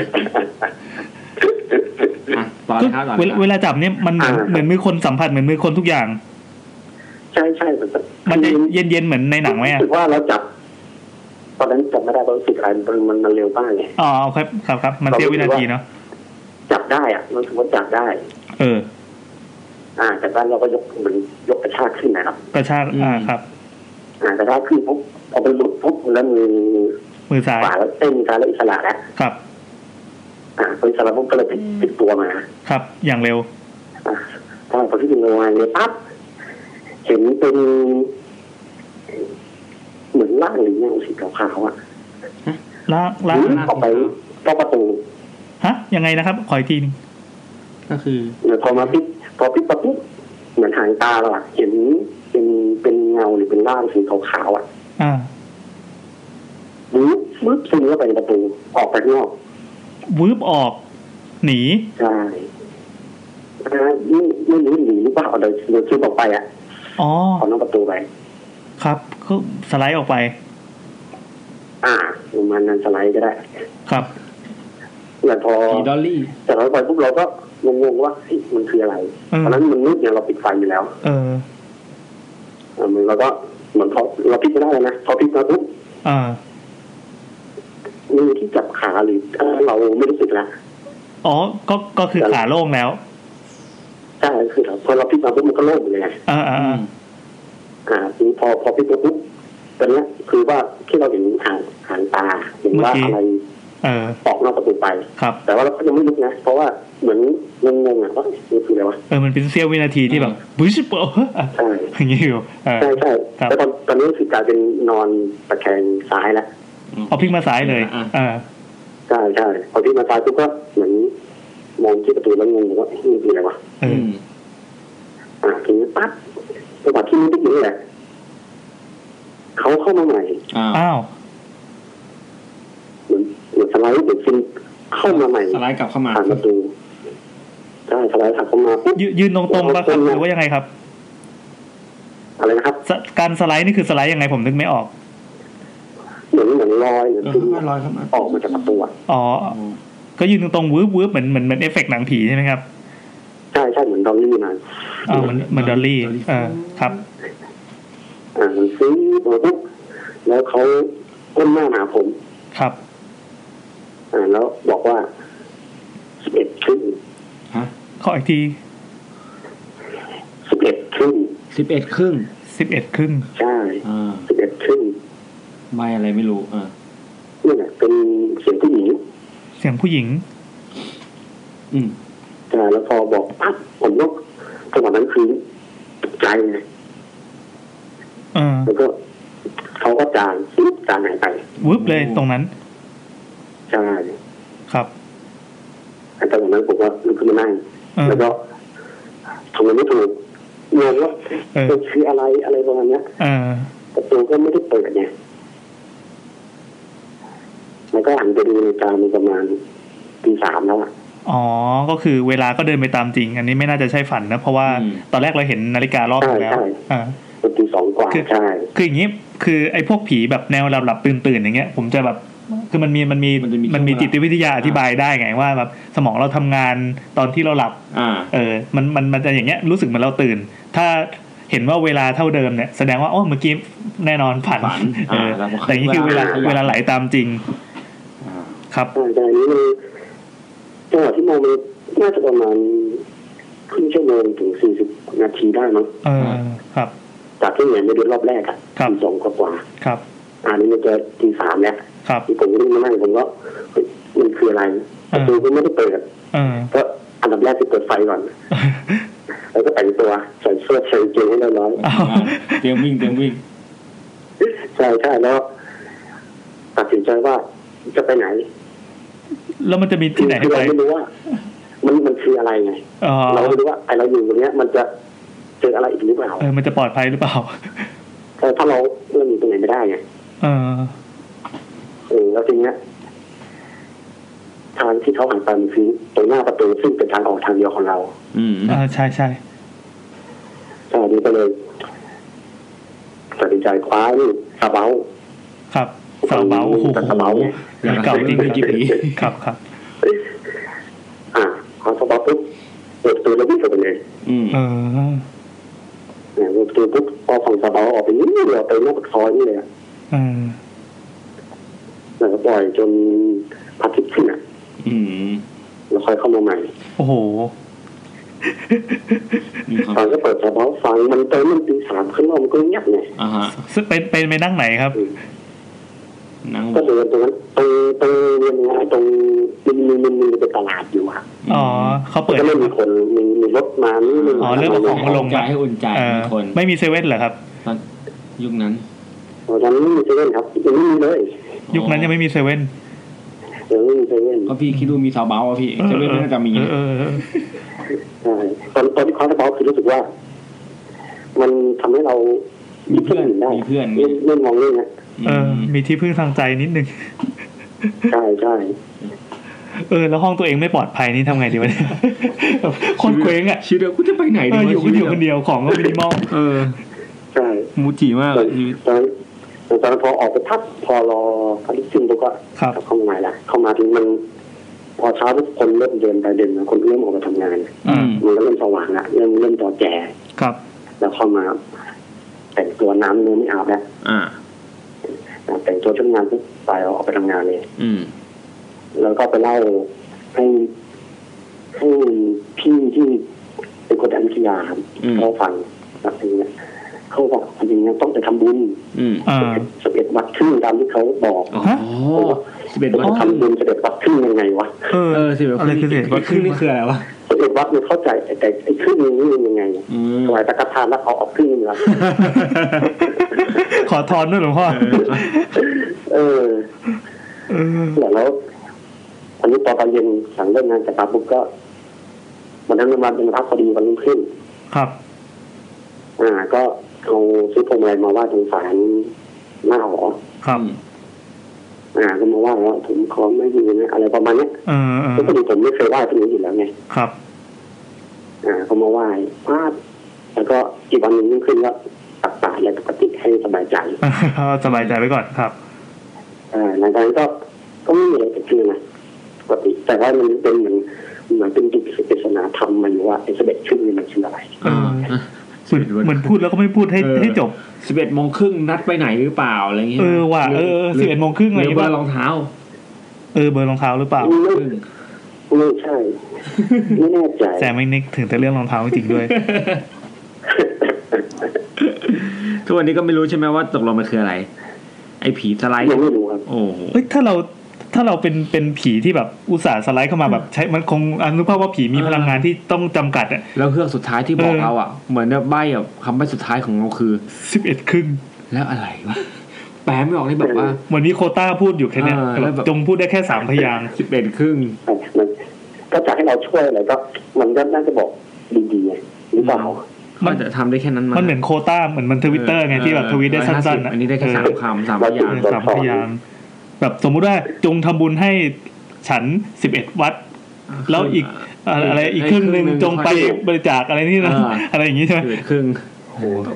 อ่ะต่อเลยครับต่อ เวลาเลยครับ เวลาจับเนี่ยมันเหมือนเหมือนมือคนสัมผัสเหมือนมือคนทุกอย่าง ใช่ใช่มันจะ มันจะเย็นเย็นๆเหมือนในหนังไหมอ่ะ รู้สึกว่าเราจับ ตอนนั้นจำไม่ได้เพราะรู้สึกอะไรมันมันมันเร็วมากไง อ๋อครับครับครับมันเสี้ยววินาทีเนาะ จับได้อะรู้สึกว่าจับได้ เออ อ่าจากนั้นเราก็ยกเหมือนยกกระชากขึ้นนะครับ กระชาก อืม อ่าครับ อ่ากระชากขึ้นปุ๊บพอมันหลุดปุ๊บแล้วมือ มือซ้าย ขวาแล้วเต้นซ้ายแล้วอิสระแล้ว ครับ อ่าพออิสระปุ๊บก็เลยปิดปิดตัวมา ครับ อย่างเร็ว อ่าถ้าพอที่ดึงลงมาเลยปั๊บเห็นเป็นเหมือนร่างหรือเงาสีขาวๆอ่ะ ล้างล้าง วิ่งเข้าไปเข้าประตู ฮะ ยังไงนะครับ ขออีกทีหนึง ก็คือ เดี๋ยวพอมาปิดพอปิดประตูเหมือนหางตาเราอะเห็นเป็นเป็นเงาหรือเป็นร่างสีขาวๆอ่ะ อ่า บึ๊บบึ๊บซึมเข้าไปในประตูออกไปข้างนอก วืบออก หนี ใช่นะฮะไม่ไม่รู้หนีหรือเปล่าเดี๋ยวเดี๋ยวคลิปออกไปอ่ะ อ๋อ ออกนอกประตูไป ครับก็สไลด์ออกไป อ่าประมาณนั้นสไลด์ก็ได้ ครับ แล้วพอ ผีดอลลี่ แต่เราไปปุ๊บเราก็งงๆว่าเฮ้ยมันคืออะไร อืม ตอนนั้นมันมืดเนี่ยเราปิดไฟอยู่แล้ว เออ เออมันเราก็เหมือนพอเราพลิกไม่ได้เลยนะพอพลิกมาปุ๊บ อ่า มือที่จับขาหรือเอ่อเราไม่รู้สึกละ อ๋อ ก็ก็คือขาโล่งแล้ว ใช่คือเราพอเราพลิกมาปุ๊บมันก็โล่งเลยไง อ่าอ่าอ่า อ่าทีนี้พอพอพลิกมาปุ๊บตอนเนี้ยคือว่าที่เราเห็นหางหางตาเห็นว่าอะไร เออ ออกนอกประตูไป ครับ แต่ว่าเราก็ยังไม่ลุกนะ เพราะว่าเหมือนงงๆอ่ะว่านี่คืออะไรวะ เออ มันเป็นเสี้ยววินาทีที่แบบบุ้ยชิบเอออ่ะ ใช่ อย่างนี้อยู่เออ ใช่ใช่ ครับ แล้วตอนตอนนี้รู้สึกกลายเป็นนอนตะแคงซ้ายแล้ว เอาพลิกมาซ้ายเลย อ่ะ เออ ใช่ใช่พอที่มาซ้ายปุ๊บก็เหมือนมองที่ประตูแล้วงงว่านี่คืออะไรวะ เออ ม อ่าทีนี้ปั๊บจังหวะที่นึกอย่างนี้แหละเขาเข้ามาใหม่ อ่า อ้าว เหมือนเหมือนสไลด์เหมือนฟินเข้ามาใหม่ สไลด์กลับเข้ามา ผ่านประตูใช่สไลด์ผ่านเข้ามาปุ๊บ ยืยืนตรงๆปะครับหรือว่ายังไงครับ อะไรนะครับ สการสไลด์นี่คือสไลด์ยังไงผมนึกไม่ออก เหมือนเหมือนลอยเหมือน เออ ฟิน เข้ามาลอยเข้ามา ออกมาจากประตูอะ อ๋อ ก็ยืนตรงๆวืบวืบเหมือนเหมือนเหมือนเอฟเฟกต์หนังผีใช่ไหมครับ ใช่ใช่เหมือนดอลลี่นะ อ่าเหมือนเหมือนดอลลี่ เออ ครับ อ่ามันซื้อมาปุ๊บแล้วเขาก้มหน้ามาหาผม ครับ อ่า แล้วบอกว่าสิบเอ็ดครึ่ง ขออีกที สิบเอ็ดครึ่ง สิบเอ็ดครึ่ง สิบเอ็ดครึ่ง ใช่ อ่า สิบเอ็ดครึ่ง ใบอะไรไม่รู้อ่า นี่แหละเป็นเสียงผู้หญิง เสียงผู้หญิง อืม อ่าแล้วพอบอกปั๊บผมก็จังหวะนั้นคือตกใจไง เออ แล้วก็เขาก็จางปุ๊บจางหายไป วืบเลยตรงนั้น ใช่ ครับ แต่จังหวะนั้นผมก็ลุกขึ้นมานั่ง เออ แล้วก็ทำอะไรไม่ถูกงงว่า เออ มันคืออะไรอะไรประมาณเนี้ย เออ ประตูก็ไม่ได้เปิดไงแล้วก็หันไปดูนาฬิกามันประมาณตีสามแล้วอะ อ๋อ ก็คือเวลาก็เดินไปตามจริง อันนี้ไม่น่าจะใช่ฝันนะ เพราะว่าตอนแรกเราเห็นนาฬิการอบอยู่แล้วอ่า เป็นตีสองกว่า คือ ใช่ คืออย่างนี้ คือไอ้พวกผีแบบแนวหลับหลับตื่นตื่นอย่างเงี้ย ผมจะแบบ คือมันมีมันมีมันมีจิตวิทยาอธิบายได้ไงว่าแบบสมองเราทำงานตอนที่เราหลับ อ่า เออ มันมันมันจะอย่างเงี้ยรู้สึกเหมือนเราตื่น ถ้าเห็นว่าเวลาเท่าเดิมเนี่ยแสดงว่าโอ้เมื่อกี้แน่นอนผ่าน ฝัน เออ อ่าแล้วก็ แต่อย่างนี้คือเวลา เวลา เวลาไหลตามจริง อ่า ครับ ใช่ใช่อันนี้มันจังหวะที่มองมันน่าจะประมาณครึ่งชั่วโมงถึงสี่สิบนาทีได้มั้ง เออครับ จากที่เห็นไปดูรอบแรกอะ ครับ ตีสองกว่ากว่า ครับ อันนี้มันจะตีสามแล้ว ครับ ที่ผมลุกมานั่งผมก็เฮ้ยมันคืออะไรประตูก็ไม่ได้เปิด เออ ก็อันดับแรกคือเปิดไฟก่อน แล้วก็แต่งตัวใส่เสื้อใส่กางเกงให้เรียบร้อย อ้าว อ่าเตรียมวิ่งเตรียมวิ่ง ใช่ใช่แล้วตัดสินใจว่าจะไปไหน แล้วมันจะมีที่ไหน คื ให้ อ ไป เราไม่รู้ว่า มันมันคืออะไรไง เออ เราไม่รู้ว่าไอเราอยู่ตรงเนี้ย มันจะเจออะไรอีกหรือเปล่า เออมันจะปลอดภัยหรือเปล่า เออถ้าเราเราอยู่ตรงไหนไม่ได้ไง เออ เออแล้วทีเนี้ยทางที่เขาหันไปมันคือตรงหน้าประตูซึ่งเป็นทางออกทางเดียวของเรา อืม อ่าใช่ใช่ ตอนนี้ก็เลยตัดสินใจคว้านี่กระเป๋า ครับสาวเบาโอ้โห กระเป๋าไง อย่างกับ เก่าจริง เป็นกี่ปี ครับครับ อ่าเอากระเป๋าปุ๊บเปิดประตูแล้ววิ่งเข้าไปเลย อืม เออ เนี่ยเปิดประตูปุ๊บพอฝั่งกระเป๋าออกไปนี่เดียวไปนอกปากซอยนี่เลยอะ เออ แล้วก็ปล่อยจนพระอาทิตย์ขึ้นอ่ะ อืม แล้วค่อยเข้ามาใหม่ โอ้โห อืมค ฟั รับ งก็เปิดแต่เพราะฟังมันเติมมันตีสามขึ้นมามันก็เงียบไง อ่าฮะ ซึ่งเป็นเป็นไปนั่งไหนครับ นั่งบ ก็ น เดินตรงนั้นตรงตรงเรียนงานตรงมันมีมันมีเป็นตลาดอยู่อ่ะ อ๋อเขาเปิด ก็ไม่มีคนมีมีรถมานี่มี อ๋อเริ่มเอาของมาลง ใจให้อุ่นใจ เออ ทุกคน ไม่มีเซเว่นเหรอครับ ตอนยุคนั้น ตอนนั้นไม่มีเซเว่นครับยังไม่มีเลย ยุคนั้นยังไม่มีเซเว่น ยังไม่มีเซเว่น ก็พี่คิดดูมีซาวเบาอะพี่จะไม่น่าจะมี เออเออเออ ใช่ตอนตอนที่คว้าสปอร์ตคือรู้สึกว่า มันทำให้เรา มีเพื่อน ได้ มีเพื่อน เล่นเล่นมองเรื่องนะ เออ มีที่พึ่งทางใจนิดนึง ใช่ใช่ เออ แล้วห้องตัวเองไม่ปลอดภัยนี่ทำไงดีวะเนี่ย โคนเคว้งอ่ะ ชีวิตเรากูจะไปไหน เออดีวะ อยู่คนเดียวคนเดียวของก็มินิมอล เออ ใช่ มูจิมาก ตอ อะ น ชีวิต นั้นตอนนั้นพอออกไปพักพอรอพระลิซินปุ๊บก็ ครับ เข้ามาใหม่ละเข้ามาถึงมัน พอเช้าทุกคนเริ่มเดินไปเดินมาคนเริ่มออกมาทำงาน อืม มันก็เริ่มสว่างละเริ่มเริ่มต่อแจ ครับ แล้วเข้ามา แต่งตัวน้ำเนื้อไม่อาบแล้ว อ่า แต่งตัวชุดงานปุ๊บไปออกไปทำงานเลย อืม แล้วก็ไปเล่าให้ให้พี่ที่เป็นคนอยุธยาครับ อืม เขาฟังแบบนี้นะเขาบอกจริงๆนะต้องไปทำบุญ อืม อ่า สิบเอ็ดวัดครึ่งตามที่เขาบอก อ๋อ ฮะ สิบเอ็ดวั เรา น ทำบุญเสด็จวัดครึ่งยังไงวะ เออ เออสิบเอ็ด อะไรคือสิบเอ็ดวั วัน น ค ค รึ่งรึ่งนี่คืออะไรวะ เสด็จวัดเนี่ยเข้าใจแต่ไอ้ครึ่งนึงนี่มันยังไง อืม ถวายสังฆทานแล้วเอาออกครึ่งนึงละ ขอทอนด้วยหลวงพ่อ เออ เออ เดี๋ยวแล้ววันนี้ตอนตอนเย็นหลังเลิกงานจากปั๊บปุ๊บก็วันนั้นวันเป็นพระพอดีวันรุ่งขึ้น ครับ อ่า ก็เอาซื้อพวงมาลัยมาไหว้ตรงศาลหน้าหอ ครับ อ่าก็มาไหว้แล้วผมขอไม่ยืนนะอะไรประมาณเนี้ย เออเออ ก็พอดีผมไม่เคยไหว้ที่นี้อยู่แล้วไง ครับ อ่าเขามาไหว้พาดแล้วก็อีกวันหนึ่งรุ่งขึ้นก็ตักบาตรอะไรปกติให้สบายใจ สบายใจไว้ก่อนครับ อ่าหลังจากนั้นก็ก็ไม่มีอะไรเกิดขึ้นนะปกติแต่ว่ามันเป็นเหมือนเหมือนเป็นจิตปริศนาธรรมมาอยู่ว่าไอ้เสด็จขึ้นนี่มันคืออะไร เออ เห เหมือนเหมือนพูดแล้วก็ไม่พูดให้ให้จบ สิบเอ็ดโมงครึ่งนัดไปไหนหรือเปล่าอะไรเงี้ย เออว่ะเออสิบเอ็ดโมงครึ่ง ห อะไรอ รื ย่าง อ เงี้ย ว่าร ป่ะ องเท้า เออเบอร์รองเท้าหรือเปล่า ไม่ ครึ่ง ไม่ใช่ ไม่แน่ใจ แซมไม่นึกถึงแต่เรื่องรองเท้าจริง ๆด้วย ทุกวันนี้ก็ไม่รู้ใช่ไหมว่าตกลงมันคืออะไร ไอ้ผีสไลด์ ยังไม่รู้ครับ โอ้โห เฮ้ยถ้าเราถ้าเราเป็นเป็นผีที่แบบอุตส่าห์สไลด์เข้ามาแบบใช้มันคงอนุภาพว่าผีมีพลังงานที่ต้องจำกัดอ่ะ แล้วเครื่องสุดท้ายที่บอก เออ เราอ่ะ เหมือนแบบใบ้อะคำใบ้สุดท้ายของเราคือ สิบเอ็ดครึ่ง แล้วอะไรวะแปลไม่ออกเลยแบบว่า เหมือนมีโควต้าพูดอยู่แค่เนี้ย เออ แต่ แล้ แบ ว บ แบบ จงพูดได้แค่ส ามพยางค์ สิบเอ็ดครึ่ง มันก็จะให้เราช่วยอะไรก็ มันก็น่าจะบอกดีๆไงหรือเปล่า มันจะทำได้แค่นั้น มันเหมือนโควต้าเหมือนมันทวิตเตอร์ไงที่แบบทวิตได้สั้นๆะ อันนี้ได้แค่สามคำสามอ เอย่าง อสามพยางค์แบบสมมุติว่าจงทำบุญให้ฉันสิบเอ็ดวัด แล้วอีกอะอะไรอีกครึ่งหนึ่งจงไปบริจาคอะไรนี่นะอะไรอย่างงี้ใช่ไหม สิบเอ็ดครึ่ง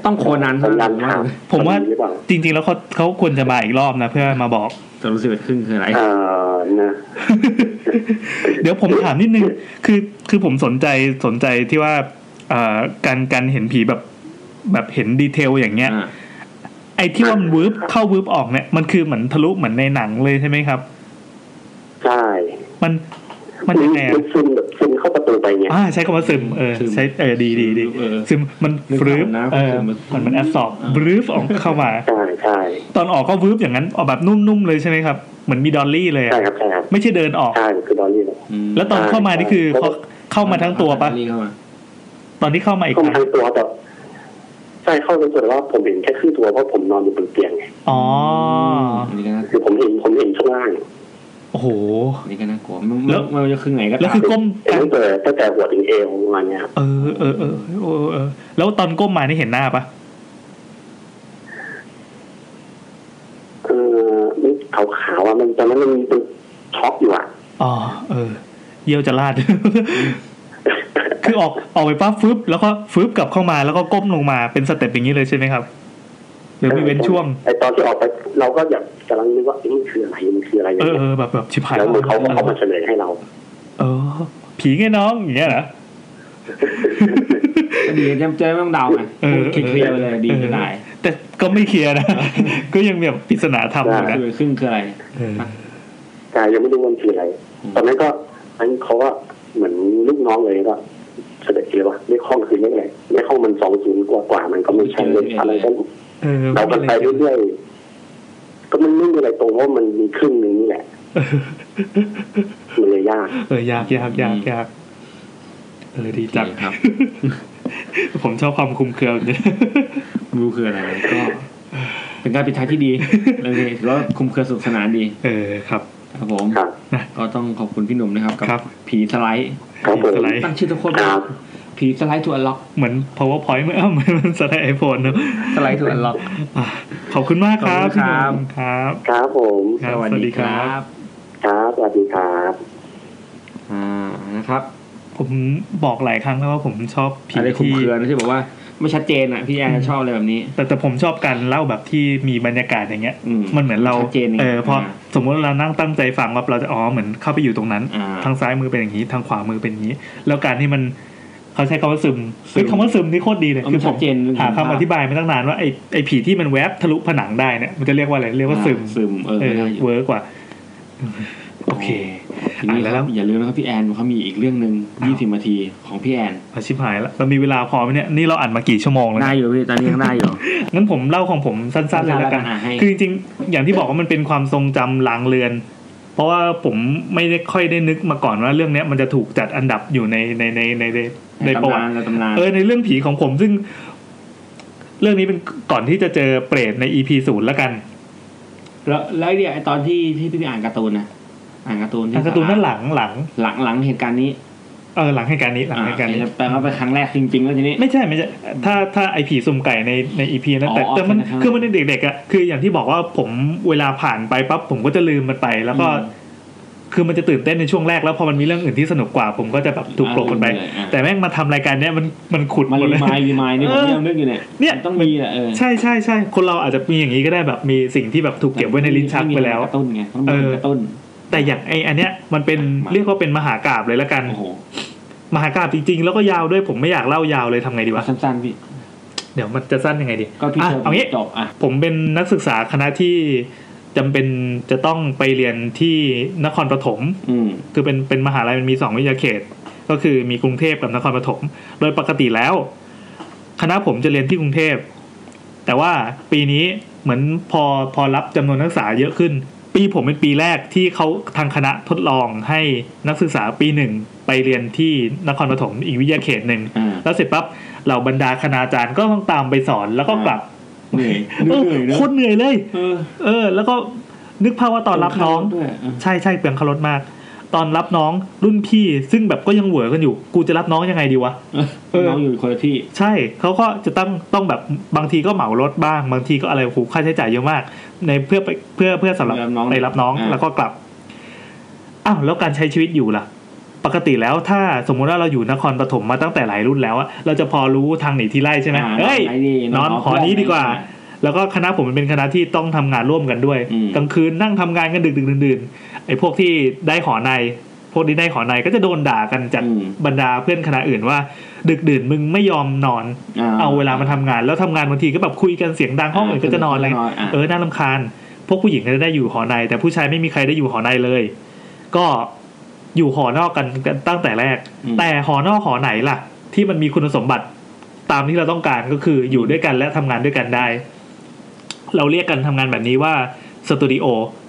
ต้องโคนัน พ เท่านั้ ยาน นถาม ผมว่า หรือเปล่า จริงๆแล้วเขาเขาควรจะมาอีกรอบนะเพื่อมา บอก ตกลงสิบเอ็ดครึ่งคืออะไร อ่านะ เดี๋ยวผมถามนิดนึง คือคือผมสนใจสนใจที่ว่าเอ่อการการเห็นผีแบบแบบเห็นดีเทลอย่างเงี้ย อ่า ไอ้ที่ว่ามันวืบเข้าวืบออกเนี่ยมันคือเหมือนทะลุเหมือนในหนังเลยใช่ไหมครับ ใช่ มันมันยังไง มั อะ นซึมแบบซึมเข้าประตูไปไง อ่าใช้คำว่าซึมเออใช้เออดีดีดี เออ ซึมมัน นึก ฟรืบ ภาพนะ เออ ซึม มันมันแอบสอบ อ่า บรืบออกเข้ามา ใช่ใช่ ตอนออกก็วืบอย่างนั้นออกแบบนุ่มๆเลยใช่ไหมครับเหมือนมีดอลลี่เลย ใช่ อะ ครับใช่ครับ ไม่ใช่เดินออก ใช่มันคือดอลลี่เลย อืม แล้วตอนเข้ามานี่คือเขาเข้ามาทั้งตัวปะ นี่เข้ามา ตอนที่เข้ามาอีก เข้ามา ครั้ง ทางตัวแต่ใช่เข้าทางตัวแต่ว่าผมเห็นแค่ครึ่งตัวเพราะผมนอนอยู่บนเตียงไง อ๋อ อันนี้ก็น่า คือผมเห็นผมเห็นช่วงล่าง โอ โอ้โห นี่ก็น่ากลัวมัน แล้ว มันจะคือไงก็ แล้ว ตาม คือก้ม เป็นตั้งแต่ตั้งแต่หัวถึงเอวประมาณเนี้ยครับ เออเออเออเออเออ แล้วตอนก้มมานี่เห็นหน้าปะ เออมันขาวๆอ่ะมันตอนนั้นมันมันช็อกอยู่อ่ะ อ๋อเออ เยี่ยวจะลาด คือออกออกไปปั๊บฟึบแล้วก็ฟึบกลับเข้ามาแล้วก็ก้มลงมาเป็นสเต็ปอย่างนี้เลยใช่ไหมครับหรือมีเว้นช่วง ไอตอนที่ออกไปเราก็อยากกำลังนึกว่าเอ๊ะมันคืออะไรมันคืออะไรอย่า เอง อ เงี้ เอย อแบบแบบชิบหาย แล้วเหมือนเขาก็ เออ เขามาเฉลยให้เรา เออ ผีไงน้องอย่างเงี้ ยเหรอ ก็ดีจะจะไม่ต้องเดาไง เออ เคลียร์ๆไปเลยดีจะได้ แต่ก็ไม่เคลีย ร์นะ ก็ยังแบบปริศนาธรรมอยู่นะ คือครึ่งคืออะไร เออ กายยังไม่รู้ว่ามันคืออะไร อืม ตอนนั้นก็อันเขาก็เหมือนลูกน้องเลยก็เสด็จเลยว่าเลขห้องคือเลขอะไรเลขห้องมันสองศูนย์กว่ากว่าๆมันก็ไม่ใช่เลขอะไรก็ เออ เรากันไปเรื่อยๆก็มันไม่มีอะไรตรงเพราะมันมีครึ่งหนึ่งนี่แหละ เอ อ มันเลยยาก เออยากยากยากยากเออดีจัง โอเคครับ ผมชอบความคลุมเครือ แบบนี้ ไม่รู้คืออะไรก็ เป็นการปิดท้ายที่ดีเลยถือว่าคุ้มเครือสนุขสนานดี เออครับ ครับผม ครับ ก็ต้องขอบคุณพี่หนุ่มนะครับกับ ครับ ผีสไลด์ ครับผม สไลด์ ตั้งชื่อทุกคน ครับ ผีสไลด์ถูกอัลล็อก เหมือน powerpoint เอ้าเหมือนมันสไลด์ไอโฟนเนอะ สไลด์ถูกอัลล็อก อ่ะขอบคุณมากครับ ขอบคุณ พี่ห ครั นุ่ บ มครับ ครับผม ครับ สวัสดีครับ ครับสวัสดีครับ อ่านะครับ ผมบอกหลายครั้งแล้วว่าผมชอบผี อะไรคุ้ม ที่ เครือนะที่บอกว่า ไม่ชัดเจนอ่ะพี่แอนจะชอบอะไรแบบนี้ แต่แต่ผมชอบการเล่าแบบที่มีบรรยากาศอย่างเงี้ย อืม มันเหมือนเรา ชัดเจน เออพออา สมมติเรานั่งตั้งใจฟังว่าเราจะอ๋อเหมือนเข้าไปอยู่ตรงนั้น อ่า ทางซ้ายมือเป็นอย่างนี้ ทางขวามือเป็นอย่างนี้ แล้วการที่มันเขาใช้คำว่าซึมเฮ้ย ซึม คำว่าซึมนี่โคตรดีเลย เออ คือ มันผชัด ม เจนมันเห็น หา ภาพ คำอธิบายมาตั้งนานว่าไอไอผีที่มันแวบทะลุผนังได้เนี่ยมันจะเรียกว่าอะไรเรียกว่าซึม อ่ซึมเออ เอ ไม่ อ ได้อยู่ เวิร์กว่า โอเค ทีนี้ อ่ะ ค แล้ รับ ว อย่าลืมนะครับพี่แอนเขามีอีกเรื่องหนึ่ง20นาทีของพี่แอน เอาชิบหายแล้วเรามีเวลาพอไหมเนี่ยนี่เราอ่านมากี่ชั่วโมงแล้ว ได้ เนี่ย อยู่พี่ตอนนี้ยังได้อยู่ งั้นผมเล่าของผมสั้นๆเลยแล้วกัน อ่ะให้ คือจริงๆ อย่างที่บอกว่ามันเป็นความทรงจำลางเลือน เพราะว่าผมไม่ได้ค่อยได้นึกมาก่อนว่าเรื่องเนี้ยมันจะถูกจัดอันดับอยู่ในในในในในในประ ตำ วั นา ติ นในตำนาน เออในเรื่องผีของผมซึ่ง เรื่องนี้เป็นก่อนที่จะเจอเปรตใน EP ศูนย์แล้วกัน แล้วแล้วไอ้เนี่ยไอตอนที่ที่พี่ไปอ่านการ์ตูนนะอ่านการ์ตูนที่ ทางการ์ตูนนั่นหลังหลัง หลังหลังเหตุการณ์นี้ เออหลังเหตุการณ์นี้หลังเหตุการณ์นี้ อ่แปลว่าเป็นครั้งแรกจริงๆแล้วทีนี้ ไม่ใช่ไม่ใช่ ถ้าถ้าไอผีสุ่มไก่ในในอีพีนั้นแต่ อ๋อ แต่มัน ใช่ไหมครับ คือมันเป็นเด็กๆอ่ะคืออย่างที่บอกว่าผมเวลาผ่านไปปั๊บผมก็จะลืมมันไป แล้วก็ อืม คือมันจะตื่นเต้นในช่วงแรกแล้วพอมันมีเรื่องอื่นที่สนุกกว่า ผมก็จะแบบถูก อ่า ปลบมันไป ลืมเลยอ่ะ แต่แม่งมาทำรายการเนี้ยมันมันขุดห มา ด รี เลย มายรีมายนี่ผม เออ ยังนึกอยู่เนี่ย เนี่ย มัต้องมีแหละเออ ใช่ใช่ใช่คนเราอาจจะมีอย่างนี้ก็ได้แบบมีสิ่งที่แบบถูกเก็บไว้ในลิ้นชักไปแล้ว ม่มีการะตุ้นไงต้องมี เออ การะตุ้น แต่อย่างไออันเนี้ยมันเป็น มา เรียกว่าเป็นมหากราบเลยละกัน โอ้โห มหากราบจริงๆ แล้วก็ยาวด้วยผมไม่อยากเล่ายาวเลยทำไงดีวะ สั้นๆพี่ เดี๋ยวมันจะสั้นยังไงดี ก็พี่ อ่ะ เชิญ เอางี้ จบอ่ะ ผมเป็นนักศึกษาคณะที่จำเป็นจะต้องไปเรียนที่นครปฐม อืม คือเป็นเป็นมหาลัยมันมีสองวิทยาเขต ก็คือมีกรุงเทพกับนครปฐมโดยปกติแล้ว คณะผมจะเรียนที่กรุงเทพ แต่ว่าปีนี้เหมือนพอพอรับจำนวนนักศึกษาเยอะขึ้น ปีผมเป็นปีแรกที่เขาทางคณะทดลองให้นักศึกษาปีหนึ่งไปเรียนที่นครปฐมอีกวิทยาเขตหนึ่ง อ่า แล้วเสร็จปั๊บเหล่าบรรดาคณาจารย์ก็ต้องตามไปสอนแล้วก็กลับ เหนื่อยเห เออ นื่อยๆนะ โคนเหนื่อยเลย เออ เออ แล้วก็นึกภาพว่าตอนรับน้อง ด้วยเออ ใช่ใช่เปลืองคารถมาก ตอนรับน้องรุ่นพี่ซึ่งแบบก็ยังเหวอกันอยู่ กูจะรับน้องยังไงดีวะ เออ น้องอยู่คนละที่ ใช่เขาก็จะต้องต้องแบบบางทีก็เหมารถบ้าง บางทีก็อะไรโอ้โหค่าใช้จ่ายเยอะมาก ในเพื่อไปเพื่อเพื่อสำหรับไปรับน้องแล้วก็กลับอ้าวแล้วการใช้ชีวิตอยู่ล่ะ ปกติแล้วถ้าสมมุติว่าเราอยู่นครปฐมมาตั้งแต่หลายรุ่นแล้วอะเราจะพอรู้ทางหนีที่ไล่ใช่ไหม อ่า เฮ้ย ไหนดี นอน เา หอนี้ดีกว่า เพื่อน แล้วก็คณะผมมันเป็นคณะที่ต้องทำงานร่วมกันด้วย อืม กลางคืนนั่งทำงานกันดึกดึกดื่นๆไอ้พวกที่ได้หอใน พวกที่ได้หอในก็จะโดนด่ากันจาก อืม บรรดาเพื่อนคณะอื่นว่า ดึกดื่นมึงไม่ยอมนอน เอาเวลามาทำงานแล้วทำงานบางทีก็แบบคุยกันเสียงดังห้องอื่นก็จะนอนอะไร า เออน่ารำคาญ พวกผู้หญิงก็จะได้อยู่หอใน แต่ผู้ชายไม่มีใครได้อยู่หอในเลย ก็อยู่หอนอกกันตั้งแต่แรก อืม แต่หอนอกหอไหนล่ะ ที่มันมีคุณสมบัติตามที่เราต้องการก็คืออยู่ด้วยกันและทำงานด้วยกันได้ เราเรียกกันทำงานแบบนี้ว่าสตูดิโอ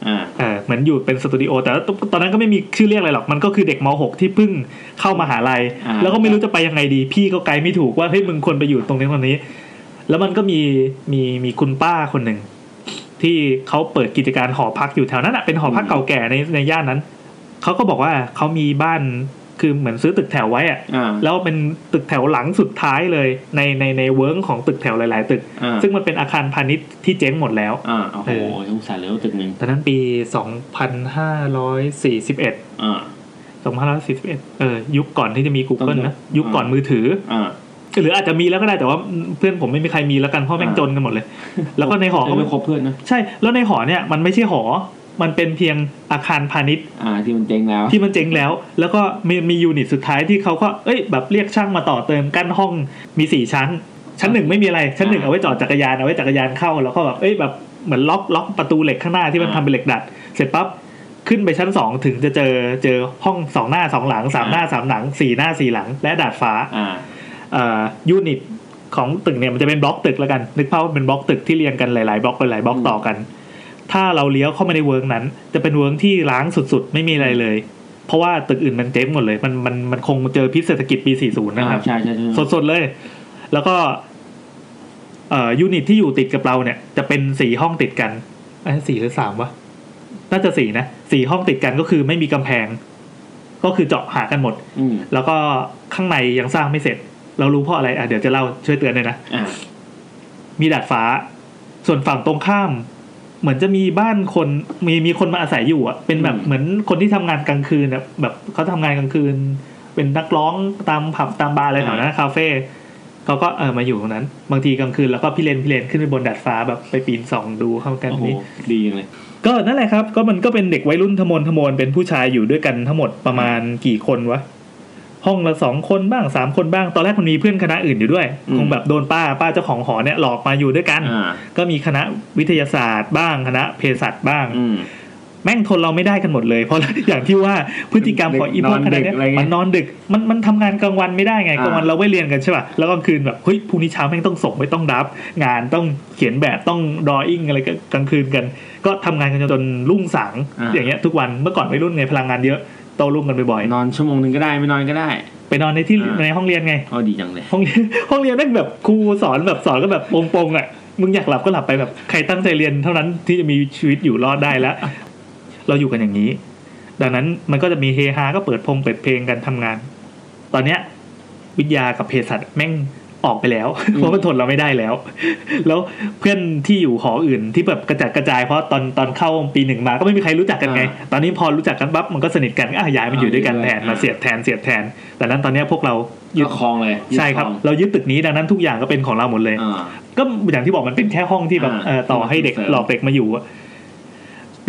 อ่า เออเหมือนอยู่เป็นสตูดิโอแต่ว่าตตอนนั้นก็ไม่มีชื่อเรียกอะไรหรอก มันก็คือเด็กม .6 ที่เพิ่งเข้ามาหาลัย อ่า แล้วก็ไม่รู้จะไปยังไงดี พี่ก็ไกด์ไม่ถูกว่าเฮ้ยมึงควรไปอยู่ตรงนี้ตรงนี้ แล้วมันก็มีมีมีคุณป้าคนหนึ่ง ที่เขาเปิดกิจการหอพักอยู่แถวนั้นอ่ะเป็นหอพักเก่าแก่ในในย่านนั้นเขาก็บอกว่าเขามีบ้านคือเหมือนซื้อตึกแถวไว้อ่ะ อ่า แล้วเป็นตึกแถวหลังสุดท้ายเลย ในในในเวิร์กของตึกแถวหลาย ๆ ตึก อ่า ซึ่งมันเป็นอาคารพาณิชย์ที่เจ๊งหมดแล้ว อ่าโอ้โหสงสารเหลวตึกหนึ่ง ตอนนั้นปี 2541 อ่า 2541เออยุคก่อนที่จะมี Google ต้องนะ นะ ยุคก่อน อ่ามื มือถือ อ่า หรืออาจจะมีแล้วก็ได้แต่ว่าเพื่อนผมไม่มีใครมีแล้วกันเพราะแม่ง อ่า จนกันห มดเลย แล้วก็ในหอ เจ ก็ อ ไม่ ไม่ครบเพื่อนนะ ใช่ แล้วในหอเนี่ยมันไม่ใช่หอ มันเป็นเพียงอาคารพาณิชย์ อ่า ที่มันเจ๊งแล้ว ที่มันเจ๊งแล้ว แล้วก็มีมียูนิตสุดท้ายที่เขาก็เอ้ยแบบเรียกช่างมาต่อเติมกั้นห้องมีสี่ชั้น ชั้นหนึ่งไม่มีอะไรชั้นหนึ่ง อ่า เอาไว้จอดจักรยานเอาไว้จักรยานเข้าแล้วก็แบบเอ้ยแบบเหมือนล็อกล็อกประตูเหล็กข้างหน้าที่มัน อ่า ทำเป็นเหล็กดัด เสร็จปั๊บขึ้นไปชั้นสองถึงจะเจอเจอห้องสองหน้าสองหลังสามหน้าสามหลังสี่หน้าสี่หลัง และดาดฟ้า อ่า ยูนิตของตึกเนี่ยมันจะเป็นบล็อกตึกแล้วกัน นึกภาพว่าเป็นบล็อกตึกที่เรียงกันหลายๆบล็อกหลายๆบล็อก อืม ต่อกัน ถ้าเราเลี้ยวเข้ามาในเวิร์กนั้น จะเป็นเวิร์กที่ล้างสุดๆ ไม่มีอะไรเลย เพราะว่าตึกอื่นมันเจ๊งหมดเลย มันมันมันคงเจอพิษเศรษฐกิจปี 40 นะ นะ ค ค รั รั บบ ใช่ใช่ใช่ สดๆเลย แล้วก็เอ่อยูนิตที่อยู่ติดกับเราเนี่ย จะเป็นสี่ห้องติดกันเอ้ยสี่หรือสามวะน่าจะสี่นะสี่ห้องติดกันก็คือไม่มีกำแพง ก็คือเจาะหากันหมด อืม แล้วก็ข้างในยังสร้างไม่เสร็จ เรารู้เพราะอะไรอ่ะเดี๋ยวจะเล่าช่วยเตือนเลยนะ อ่า มีดาดฟ้า ส่วนฝั่งตรงข้าม เหมือนจะมีบ้านคนมีมีคนมาอาศัยอยู่อ่ะเป็นแบบ อืม เหมือนคนที่ทำงานกลางคืนอะแบบเขาทำงานกลางคืน เป็นนักร้องตามผับตามบาร์อะไรแถวนั้นคาเฟ่เขาก็เออมาอยู่ตรงนั้น บางทีกลางคืนแล้วก็พี่เลนพี่เลนขึ้นไปบนดาดฟ้าแบบไปปีนส่องดูเข้ากัน โอ้โห นี่ ดีจังเลย ก็นั่นแหละครับ ก็มันก็เป็นเด็กวัยรุ่นทะมนทะมนเป็นผู้ชายอยู่ด้วยกันทั้งหมดประมาณกี่คนวะ ห้องละสองคนบ้างสามคนบ้าง ตอนแรกมันมีเพื่อนคณะอื่นอยู่ด้วย อืม คงแบบโดนป้าป้าเจ้าของหอเนี่ยหลอกมาอยู่ด้วยกัน อ่า ก็มีคณะวิทยาศาสตร์บ้างคณะเภสัชบ้าง อืม แม่งทนเราไม่ได้กันหมดเลย เพราะ อย่างที่ว่าพฤติกรรมของอีพวกคณะเนี้ย นอนดึกอะไรเงี้ย มันนอนดึกมันมันทำงานกลางวันไม่ได้ไง อ่าก ลางวันเราไม่เรียนกันใช่ป่ะแล้วกลางคืนแบบเฮ้ยพรุ่งนี้เช้าแม่งต้องส่งไว้ต้องรับ งานต้องเขียนแบบต้องดออิ่งอะไรกันกลางคืนกัน ก็ทำงานกันจนรุ่งสาง อ่า อย่างเงี้ยทุกวันเมื่อก่อนวัยรุ่นไงพลังงานเยอะโตรุ่งกันบ่อย นอนชั่วโมงหนึ่งก็ได้ไม่นอนก็ได้ ๆไปนอนในที่ อ่า ในห้องเรียนไง ก็ดีจังเลย ห้องเรียนห้องเรียน แม่งแบบครูสอนแบบสอนก็แบบโปงๆอ่ะมึงอยากหลับก็หลับไปแบบใครตั้งใจเรียนเท่านั้นที่จะมีชีวิตอยู่รอดได้แล้ว เราอยู่กันอย่างนี้ ดังนั้นมันก็จะมีเฮฮาก็เปิดพงเปิดเพลงกันทำงาน ตอนเนี้ย วิทยากับเภสัชแม่งออกไปแล้ว เพราะมันทนเราไม่ได้แล้ว แล้วเพื่อนที่อยู่หออื่นที่แบบกระจัดกระจายเพราะตอนตอนเข้าปีหนึ่งมาก็ไม่มีใครรู้จักกันไง อ่า ตอนนี้พอรู้จักกันปั๊บมันก็สนิทกันอ่ะย้ายมาอยู่ด้วยกันแทนมาเสียดแทนเสียดแทน แต่นั้นตอนเนี้ยพวกเรายึ ึ ด ดคลองเลยยึด ใช่ครับ ลอง เรายึดตึกนี้ดังนั้นทุกอย่างก็เป็นของเราหมดเลย อ่า ก็อย่างที่บอกมันเป็นแค่ห้องที่แบบ อ่า เอ่อต่อให้เด็ก เสริม หลอกเด็กมาอยู่อะ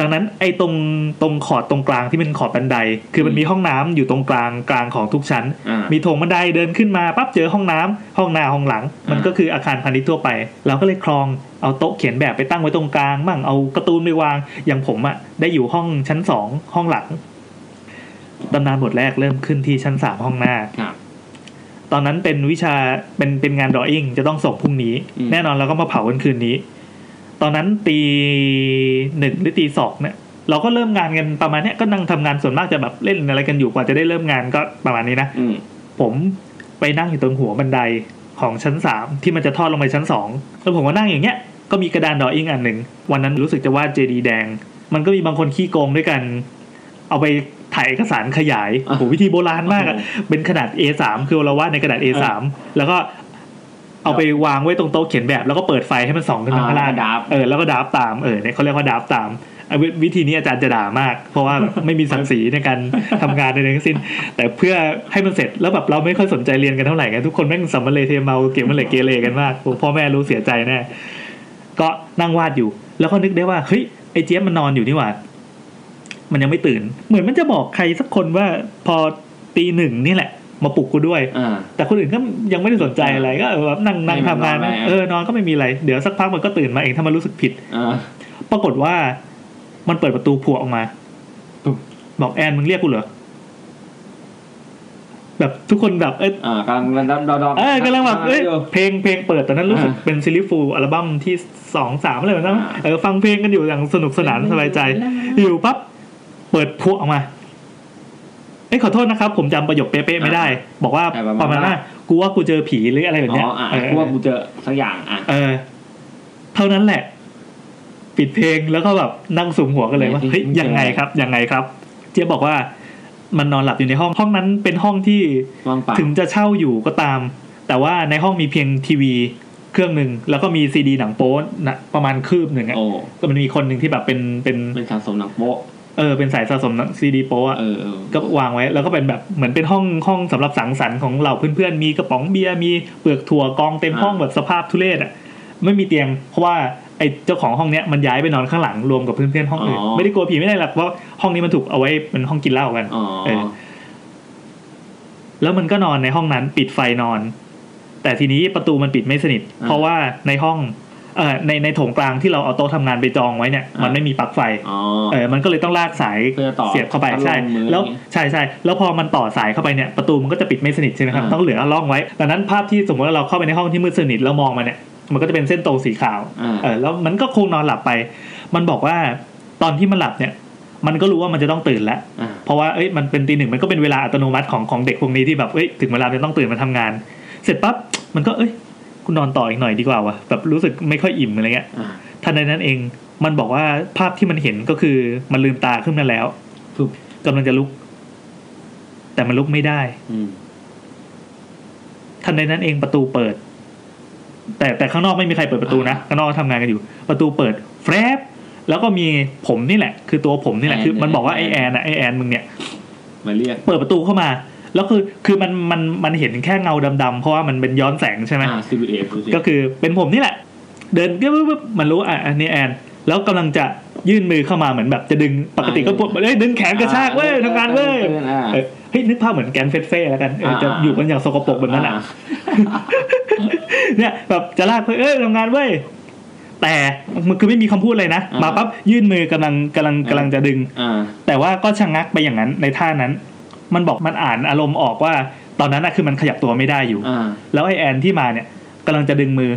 ดังนั้นไอ้ตรงตรงขอดตรงกลางที่เป็นขอบบันได คือมันมีห้องน้ำอยู่ตรงกลางกลางของทุกชั้น อ่า มีโถงบันไดเดินขึ้นมาปั๊บเจอห้องน้ำห้องหน้าห้องหลัง มัน อ่า ก็คืออาคารพาณิชย์ทั่วไปเราก็เลยคลองเอาโต๊ะเขียนแบบไปตั้งไว้ตรงกลางบ้างเอาการ์ตูนไปวาง อย่างผมอะได้อยู่ห้องชั้นสองห้องหลังตำนานบทแรกเริ่มขึ้นที่ชั้นสามห้องหน้า ครับ ตอนนั้นเป็นวิชาเป็นเป็นงานดรออิ่งจะต้องส่งพรุ่งนี้ อืม แน่นอนเราก็มาเผากันคืนนี้ ตอนนั้นตีหนึ่งหรือตีสองเนี่ยเราก็เริ่มงานกันประมาณเนี้ยก็นั่งทำงานส่วนมากจะแบบเล่นอะไรกันอยู่กว่าจะได้เริ่มงานก็ประมาณนี้นะ อืม ผมไปนั่งอยู่ตรงหัวบันไดของชั้นสามที่มันจะทอดลงไปชั้นสองแล้วผมก็นั่งอย่างเงี้ยก็มีกระดานดรออิ่งอันหนึ่งวันนั้นรู้สึกจะวาดเจดีแดง มันก็มีบางคนขี้โกงด้วยกัน เอาไปถ่ายเอกสารขยายโอ้โหวิธีโบราณมากอะเป็นขนาด A3 คือเราวาดในกระดาษ A3 แล้วก็เอาไปวางไว้ตรงโต๊ะเขียนแบบ แล้วก็เปิดไฟให้มันส่องขึ้นมาข้างล่าง ดับ เออแล้วก็ดราฟต์ตามเออเนี่ยเขาเรียกว่าดราฟต์ตามไอ้วิวิธีนี้อาจารย์จะด่ามาก เพราะว่าแบบ ไม่มีศักดิ์ศรีในการทำงานใดๆทั้งสิ้น แต่เพื่อให้มันเสร็จแล้วแบบเราไม่ค่อยสนใจเรียนกันเท่าไหร่กันทุกคนแม่งสัมมาเลเทเมาเก็บมันเหลกเกเรกันมากโอ้พ่อแม่รู้เสียใจแน่ก็นั่งวาดอยู่ แล้วก็นึกได้ว่าเฮ้ยไอ้เจี๊ยบมันนอนอยู่นี่หว่า มันยังไม่ตื่น เหมือนมันจะบอกใครสักคนว่าพอตีหนึ่งนี่แหละ มาปลุกกูด้วย อ่า แต่คนอื่นก็ยังไม่ได้สนใจอะไรก็เออแบบนั่งนั่งทำงาน ไม่เป็นไร เออนอนก็ไม่มีอะไรเดี๋ยวสักพักมันก็ตื่นมาเองถ้ามันรู้สึกผิด อ่า ปรากฏว่ามันเปิดประตูผัวออกมา ปุ๊บ บอกแอนมึงเรียกกูเหรอ แบบทุกคนแบบเอ้ย อ่ากำลังดับดอดอ เอ้ยกำลังแบบเอ้ย อยู่ เพลงเพลงเปิดตอนนั้นรู้สึก อ่า เป็นซิลิฟูลอัลบั้มที่สองสามอะไรแบบนั้นมั้ง อ่า เออฟังเพลงกันอยู่อย่างสนุกสนานสบายใจอยู่ปั๊บเปิดผัวออกมาเอ้ยขอโทษนะครับ ผมจำประโยคเป๊ะๆไม่ได้ บอกว่าประมาณว่ากูว่ากูเจอผีหรืออะไรแบบ อ๋ เนี้ย ออ่ะ เออ กูว่ากูเจอสักอย่างอ่ะ เออ เท่านั้นแหละ ปิดเพลงแล้วก็แบบนั่งสุมหัวกันเลยว่าเฮ้ยยังไงครับยังไงครับ เจี๊ยบบอกว่ามันนอนหลับอยู่ในห้องห้องนั้นเป็นห้องที่ ว่างเปล่า ถึงจะเช่าอยู่ก็ตาม แต่ว่าในห้องมีเพียงทีวีเครื่องหนึ่งแล้วก็มีซีดีหนังโป๊นะประมาณคืบหนึ่งอะ โอ้ ก็มันมีคนหนึ่งที่แบบเป็นเป็น เป็นสะสมหนังโป๊ะ เออเป็นสายสะสมซีดีโป๊อะ เออเออ ก็วางไว้ แล้วก็เป็นแบบเหมือนเป็นห้องห้องสำหรับสังสรรค์ของเราเพื่อนๆมีกระป๋องเบียร์มีเปลือกถั่วกองเต็มห้องแบบสภาพทุเรศอะไม่มีเตียงเพราะว่าไอ้เจ้าของห้องเนี้ยมันย้ายไปนอนข้างหลังรวมกับเพื่อนๆห้องอื่นไม่ได้กลัวผีไม่ได้หรอกเพราะห้องนี้มันถูกเอาไว้เป็นห้องกินเหล้ากัน อ๋อ เออ แล้วมันก็นอนในห้องนั้นปิดไฟนอน แต่ทีนี้ประตูมันปิดไม่สนิท เพราะว่าในห้องเอ่อในในโถงกลางที่เราเอาโต๊ะทำงานไปจองไว้เนี่ย มันไม่มีปลั๊กไฟ อ๋อ เออมันก็เลยต้องลากสาย เพื่อต่อ เสียบเข้าไป พัดลม ใช่ มือ แล้ว อย่างงี้ ใช่ใช่แล้วพอมันต่อสายเข้าไปเนี่ยประตูมันก็จะปิดไม่สนิทใช่ไหมครับ อ่า ต้องเหลือร่องไว้ดังนั้นภาพที่สมมติว่าเราเข้าไปในห้องที่มืดสนิทแล้วมองมาเนี่ยมันก็จะเป็นเส้นตรงสีขาว อ่า เออแล้วมันก็คงนอนหลับไป มันบอกว่าตอนที่มันหลับเนี่ย มันก็รู้ว่ามันจะต้องตื่นแล้ว อ่า เพราะว่าเอ้ยมันเป็นตีหนึ่งมันก็เป็นเวลาอัตโนมัติของของเด็กพวกนี้ที่แบบเอ้ยถึงเวลาจะต้องตื่นมาทำงาน เสร็จปั๊บมันก็เอ้ยกูนอนต่ออีกหน่อยดีกว่าวะแบบรู้สึกไม่ค่อยอิ่มอะไรเงี้ย อ่า ทันใดนั้นเองมันบอกว่าภาพที่มันเห็นก็คือมันลืมตาขึ้นมาแล้วปุ๊บกำลังจะลุก แต่มันลุกไม่ได้ อืม ทันใดนั้นเองประตูเปิด แต่แต่ข้างนอกไม่มีใครเปิดประตูนะข้างนอกทำงานกันอยู่ ประตูเปิดแฟบแล้วก็มีผมนี่แหละ คือตัวผมนี่แหละคือมันบอกว่าไอแอนนะไอแอนมึงเนี่ย มาเรียก เปิดประตูเข้ามา แล้วคือคือมันมันมันเห็นแค่เงาดำๆเพราะว่ามันเป็นย้อนแสงใช่ไหม อ่าซีบีเอฟดูสิ ก็คือเป็นผมนี่แหละ เดินก็ปุ๊บปุ๊บมันรู้อ่ะอันนี้แอน แล้วกำลังจะยื่นมือเข้ามาเหมือนแบบจะดึงปกติก็ปวดเอ้ยดึงแขนกระชากเว้ยทำงานเว้ย อ่า เออเฮ้ยนึกภาพเหมือนแกนเฟสเฟ่แล้วกันเออจะ อ่า อยู่กันอย่างสกปรกแบบนั้นอ่ะ เนี่ยแบบจะลาก ไปเอ้ยทำงานเว้ยแต่มันคือไม่มีคำพูดเลยนะ อ่าม มาปั๊บยื่นมือกำลังกำลังกำลังจะดึง อ่า แต่ว่าก็ชะงงักไปอย่างนั้นในท่านั้น มันบอกมันอ่านอารมณ์ออกว่า ตอนนั้นนะคือมันขยับตัวไม่ได้อยู่ อ่า แล้วไอแอนที่มาเนี่ยกำลังจะดึงมือ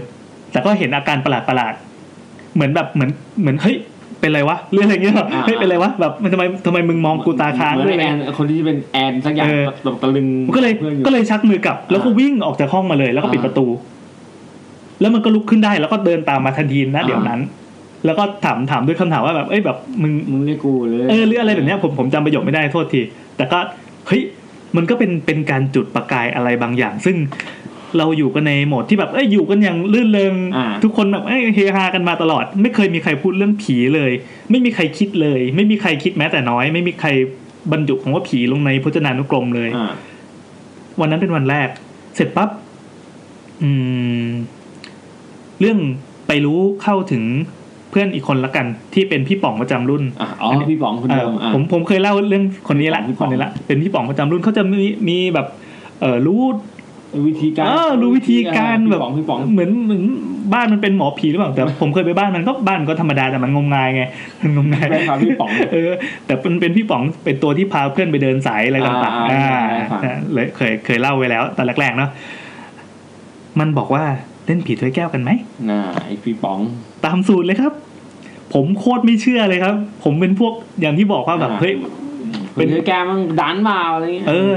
แต่ก็เห็นอาการประหลาดประหลาดๆเหมือนแบบเหมือนเหมือนเฮ้ยเป็นไรวะเรื่องอะไรเงี้ยแบบ อ่า เฮ้ยเป็นไรวะแบบมันทำไมทำไมมึงมองกูตาค้าง เหมื ด้ว อย น อะไร แอน เงี้ย คนที่เป็นแอนสักอย่าง เออ แบบตะลึง มันก็เลย พื่อนอ ก็เลยชักมือกลับ แล้วก็ อ่า วิ่งออกจากห้องมาเลย แล้วก็ปิด อ่า ประตู แล้วมันก็ลุกขึ้นได้แล้วก็เดินตามมาทันทีนะ อ่า เดี๋ยวนั้น แล้วก็ถามถามด้วยคำถามว่าแบบเอ้ยแบบมึง มึงเรียกกูเลย เออหรืออะไรแบบเนี้ยผมผมจำประโยคไม่ได้โทษที แต่ก็เฮ้ยมันก็เป็นเป็นการจุดประกายอะไรบางอย่าง ซึ่งเราอยู่กันในโหมดที่แบบเอ้ยอยู่กันอย่างลื่นเลง อ่า ทุกคนแบบเอ้ยเฮฮากันมาตลอด ไม่เคยมีใครพูดเรื่องผีเลย ไม่มีใครคิดเลย ไม่มีใครคิดแม้แต่น้อย ไม่มีใครบรรจุของว่าผีลงในพจนานุกรมเลย อ่า วันนั้นเป็นวันแรก เสร็จปั๊บอืม เรื่องไปรู้เข้าถึงเพื่อนอีกคนละกัน ที่เป็นพี่ป๋องประจำรุ่น อ่ะอ๋อพี่ป๋องคนเดิม เอ่ อ่ะ อผมผมเคยเล่าเรื่องคนนี้ละ พี่ ค ป๋อง นนี้ละเป็นพี่ป๋องประจำรุ่นเขาจะมีมีแบบเออรู้ วิธีการ เออรู้วิธีการแบบ พี่ป๋องพี่ป๋อง เหมือนเหมือนบ้านมันเป็นหมอผีหรือเปล่าแต่ผมเคยไปบ้านมันก็บ้านมันก็ธรรมดาแต่มันงมงายไง มันงมงาย แฟนคลับพี่ป๋อง เออ แต่เป็นเป็นพี่ป๋องเป็นตัวที่พาเพื่อนไปเดินสายอะไรต่างๆ อ่า อ่า ได้ครับ นะเลยเคยเคยเล่าไว้แล้วตอนแรกๆเนาะมันบอกว่าเล่นผีถ้วยแก้วกันไหม น่าไอพี่ป๋อง ตามสูตรเลยครับ ผมโคตรไม่เชื่อเลยครับ ผมเป็นพวกอย่างที่บอกว่าแบบ อ่า เฮ้ย เป็ เป็น นแกมันดันมาอะไรเงี้ย เออ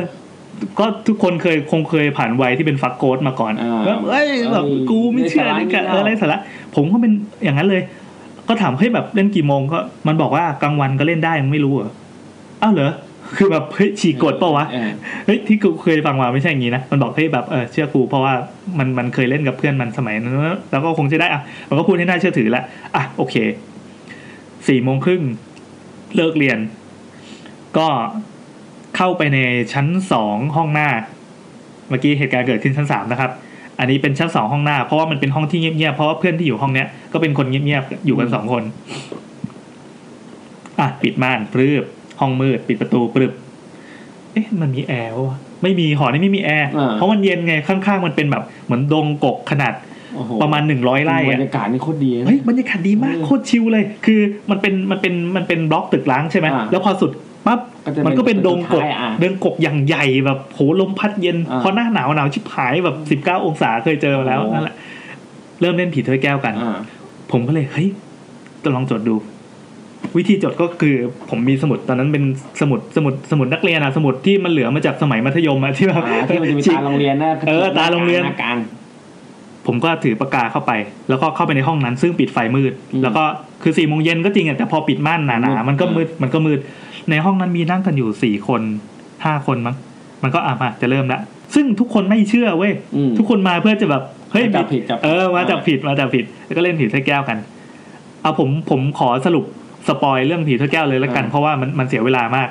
ก็ทุกคนเคยคงเคยผ่านวัยที่เป็นฟักโกดมาก่อน อ่า แบบเอ้ยแบบ เอ้ย กูไม่เชื่อ ไม่ นี่ สา กั ระ เออ ไม่ ไร เล่า สาระผมก็เป็นอย่างนั้นเลย ก็ถามเฮ้ยแบบเล่นกี่โมงก็มันบอกว่ากลางวันก็เล่นได้มึงไม่รู้เหรออ้าวเหรอคือแบบเฮ้ยฉีกกฎเปล่าวะ เออ เฮ้ยที่กูเคยฟังมาไม่ใช่อย่างนี้นะ มันบอกเฮ้ยแบบเออเชื่อกูเพราะว่ามันมันเคยเล่นกับเพื่อนมันสมัยนั้นแล้วก็คงจะได้อ่ะมันก็พูดให้น่าเชื่อถือละอ่ะโอเคสี่โมงครึ่งเลิกเรียน ก็เข้าไปในชั้นสองห้องหน้า เมื่อกี้เหตุการณ์เกิดขึ้นชั้นสามนะครับ อันนี้เป็นชั้นสองห้องหน้า เพราะว่ามันเป็นห้องที่เงียบๆเพราะว่าเพื่อนที่อยู่ห้องเนี้ยก็เป็นคนเงียบๆอยู่กันสองคนอ่ะปิดม่านปรืบห้องมืด ปิดประตูปรืบ เอ๊ะมันมีแอร์ปะวะไม่มีหอนี่ไม่มีแอร์ อ่า เพราะมันเย็นไงข้างๆมันเป็นแบบเหมือนดงกกขนาด โอ้โห ประมาณหนึ่งร้อยไร่ บร อะ รยากาศนี่โคตรดีนะ เฮ้ยบรรยากาศดีมาก เออ โคตรชิลเลย คือมันเป็นมันเป็นมันเป็นบล็อกตึกร้างใช่ไหม อ่า แล้วพอสุดปั๊บ ก็จะเป็น มันก็เป็นดงกก สุดท้ายอ่ะ เดินกกอย่างใหญ่แบบโหลมพัดเย็น อ่า พอหน้าหนาวหนาวชิบหายแบบสิบเก้าองศาเคยเจอมาแล้ว โอ้โห นั่นแหละเริ่มเล่นผีถ้วยแก้วกัน อ่า ผมก็เลยเฮ้ยจะลองจดดู วิธีจดก็คือผมมีสมุดตอนนั้นเป็นสมุดสมุดสมุดนักเรียนอะสมุดที่มันเหลือมาจากสมัยมัธยมอะที่แบบ อ่าที่มันจะมีตาโรงเรียนนะ เออตาโรงเรียน หากลาง ผมก็ถือปากกาเข้าไป แล้วก็เข้าไปในห้องนั้น ซึ่งปิดไฟมืด อืม แล้วก็ คือสี่โมงเย็นก็จริงอะแต่พอปิดม่านหนาๆมันก็มืดมันก็มืด ในห้องนั้นมีนั่งกันอยู่สี่คนห้าคนมั้งมันก็อ่ะมาจะเริ่มละซึ่งทุกคนไม่เชื่อเว้ย อืม ทุกคนมาเพื่อจะแบบเฮ้ย จับผิดจับผิด เออมาจับผิดมาจับผิดแล้วก็เล่นผีถ้วยแก้วกัน เอาผมผมขอสรุปสปอยเรื่องผีถ้วยแก้วเลยละกัน เพราะว่ามันมันเสียเวลามาก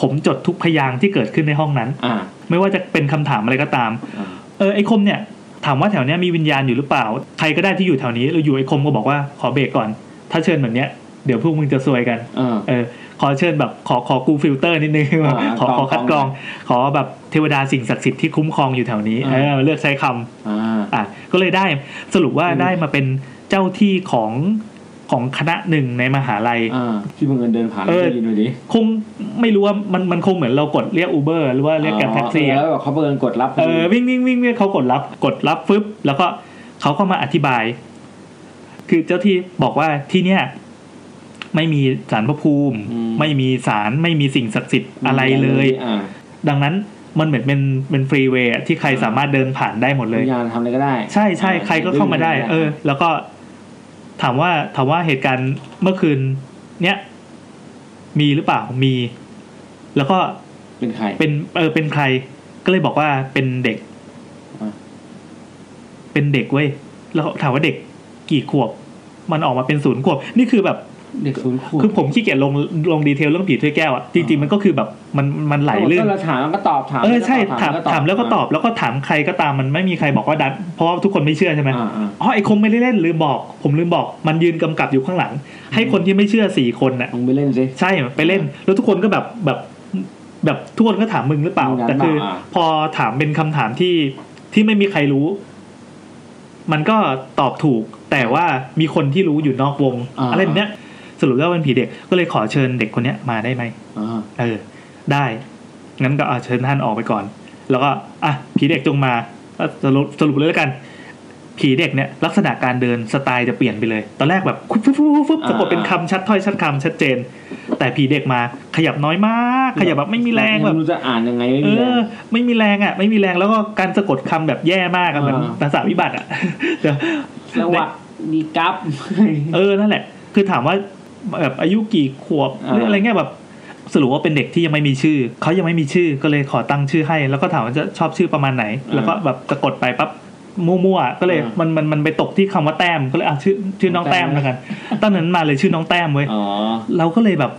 ผมจดทุกพยางค์ที่เกิดขึ้นในห้องนั้น อ่า ไม่ว่าจะเป็นคำถามอะไรก็ตาม อ่า เออไอคมเนี่ย ถามว่าแถวเนี้ยมีวิญญาณอยู่หรือเปล่า ใครก็ได้ที่อยู่แถวนี้เราอยู่ไอคมก็บอกว่าขอเบรกก่อน ถ้าเชิญแบบเนี้ยเดี๋ยวพวกมึงจะซวยกัน เออ เออขอเชิญแบบขอขอกูฟิลเตอร์นิดนึง อ่า ขอขอคัดกรอง กรอง ขอแบบเทวดาสิ่งศักดิ์สิทธิ์ที่คุ้มครองอยู่แถวนี้ อ่า เออเลือกใช้คำ อ่า อ่ะก็เลยได้สรุปว่า อืม ได้มาเป็นเจ้าที่ของของคณะหนึ่งในมหาลัย อ่าที่มึงเงินเดินผ่าน เออ ได้ยินดูดิ คงไม่รู้ว่ามันมันคงเหมือนเรากดเรียกอูเบอร์หรือว่าเรียกแกร็บแท็กซี่ เออ อะ แล้วแบบเขาเปิดกดรับพ เอ อดี อวิ่งวิ่งวิ่งวิ่งเขากดรับกดรับฟึบแล้วก็เขาก็มาอธิบาย คือเจ้าที่บอกว่าที่เนี่ย ไม่มีสารพระภูมิ ไม่มีสารไม่มีสิ่งศักดิ์สิทธิ์อะไรเลย อ่า ดังนั้นมันเหมือนเป็นเป็นฟรีเวย์อะที่ใครสามารถเดินผ่านได้หมดเลย วิญญาณทำอะไรก็ได้ ใช่ใช่ใครก็เข้ามาได้ เออ แล้วก็ถามว่าถามว่าเหตุการณ์เมื่อคืน เนี้ยมีหรือเปล่ามี แล้วก็ เป็นใคร เป็นเออเป็นใครก็เลยบอกว่าเป็นเด็ก อ่า เป็นเด็กเว้ยแล้วถามว่าเด็กกี่ขวบ มันออกมาเป็นศูนย์ขวบ นี่คือแบบ เด็กศูนย์ขวบ คือผมขี้เกียจลงลงดีเทลเรื่องผีถ้วยแก้วอะจริงๆมันก็คือแบบมันมันไหลเรื่อง ก็เราถามแล้วก็ตอบถาม เออใช่ แล้วก็ ถามถามแล้วก็ตอบแล้วก็ถามใครก็ตามมันไม่มีใครบอกว่าดันเพราะว่าทุกคนไม่เชื่อใช่ไหม อ่าอ่า อ๋อไอคงไม่ได้เล่นลืมบอก ผมลืมบอก มันยืนกำกับอยู่ข้างหลัง ให้คนที่ไม่เชื่อสี่คนน่ะ ลงไปเล่นสิ ใช่ไปเล่น แล้วทุกคนก็แบบแบบแบบทุกคนก็ถามมึงหรือเปล่า มึงดัน แต่คือ เปล่าอ่ะ พอถามเป็นคำถามที่ที่ไม่มีใครรู้ มันก็ตอบถูก แต่ว่ามีคนที่รู้อยู่นอกวง อะไรแบบเนี้ย สรุปแล้วเป็นผีเด็กก็เลยขอเชิญเด็กคนเนี้ยมาได้ไหม อ่า เออ ได้ งั้นก็เอาเชิญท่านออกไปก่อน แล้วก็อ่ะผีเด็กจงมาก็สรุปสรุปเลยแล้วกัน ผีเด็กเนี่ย ลักษณะการเดินสไตล์จะเปลี่ยนไปเลย ตอนแรกแบบฟึบฟึบฟึบฟึบสะกดเป็นคำชัดถ้อยชัดคำชัดเจน แต่ผีเด็กมาขยับน้อยมาก ขยับแบบไม่มีแรงแบบ ไม่รู้จะอ่านยังไงไม่ เอ มีแรง อ ไม่มีแรงอ่ะ ไม่มีแรงแล้วก็การสะกดคำแบบแย่มากอะเหมือน อ่า ภาษาวิบัติอ่ะ เดี๋ยว สวัสดีครับ เออ นั่นแหละ คือถามว่าแบบอายุกี่ขวบ อ่า หรืออะไรเงี้ยแบบสรุปว่าเป็นเด็กที่ยังไม่มีชื่อ เขายังไม่มีชื่อก็เลยขอตั้งชื่อให้ แล้วก็ถามว่าจะชอบชื่อประมาณไหน แล้วก็แบบสะกดไปปั๊บมั่วๆก็เลยมันมันมันไปตกที่คำว่าแต้มก็เลยอ่ะชื่อชื่อน้องแต้มแล้วกัน ตอนนั้นมาเลยชื่อน้องแต้มเว้ย อ๋อ เราก็เลยแบบ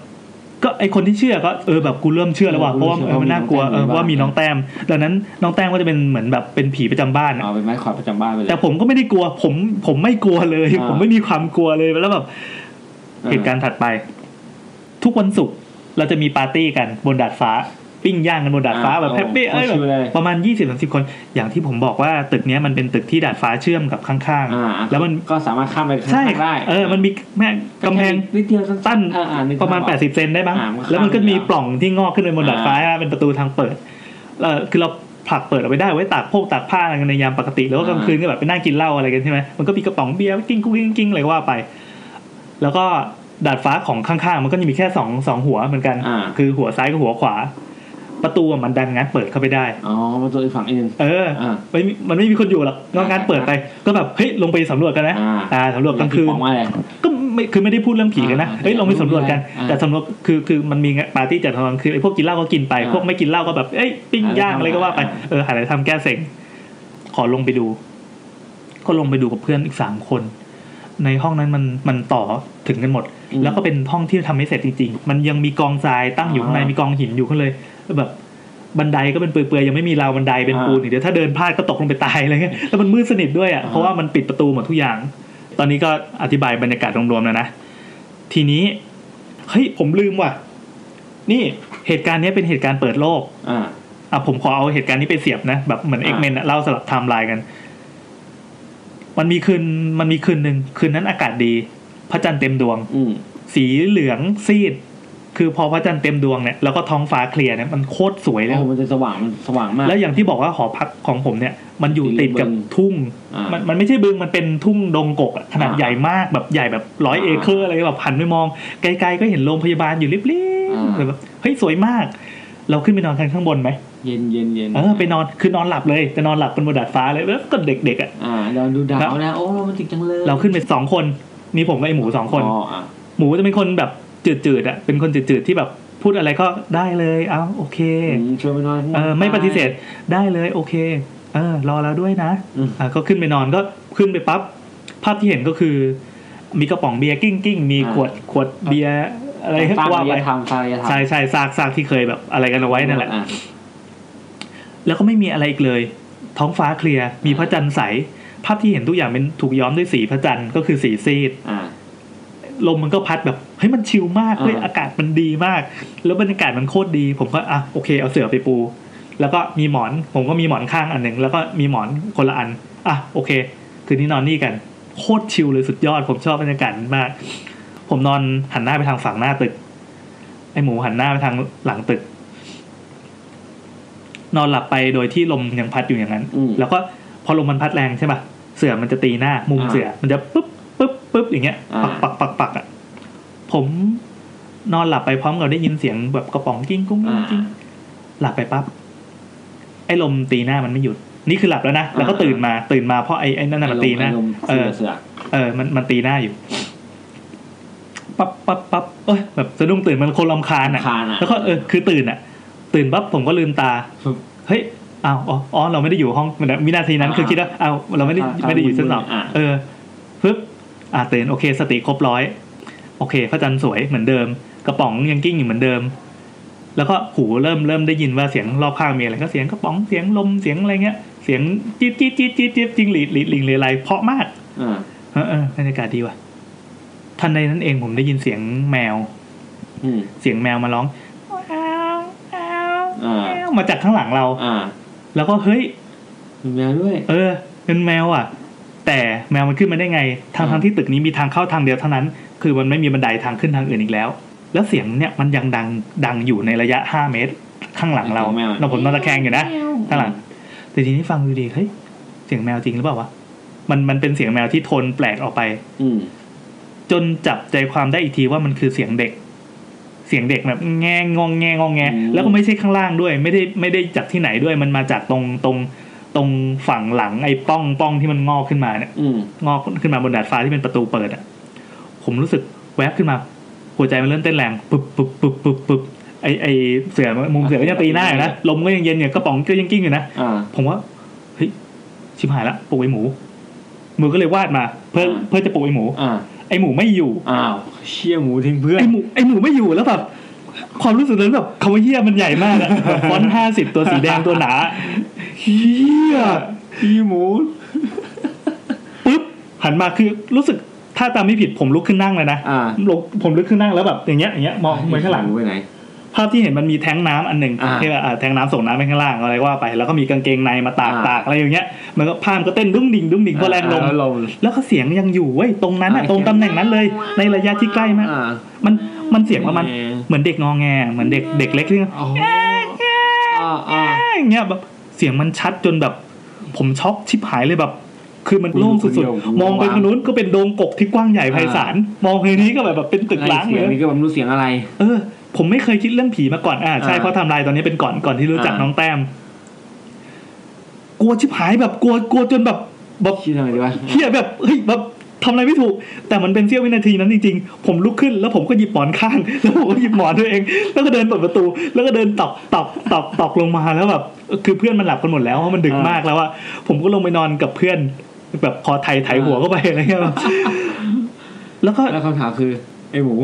ก็ไอคนที่เชื่อก็เออแบบกูเริ่มเชื่อแล้วว่ะ เออ เพราะว่า เชื่อ เออมัน ว่ามี น่ากลัว น้องแต้ เออว่ามอยู่ในบ้านมีน้องแต้ม ดังนั้นน้องแต้มก็จะเป็นเหมือนแบบเป็นผีประจำบ้านอะ เอาเป็นไม้ขวาดประจำบ้านไปเลย แต่ผมก็ไม่ได้กลัว ผมผมไม่กลัวเลย อ่า ผมไม่มีความกลัวเลยแล้วแบบเหตุการณ์ถัดไป ทุกวันศุกร์เราจะมีปาร์ตี้กันบนดาดฟ้า ปิ้งย่างกันบนดาดฟ้าแบบแฮปปี้เอ้ยแบบ แบบ ประมาณยี่สิบสามสิบคน อย่างที่ผมบอกว่าตึกเนี้ยมันเป็นตึกที่ดาดฟ้าเชื่อมกับข้าง อ่า ๆ แล้วมัน ก็สามารถข้ามไปข้าง ใช่ ล่างได้ เออมันมีแม่กำแพง นิดเดียวสั้น สั้น อ่อ่นึกภพ ประมาณ ออก 80 เซนได้บ้าง อ่ามันก็ แล้วมันก็ ข้าม มี แล้ว ปล่องที่งอกขึ้นไปบนดาด อ่า ฟ้าเป็นประตูทางเปิดเออคือเราผลักเปิดเอาไปได้ไว้ตากพวกตากผ้าอะไรกันในยามปกติ แล้วก็กลางคืนก็แบบไปนั่งกินเหล้าอะไรกันใช่ไหมมันก็มีกระป๋องเบียร์กิ้งกุ้งกิ้งกิ้งอะไรก็ว่าไป แล้วก็ดาดฟ้าของข้างๆ มันก็จะมีแค่สองสองหัวเหมือนกัน อ่า คือหัวซ้ายกับหัวขวา ประตูอะมันดันงัดเปิดเข้าไปได้ อ๋อมันตัวอีกฝั่งอีกหนึ่ง เออ อ่า ไม่มีมันไม่มีคนอยู่หรอกก็งัดเปิดไป ก็แบบเฮ้ยลงไปสำรวจกันนะ อ่า อ่าสำรวจกลางคืน ของอะไร ก็ไม่คือไม่ได้พูดเรื่องผีกันนะ อ่า เอ้ยลองไปสำรวจกัน อ่า แต่สำรวจคือคือมันมีปาร์ตี้จัดตอนกลางคืนไอ้พวกกินเหล้าก็กินไป อ่า พวกไม่กินเหล้าก็แบบ เอ้ยปิ้งย่าง หาอะอะไรทำไรก็ว่าไป อ่า เออหาอะไรทำแก้เซ็งขอลงไปดู ก็ลงไปดูกับเพื่อนอีกสามคน ในห้องนั้นมันมันต่อถึงกันหมด แล้วก็เป็นห้องที่ทำไม่เสร็จจริงๆ มันยังมีกองทรายตั้งอยู่ข้างในมีกองหินอยู่ข้างเลยแล้วแบบ บันไดก็เป็นเปื่อยๆยังไม่มีราวบันไดเป็นปูนอีกเดี๋ยวถ้าเดินพลาดก็ตกลงไปตายอะไรเงี้ยแล้วมันมืดสนิทด้วยอ่ะเพราะว่ามันปิดประตูหมดทุกอย่าง ตอนนี้ก็อธิบายบรรยากาศรวมๆแล้วนะ ทีนี้เฮ้ยผมลืมว่ะ นี่เหตุการณ์เนี้ยเป็นเหตุการณ์เปิดโลก อ่า อ่ะผมขอเอาเหตุการณ์นี้ไปเสียบนะแบบเหมือนเอ็ก อ่า เมนเล่าสลับไทม์ไลน์กัน มันมีคืนมันมีคืนหนึ่งคืนนั้นอากาศดี พระจันทร์เต็มดวง อืม สีเหลืองซีด คือพอพระจันทร์เต็มดวงเนี่ยแล้วก็ท้องฟ้าเคลียร์เนี่ยมันโคตรสวยเลย โอ้มันจะสว่าง มันสว่างมาก แล้วอย่างที่บอกว่าหอพักของผมเนี่ย มันอยู่ติดกับ บึง ทุ่ง อ่ามั มันมันไม่ใช่บึงมันเป็นทุ่งดงกกอะขนาด อ่า ใหญ่มากแบบใหญ่แบบร้อย อ่า เอเคอร์อะไรแบบหันไปมองไกลๆก็เห็นโรงพยาบาลอยู่ริบ อ่า ๆแบบเฮ้ยสวยมาก เราขึ้นไปนอนกันข้างบนไหม เย็นเย็นเย็น เออไปนอนคือนอนหลับเลยจะนอนหลับบนบนดาดฟ้าเลยแล้วก็เด็กๆอ่ะ อ่าเราดูดาวนะ โอ้โรแมนติกจังเลย เราขึ้นไปสองคน มีผมกับไอหมูสองคน อ๋ออ่ะ หมูจะเป็นคนแบบจืดๆอ่ะเป็นคนจืดๆที่แบบพูดอะไรก็ได้เลยเอ้าโอเค อืมช่วยไปหน่อย เออไม่ปฏิเสธได้เลยโอเคเออรอแล้วด้วยนะ อืม อ่ะก็ขึ้นไปนอนก็ขึ้นไปปั๊บภาพที่เห็นก็คือ มีกระป๋องเบียร์กิ้งกิ้งมี อ่า ขวดขวดเบียร์อะไรก็ สร้าง ว่า อาร ไป ยธรรมสร้างอารยธรรม ใช่ใช่ซากซากที่เคยแบบอะไรกันเอาไว้นั่นแหละ อ่ะ แล้วก็ไม่มีอะไรอีกเลย ท้องฟ้าเคลียร์มีพระจันทร์ใส ภาพที่เห็นทุกอย่างเป็นถูกย้อมด้วยสีพระจันทร์ก็คือสีซีด อ่ะ ลมมันก็พัดแบบเฮ้ยมันชิลมากเฮ้ย อ่า อากาศมันดีมาก แล้วบรรยากาศมันโคตรดี ผมก็อ่ะโอเคเอาเสือไปปู แล้วก็มีหมอน ผมก็มีหมอนข้างอันหนึ่งแล้วก็มีหมอนคนละอันอ่ะโอเค คืนนี้นอนนี่กัน โคตรชิลเลยสุดยอด ผมชอบบรรยากาศมาก ผมนอนหันหน้าไปทางฝั่งหน้าตึก ไอหมูหันหน้าไปทางหลังตึก นอนหลับไปโดยที่ลมยังพัดอยู่อย่างนั้น อืม แล้วก็พอลมมันพัดแรงใช่ป่ะเสือมันจะตีหน้า มุม อ่า เสือมันจะปึ๊บปึ๊บปึ๊บอย่างเงี้ย อ่า ปักปักปักปักอ่ะผมนอนหลับไปพร้อมกับได้ยินเสียงแบบกระป๋องกิ้งกุ้ง อ่ะ กิ้งกิ้ง หลับไปปั๊บไอ้ลมตีหน้ามันไม่หยุด นี่คือหลับแล้วนะ แล้วก็ อ่า ตื่นมาตื่นมาเพราะไอ้ไอ้นั่นน่ะมันตีหน้า อารมณ์ เอ เสือ อ เสือ เออ มัน มันตีหน้าอยู่ ปั๊บปั๊บปั๊บเอ้ย แบบสะดุ้งตื่นมันคนลำคาญอ่ะ รำคาญอะ แล้วก็ เออ คือตื่นอ่ะ ตื่นปั๊บผมก็ลืมตา ครับ เฮ้ย อ้าว อ๋ออ๋อเราไม่ได้อยู่ห้องวินาทีนั้นคือคิดว่า อ้าว เราไม่ได้ ไม่ได้อยู่ชั้นสอง เออปึ๊บอ่าตื่นโอเค สติครบร้อยโอเค พระจันทร์สวยเหมือนเดิม กระป๋องยังกิ้งอยู่เหมือนเดิม แล้วก็หูเริ่มเริ่มได้ยินว่าเสียงรอบข้างมีอะไรก็เสียงกระป๋องเสียงลมเสียงอะไรเงี้ย เสียงจี๊ดจี๊ดจี๊ดจี๊ดจี๊ดจิงหลีดหลีดลิงเลไรเพราะมาก เออ เออเออบรรยากาศดีว่ะทันใดนั้นเองผมได้ยินเสียงแมว อืม เสียงแมวมาร้องแมวแมว อ่า แมวมาจากข้างหลังเรา อ่า แล้วก็เฮ้ย มีแมวด้วย เออเป็นแมวอ่ะ แต่แมวมันขึ้นมาได้ไงทาง อ่า ทางที่ตึกนี้มีทางเข้าทางเดียวเท่านั้น คือมันไม่มีบันไดทางขึ้นทางอื่นอีกแล้ว แล้วเสียงเนี่ยมันยังดังดังอยู่ในระยะ 5 เมตร ข้างหลังเรา สียแมว เราผมนอนตะแคงอยู่นะ ข้างหลัง แต่ทีนี้ฟังดูดีเฮ้ยเสียงแมวจริงหรือเปล่าวะมันมันเป็นเสียงแมวที่โทนแปลกออกไป อืม จนจับใจความได้อีกทีว่ามันคือเสียงเด็ก เสียงเด็กแบบแงงงองแงงองแง อืม แล้วก็ไม่ใช่ข้างล่างด้วย ไม่ได้ไม่ได้จากที่ไหนด้วย มันมาจากตรงตรงตรงฝั่งหลังไอ้ป้องป้องที่มันงอกขึ้นมาเนี่ย อืม งอกขึ้นมาบนดาดฟ้าที่เป็นประตูเปิดอ่ะผมรู้สึกแวบขึ้นมา หัวใจมันเริ่มเต้นแรงปึ๊บปึ๊บปึ๊บปึ๊บปึ๊บไอไอเสือมุมเสือก็ยังตีหน้าอยู่นะลมก็ยังเย็นอยู่กระป๋องก็ยังกิ้งอยู่นะ อ่า ผมว่าเฮ้ยชิบหายละปลุกไอหมูมือก็เลยวาดมา เพื่อ อ่า เพื่อจะปลุกไอหมู อ่า ไอหมูไม่อยู่ อ้าวเชี่ยหมูทิ้งเพื่อน ไอหมูไอหมูไม่อยู่แล้วแบบความรู้สึกนั้นแบบคำว่าเฮี้ยมันใหญ่มากอะ แบบฟอนต์ห้าสิบตัวสีแดงตัวหนาเฮี้ย พี่หมู ปุ๊บหันมาคือรู้สึกถ้าจำไม่ผิดผมลุกขึ้นนั่งเลยนะ อ่า ลงผมลุกขึ้นนั่งแล้วแบบอย่างเงี้ยอย่างเงี้ยมองไปข้างหลัง มูไปไหน ภาพที่เห็นมันมีแท้งน้ำอันหนึ่ง อ่า ที่แบบอ่าแท้งน้ำส่งน้ำไปข้างล่างอะไรว่าไป แล้วก็มีกางเกงในมาตาก อ่า ตากอะไรอย่างเงี้ย มันก็ภาพมันก็เต้นดุ้งดิ่งดุ้งดิ่งเพราะแรงลม อ่าแล้วลม แล้วก็เสียงยังอยู่เว้ยตรงนั้นอะ อ่า ตรงตำแหน่งนั้นเลย ในระยะที่ใกล้มาก อ่า มันมันเสียงประมาณ แหม เหมือนเด็กงอแงเหมือนเด็กเด็กเล็กที่ อ๋ออ่าอ่า อย่างเงี้ยแบบเสียงมันชัดจนแบบ ผมช็อกชิบหายเลยแบบ คือมัน คุณ โล่ง คุณ สุด เดียวคุณ ๆ มองไป ว้าว ทางนู้นก็เป็นโดงกกที่กว้างใหญ่ไพ อ่า ศาลมองไปนี้ก็แบบแบบเป็นตึกล้าง เสี เลย ง ย นี่ก็แบบไม่รู้เสียงอะไร เออผมไม่เคยคิดเรื่องผีมาก่อนอ่าใช่ อ่า เพราะไทำลายตอนนี้เป็นก่อนก่อนที่รู้จัก อ่า น้องแต้ม กลัวชิบหายแบบกลัวกลัวจนแบบแบบ ชื่อทำไมดีวะ เฮียแบบเฮ้ยแบบทำอะไรไม่ถูก แต่มันเป็นเสี้ยววินาทีนั้นจริงๆ ผมลุกขึ้นแล้วผมก็หยิบหมอนข้าง แล้วผมก็หยิบหมอนตัวเอง แล้วก็เดินเปิดประตู แล้วก็เดินตอกตอกตอกตอกลงมาแล้วแบบคือเพื่อนมันหลับกันหมดแล้วเพราะมันดึกมากแล้วอะผมก็ลงไปนอนกับเพื่อน แบบคอไทยไถหัวเข้าไปอะไรเงี้ยแบบ แล้วก็ แล้วคำถามคือไอหมู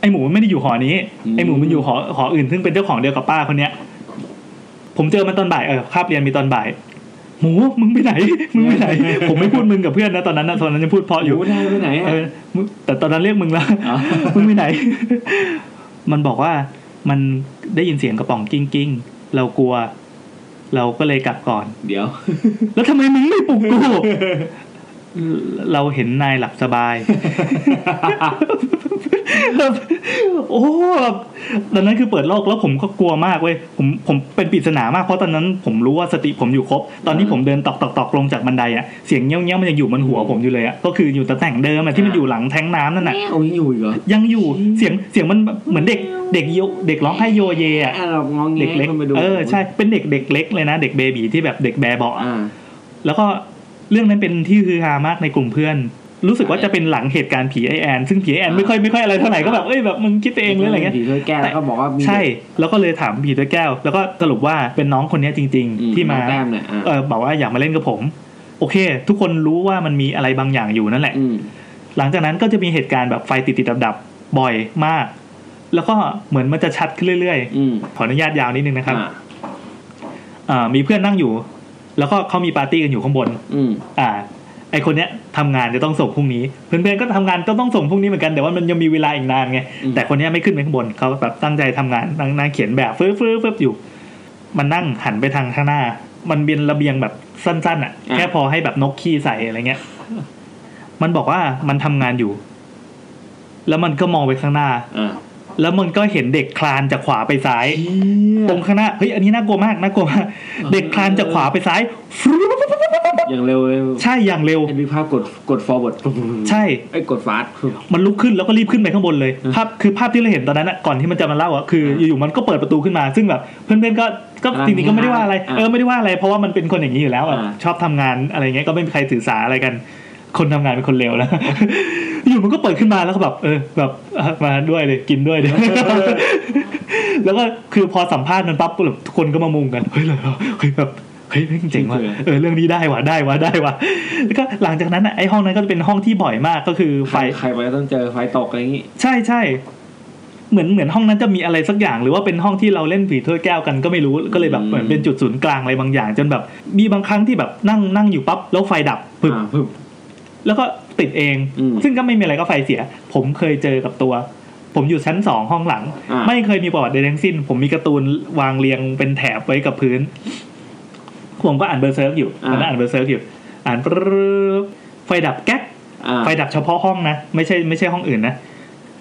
ไอหมูมันไม่ได้อยู่หอนี้ อืม ไอหมูมันอยู่หอหออื่นซึ่งเป็นเจ้าของเดียวกับป้าคนเนี้ย ผมเจอมันตอนบ่ายเออคาบเรียนมีตอนบ่าย หมูมึงไปไหน มึงไปไหน ผมไม่พูดมึงกับเพื่อนนะตอนนั้นนะตอนนั้นยังพูดเพราะ อ อยู่ ยู่ ได้ไปไหนอ่ะ เออมึงแต่ตอนนั้นเรียกมึงแล้ว อ๋อ มึงไปไหน มันบอกว่ามันได้ยินเสียงกระป๋องกิ้งกิ้งเรากลัว เราก็เลยกลับก่อน เดี๋ยว แล้วทำไมมึงไม่ปลุกกู เราเห็นนายหลับสบาย แบบโอ้แบบตอนนั้นคือเปิดโลกแล้วผมก็กลัวมากเว้ยผมผมเป็นปริศนามากเพราะตอนนั้นผมรู้ว่าสติผมอยู่ครบ ตอนที่ผมเดินตอกตอกตอกลงจากบันไดอะเสียงเงี้ยวเงี้ยวมันยังอยู่บนหัวผมอยู่เลยอะก็คืออยู่ตำแหน่งเดิมอะที่มันอยู่หลังแทงน้ำนั่นน่ะ โอ้ยอยู่อีกเหรอ ยังอยู่เสียงเสียงมันแบบเหมือนเด็กเด็กโยเด็กร้องไห้โยเยอะ อ่ะเรางองแง เด็กเล็ก ข้าไปดู เออใช่เป็นเด็กเด็กเล็กเลยนะ เด็กเบบีที่แบบเด็กแบเบาะอะ อ่า แล้วก็เรื่องนั้นเป็นที่ฮือฮามากในกลุ่มเพื่อน รู้สึกว่าจะเป็นหลังเหตุการณ์ผีไอแอนซึ่งผีไอแอนไม่ค่อยไม่ค่อยอะไรเท่าไหร่ก็แบบเอ้ยแบบมึงคิดไปเองหรืออะไรเงี้ย ผีถ้วยแก้วแล้วก็บอกว่ามี ใช่ แล้วก็เลยถามผีด้วยแก้ว แล้วก็สรุปว่าเป็นน้องคนเนี้ยจริง อื ๆ ที่มา แต้มเนี่ยอ่ะ เออบอกว่าอยากมาเล่นกับผม โอเค ทุกคนรู้ว่ามันมีอะไรบางอย่างอยู่นั่นแหละ อืม หลังจากนั้นก็จะมีเหตุการณ์แบบไฟติดติดดับดับๆบ่อยมาก แล้วก็เหมือนมันจะชัดขึ้นเรื่อย อืม ๆ ขออนุญาตยาวนิดนึงนะครับ อ่ะ อ่ามีเพื่อนนั่งอยู่ แล้วก็เขามีปาร์ตี้กันอยู่ข้างบน อืม อ่า ไอคนเนี้ยทำงานจะต้องส่งพรุ่งนี้ เพื่อนๆก็ทำงานก็ต้องส่งพรุ่งนี้เหมือนกันแต่ว่ามันยังมีเวลาอีกนานไง แต่คนเนี้ยไม่ขึ้นไปข้างบนเขาแบบตั้งใจทำงานนั่งนั่งเขียนแบบฟื้อฟื้อฟื้ออยู่ มันนั่งหันไปทางข้างหน้า มันเป็นระเบียงแบบสั้นๆอ่ะ แค่พอให้แบบนกขี้ใส่อะไรเงี้ย มันบอกว่ามันทำงานอยู่ แล้วมันก็มองไปข้างหน้า อ่ะ แล้วมันก็เห็นเด็กคลานจากขวาไปซ้าย ตรงข้างหน้าเฮ้ยอันนี้น่ากลัวมากน่ากลัวมากเด็กคลานจากขวาไปซ้ายฟรึ๊บ อย่างเร็วเลย ใช่อย่างเร็ว เห็นวิภาพกดกด forward ใช่ ไอ้ยกดฟาส มันลุกขึ้นแล้วก็รีบขึ้นไปข้างบนเลย อืม ภาพคือภาพที่เราเห็นตอนนั้นอะก่อนที่มันจะมาเล่าอะคืออ ม อยู่ๆมันก็เปิดประตูขึ้นมา ซึ่งแบบเพื่อนๆก็ก็ อ่า จริงๆก็ไม่ได้ว่าอะไร อ่า เออไม่ได้ว่าอะไร เพราะว่ามันเป็นคนอย่างนี้อยู่แล้วอะ อ่า ชอบทำงานอะไรเงี้ยก็ไม่มีใครสื่อสารอะไรกัน คนทำงานเป็นคนเลวแล้ว อยู่มันก็เปิดขึ้นมาแล้วก็แบบเออแบบ อ่ะมาด้วยเลยกิน ด้วยเลยแล้วก็คือพอสัมภาษณ์มันปั๊บแบบทุกคนก็มามุงกันเฮ้ยเหรอเฮ้ยแบบเฮ้ยแม่งเจ๋งว่ะเออเรื่องนี้ได้ว่ะได้ว่ะได้ว่ะแล้วก็หลังจากนั้นอะไอห้องนั้นก็จะเป็นห้องที่บ่อยมากก็คือ ไฟ ไฟ ใครไปก็ต้องเจอไฟตกอะไรอย่างงี้ ใช่ใช่เหมือนเหมือนห้องนั้นจะมีอะไรสักอย่าง หรือว่าเป็นห้องที่เราเล่นผีถ้วยแก้วกันก็ไม่รู้ก็เลยแบบ อืม เหมือนเป็นจุดศูนย์กลางอะไรบางอย่าง จนแบบมีบางครั้งที่แบบนั่งนั่งอยู่ปั๊บแล้วไฟดับปึ๊บ อ่าปึ๊บ แล้วก็ติดเอง อืม ซึ่งก็ไม่มีอะไรก็ไฟเสีย ผมเคยเจอกับตัว ผมอยู่ชั้นสองห้องหลัง อ่า ไม่เคยมีประวัติใดทั้งสิ้น ผมมีการ์ตูนวางเรียงเป็นแถบไว้กับพื้น ผมก็อ่านเบอร์เซิร์กอยู่ตอนนั้นอ่านเบอร์เซิร์กอยู่ อ่านปรึ๊บไฟดับแก๊ก อ่า ไฟดับเฉพาะห้องนะ ไม่ใช่ไม่ใช่ห้องอื่นนะ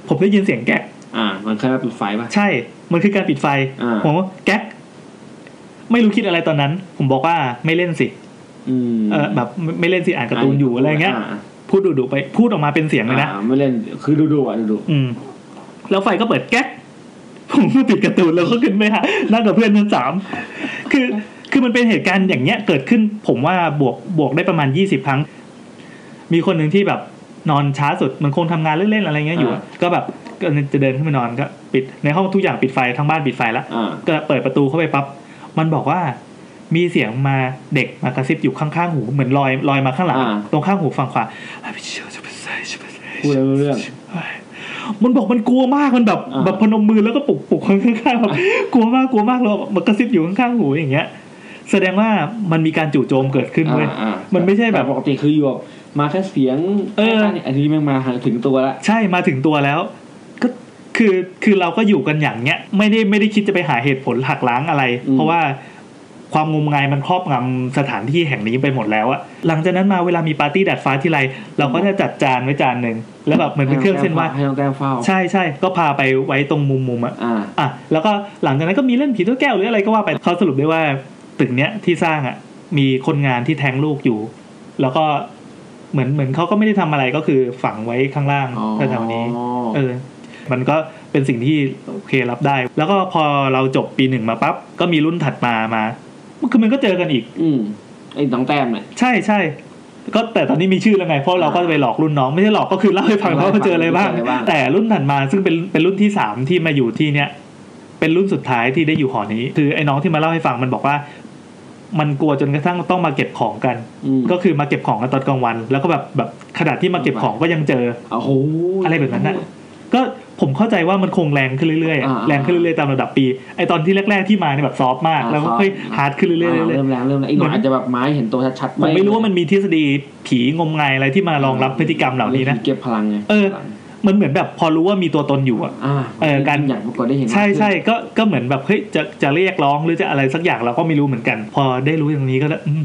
ผมได้ยินเสียงแก๊ก อ่า มันเคยมาปิดไฟป่ะ ใช่ มันคือการปิดไฟ อ่า ผมว่าแก๊ก ไม่รู้คิดอะไรตอนนั้น ผมบอกว่าไม่เล่นสิ อืม เออแบบไม่ไม่เล่นสิอ่านการ์ตูนอยู่อะไรเงี้ย า พูดดุๆไป พูดออกมาเป็นเสียงเลยนะ อ่าไม่เล่นคือดูดูๆอ่ะดูดู อืม แล้วไฟก็เปิดแก๊ก ผมก็ปิดการ์ตูนแล้วก็ขึ้นไปหานั่งกับเพื่อนชั้นสาม คือ คือมันเป็นเหตุการณ์อย่างเงี้ยเกิดขึ้น ผมว่าบวกบวกได้ประมาณยี่สิบครั้ง มีคนหนึ่งที่แบบนอนช้าสุด มันคงทำงานเล่นๆอะไรเงี้ยอยู่ ก็แบบก็จะเดินขึ้นไปนอนก็ปิด ในห้องทุกอย่างปิดไฟทั้งบ้านปิดไฟละ ๆอ่า ก็เปิดประตูเข้าไปปั๊บ มันบอกว่า มีเสียงมาเด็กมากระซิบอยู่ข้างๆหู เหมือนลอยลอยมาข้างหลัง ตรงข้างหูฝั่งขวา พูดไม่รู้เรื่อง มันบอกมันกลัวมากมันแบบ อ่า แบบพนมมือแล้วก็ปลุกปลุกคนข้างๆแบบกลัวมากกลัวมากแล้วมันกระซิบอยู่ข้างๆหูอย่างเงี้ย แสดงว่ามันมีการจู่โจมเกิดขึ้นเว้ย อ่า มันไม่ใช่แบบ ปกติคืออยู่แบบมาแค่เสียง เออ แค่นี้อันนี้แม่งมาถึงตัวละ ใช่มาถึงตัวแล้ว ก็คือคือเราก็อยู่กันอย่างเงี้ย ไม่ได้ไม่ได้คิดจะไปหาเหตุผลหักล้างอะไร เพราะว่าความงมงายมันครอบงำสถานที่แห่งนี้ไปหมดแล้วอะหลังจากนั้นมาเวลามีปาร์ตี้ดัดฟ้าทีไรเราก็จะจัดจานไว้จานหนึ่งแล้วแบบเหมือนเป็นเครื่องเส้นไหว ให้น้องแต้มเฝ้า ใช่ใช่ก็พาไปไว้ตรงมุมมุมๆอะ อ่า อ่ะแล้วก็หลังจากนั้นก็มีเล่นผีตัวแก้วหรืออะไรก็ว่าไปเขาสรุปได้ว่าตึกเนี้ยที่สร้างอ่ะ มีคนงานที่แทงลูกอยู่ แล้วก็เหมือนเหมือนเขาก็ไม่ได้ทำอะไรก็คือฝังไว้ข้างล่าง อ๋อ แถวๆนี้ เออ มันก็เป็นสิ่งที่โอเครับได้ แล้วก็พอเราจบปีหนึ่งมาปั๊บก็มีรุ่นถัดมามาคือมันก็เจอกันอีก อืมไอ้น้องแต้มเนี่ย ใช่ใช่ก็แต่ตอนนี้มีชื่อแล้วไง เพราะเราก็จะไปหลอกรุ่นน้องไม่ใช่หลอกก็คือเล่าให้ฟัง เล่าให้ ว่ามันเจออะไรบ้าง เจออะไรบ้าง แต่รุ่นถัดมาซึ่งเป็นเป็นรุ่นที่สามที่มาอยู่ที่เนี้ยเป็นรุ่นสุดท้ายที่ได้อยู่หอนี้ คือไอ้น้องที่มาเล่าให้ฟังมันบอกว่า มันกลัวจนกระทั่งต้องมาเก็บของกัน อืม ก็คือมาเก็บของกันตอนกลางวัน แล้วก็แบบแบบขนาดที่มาเก็บของก็ยังเจอ โอ้โห อะไรแบบนั้นน่ะ ก็ผมเข้าใจว่ามันคงแรงขึ้นเรื่อย อ่า ๆแรงขึ้นเรื่อยๆตามระดับปีไอตอนที่แรก ๆที่มาเนี่ยแบบซอฟต์มาก อ่า แล้วก็ ซอฟต์ ค่อยฮาร์ดขึ้นเรื่อยๆเรื่อยๆ เริ่มแล้วเริ่มแล้วไอ้หน่อยอาจจะแบบไม้เห็นตัวชัดๆ ผมไม่รู้ว่ามันมีทฤษฎีผีงมงายอะไรที่มารองรับพฤติกรรมเหล่านี้นะ เก็บพลังไง เออ มันเหมือนแบบพอรู้ว่ามีตัวตนอยู่อะ อ่า เออการ อย่างปรากฏได้เห็น ใช่ใช่ก็ก็เหมือนแบบเฮ้ยจะจะเรียกร้องหรือจะอะไรสักอย่างเราก็ไม่รู้เหมือนกัน พอได้รู้อย่างนี้ก็อืม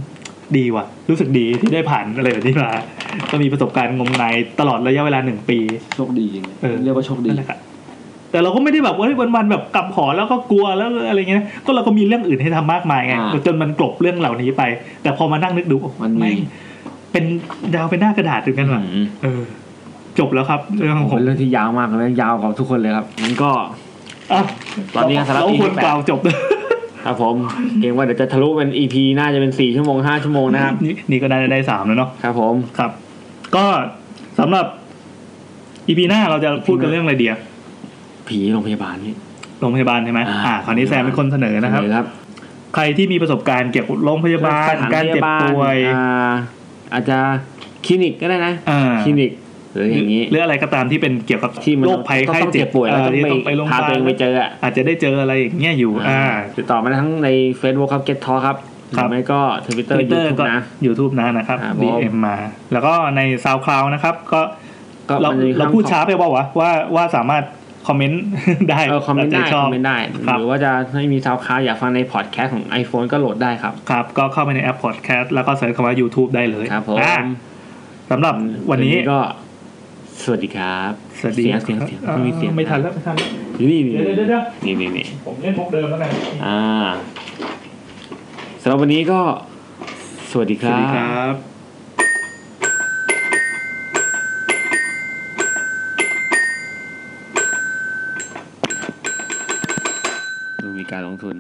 ดีว่ะ รู้สึกดีที่ได้ผ่านอะไรแบบนี้มาก็มีประสบการณ์งมงายตลอดระยะเวลาหนึ่งปี โชคดีจริง เออ เรียกว่าโชคดี นั่นแหละครับแต่เราก็ไม่ได้แบบว่าเฮ้ยวันๆแบบกลับหอแล้วก็กลัวแล้วอะไรเงี้ยนะก็เราก็มีเรื่องอื่นให้ทำมากมายไง อ่า จนมันกลบเรื่องเหล่านี้ไป แต่พอมานั่งนึกดูโอ้โห มันมี แงเป็นดาวเป็นหน้ากระดาษถึงกันว่ะ เออจบแล้วครับเรื่องของผม เป็นเรื่องที่ยาวมากเลยยาวกว่าทุกคนเลยครับ มันก็ อ่ะ ตอนนี้สำหรับ เราควร EP แปด กล่าวจบ ครับผม เกรงว่าเดี๋ยวจะทะลุเป็น EP น่าจะเป็นสี่ชั่วโมงห้าชั่วโมงนะครับ นี่นี่ก็ได้ได้สามแล้วเนาะ ครับผม ครับ ก็ สำหรับอีพีหน้าเราจะพูดกันเรื่องอะไรเดีย ผีโรงพยาบาลนี่ โรงพยาบาลใช่ไหม อ่า อ่าคราวนี้แซมเป็นคนเสนอนะครับ เสอครับ ใครที่มีประสบการณ์เกี่ยวกับโรงพยาบาล สถน การเจ็บป่วย พาบาลอ่าอาจจะคลินิกก็ได้นะ อ่า คลินิกหรืออย่างนี้ หรืออะไรก็ตามที่เป็นเกี่ยวกับ ที่มัน โรคภัยไข้ ต้อง เจ็บเจ็บ ป่วยแล้ว เออที่ ต้ ต้ อ อง ง ไป ไปโรงพายพาบา ตัลวเองไปเจออ่ะ อาจจะได้เจออะไรอย่างเงี้ยอยู่ อ่า ติดต่อมาได้ทั้งใน Facebook ครับ Get Talk ครับห ครั รื บ อไม่ก็ทวิตเตอร์ยูทูบนะ YouTube นะนะครับ ครับผม DM มา แล้วก็ใน SoundCloud นะครับ ก็ ก็ เรา มันจะมี เรา ข้อ พูดช้าไปเปล่าวะว่าว่าสามารถคอมเมนต์ ได้ เออคอมเมนต์ได้ าจจะช ค บ อมเมนต์ได้ ครับ หรือว่าจะให้มีซาวคาวอยากฟังในพอดแคสต์ของ iPhone ก็โหลดได้ครับ ครับ ก็เข้าไปในแอปพอดแคสต์แล้วก็เสิร์ชคำว่า YouTube ได้เลย ครับผม อ่ะสำหรับวันนี้ ก็ สวัสดีครับ สวัสดี เสียงเสียงเสียง อ่า ไม่มีเสียง ไม่ทันแล้วไม่ทันแล้ว นี่นี่ เดี๋ยวเดี๋ยวเดี๋ยว นี่นี่นี่ ผมเล่นมุกเดิมแล้วกัน อ่าสำหรับวันนี้ก็ สวัสดีค สวัสดีครับรับดูมีการลงทุน